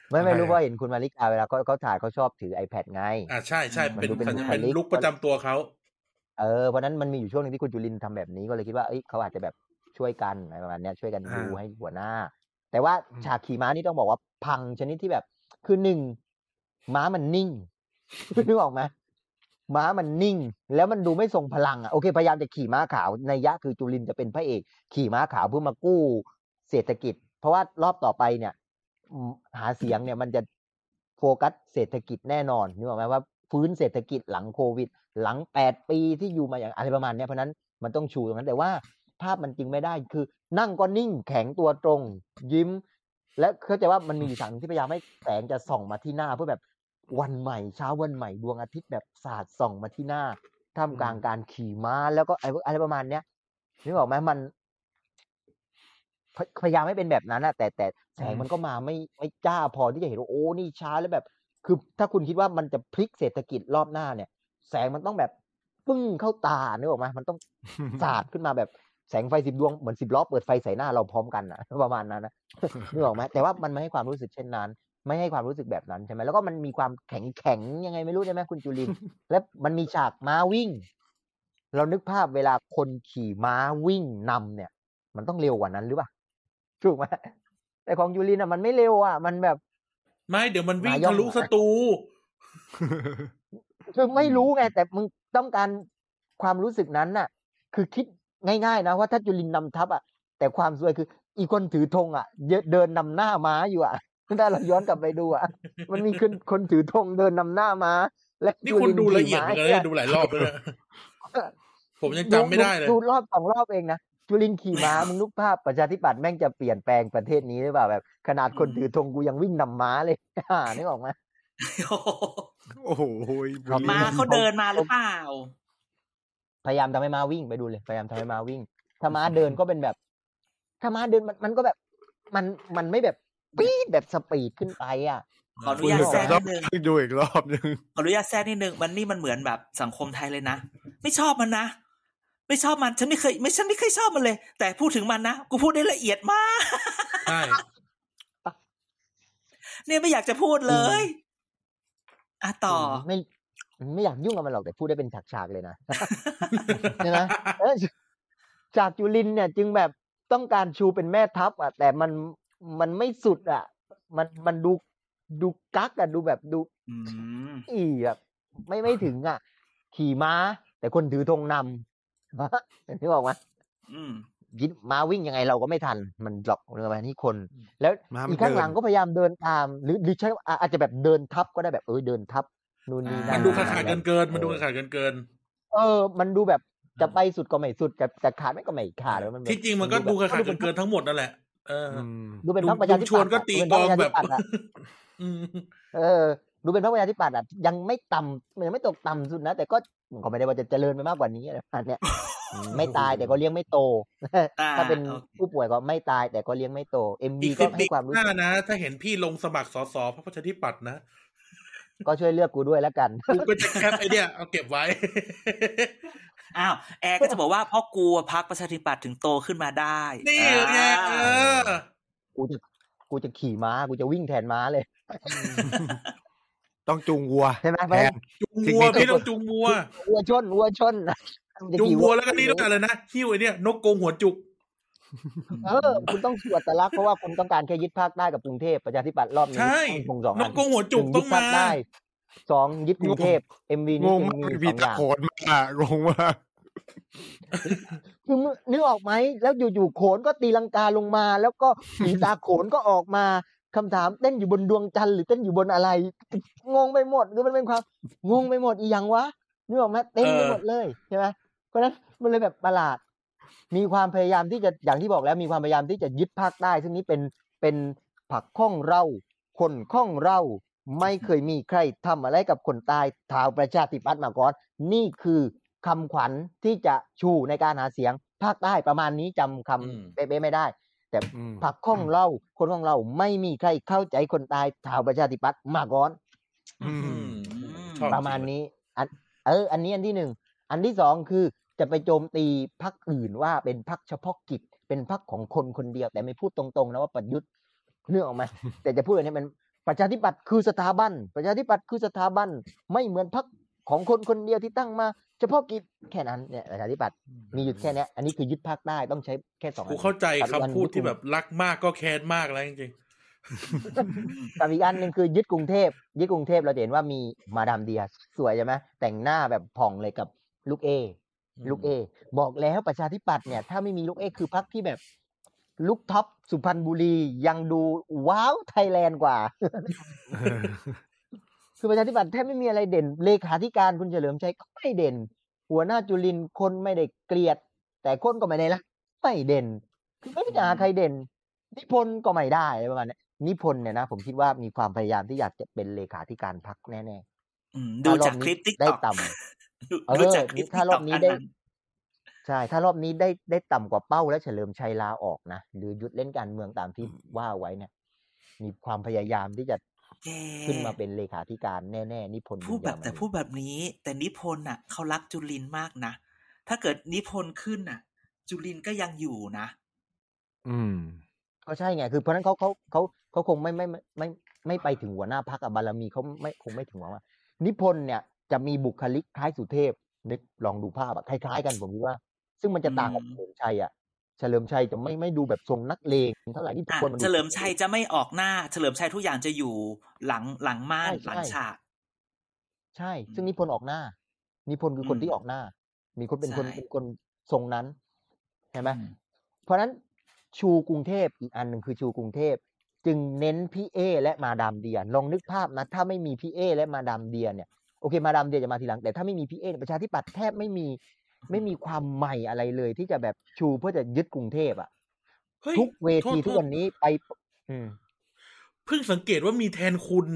ไม่ไม่รู้ อะไรอะ ว่าเห็นคุณมาริกาเวลาเขาเขาถ่ายเขาชอบถือ iPad ไง อ่าใช่ใช่ มัน เป็น ดูเป็น สัญ บุ ญา คลิ เป็ ก นลุกประจำตัวเขา เออเพราะฉะนั้นมันมีอยู่ช่วงหนึงที่คุณจุลินทำแบบนี้ก็เลยคิดว่าเอ้ยเขาอาจจะแบบช่วยกันอะไรประมาณเนี้ยช่วยกันดูให้หัวหน้า แต่ว่าฉากขี่ม้านี่ต้องบอกว่าพังชนิดที่แบบคือหนึ่งม้ามันนิ่ง นึกออกไหมม้ามันนิ่ง แล้วมันดูไม่ทรงพลังอ่ะโอเคพยายามจะขี่ม้าขาวในยยะคือจุลินจะเป็นพระเอก ขี่ม้าขาวเพื่อมากู้เศรษฐกิจ เพราะว่ารอบต่อไปเนี่ยอืมหาเสียงเนี่ยมันจะโฟกัสเศรษฐกิจแน่นอนนึกออกไหมว่าฟื้นเศรษฐกิจหลังโควิด หลังแปดปีที่อยู่มาอย่างอะไรประมาณเนี้ยเพราะฉะนั้นมันต้องชูตรงนั้นแต่ว่าภาพมันจริงไม่ได้คือ นั่งก็นิ่งแข็งตัวตรง ยิ้ม และเข้าใจว่ามันมีอยู่ฉากหนึ่งที่พยายามให้แสงจะส่องมาที่หน้า เพื่อแบบวันใหม่เช้าวันใหม่ดวงอาทิตย์แบบสาดส่องมาที่หน้าท่ามกลางการขี่ม้าแล้วก็อะไรอะไรประมาณเนี้ยนึกออกไหมมันพยพยายามให้เป็นแบบนั้นนะแต่แต่แสงมันก็มาไม่ไม่จ้าพอที่จะเห็นว่าโอ้นี่ช้าแล้วแบบ คือถ้าคุณคิดว่ามันจะพลิกเศรษฐกิจรอบหน้าเนี่ย แสงมันต้องแบบปึ้งเข้าตานึกออกไหมมันต้อง สาดขึ้นมาแบบแสงไฟสิบดวงเหมือนสิบล้อเปิดไฟใส่หน้าเราพร้อมกันนะ ประมาณนั้นนะ นึกออกไหมแต่ว่ามันไม่ให้ความรู้สึกเช่นนั้น ไม่ให้ความรู้สึกแบบนั้นใช่ไหมแล้วก็มันมีความแข็งแข็งๆยังไงไม่รู้ใช่ไหมคุณจุลิน และมันมีฉากม้าวิ่ง เรานึกภาพเวลาคนขี่ม้าวิ่งนำเนี่ย มันต้องเร็วกว่านั้นหรือเปล่าถูกไหมแต่ของยูรินอ่ะมันไม่เร็วอ่ะมันแบบ ไม่เดี๋ยวมันวิ่ง มาย่อง ทะลุสตู คือไม่รู้ไงแต่มึงต้องการความรู้สึกนั้นน่ะ คือคิดง่ายๆนะว่าถ้าจุลินนำทัพอ่ะแต่ความสวยคือ อีกคนถือธงอ่ะเยอะเดินนำหน้าม้าอยู่อ่ะถ้าเราย้อนกลับไปดูอ่ะ มันมีคนคนถือธงเดินนำหน้าม้า และ นี่คุณดูละเอียดเหมือนกันนะดูหลายรอบ แล้วนะผมยังจำไม่ได้เลย ดูรอบสองรอบเองนะจุลินขี่ม้า มึงนึกภาพประชาธิปัตย์แม่งจะเปลี่ยนแปลงประเทศนี้หรือเปล่าแบบ ขนาดคนถือธงกูยังวิ่งนำม้าเลย อ่านึกออกไหม โอ้โห โอ้โห ครับ มาเขาเดินมาหรือเปล่า พยายามทำให้ม้าวิ่งไปดูเลยพยายามทำให้ม้าวิ่ง ถ้าม้าเดินก็เป็นแบบ ถ้าม้าเดินมันมันก็แบบ มันมันไม่แบบปี๊ดแบบสปีดขึ้นไปอ่ะ ขออนุญาตแทรกนิดนึง ดูอีกรอบหนึง ขออนุญาตแทรกนิดนึงมันนี่มันเหมือนแบบสังคมไทยเลยนะ ไม่ชอบมันนะ ไม่ชอบมันฉันไม่เคย ไม่ฉันไม่เคยชอบมันเลย แต่พูดถึงมันนะกูพูดได้ละเอียดมาก ใช่ เนี่ยไม่อยากจะพูดเลยอ่ะต่อ ไม่ไม่อยากยุ่งกับมันหรอกแต่พูดได้เป็นฉากๆเลยนะ ใช่ไหม เออจากจุลินเนี่ยจึงแบบต้องการชูเป็นแม่ทัพอ่ะแต่มันมันไม่สุดอ่ะ มันมันดูดูกักอ่ะดูแบบดู อืม อีแบบไม่ไม่ถึงอ่ะ ขี่ม้า แต่คนถือธงนำ อย่างที่บอกว่า อืม ยิดม้าวิ่งยังไงเราก็ไม่ทัน มันหลอกเรือมาที่คน แล้วอีกข้างหลังก็พยายามเดินตาม หรือหรือใช่อ่ะอาจจะแบบเดินทับก็ได้แบบเออเดินทับนู่นนี่มันั่นนดูขาดขาดเกินเกินๆมันดูขาดขาดเกินเกิน เออ มันดูแบบจะไปสุดก็ไม่สุดจะจะขาดไม่ก็ไม่ขาดแล้วมัน ๆ แบบ ที่จริงมันก็ดูขาดขาดเกินเกินๆทั้งหมดนั่นแหละ เอออ ดูเป็นพรรคประชาธิ ลุงช ปั ว ต น ย์ ก็ อะ ตี ดูเป็น ก พลองรรคประชา แบบธิปัตย์อะ อืม เออ ดูเป็นพรรคประชาธิปัตย์อะยังไม่ต่ำมันยังไม่ตกต่ำสุดนะ แต่ก็ก็ไม่ได้ว่าจะเจริญไปมากกว่านี้อะไรประมาณเนี้ย ไม่ตายแต่ก็เลี้ยงไม่โต อ่า ถ้าเป็น โอเค ผู้ป่วยก็ไม่ตายแต่ก็เลี้ยงไม่โตเอ็ม อี ดี ก ก็ สิบปี ให้ความรู้ หน้านะ ถ้าเห็นพี่ลงสมัครสสพระประชาธิปัตย์นะ ก็ช่วยเลือกกูด้วยแล้วกัน กูก็จะแคปไอเดียเอาเก็บไว้ อ้าวแอร์ก็จะบอกว่าเพ่อกูอะพักประชาธิปัตย์ถึงโตขึ้นมาได้ นี่ไง อ่า เออ กูจะกูจะขี่ม้ากูจะวิ่งแทนม้าเลย ต้องจูงวัว ใช่ไหม แทน จุงวัวพี่ต้องจุงวัว วัวชนวัวชน มึจะ จุง ขี่ วัวแล้วก็นี่ด้วยกันเลยนะหิ้วไอเนี้ยนกกรงหัวจุก เออคุณต้องสวดแต่ลักษณ์เพราะว่าคุณต้องการแค่ยึดภาคใต้กับกรุงเทพประชาธิปัตย์รอบนี้ ใช่ ต้องคงสอนงอั ก น กรงหัวจุก ห ต้องนึ่ยึด มา ภาคใต้สองยึดกรุงเทพเอ็มวี ง นี่ ง คือ มาก มี พี สตะองอย่าง โขนมากงงมาก คือนึกออกไหมแล้วอยู่ๆโขนก็ตีลังกาลงมา แล้วก็ผีตาโขนก็ออกมาคำถามเต้นอยู่บนดวงจันทร์หรือเต้นอยู่บนอะไรงงไปหมดคือมันเป็นความงงไปหมดอีหยังวะนึกออกไหมเต้นไปหมดเลยใช่ไหมเพราะฉะนั้นมันเลยแบบประหลาด มีความพยายามที่จะอย่างที่บอกแล้วมีความพยายามที่จะยึดภาคใต้ซึ่งนี้เป็นเป็นผักข้องเรา คนข้องเราไม่เคยมีใครทำอะไรกับคนใต้ชาวประชาธิปัตย์มาก่อน นี่คือคำขวัญที่จะชูในการหาเสียง ภาคใต้ประมาณนี้จำคำ อืม เป๊ะๆไม่ได้ แต่ อืม ผักข้องเรา คนของเราไม่มีใครเข้าใจคนใต้ชาวประชาธิปัตย์มาก่อน อืม ชอบ ประมาณนี้อันเออ อันนี้อันที่หนึ่ง อันที่สองคือจะไปโจมตีพักอื่นว่าเป็นพักเฉพาะกิจ เป็นพักของคนคนเดียว แต่ไม่พูดตรงๆนะว่าประยุทธ์เรื่องออกมา แต่จะพูดอันนี้มันประชาธิปัตย์คือสถาบัน ประชาธิปัตย์คือสถาบัน ไม่เหมือนพักของคนคนเดียวที่ตั้งมา เฉพาะกิจแค่นั้นเนี่ยประชาธิปัตย์มีหยุดแค่เนี้ยอันนี้คือยึดภาคใต้ต้องใช้แค่สองอั กู น เข้าใจ ปัจจุบัน คำพูดที่แบบรักมากก็แค้นมากแล้วจริง กับอีกอันหนึ่งคือยึดกรุงเทพยึดกรุงเทพเราจะเห็นว่ามีมาดามเดียสวยใช่ไหมแต่งหน้าแบบผ่องเลยกับลูกเอ ๆ ลูกเอ บอกแล้วประชาธิปัตย์เนี่ยถ้าไม่มีลูกเอ คือพักที่แบบ ลูกท็อปสุพรรณบุรียังดูว้าวไทยแลนด์กว่า คือประชาธิปัตย์แทบไม่มีอะไรเด่น เลขาธิการคุณเฉลิมชัยก็ไม่เด่น หัวหน้าจุลินทร์คนไม่ได้เกลียด แต่คนก็ไม่ได้ละไม่เด่น คือไม่รู้จะหาใครเด่น นิพนธ์ก็ไม่ได้อะไรประมาณนี้นิพนธ์เนี่ยนะผมคิดว่ามีความพยายามที่อยากจะเป็นเลขาธิการพักแน่ อืม ๆ ดู ถ้ารอ จาก บ คลิ นี้ ปติ๊ก ได้ ต็อก ต่ำ เออ ดูจากคลิป ถ้า ติ๊ก ร ต็ อ อบ ก นี้ อัน ได้ นั้น ใช่ ถ้ารอบนี้ได้ได้ต่ำกว่าเป้าและเฉลิมชัยลาออกนะ หรือหยุดเล่นการเมืองตามที่ว่าไว้เนี่ย มีความพยายามที่จะ แย่ ขึ้นมาเป็นเลขาธิการแน่ ๆ นิพนธ์ พูดแบบแต่ ยืนยันมาเลย พูดแบบนี้ แต่นิพนธ์น่ะเขารักจุลินมากนะถ้าเกิดนิพนธ์ขึ้นน่ะ จุลินก็ยังอยู่นะ อืม ก็ใช่ไง คือเพราะฉะนั้นเขาเขาเขาเขาคงไม่ไม่ไม่ไม่ไม่ไม่ไปถึงหัวหน้าพักบารมีเขาไม่คงไม่ถึงหวังว่านิพนธ์เนี่ยจะมีบุคลิกคล้ายสุเทพนึกลองดูภาพอะคล้ายๆกันผมคิดว่า ซึ่งมันจะต่างกับเฉลิมชัยอะเฉลิมชัยจะไม่ไม่ดูแบบทรงนักเลงเท่าไหร่ที่ อ่ะ คนมันดู เฉลิมชัยจะไม่ออกหน้า เฉลิมชัยทุกอย่างจะอยู่หลังหลังม่าน ใช่ หลัง ใช่ ฉาก ใช่ อืม ซึ่งนิพนธ์ออกหน้า นิพนธ์คือคนที่ออกหน้า มีคนเป็นคน ใช่ เป็นคนทรงนั้นใช่ไหม อืม เพราะฉะนั้นชูกรุงเทพอีกอันหนึ่งคือชูกรุงเทพ จึงเน้นพี่เอ และมาดามเดีย ลองนึกภาพนะ ถ้าไม่มีพี่เอ และมาดามเดียเนี่ย โอเค มาดามเดียจะมาทีหลัง แต่ถ้าไม่มีพี่เอเนี่ยประชาธิปัตย์แทบไม่มีไม่มีความใหม่อะไรเลย ที่จะแบบชูเพื่อจะยึดกรุงเทพอ่ะ เฮ้ย ทุกเว โทษ ที โทษ ทุกวันนี้ไป อืม เพิ่งสังเกตว่ามีแทนคุณ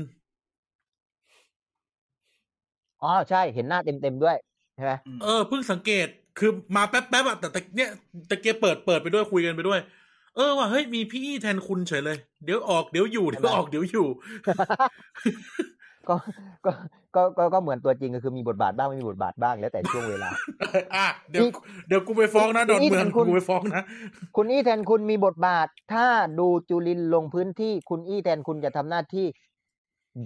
อ๋อใช่เห็นหน้าเต็มๆด้วยใช่ไหม เออเพิ่งสังเกตคือมาแป๊บๆอะแต่แต่เนี่ยตะเกียเปิดเปิดไปด้วยคุยกันไปด้วย เออว่าเฮ้ยมีพี่อี้แทนคุณเฉยเลย เดี๋ยวออกเดี๋ยวอยู่เดี๋ยวออกเดี๋ยวอยู่ ก็ก็ก็ก็ก็เหมือนตัวจริงก็คือมีบทบาทบ้างไม่มีบทบาทบ้างแล้วแต่ช่วงเวลา อ่ะเดี๋ยวเดี๋ยวกูไปฟ้องนะดอนเมือง พี่อี้แทนคุณ กูไปฟ้องนะ คุณอี้แทนคุณมีบทบาท ถ้าดูจุลินลงพื้นที่ คุณอี้แทนคุณจะทำหน้าที่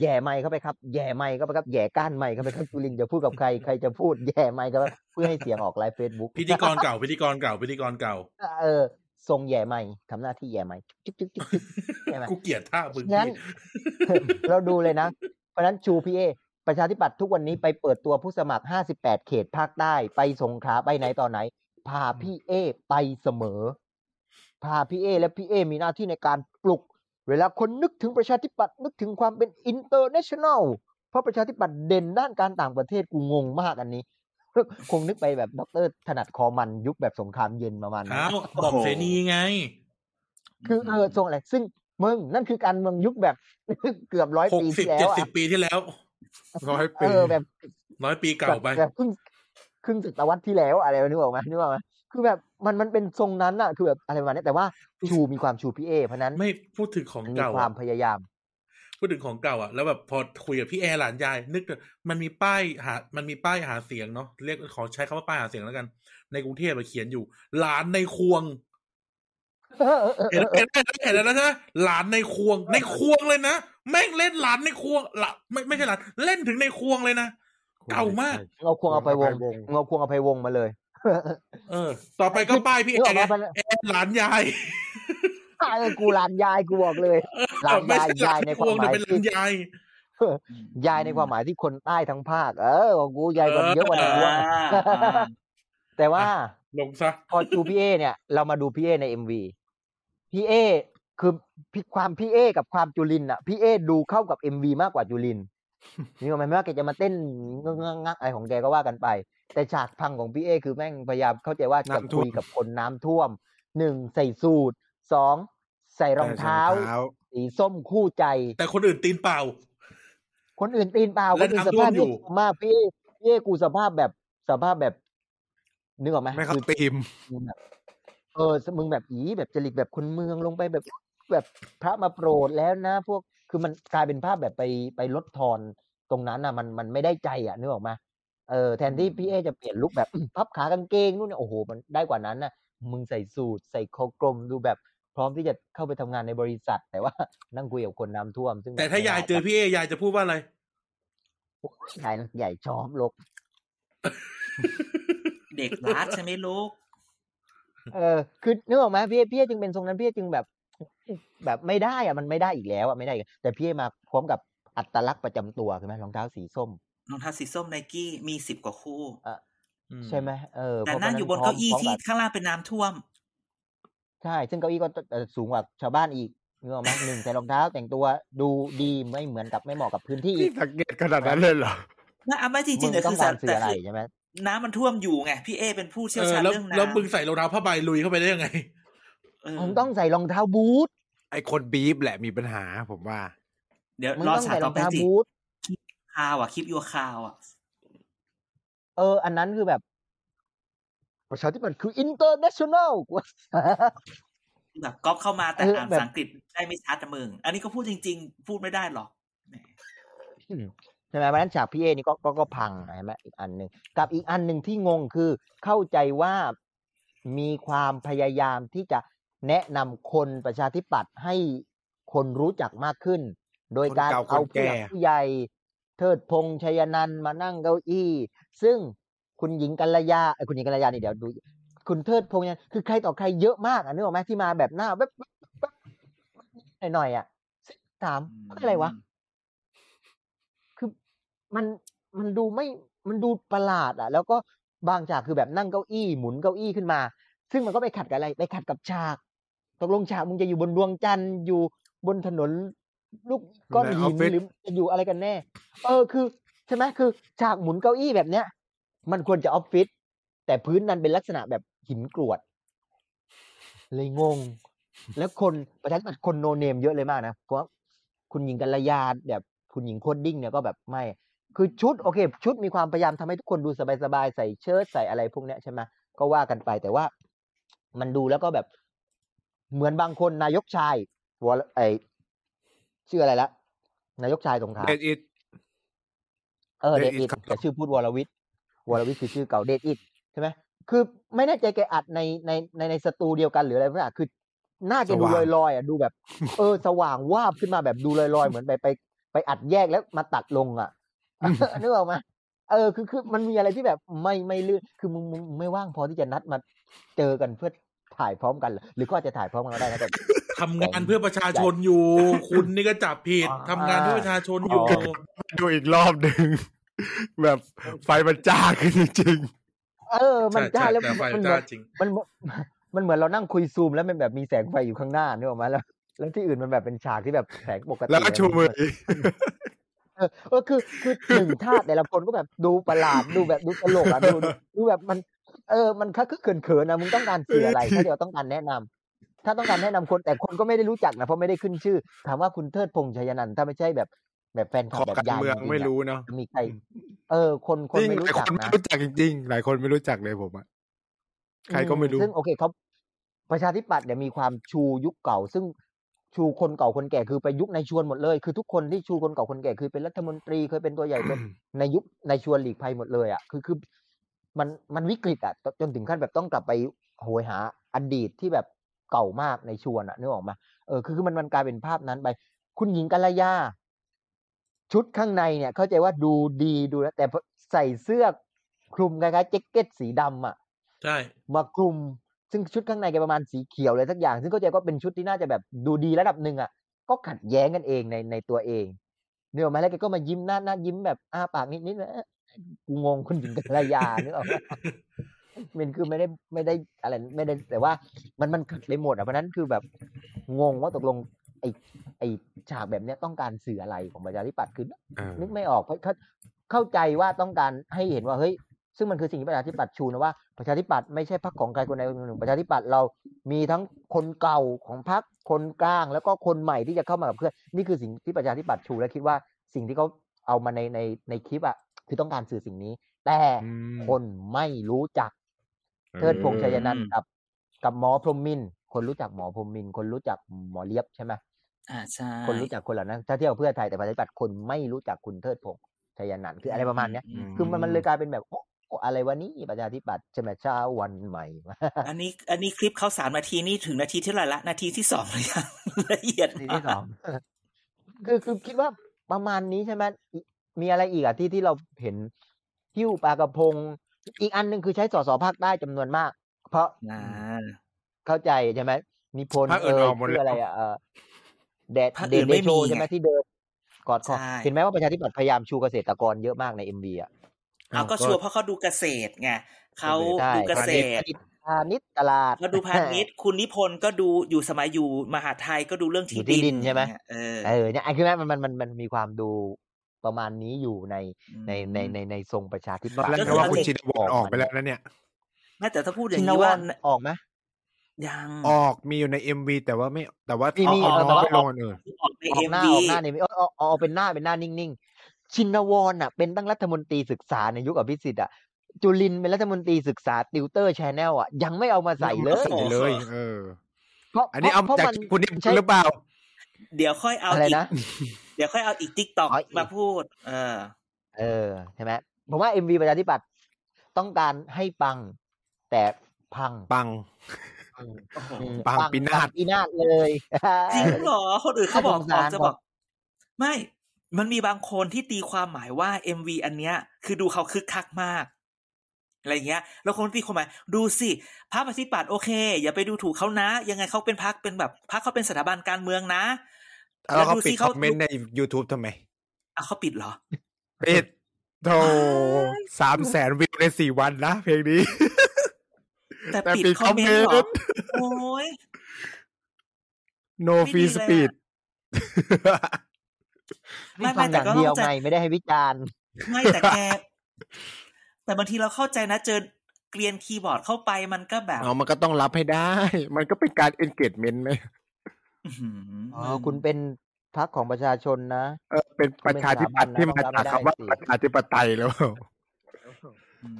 แย่ไม่เข้าไปครับแย่ไม่เข้าไปครับแย่ก้านไม่เข้าไปครับจุลินจะพูดกับใครใครจะพูดแย่ไม่เข้าไปเพื่อให้เสียงออกไลฟ์เฟซบุ๊ก พิธีกรเก่าพิธีกรเก่าพิธีกรเก่า เออทรงแย่ไม่ทำหน้าที่แย่ไม่จึ๊กจึ๊กจึ๊กจึ๊กใช่ไหม กูเกลียดท่ามึง งั้น เราดูเลยนะ เพราะฉะนั้นชูพีเอประชาธิปัตย์ทุกวันนี้ไปเปิดตัวผู้สมัคร 58 เขตภาคใต้ไปสงขลาไปไหนต่อไหน พาพี่เอไปเสมอ พาพี่เอและพี่เอมีหน้าที่ในการปลุก เวลาคนนึกถึงประชาธิปัตย์นึกถึงความเป็นอินเตอร์เนชั่นแนลเพราะประชาธิปัตย์เด่นด้านการต่างประเทศกูงงมากอันนี้ คงนึกไปแบบดรถนัดคอมันยุคแบบสงครามเย็นประมาณนั้น เอ้าบอกเสนีไง คือเออทรงอะไร ซึ่งมึงนั่นคือการเมืองยุคแบบ เกือบร้อย หก ปี สิบ ที่แล้ เจ็ด วอะ สิบปีที่แล้ว ร้อย เอ ปี อแบบ ร้อยปีเก่าไป แบบครึ่งครึ่งศตวรรษที่แล้วอะไรนึกออกไหมนึกออกไหมคือแบบมันมันเป็นทรงนั้นอะคือแบบอะไรประมาณนี้แต่ว่าชูมีความชูพี่เอเพราะฉะนั้น ไม่พูดถึงของ มันมี เก่า ความ อะ พยายาม พูดถึงของเก่าอะแล้วแบบพอคุยกับพี่แอร์หลานยาย นึกถึงมันมีป้ายหา มันมีป้ายหาเสียงเนาะเรียกขอใช้คำว่าป้ายหาเสียงแล้วกัน ในกรุงเทพอะเขียนอยู่ หลานในควง เออเออเออ เห็น เออ เห็นเห็นเห็นแล้วใช่ไหมหลานในควง ในควงเลยนะแม่งเล่นหลานในควงหละไม่ไม่ใช่หลานเล่นถึงในควงเลยนะ เก่ามาก เอาควงเอาไปวง วง เอาควงเอาไปวงมาเลย เออ ต่อไปก็ป้ายพี่ นึก แอ ออก ร์ไงไหมมัน แอร์หลานยาย อ่ะเออกูหลานยายกูบอก เลยหลาน ไม่ ยาย ใช่หลาย าย น ใน ในควคาม วง ห แต่ มาย เป็นหลา ที่ นยาย ยายในความหมายที่คนใต้ทั้งภาค เออของกูยายกว่า เออ เยอะกว่าใน ควงอะแต่ว่า ลงซะ พอดูพี่เอเนี่ยเรามาดูพี่เอในเอ็มวีพี่เอคือพี่ความพี่เอกับความจุลินอะพี่เอดูเข้ากับเอ็มวีมากกว่าจุลินนี่มันไม่ว่าแกจะมาเต้นงะงะงะอะไรของแกก็ว่ากันไป แต่ฉากพังของพี่เอคือแม่งพยายามเข้าใจว่าจะคุยกับคนน้ำท่วมหนึ่งใส่สูตรสองใส่รองเท้า สีส้มคู่ใจ แต่คนอื่นตีนเปล่า คนอื่นตีนเปล่าค และ นอื่นส น้ำท่วม ภาพ อยู่ ที่มากพี่เอพี่เอกูสภาพแบบสภาพแบบนึกออกไหม ไม่เข้า คือ ตีม มึงแบบเออมึงแบบอีแบบจริตแบบคนเมืองลงไปแบบแบบพระมาโปรดแล้วนะ พวกคือมันกลายเป็นภาพแบบไปไปลดทอนตรงนั้นอ่ะ มันมันไม่ได้ใจอ่ะนึกออกมาเออแทนที่พี่เอจะเปลี่ยนลุคแบบ พับขากางเกงนู่นเนี่ยโอ้โหมันได้กว่านั้นนะมึงใส่สูทใส่คอกลมดูแบบ พร้อมที่จะเข้าไปทำงานในบริษัท แต่ว่า นั่งคุยกับคนน้ำท่วม ซึ่ง แต่ถ้ายายเจอพี่เอยายจะพูดว่าอะไร ใหญ่ใหญ่ชอบลก เด็กรัดใช่ไหมลูก เออคือนึกออกไหมพี่เอ๊ะพี่เอ๊ะจึงเป็นทรงนั้นพี่เอ๊ะจึงแบบ แบบไม่ได้อะมันไม่ได้อีกแล้วอะไม่ได้อีกแล้วแต่พี่เอ๊ะมาพร้อมกับอัตลักษณ์ประจำตัวใช่ไหมรองเท้าสีส้ม รองเท้าสีส้มไนกี้มีสิบกว่าคู่ อืม ใช่ไหมเออ แต่ เพราะ นั่งอฉะยู่บน พร้ เก้าอี้ พร้ม ที่ บ ข้างล่างเป็นน้ำท่วม ใช่ ซึ่งเก้าอี้ก็เอ่อสูงกว่าชาวบ้านอีกนึกออกไหมหนึ่งใส่รองเท้าแต่งตัวดูดีไม่เหมือนกับไม่เหมาะกับพื้นที่อี นี่ ก สังเกตขนาดนั้นเลยเหรอ ไม่อ่ะไม่จ มึ ริงๆงแต่ ต้อ คื ง อ การ สัตว์ สื่อ แต่ อะไร คือ ใช่ไหม น้ำมันท่วมอยู่ไง พี่เอเป็นผู้เชี่ยวชาญ แล้ว เรื่อง แล้วมึง น้ำ ใส่รองเท้าผ้าใบลุยเข้าไปได้ยังไง เออ มึงต้องใส่รองเท้าบูท ไอคนบีฟแหละมีปัญหาผมว่า เดี๋ยว มึง รอ ต้อง ฉาก ใส่ร ต่ อ อง ไป เท้า สิ บูท คาวอ่ะคลิปยูคาวอ่ะ เออ อันนั้นคือแบบ ประชาธิปัตย์คืออินเตอร์เนชั่นแนล แบบก๊อปเข้ามาแต่ เออ อ่าน แบภาบษาอังกฤษได้ไม่ชัดนะมึง อันนี้ก็พูดจริง ๆ พูดไม่ได้หรอกแหม ใช่ไหมเพราะฉะนั้นฉากพี่เอนี่ก็ก็ก็พังใช่ไหมอีกอันหนึ่งกับอีกอันหนึ่งที่งงคือเข้าใจว่ามีความพยายามที่จะแนะนำคนประชาธิปัตย์ให้คนรู้จักมากขึ้น โดยการ คนเก่าคน เอาผู้หลัก แก่ ผู้ใหญ่เทิดพงษ์ชัยนันท์มานั่งเก้าอี้ ซึ่งคุณหญิงกัลยาเอ้ยคุณหญิงกัลยานี่เดี๋ยวดู คุณเทิดพงษ์เนี่ยคือใครต่อใครเยอะมากอ่ะนึกออกไหมที่มาแบบหน้าแบบหน่อยๆอ่ะซึ่งถามเพื่ออะไรวะ คือมันมันดูไม่มันดูประหลาดอ่ะ แล้วก็บางฉากคือแบบนั่งเก้าอี้หมุนเก้าอี้ขึ้นมา ซึ่งมันก็ไปขัดกับอะไรไปขัดกับฉากตกลงฉากมึงจะอยู่บนดวงจันทร์อยู่บนถนนลูกก้อน ในอ หิ อฟ น ฟิศ หรือจะอยู่อะไรกันแน่ เออคือ ใช่ไหมคือฉากหมุนเก้าอี้แบบเนี้ย มันควรจะออฟฟิศแต่พื้นนั้นเป็นลักษณะแบบหินกรวด เลยงง แล้วคนประชาธิปัตย์คนโนเนมเยอะเลยมากนะเพราะคุณหญิงกัลยาแบบคุณหญิงโคดดิ้งเนี่ยก็แบบไม่ คือชุดโอเค ชุดมีความพยายามทำให้ทุกคนดูสบายๆใส่เชิ้ตใส่อะไรพวกเนี้ยใช่ไหมก็ว่ากันไปแต่ว่ามันดูแล้วก็แบบ เหมือนบางคนนายกชายวอลไอชื่ออะไรละนายกชายสงขลา เดดอิด เออเด Dead ดอิ Eat ด ครับ แต่ชื่อพูดวรวิทย์วรวิทย์คือชื่อเก่าเดดอิดใช่ไหมคือไม่แน่ใจแกอัดในในในในสตูเดียวกันหรืออะไรพวกนั้นคือน่าจะดู ส ล ว่าง อยๆอ่ะดูแบบ เออ สว่างวาบขึ้นมาแบบดูลอยๆ เหมือนไปไปไปอัดแยกแล้วมาตัดลงอ่ะ นึกออกไหมเออคือคือมันมีอะไรที่แบบไม่ไม่ลื่นคือมึงมึงมึงไม่ว่างพอที่จะนัดมาเจอกันเพื่อถ่ายพร้อมกันเหรอหรือก็อาจจะถ่ายพร้อมกันก็ได้นะแต่ ทำงานเพื่อประชาชนอยู่ คุณนี่ก็จับผิด อ่า ทำงานเพื่อประชาชนอยู่ ดูอีกรอบหนึ่ง แบบไฟมันจ้าขึ้นจริง เออ มันจ้าแล้ว ใช่ใช่ มันเหมื จ้า อน จริง มันเหมือน มันเหมือนเรานั่งคุยซูมแล้วมันแบบมีแสงไฟอยู่ข้างหน้านึกออกไหมแล้ว แล้วที่อื่นมันแบบเป็นฉากที่แบบแสงปกติ ๆ แล้วก็ชูมือ เออเออคือคือหนึ่งท่าแต่ละคนก็แบบดูประหลาดดูแบบดูตลกอ่ะดูดูดูแบบมัน เออมันคักคือเขินๆนะมึงต้องการสื่ออะไรถ้าเดี๋ยวต้องการแนะนำถ้าต้องการแนะนำคนแต่คนก็ไม่ได้รู้จักนะเพราะไม่ได้ขึ้นชื่อ ถามว่าคุณเทิดพงษ์ชัยนันท์ถ้าไม่ใช่แบบแบบแฟนขคลั อบ แบบ การ ยาย เมือง จๆ ไม่ อะ รู้เนาะ มีใคร เออ คนค จ น ริง ไม่รู้ หลายคจัก นไม่ นะ รู้จักจริงๆหลายคนไม่รู้จักเลยผมอะใครก็ไม่รู้ ซึ่งโอเคเขาประชาธิปัตย์เนี่ยมีความชูยุคเก่า ซึ่งชูคนเก่าคนแก่คือไปยุคในชวนหมดเลย คือทุกคนที่ชูคนเก่าคนแก่คือเป็นรัฐมนตรีเคยเป็นตัวใหญ่เป็น ในยุคในชวนหลีกภัยหมดเลยอ่ะคือคือมันมันวิกฤตอ่ะจจนถึงขั้นแบบต้องกลับไปโหยหาอดีตที่แบบเก่ามากในชวนอ่ะนึกออกมาเออคือคือมันมันกลายเป็นภาพนั้นไป คุณหญิงกัลยา ชุดข้างในเนี่ย เข้าใจว่าดูดีดูแล้วแต่พอใส่เสื้อคลุมคล้ายๆแจ็คเก็ตสีดำอ่ะ ใช่ มาคลุม ซึ่งชุดข้างในแกประมาณสีเขียวเลยสักอย่าง ซึ่งก็จะก็เป็นชุดที่น่าจะแบบดูดีระดับหนึ่งอ่ะ ก็ขัดแย้งกันเองในในตัวเองเนี่ยออกไหมแล้วแกก็มายิ้มหน้าหน้ายิ้มแบบอ้าปากนิดนิดนะกูงงคุณหญิงกัลยา นึกออกไหมมันคือไม่ได้ไม่ได้อะไรไม่ได้แต่ว่ามันมันขัดไปหมดอ่ะเพราะฉะนั้นคือแบบงงว่าตกลงไอไอฉากแบบเนี้ยต้องการสื่ออะไรของประชาธิปัตย์คือ นึกไม่ออกเพราะเขาเข้าใจว่าต้องการให้เห็นว่าเฮ้ย ซึ่งมันคือสิ่งที่ประชาธิปัตย์ชูนะว่าประชาธิปัตย์ไม่ใช่พรรคของใครคนใดคนหนึ่งประชาธิปัตย์เรามีทั้งคนเก่าของพรรคคนกลาง แล้วก็คนใหม่ที่จะเข้ามากับเพื่อนนี่คือสิ่งที่ประชาธิปัตย์ชูและคิดว่าสิ่งที่เขาเอามาในในในคลิปอ่ะคือต้องการสื่อสิ่งนี้ แต่ อืม คนไม่รู้จัก เทิดพงษ์ชัยนันท์กับ กับหมอพรหมมินทร์คนรู้จักหมอพรหมมินทร์คนรู้จักหมอเลียบใช่ไหม อ่าใช่ คนรู้จักคนเหล่านั้นถ้าเที่ยวเพื่อไทยแต่ประชาธิปัตย์คนไม่รู้จักคุณเทิดพงษ์ชัยนันท์คืออะไรประมาณเนี้ย อืม คือมันมันเลยกลายเป็นแบบโอ๊ะโอ๊ะอะไรวะนี่ประชาธิปัตย์ใช่ไหมเช้าวันใหม่ อันนี้อันนี้คลิปเขาสามนาทีนี่ถึงนาทีเท่าไหร่ละ นาทีที่สองหรือยัง ละเอียด ที มา ที่ ก สอง คือคือคิดว่าประมาณนี้ใช่ไหมอีมีอะไรอีกอ่ะที่ที่เราเห็นหิ้วปลากระพง อีกอันหนึ่งคือใช้สสภาคได้จำนวนมาก เพราะ อ่า เข้าใจใช่ไหมนิพนธ์ ภาคอื่ เอน อ ออกหมด ชื่อ แล้ว อะไรอ่ะเออแดด ภาค เด อื่ ด น เด ไม่ โช มี ใช่ไหม ไง ที่เดินกอดคอ ใช่ เห็นไหมว่าประชาธิปัตย์พยายามชูเกษตรกรเยอะมากในเอ็มวีอ่ะ เอาก็ชัวร์เพราะเขาดูเกษตรไงเขา ใช่ ดูเกษ พา ตร ณิชย์พาณิชย์ตลาด เขาดูพาณิชย์คุณนิพนธ์ก็ดูอยู่สมัยอยู่มหาดไทยก็ดูเรื่อง อยู่ ที่ ที่ดินใช่ไหม อย่างเงี้ยเออ เออเนี่ยไอ้คือแม่มันมันมันมันมีความดูประมาณนี้อยู่ในในในในในทรงประชาธิ ตอนปัตย์ แรกนึกว่าคุณชินวรออกไปแล้วนะเนี่ย แม้แต่ถ้าพูดอย่า ชิ ง น นี้ ว ว่าร ออกไหม ยัง ออกมีอยู่ในเอ็มวีแต่ว่าไม่แต่ว่า มีมี เอา เออแต่ น้อง ว่า ไปลงอันอื่น ออกใน ออ เอ็ ก ม หน้า วี ออกหน้านี่เอาเอาเอาเอาเป็นหน้าเป็นหน้านิ่งๆ ชินวรน่ะเป็นตั้งรัฐมนตรีศึกษาในยุคอภิสิทธิ์อ่ะจุลินทร์เป็นรัฐมนตรีศึกษาติวเตอร์ชแนลอ่ะยังไม่เอามาใส่เลย ใส่เลย เออ เพราะ อันนี้เอา เพ มา ราะ จาก มัน คุณนิ่ม ใช่ หรือเปล่า เดี๋ยวค่อยเอา อะไร อีก นะ เดี๋ยวค่อยเอาอีกติ๊กตอก อ๋ออีก มาพูด เออ เออใช่ไหมผมว่าเอ็มวีประชาธิปัตย์ต้องการให้ปัง แต่พัง ปัง โอ้โห อืม ปังปินาศ ปินาศเลย จริงเหรอ คนอื่นเขาบอกอน่าสงสาร อกจะ ครับ บอก ไม่ มันมีบางคนที่ตีความหมายว่าเอ็มวีอันเนี้ย คือดูเขาคึกคักมากอะไรเงี้ย แล้วคนตีความหมายดูสิพรรคประชาธิปัตย์โอเค อย่าไปดูถูกเขานะ ยังไงเขาเป็นพรรคเป็นแบบพรรคเขาเป็นสถาบันการเมืองนะ แล้วเขา ดู ปิ สิ ดคอมเมนต์ใน YouTube ทำไม อ่ะเขาปิดเหรอ ปิดโธ่ สามแสนวิวในสี่วันนะเพลงนี้ แต่ แต่ ปิด ปิด คอมเมนต์เหร คอมเม อน ต์ โอ้ย no ไม่ดี free เลยอะ speed ไม่ ไม่ ฟั ไม่ งอ แต่ ย่าง ก็ เดียว เข้าใจ ไงไม่ได้ให้วิจารณ์ ไม่แต่แก แต่บางทีเราเข้าใจนะ เจอเกลียนคีย์บอร์ดเข้าไปมันก็แบบ เอามันก็ต้องรับให้ได้ มันก็เป็นการ engagement ไหม อื้อหือ อ๋อคุณเป็นพรรคของประชาชนนะ เออเป็นประชาธิปัตย์ที่มาจากคำว่าประชาธิปไตยแล้ว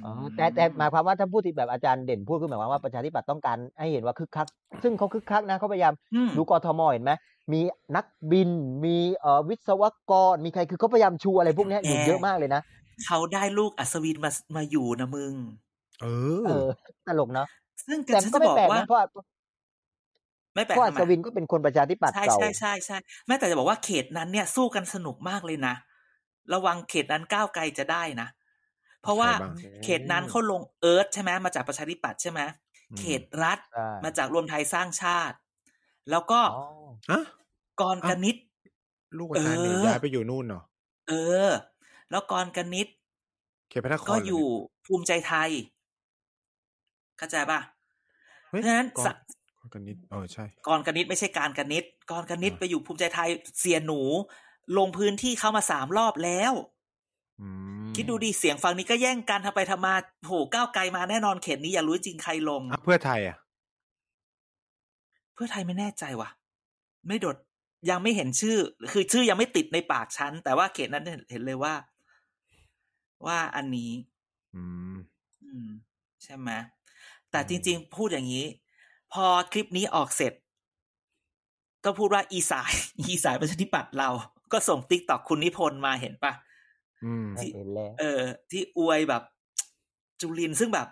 ม อ๋อแต่แต่หมายความว่าถ้าพูดที่แบบอาจารย์เด่นพูดคือหมายความว่าประชาธิปัตย์ต้องการให้เห็นว่าคึกคัก ซึ่งเขาคึกคักนะเขาพยายาม อืม ดูกทมเห็นไหมมีนักบินมีเอ่อวิศวกรมีใครคือเขาพยายามชูอะไรพวกเนี้ยอยู่เยอะมากเลยนะ เขาได้ลูกอัศวินมามาอยู่นะมึง เออ เออตลกเนาะ ซึ่ง แต่ ฉัน ก็ จะ ไม่ บอก แปลก ว่า นะเพราะว่า ไม่แปลก เพราะอั ทำ ศ ไม วินก็เป็นคนประชาธิปัตย์ ใช่ เก่า ใช่ใช่ใช่แม้แต่จะบอกว่าเขตนั้นเนี่ยสู้กันสนุกมากเลยนะ ระวังเขตนั้นก้าวไกลจะได้นะ เพราะว่า ใช่บ้าง เขตนั้นเขาลงเอิร์ธใช่ไหมมาจากประชาธิปัตย์ใช่ไหมเขตรัฐ ใช่ มาจากรวมไทยสร้างชาติ แล้วก็ อ๋อ ฮะ กรกนิษฐ์ ลูกอาจารย์เนี่ย เออ ย้ายไปอยู่นู่นเนาะ เออ แล้วกรกนิษฐ์ เขตพระนคร ก็ เหร อยู่ภูมิใจไทยเข้าใจป่ะเพ เฮ้ย ราะฉะนั้น ก่อ สะ ก่อนกันนิดเออใช่ กรกนิษฐ์ไม่ใช่การกนิษฐ์กรกนิษฐ์ อ่า ไปอยู่ภูมิใจไทยเสียหนู ลงพื้นที่เข้ามาสามรอบแล้ว อืม คิดดูดีเสียงฝั่งนี้ก็แย่งกันทำไปทำมาโหก้าวไกลมาแน่นอนเขตนี้อย่ารู้จริงใครลง อ่ะเพื่อไทยอ่ะ เพื่อไทยไม่แน่ใจว่ะ ไม่โดดยังไม่เห็นชื่อ คือชื่อยังไม่ติดในปากฉัน แต่ว่าเขตนั้นเห็นเห็นเลยว่า ว่าอันนี้ อืม อืม ใช่ไหมแต่จริง ๆ พูดอย่างนี้ พอคลิปนี้ออกเสร็จ ก็พูดว่าอีสาย อีสายประชาธิปัตย์เรา ก็ส่งติ๊กตอกคุณนิพนธ์มาเห็นปะ อืม ที่ เห็นแล้ว เออที่อวยแบบ จุลินทร์ซึ่งแบบ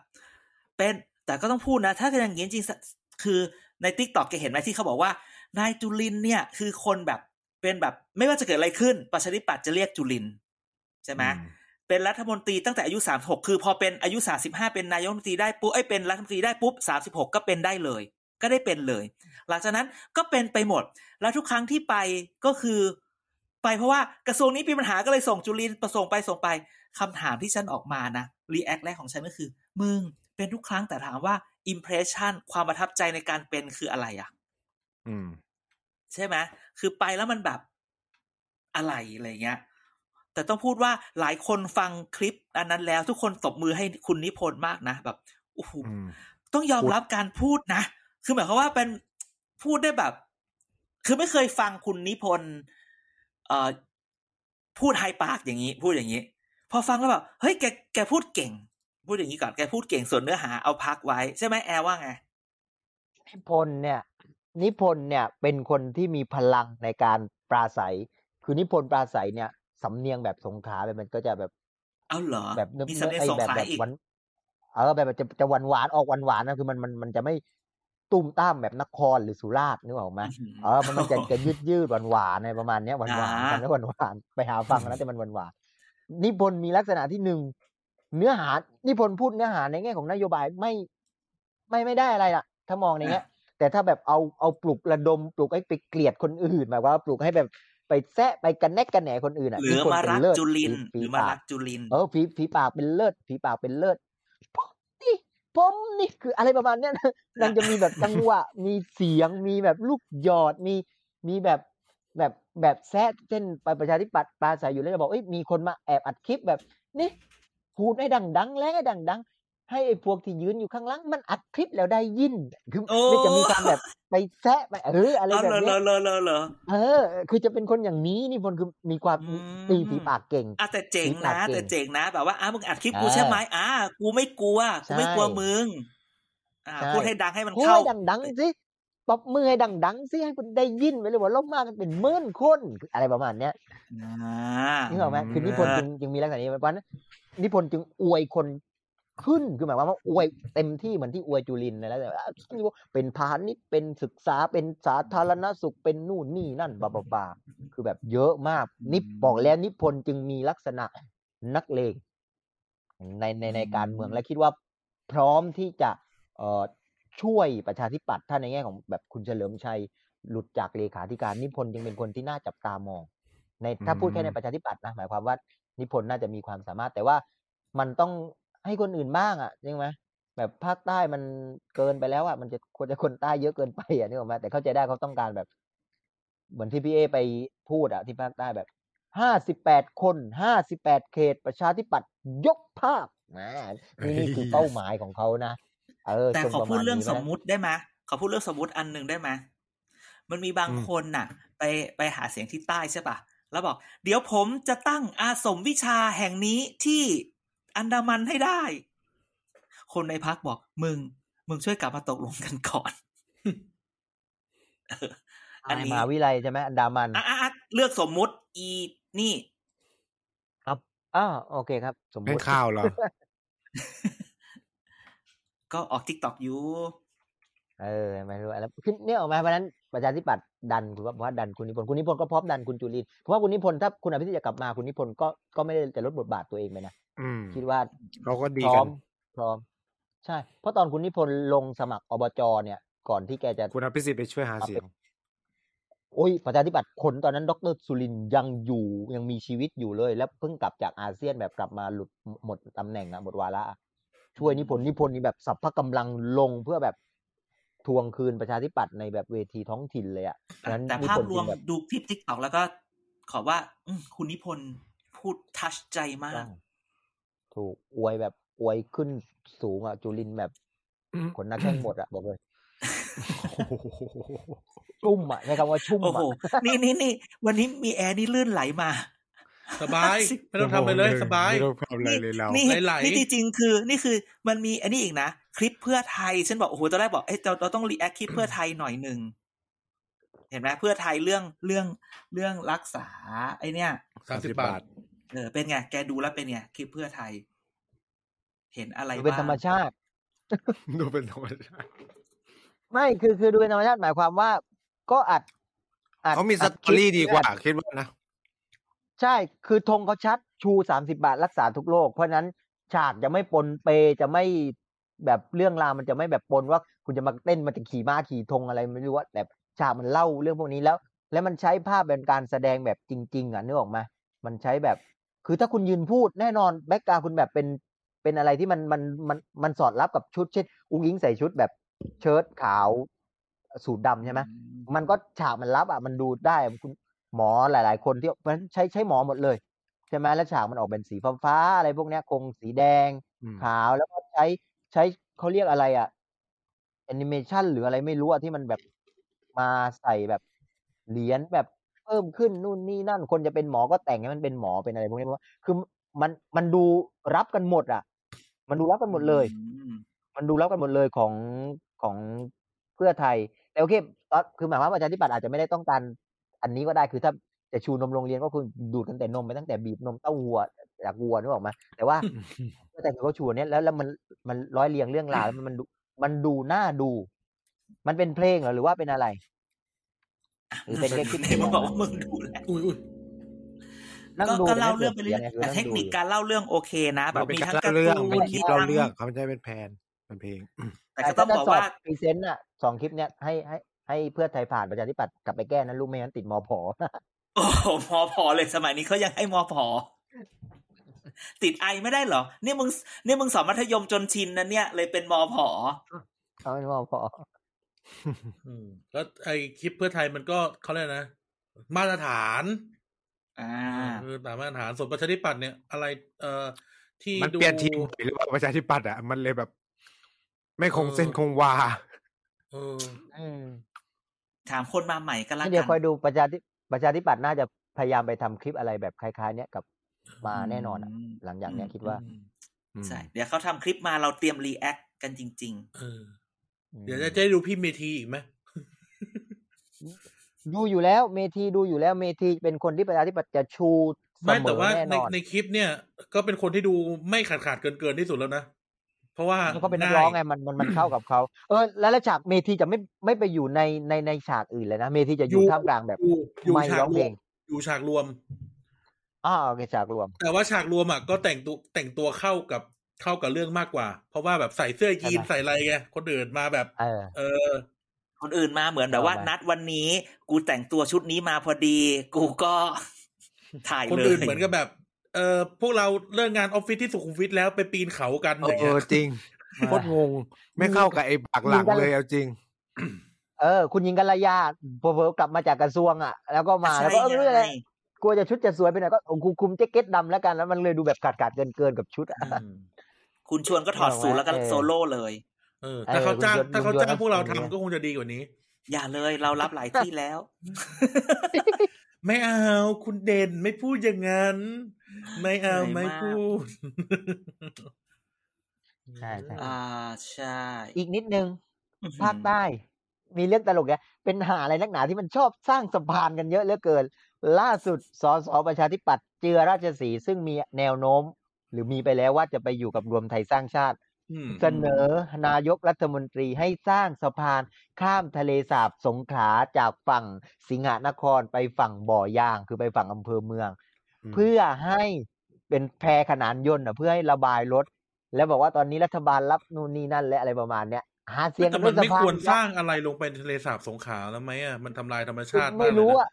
เป็นแต่ก็ต้องพูดนะ ถ้าเป็นอย่างนี้จริงๆคือในทิกตอกแกเห็นไหมที่เขาบอกว่า นายจุลินทร์เนี่ย คือคนแบบเป็นแบบ ไม่ว่าจะเกิดอะไรขึ้น ประชาธิปัตย์จะเรียกจุลินทร์ใช่ไหม อืม เป็นรัฐมนตรีตั้งแต่อายุสามหกคือพอเป็นอายุสาสิบห้าเป็นนายกรัฐมนตรีได้ปุ๊บไอ้ยเป็นรัฐมนตรีได้ปุ๊บสามสิบหกก็เป็นได้เลย ก็ได้เป็นเลย หลังจากนั้นก็เป็นไปหมด แล้วทุกครั้งที่ไปก็คือ ไปเพราะว่ากระทรวงนี้มีปัญหาก็เลยส่งจุลินทร์ประส่งไปส่งไปคำถามที่ฉันออกมานะรีแอคแรกของฉันก็คือ มึงเป็นทุกครั้งแต่ถามว่าอิมเพรสชันความประทับใจในการเป็นคืออะไรอะ อืม ใช่ไหมคือไปแล้วมันแบบอะไรอะไรเงี้ย แต่ต้องพูดว่าหลายคนฟังคลิปอันนั้นแล้ว ทุกคนตบมือให้คุณนิพนธ์มากนะแบบโอ้โห อืม ต้องยอมรับการพูดนะ คือหมายความว่าเป็นพูดได้แบบ คือไม่เคยฟังคุณนิพนธ์เอ่อพูดไฮปากอย่างนี้ พูดอย่างนี้ พอฟังแล้วแบบเฮ้ยแกแกพูดเก่ง พูดอย่างนี้ก่อนแกพูดเก่งส่วนเนื้อหาเอาพักไว้ ใช่ไหมแอร์ว่าไง นิพนธ์เนี่ย นิพนธ์เนี่ยเป็นคนที่มีพลังในการปราศัย คือนิพนธ์ปราศัยเนี่ยสำเนียงแบบสงขลาแบบมันก็จะแบบ เอาเหรอ แบบเนื้อ มีสำ เนื้อ เนียง ไอ้ สง แบบ ขลา แบบ อีก หวานเออแบบจะจะหวานหวานๆออกหวานหวานๆนะคือมันมันมันจะไม่ตุ้มต้ามแบบนครหรือสุราษฎร์นึกออกไหม อื้อหือ เออมันมันจะจะยืดยืดหวานหวานๆอะไรประมาณเนี้ยหวานหวาน อ่า ทำแล้วหวานหวานๆไปหาฟังนะแต่มันหวานหวานๆนิพนธ์มีลักษณะที่หนึ่งเนื้อหานิพนธ์พูดเนื้อหาในแง่ของนโยบายไม่ไม่ไม่ได้อะไรล่ะ ถ้ามองในแง่แต่ถ้าแบบเอาเอาปลุกระดม ปลุกให้ไปเกลียดคนอื่นหมายความว่าปลุกให้แบบไปแซะไปกันแนกกันแหนคนอื่นอ่ะ หรือ นิพน มา ธ์เป็ รัก เลิศ จุลิน ฝี หรืฝีอมา ปาก รักจุลิน เออฝีฝีปากเป็นเลิศฝีปากเป็นเลิศผมนี่ผมนี่คืออะไรประมาณเนี้ย นะนางจะมี แบบจังหวะ มีเสียงมีแบบลูกหยอดมีมีแบบแบบแบบแซะเช่นไปประชาธิปัตย์ปราศัยอยู่แล้วจะบอกเอ้ยมีคนมาแอบอัดคลิปแบบนี่พูดให้ดังๆ แล้วให้ดังๆ ให้ไอ้พวกที่ยืนอยู่ข้างหล่างมันอัดคลิปแล้วได้ยินคือ โอ้ ไม่จะมีความแบบไปแซะไปเอออะไร เอา แบ เหร บ อเหร เนี้ อย เหรอเหรอเหรอ เออ คือจะเป็นคนอย่างนี้นี่พลคือมีความ อืม ตีฝีปากเก่ง อ่ะแต่เจ๋ง ฝีปา นะ กเก่ง แต่เจ๋งนะ แบบว่าอ้ามึงอัดคลิปกู อ่า ใช่ไหมอ่ากูไม่กลัวกูไม่กลัว ใช่ มึง อ่า ใช่ พูดให้ดังให้มัน โอ้ เข้า ยดังๆสิปรบมือให้ดังๆสิให้คุณได้ยินไปเลยว่าล้มมากกันเป็นหมื่นคนอะไรประมาณเนี้ย อ่า นึกออกไหม อืม คือนิพนธ์จึงจึงมีลักษณะนี้เพราะฉะนั้นนิพนธ์จึงอวยคนขึ้นคือหมายความว่าอวยเต็มที่เหมือนที่อวยจุลินนะแล้วแต่ว่าเป็นพาณิชย์เป็นศึกษาเป็นสาธารณสุขเป็นนู่นนี่นั่นบาบาบาคือแบบเยอะมาก นิปบอกแล้วนิพนธ์จึงมีลักษณะนักเลงในในในการเมืองและคิดว่าพร้อมที่จะ เอ่อช่วยประชาธิปัตย์ถ้าในแง่ของแบบคุณเฉลิมชัย หลุดจากเลขาธิการนิพนธ์ยังเป็นคนที่น่าจับตามอง ในถ้าพูดแค่ในประชาธิปัตย์นะหมายความว่านิพนธ์น่าจะมีความสามารถ แต่ว่ามันต้องให้คนอื่นบ้างอ่ะใช่ไหมแบบภาคใต้มันเกินไปแล้วอ่ะมันจะควรจะคนใต้เยอะเกินไปอ่ะนึกออกไหมแต่เข้าใจได้เขาต้องการแบบ เหมือนที่พี่เอไปพูดอ่ะที่ภาคใต้แบบ ห้าสิบแปดคนห้าสิบแปดเขตประชาธิปัตย์ยกภาพนะนี่นี่คือเป้าหมายของเขานะ เออ แต่ จง ขอ ประ พูด มาณ เรื่อง นี้ ส นะ มมุติได้ไหมขอพูดเรื่องสมมุติอันหนึ่งได้ไหมมันมีบางคนน่ะ ไปไปหาเสียงที่ใต้ใช่ปะแล้วบอก เดี๋ยวผมจะตั้งอาสมวิชาแห่งนี้ที่อันดามันให้ได้ คนในพักบอกมึง มึงช่วยกลับมาตกลงกันก่อนเอออันนี้ มหาวิไลยใช่ไหมอันดามัน อ่ะอ่ะอ่ะเลือกสมมุติ อีนี่ อ้าวโอเคครับ สมม เป็น ติ ข่าวเหรอ ก็ออกทิกตอกอยู่ เออไม่รู้แล้วคือเนี่ยออกมาเพราะฉะนั้นประชาธิปัตย์ดันคุณว่าว่าดันคุณนิพนธ์คุณนิพนธ์ก็พร้อมดันคุณจุลินทร์ผมว่าคุณนิพนธ์ถ้าคุณอภิสิทธิ์จะกลับมาคุณนิพนธ์ก็ก็ไม่ได้จะลดบทบาทตัวเองไปนะ อืม คิดว่า เขาก็ดี พร้ กั อน มพร้อม ใช่ เพราะตอนคุณนิพนธ์ลงสมัครอบจเนี่ย ก่อนที่แกจะ คุณอภิสิทธิ์ไปช่วยหาเสียง โอ้ยประชาธิปัตย์คนตอนนั้นดรสุรินทร์ยังอยู่ยังมีชีวิตอยู่เลย แล้วเพิ่งกลับจากอาเซียนแบบกลับมาหลุดหมดตำแหน่งอะหมดวาระอะช่วยนิพนธ์นิพนธ์นี่แบบสัพพะกำลังลงเพื่อแบบทวงคืนประชาธิปัตย์ในแบบเวทีท้องถิ่นเลยอะเพราะฉะนั้น แต่ นิ ภา พ พ นธ์ รวม จึงแบบ ดูคลิปทิกตอกแล้วก็ ขอว่า อืมคุณนิพนธ์พูดทัชใจมาก ต้องถูกอวยแบบอวยขึ้นสูงอะจุลินทร์แบบ อืม ขนนักแข่งหมดอะบอกเลย ชุ่มอะใช้คำว่าชุ่ม โอ้โห อะ นี่นี่นี่วันนี้มีแอร์นี่ลื่นไหลมา สบาย ไม่ต้องทำอะไรเลย สบาย ไม่ต้องทำอะไรเลยเรา นี่ ไหลๆ นี่จริงๆคือ นี่คือมันมีอันนี้อีกนะ คลิปเพื่อไทย ฉันบอกโอ้โหตอนแรกบอกเอ้ยเราเราต้องรีแอคคลิปเพื่อไทยหน่อยหนึ่ง เห็นไหมเพื่อไทยเรื่องเรื่องเรื่องรักษา ไอเนี่ย สามสิบบาท เออเป็นไง แกดูแล้วเป็นไงคลิปเพื่อไทย เห็นอะไร ดูเป็น บ้าง ธรรมชาติ ดูเป็นธรรมชาติ ไม่คือคือดูเป็นธรรมชาติหมายความว่า ก็อัดอัด เขามีส อัด ตอรี่ คลิ ดี ป กว่าคิดว่านะ ใช่ คือธงเขาชัดชูสามสิบาทรักษาทุกโรคเพราะฉะนั้นฉากจะไม่ปนเปจะไม่แบบเรื่องราวมันจะไม่แบบปนว่า คุณจะมาเต้นมันจะขี่ม้าขี่ธงอะไรไม่รู้ว่าแบบฉากมันเล่าเรื่องพวกนี้แล้ว แล้วมันใช้ภาพเป็นการแสดงแบบจริง ๆ อ่ะนึกออกไหมา มันใช้แบบ คือถ้าคุณยืนพูดแน่นอนแบ็กกราวคุณแบบเป็นเป็นอะไรที่มันมันมันมันสอดรับกับชุดเช่นอุ้งอิงใส่ชุดแบบเชิ้ตขาวสูทดำใช่ไหม มันก็ฉากมันรับอ่ะมันดูได้คุณหมอหลาย ๆ คนที่เพราะฉะนั้นใช้ใช้หมอหมดเลยใช่ไหมแล้วฉากมันออกเป็นสีฟ้าฟ้าๆอะไรพวกเนี้ยคงสีแดง อืม ขาวแล้วก็ใช้ใช้เขาเรียกอะไรอ่ะแอนิเมชันหรืออะไรไม่รู้อ่ะที่มันแบบมาใส่แบบเหรียญแบบเพิ่มขึ้นนู่นนี่นั่น คนจะเป็นหมอก็แต่งให้มันเป็นหมอเป็นอะไรพวกนี้เพราะว่าคือมันมันดูรับกันหมด อ่ะ มันดูรับกันหมดเลย มันดูแล้วกันหมดเลยของของเพื่อไทย แต่โอเคตอนคือหมายความว่าประชาธิปัตย์อาจจะไม่ได้ต้องการอันนี้ก็ได้คือถ้าจะชูนมโรงเรียนก็คือดูดตั้งแต่นมไปตั้งแต่บีบนมเต้าวัวจากวัวนึกออกไหมา แต่ ว่า เพื่อไทยคือเขาชูอันเนี้ยแล้วแล้วมันมันร้อยเรียงเรื่องราวแล้วมันดูมันดูน่าดู มันเป็นเพลงเหรอหรือว่าเป็นอะไร หรือเป็นแค่คลิ ป ไหนมาบอกว่ามึงดูแล อุ้ยอุ้ย นั่ง ก็ ดู ก็เล่าเรื่องไปเรื่อย นี่ ๆแต่เทคนิค การ การเล่าเรื่องโอเคนะแบ มัน บ เป็น มี การ ทั้งระเล่ากเรื่อง ตู เป็น น คลิปเล่าเรื่องเขาไม่ใช่เป็นแพนเป็นเพลง แต่ก็ต้องบอกว่า พรีเซนต์น่ะสองคลิปเนี้ยให้ให้ให้เพื่อไทยผ่านประชาธิปัตย์กลับไปแก้นะลูกไม่งั้นติดมอผอ โอ้โหมอพอเลยสมัยนี้เขายังให้มอพอ ติดไอไม่ได้เหรอ เนี่ยมึงเนี่ยมึงสอนมัธยมจนชินนะเนี่ย เลยเป็นมอพอ เอาเป็นมอผอ อืมแล้วไอคลิปเพื่อไทยมันก็เขาเรียกนะ มาตรฐาน อ่า เออตามมาตรฐานส่วนประชาธิปัตย์เนี่ย อะไร เอ่อที่ มัน ดู เปลี่ยนทีมหรือว่าประชาธิปัตย์อ่ะมันเลยแบบ ไม่คง เออ เส้นคงวา เออ อืม ถามคนมาใหม่ก็แล้ว เดี๋ยวค กั อย น ดูประชาธิประชาธิปัตย์น่าจะพยายามไปทำคลิปอะไรแบบคล้ายๆ เนี้ยกับมาแน่นอนอะ ม หลังจากเนี้ยคิดว่า ใช่ เดี๋ยวเขาทำคลิปมาเราเตรียมรีแอคกันจริง เออ เดี๋ยวจะได้ดูพี่เมทีอีกไหม ดูอยู่แล้วเมทีดูอยู่แล้วเมทีเป็นคนที่ประชาธิปัตย์จะชูเส ไม่ ม แต่ อ ว่า แน่ ใน นอน ในคลิปเนี่ย ก็เป็นคนที่ดูไม่ขาดขาดเกินเกินๆที่สุดแล้วนะ เพราะว่า แล้วเขาเป็นนักร้องไงมันมันมันเข้ากับเขาเออแล้วแล้วฉากเมทีจะไม่ไม่ไปอยู่ในในในฉากอื่นเลยนะเมทีจะอยู่ท่ามกลางแบบ อยู่อยู่ ไม่ ฉา ร้ ก อง ร เพล วม ง อยู่ฉากรวม อ้าวโอเคฉากรวม แต่ว่าฉากรวมอ่ะก็แต่งตัวแต่งตัวเข้ากับเข้ากับเรื่องมากกว่า เพราะว่าแบบใส่เสื้อยีน ใช่ไหม ใส่อะไรไงคนอื่นมาแบบ เออ เออ ๆ คนอื่นมาเหมือนแบบว่า เอามานั นัดวันนี้ กูแต่งตัวชุดนี้มาพอดี กูก็ ถ่ายเลย คนอื่นเหมือนกับแบบ เออพวกเราเลิกงานออฟฟิศที่สุขุมวิทแล้วไปปีนเขากัน เอ อย่างเงี้ย อจริงโคตรงง ไม่เข้ากับไอ้ปากหลังเลยเอาจริง เออ คุณหญิงกัลยาเผลอๆกลับมาจากกระทรวงอ่ะ แล้วก็มาแล้วก็เออไม่รู้อะไร กลัวจะชุดจะสวยไปหน่อยก็เอากูคุมแจ็คเก็ตดำแล้วกันแล้วมันเลยดูแบบขาดขาดเกินเกินๆกับชุดอะ อืม คุณชวนก็ถอดสูทแล้วก็ เออ โซโล่เลย เออถ้าเขาจ้าง เออคุณยศ ถ้าเขา คุณยศ จ้างพวกเรา คุณ ทำ ยศ ก็คงจะดีกว่านี้ อย่าเลยเรารับ หลายที่แล้ว ไม่เอาคุณเด่นไม่พูดอย่างนั้น ไม่เอา เหนื่อยมาก ไม่พูด ใช่ใช่ อ่าใช่ อีกนิดนึง ภาคใต้ มีเรื่องตลกเนี่ยเป็นหาอะไรนักหนาที่มันชอบสร้างสะพานกันเยอะเหลือเกิน ล่าสุดสสประชาธิปัตย์เจือราชสีห์ซึ่งมีแนวโน้ม หรือมีไปแล้วว่าจะไปอยู่กับรวมไทยสร้างชาติ อืม เสนอนายกรัฐมนตรีให้สร้างสะพานข้ามทะเลสาบสงขลาจากฝั่งสิงหนครไปฝั่งบ่อยางคือไปฝั่งอำเภอเมือง เพื่อให้เป็นแพขนานยนต์อะเพื่อให้ระบายรถ แล้วบอกว่าตอนนี้รัฐบาลรับนู่นนี่นั่นและอะไรประมาณเนี้ยหาเสียง แต่ ด้ มั วน ยสะ ไม่ พาน ควร อีสกแล้ว ร้างอะไรลงไปในทะเลสาบสงขลาแล้วไหมอ่ะมันทำลายธรรมชาติากเลย ไม่ น รู้อ่ะ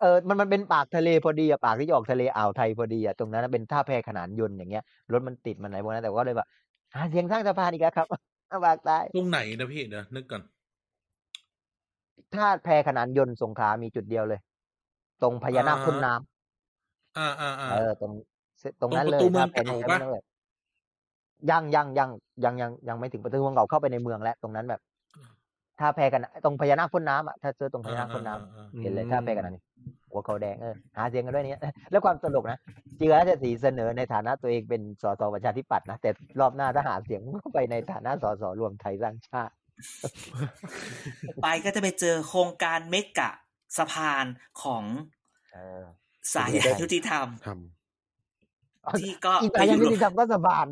เออ มันมันเป็นปากทะเลพอดีอะปากที่จะออกทะเลอ่าวไทยพอดีอะตรงนั้นนะเป็นท่าแพขนานยนต์อย่างเงี้ยรถมันติดมันอะไรพวกนั้นแต่ว่าเลยแบบหาเสียงสร้างสะพานอีกแล้วครับ ปากใต้ ตรงไหนนะพี่เดี๋ยวนึกก่อน ท่าแพขนานยนต์สงขลามีจุดเดียวเลย ตรงพญานาอ่าฮะคพ่นน้ำ อ่าอ่าอ่า เออตรงตรงนั้น ตรงประเลยตูเมือง ท่แพนี้ เก่า ใช้ปะไม่ต้องเลยยังยังยังยังยังยังไม่ถึงประตูเมืองเก่าเข้าไปในเมืองแล้วตรงนั้นแบบท่าแพขนานตรงพญานาคพ่นน้ำอ่ะถ้าเจอตรงพญานาคพ่นน้ำ อ่า เห็นเลยถ้าไปกันอันนี้หัวเขาแดงเออหาเสียงกันด้วยเนี้ ย แล้วความตลกนะเจือราชสีห์เสนอในฐานะตัวเองเป็นสสประชาธิปัตย์นะแต่รอบหน้าถ้าหาเสียงก็ไปในฐานะสสรวมไทยสร้างชาติ ไปก็จะไปเจอโครงการเมกะสะพานของ เออ สายยุติธรรม ท ที่ก็ อีก ไป แต่ อ ยัง ยู่ ไม่ได้ทำก็สะพาน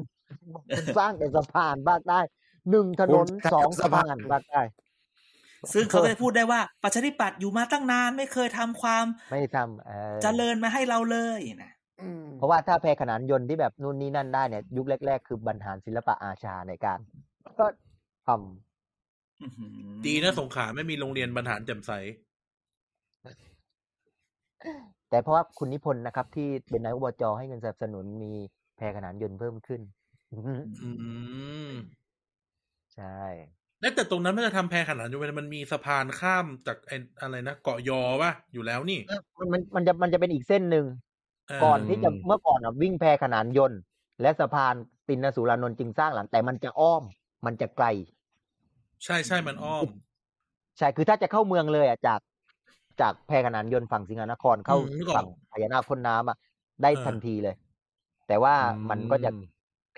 สร้างแต่สะพานบ้านได้หนึ่งถนนสองสะพานบ้านได้ ซึ่งเขาก็จะพูดได้ว่าประชาธิปัตย์อยู่มาตั้งนานไม่เคยทำความ ไม่ทำเออ เจริญมาให้เราเลยนะ เพราะว่าถ้าแพรขนานยนต์ที่แบบนู่นนี่นั่นได้เนี่ย ยุคแรก ๆ คือบรรหารศิลปะอาชาในการก็ท อื้อหือ ดีนะสงขลาไม่มีโรงเรียนบรรหารแจ่มใส ำแต่เพราะว่าคุณนิพนธ์นะครับ ที่เป็นนายกอบจให้เงินสนับสนุนมีแพรขนานยนต์เพิ่มขึ้น อืม ใช่ แล้วแต่ตรงนั้นไม่จะทำแพขนาดอยู่มันมีสะพานข้ามจากไอ้อะไรนะเกาะยอป่ะอยู่แล้วนี่ มันมันมันจะมันจะเป็นอีกเส้นหนึ่ง เ ก่อนที่จะเมื่อก่อนอะวิ่งแพขนานยนต์ และสะพานตินสุรานนท์จึงสร้างหลังแต่มันจะอ้อม มันจะไกล ใช่ใช่มันอ้อม ใช่คือถ้าจะเข้าเมืองเลยอ่ะจาก จากแพขนานยนต์ฝั่งสิงหนครเข้า อืมนึกออก ฝั่งพญานาคพ่นน้ำอ่ะได้ เออ ทันทีเลย แต่ว่า ำ มันก็จะ อืม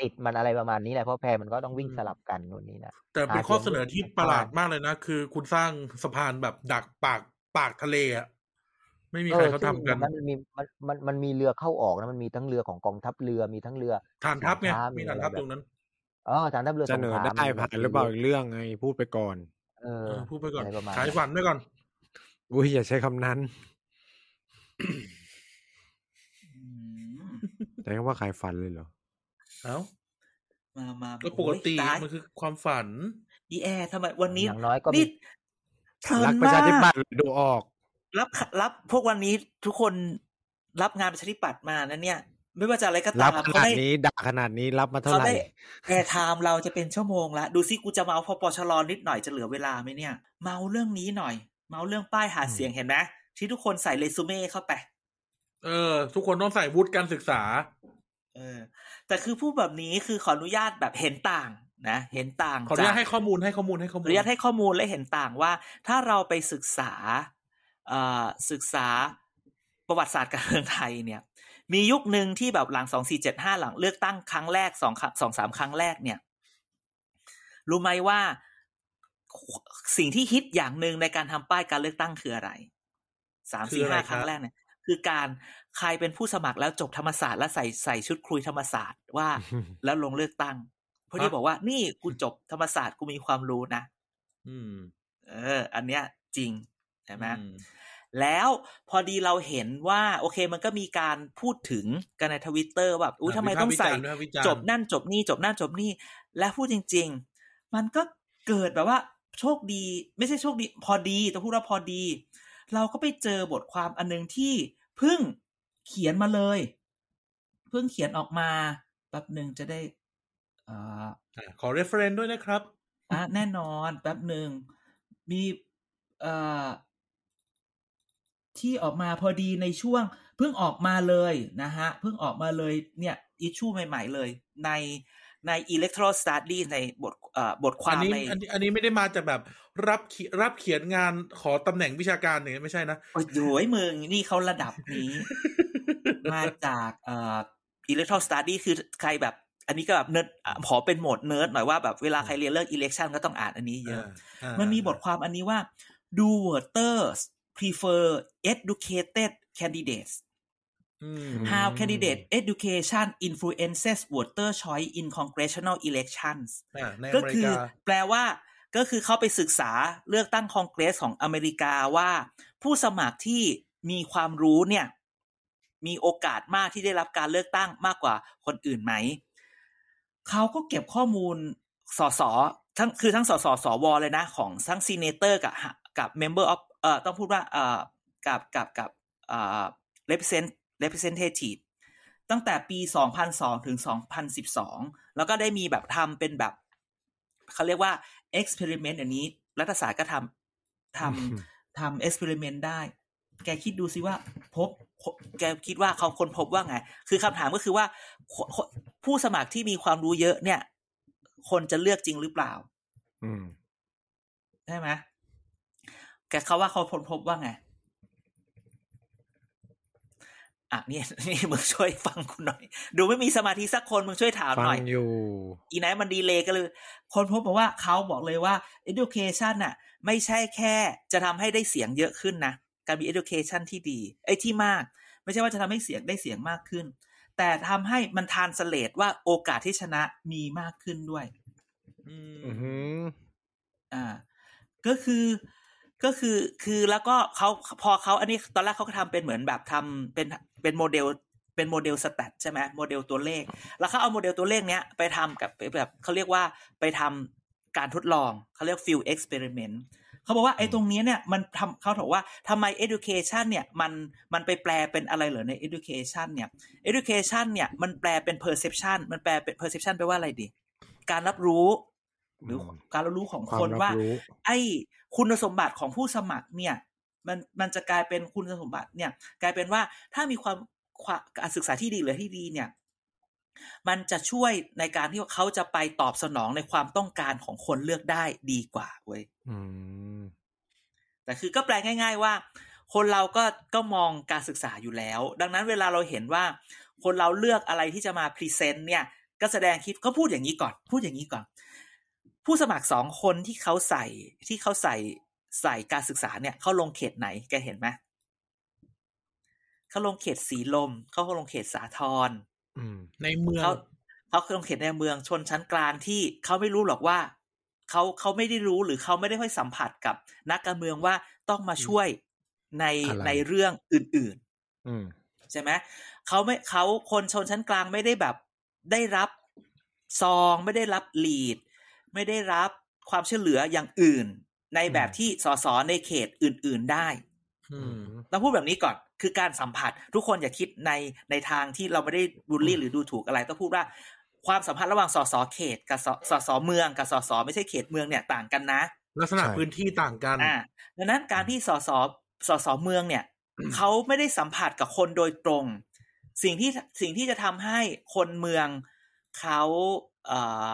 ติดมันอะไรประมาณนี้แหละเพราะแพมันก็ต้องวิ่งสลับกันนู่นนี่นะ แต่เป็นข้อเสนอที่ประหลาดมากเลยนะ คือคุณสร้างสะพานแบบดักปากปากทะเลอ่ะไม่มีใครเขาทำกัน ออซึ่งตรงนั้นมันมีมันมันมันมีเรือเข้าออกนะมันมีทั้งเรือของกองทัพเรือมีทั้งเรือ ฐานทัพไง ฐานทัพ มีฐานทัพตรงนั้น อ๋อฐานทัพเรือ เสนอ สงขล ได้ มี ผ่านหรือเปล่าอีกเรื่องไงพูดไปก่อนเอเออ อพูดไปก่อน อะไรประมาณ ขายฝันไว้ก่อน อุ้ยอย่าใช้คำนั้น อืม ใช้คำว่าขายฝันเลยเหรอ เอ้า มามา ก็ปกติ โอ้ยาย มันคือความฝัน อีแอร์ทำไมวันนี้ อย่างน้อยก็มี นี่เพลิ รัก น ประ มา ชาธิปั ก ตย์ดูออก รับรับพวกวันนี้ทุกคนรับงานประชาธิปัตย์มานะเนี่ย ไม่ว่าจะอะไรก็ รั ตา บ ม ข เขา นาด ได้ นี้ด่าขนาดนี้รับมาเท่า เขา ไหร่ ได้แอร์ไทม์เราจะเป็นชั่วโมงละดูซิกูจะเมาพอปชรนิดหน่อยจะเหลือเวลาไหมเนี่ย เมาเรื่องนี้หน่อย เมาเรื่องป้ายหาเสียงเห็นไหมที่ทุกคนใส่เรซูเม่เข้าไป เออ ทุกคนต้องใส่วุฒิการศึกษา เออ แต่คือพูดแบบนี้คือขออนุญาตแบบเห็นต่างนะ เห็นต่าง ขออนุญาต จก ให้ข้อมูลให้ข้อมูลให้ข้อ อ มูล นุญาตให้ข้อมูลและเห็นต่างว่า ถ้าเราไปศึกษาเอ่อศึกษาประวัติศาสตร์การเมืองไทยเนี่ย มียุคหนึ่งที่แบบหลังสองสี่เจ็ดห้าหลังเลือกตั้งครั้งแรกสองสองสามครั้งแรกเนี่ย รู้ไหมว่าสิ่งที่ฮิตอย่างหนึ่งในการทำป้ายการเลือกตั้งคืออะไรสาม คือ สี่ อะไร ห้า ครับ ครั้งแรกเนี่ย คือการใครเป็นผู้สมัครแล้วจบธรรมศาสตร์แล้วใส่ใส่ชุดครุยธรรมศาสตร์ว่า แล้วลงเลือกตั้ง เพื่อที่บอกว่านี่กูจบธรรมศาสตร์กูมีความรู้นะ อืม เออ อันเนี้ยจริงใช่ไหม อืม แล้วพอดีเราเห็นว่า โอเคมันก็มีการพูดถึงกันในทวิตเตอร์แบบอุ้ยทำไมต้องใส่ วิพากษ์วิจารณ์ด้วยวิจารณ์ จบนั่นจบนี่จบนั่นจบนี่ และพูดจริง ๆ มันก็เกิดแบบว่า โชคดี ไม่ใช่โชคดี พอดีแต่พูดว่าพอดี เราก็ไปเจอบทความอันหนึงที่เพิ่งเขียนมาเลย เพิ่งเขียนออกมาแป๊บหนึ่งจะได้เอ่อ อ่ะขอเรฟเฟรนด้วยนะครับ อ่ะแน่นอนแป๊บหนึ่งมีเอ่อ ที่ออกมาพอดีในช่วง เพิ่งออกมาเลยนะฮะ เพิ่งออกมาเลยเนี่ยอิชชูใหม่ ๆ เลย ในใน electoral study ในบทเอ่อบทควา อัน ม นี้ ใน อันนี้อันนี้ไม่ได้มาจากแบบรับเขียรับเขียนงานขอตำแหน่งวิชาการเนี่ยไม่ใช่นะ โอ้โหยมึง นี่เขาระดับนี้ มาจากเอ่อ electoral study คือใครแบบ อันนี้ก็แบบเนิร์ดอ่ะขอเป็นโหมดเนิร์ดหน่อยว่าแบบเวลาใครเรียนเรื่อง election ก็ต้องอ่านอันนี้เยอะ มันมีบทความอันนี้ว่า do voters prefer educated candidates อืม how candidate education influences voter choice in congressional elections อ่าใน ก็ อเมริ คือก า แปลว่าก็คือเขาไปศึกษาเลือกตั้งคองเกรสของอเมริกาว่า ผู้สมัครที่มีความรู้เนี่ย มีโอกาสมากที่ได้รับการเลือกตั้งมากกว่าคนอื่นไหม เขาก็เก็บข้อมูลสสทั้งคือทั้งสสสวเลยนะ ของทั้งซีเนเตอร์กับกับ member of เอ่อต้องพูดว่าเอ่อกับกับกับเอ่อ represent representative ตั้งแต่ปี 2002 ถึง 2012 แล้วก็ได้มีแบบทำเป็นแบบ เขาเรียกว่า experiment อันนี้ รัฐศาสตร์ก็ทำทำทำ experiment ได้ แกคิดดูสิว่า พบ แกคิดว่าเขาคนพบว่าไง คือคำถามก็คือว่าคนคนผู้สมัครที่มีความรู้เยอะเนี่ย คนจะเลือกจริงหรือเปล่า อืม ใช่ไหมแกเขาว่าเขาค้นพบว่าไง อ่ะนี่ นี่มึงช่วยฟังกูหน่อย ดูไม่มีสมาธิสักคนมึงช่วยถาม ฟั หน่ ง อย อยู่ อีไนท์มันดีเลยก็เลย คนพบบอกว่าเขาบอกเลยว่า education น่ะ ไม่ใช่แค่จะทำให้ได้เสียงเยอะขึ้นนะ การมี education ที่ดีไอ้ยที่มาก ไม่ใช่ว่าจะทำให้เสียงได้เสียงมากขึ้น แต่ทำให้มันทานสเลตว่าโอกาสที่ชนะมีมากขึ้นด้วย อืม อือหือ อ่าก็คือก็คือคือแล้วก็เขาพอเขาอันนี้ตอนแรกเขาก็ทำเป็นเหมือนแบบทำเป็นเป็นโมเดลเป็นโมเดลสแตทใช่ไหมโมเดลตัวเลข แล้วเขาเอาโมเดลตัวเลขเนี้ยไปทำกับไปแบบเขาเรียกว่าไปทำการทดลองเขาเรียกฟิลเอ็กซ์เพร์เมนต์เขาบอกว่าไอ้ตรงเนี้ยเนี่ยมันทำเขาบอกว่าทำไม education เนี่ยมันมันไปแปลเป็นอะไรเหรอใน education เนี่ย education เนี่ยมันแปลเป็น perception มันแปลเป็น perception แปลว่าอะไรดี การรับรู้ หรืออ ม การรับรู้ของ ความ คน รับ ว่า รู้ ไอ้คุณสมบัติของผู้สมัครเนี่ย มันมันจะกลายเป็นคุณสมบัติเนี่ย กลายเป็นว่าถ้ามีความความการศึกษาที่ดีหรือที่ดีเนี่ย มันจะช่วยในการที่เขาจะไปตอบสนองในความต้องการของคนเลือกได้ดีกว่าเว้ย อืม แต่คือก็แปลง่าย ๆ ว่า คนเราก็ก็มองการศึกษาอยู่แล้ว ดังนั้นเวลาเราเห็นว่า คนเราเลือกอะไรที่จะมาพรีเซนต์เนี่ยก็แสดงคิดก็พูดอย่างนี้ก่อน พูดอย่างนี้ก่อน ผู้สมัครสองคนที่เขาใส่ที่เขาใส่ใส่การศึกษาเนี่ยเขาลงเขตไหนแกเห็นไหมเขาลงเขตสีลมเขาลงเขตสาทร อืม ในเมือง เขาเขาคือลงเขตในเมืองชนชั้นกลางที่เขาไม่รู้หรอกว่าเขาเขาไม่ได้รู้หรือเขาไม่ได้ค่อยสัมผัสกับนักการเมืองว่าต้องมาช่วยใน อะไร ในเรื่องอื่น อืม ๆ ใช่ไหมเขาไม่เขาคนชนชั้นกลางไม่ได้แบบได้รับซอง ไม่ได้รับลีด ไม่ได้รับความช่วยเหลืออย่างอื่น ในแบบที่สสในเขตอื่น ๆได้ อืม ต้องพูดแบบนี้ก่อน คือการสัมผัสทุกคนอย่าคิดในในทางที่เราไม่ได้บูลลี่หรือดูถูกอะไร ต้องพูดว่าความสัมพันธ์ระหว่างสสเขต กับสสสเมือง กับสสไม่ใช่เขตเมืองเนี่ยต่างกันนะ ลักษณะ ใช่ พื้นที่ต่างกัน อ่าดังนั้นการที่สสสสเมืองเนี่ย เขาไม่ได้สัมผัสกับคนโดยตรง สิ่งที่สิ่งที่จะทำให้คนเมืองเขาเอ่อ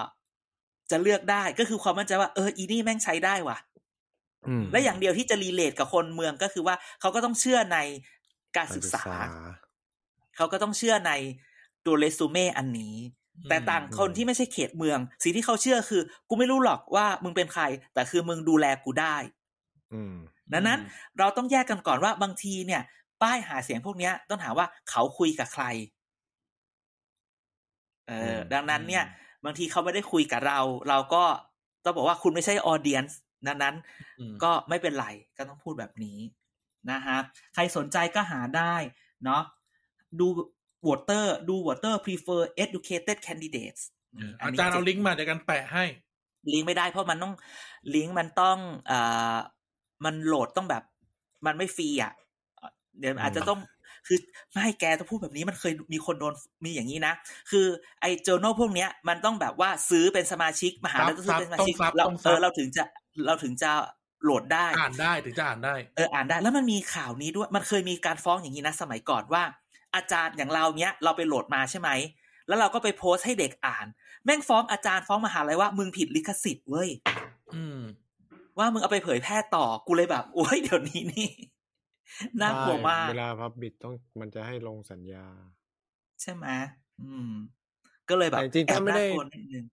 จะเลือกได้ก็คือความมั่นใจว่าเอออีนี่แม่งใช้ได้ว่ะ อืม และอย่างเดียวที่จะรีเลทกับคนเมืองก็คือว่าเขาก็ต้องเชื่อในการศึกษา เขาก็ต้องเชื่อในตัวเรซูเม่อันนี้ แต่ต่างคนที่ไม่ใช่เขตเมือง สิ่งที่เขาเชื่อคือ กูไม่รู้หรอกว่ามึงเป็นใคร แต่คือมึงดูแลกูได้ อืม ดังนั้นเราต้องแยกกันก่อนว่าบางทีเนี่ย ป้ายหาเสียงพวกเนี้ย ต้องหาว่าเขาคุยกับใคร เอออ ม ดังนั้นเนี่ย บางทีเขาไม่ได้คุยกับเรา เราก็ต้องบอกว่าคุณไม่ใช่ออเดียนดังนั้น อืม ก็ไม่เป็นไรก็ต้องพูดแบบนี้นะฮะใครสนใจก็หาได้เนาะดูวอเตอร์ดูวอเตอร์ prefer educated candidates อืมอาจารย์เอาลิงก์มาเดี๋ยวกันแปะให้ ลิงก์ไม่ได้เพราะมันต้องลิงก์มันต้องเอ่อมันโหลดต้องแบบ มันไม่ฟรีอ่ะ เดี๋ยวอาจจะต้องคือไม่ให้แกต้องพูดแบบนี้มันเคยมีคนโดนมีอย่างนี้นะ คือไอ้เจอโนพวกเนี้ย มันต้องแบบว่าซื้อเป็นสมาชิกมหาลัย ซับ ต้องซื้อเป็นสมาชิก ต้องซับ เรา ต้องซั เอบ อเราถึงจะเราถึงจะ โหลดได้ อ่านได้ถึงจะอ่านได้ เอออ่านได้แล้วมันมีข่าวนี้ด้วย มันเคยมีการฟ้องอย่างนี้นะ สมัยก่อนว่า อาจารย์อย่างเราเนี้ย เราไปโหลดมาใช่ไหม แล้วเราก็ไปโพสต์ให้เด็กอ่าน แม่งฟ้องอาจารย์ฟ้องมหาลัยว่ามึงผิดลิขสิทธิ์เว้ย อืม ว่ามึงเอาไปเผยแพร่ต่อกูเลยแบบ โอ้ยเดี๋ยวนี้นี่ น่ากลัวมาก เวลาพับบิดต้องมันจะให้ลงสัญญา ใช่ไหมอืม ก็เลยแบบ แต่จริงๆ แอบ ถ้าไม่ได้ น่ากลัวนิดนึง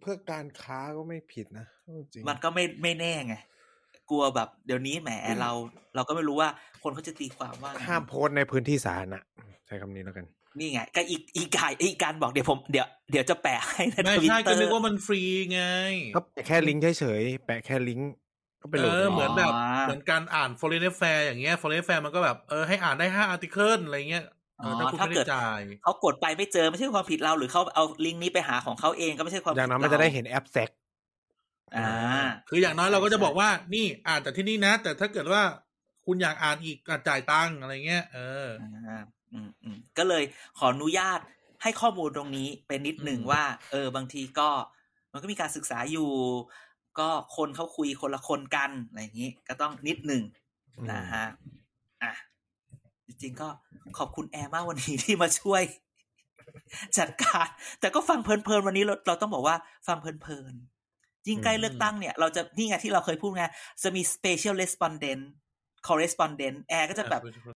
เพื่อการค้าก็ไม่ผิดนะเอาจริง มันก็ไม่ไม่แน่ไงกลัวแบบ เดี๋ยวนี้แหมเรา เราก็ไม่รู้ว่าคนเขาจะตีความว่าไง ห้ามโพสต์ในพื้นที่สาธารณะใช้คำนี้แล้วกัน นี่ไงก็อีกอีกายอีกการบอกเดี๋ยวผมเดี๋ยวเดี๋ยวจะแปะให้ใน ไม่ ทวิต ใช่ เต ก็ อร์ นึกว่ามันฟรีไง ก็แปะแค่ลิงก์เฉยๆ แปะแค่ลิงก์ก็ไปโหล เอ ด อ ลย เหมือนแบบ เหมือนการอ่าน foreign affair อย่างเงี้ย foreign affair มันก็แบบเออให้อ่านได้ห้า article อะไรเงี้ยเออถ้าคุณ ถ้า ไม่ เกิด ได้จ่าย เขากดไปไม่เจอไม่ใช่ความผิดเราหรือเขาเอาลิงก์นี้ไปหาของเขาเองก็ไม่ใช่ความ อย่างนั้นมัน ผิ จะ เรา ได้เห็นแอปแซก อ่า คืออย่างน้อยเราก็จะบอกว่านี่อ่านจากที่นี่นะ แต่ถ้าเกิดว่าคุณอยากอ่านอีกก็จ่ายตังค์อะไรเงี้ยเออ อ่าอืมอืมก็เลยขออนุญาตให้ข้อมูลตรงนี้ไปนิดหนึ่ง อืม ว่า เออบางทีก็ มันก็มีการศึกษาอยู่ ก็คนเขาคุยคนละคนกันอะไรอย่างนี้ ก็ต้องนิดหนึ่งนะฮะอ่ะจริงๆก็ขอบคุณแอร์มากวันนี้ที่มาช่วย จัดการ แต่ก็ฟังเพลินๆวันนี้เราเราต้องบอกว่าฟังเพลินๆยิ่งใกล้เลือกตั้งเนี่ย เราจะนี่ไงที่เราเคยพูดไงจะมี special respondent correspondent แอร์ก็จะแบบ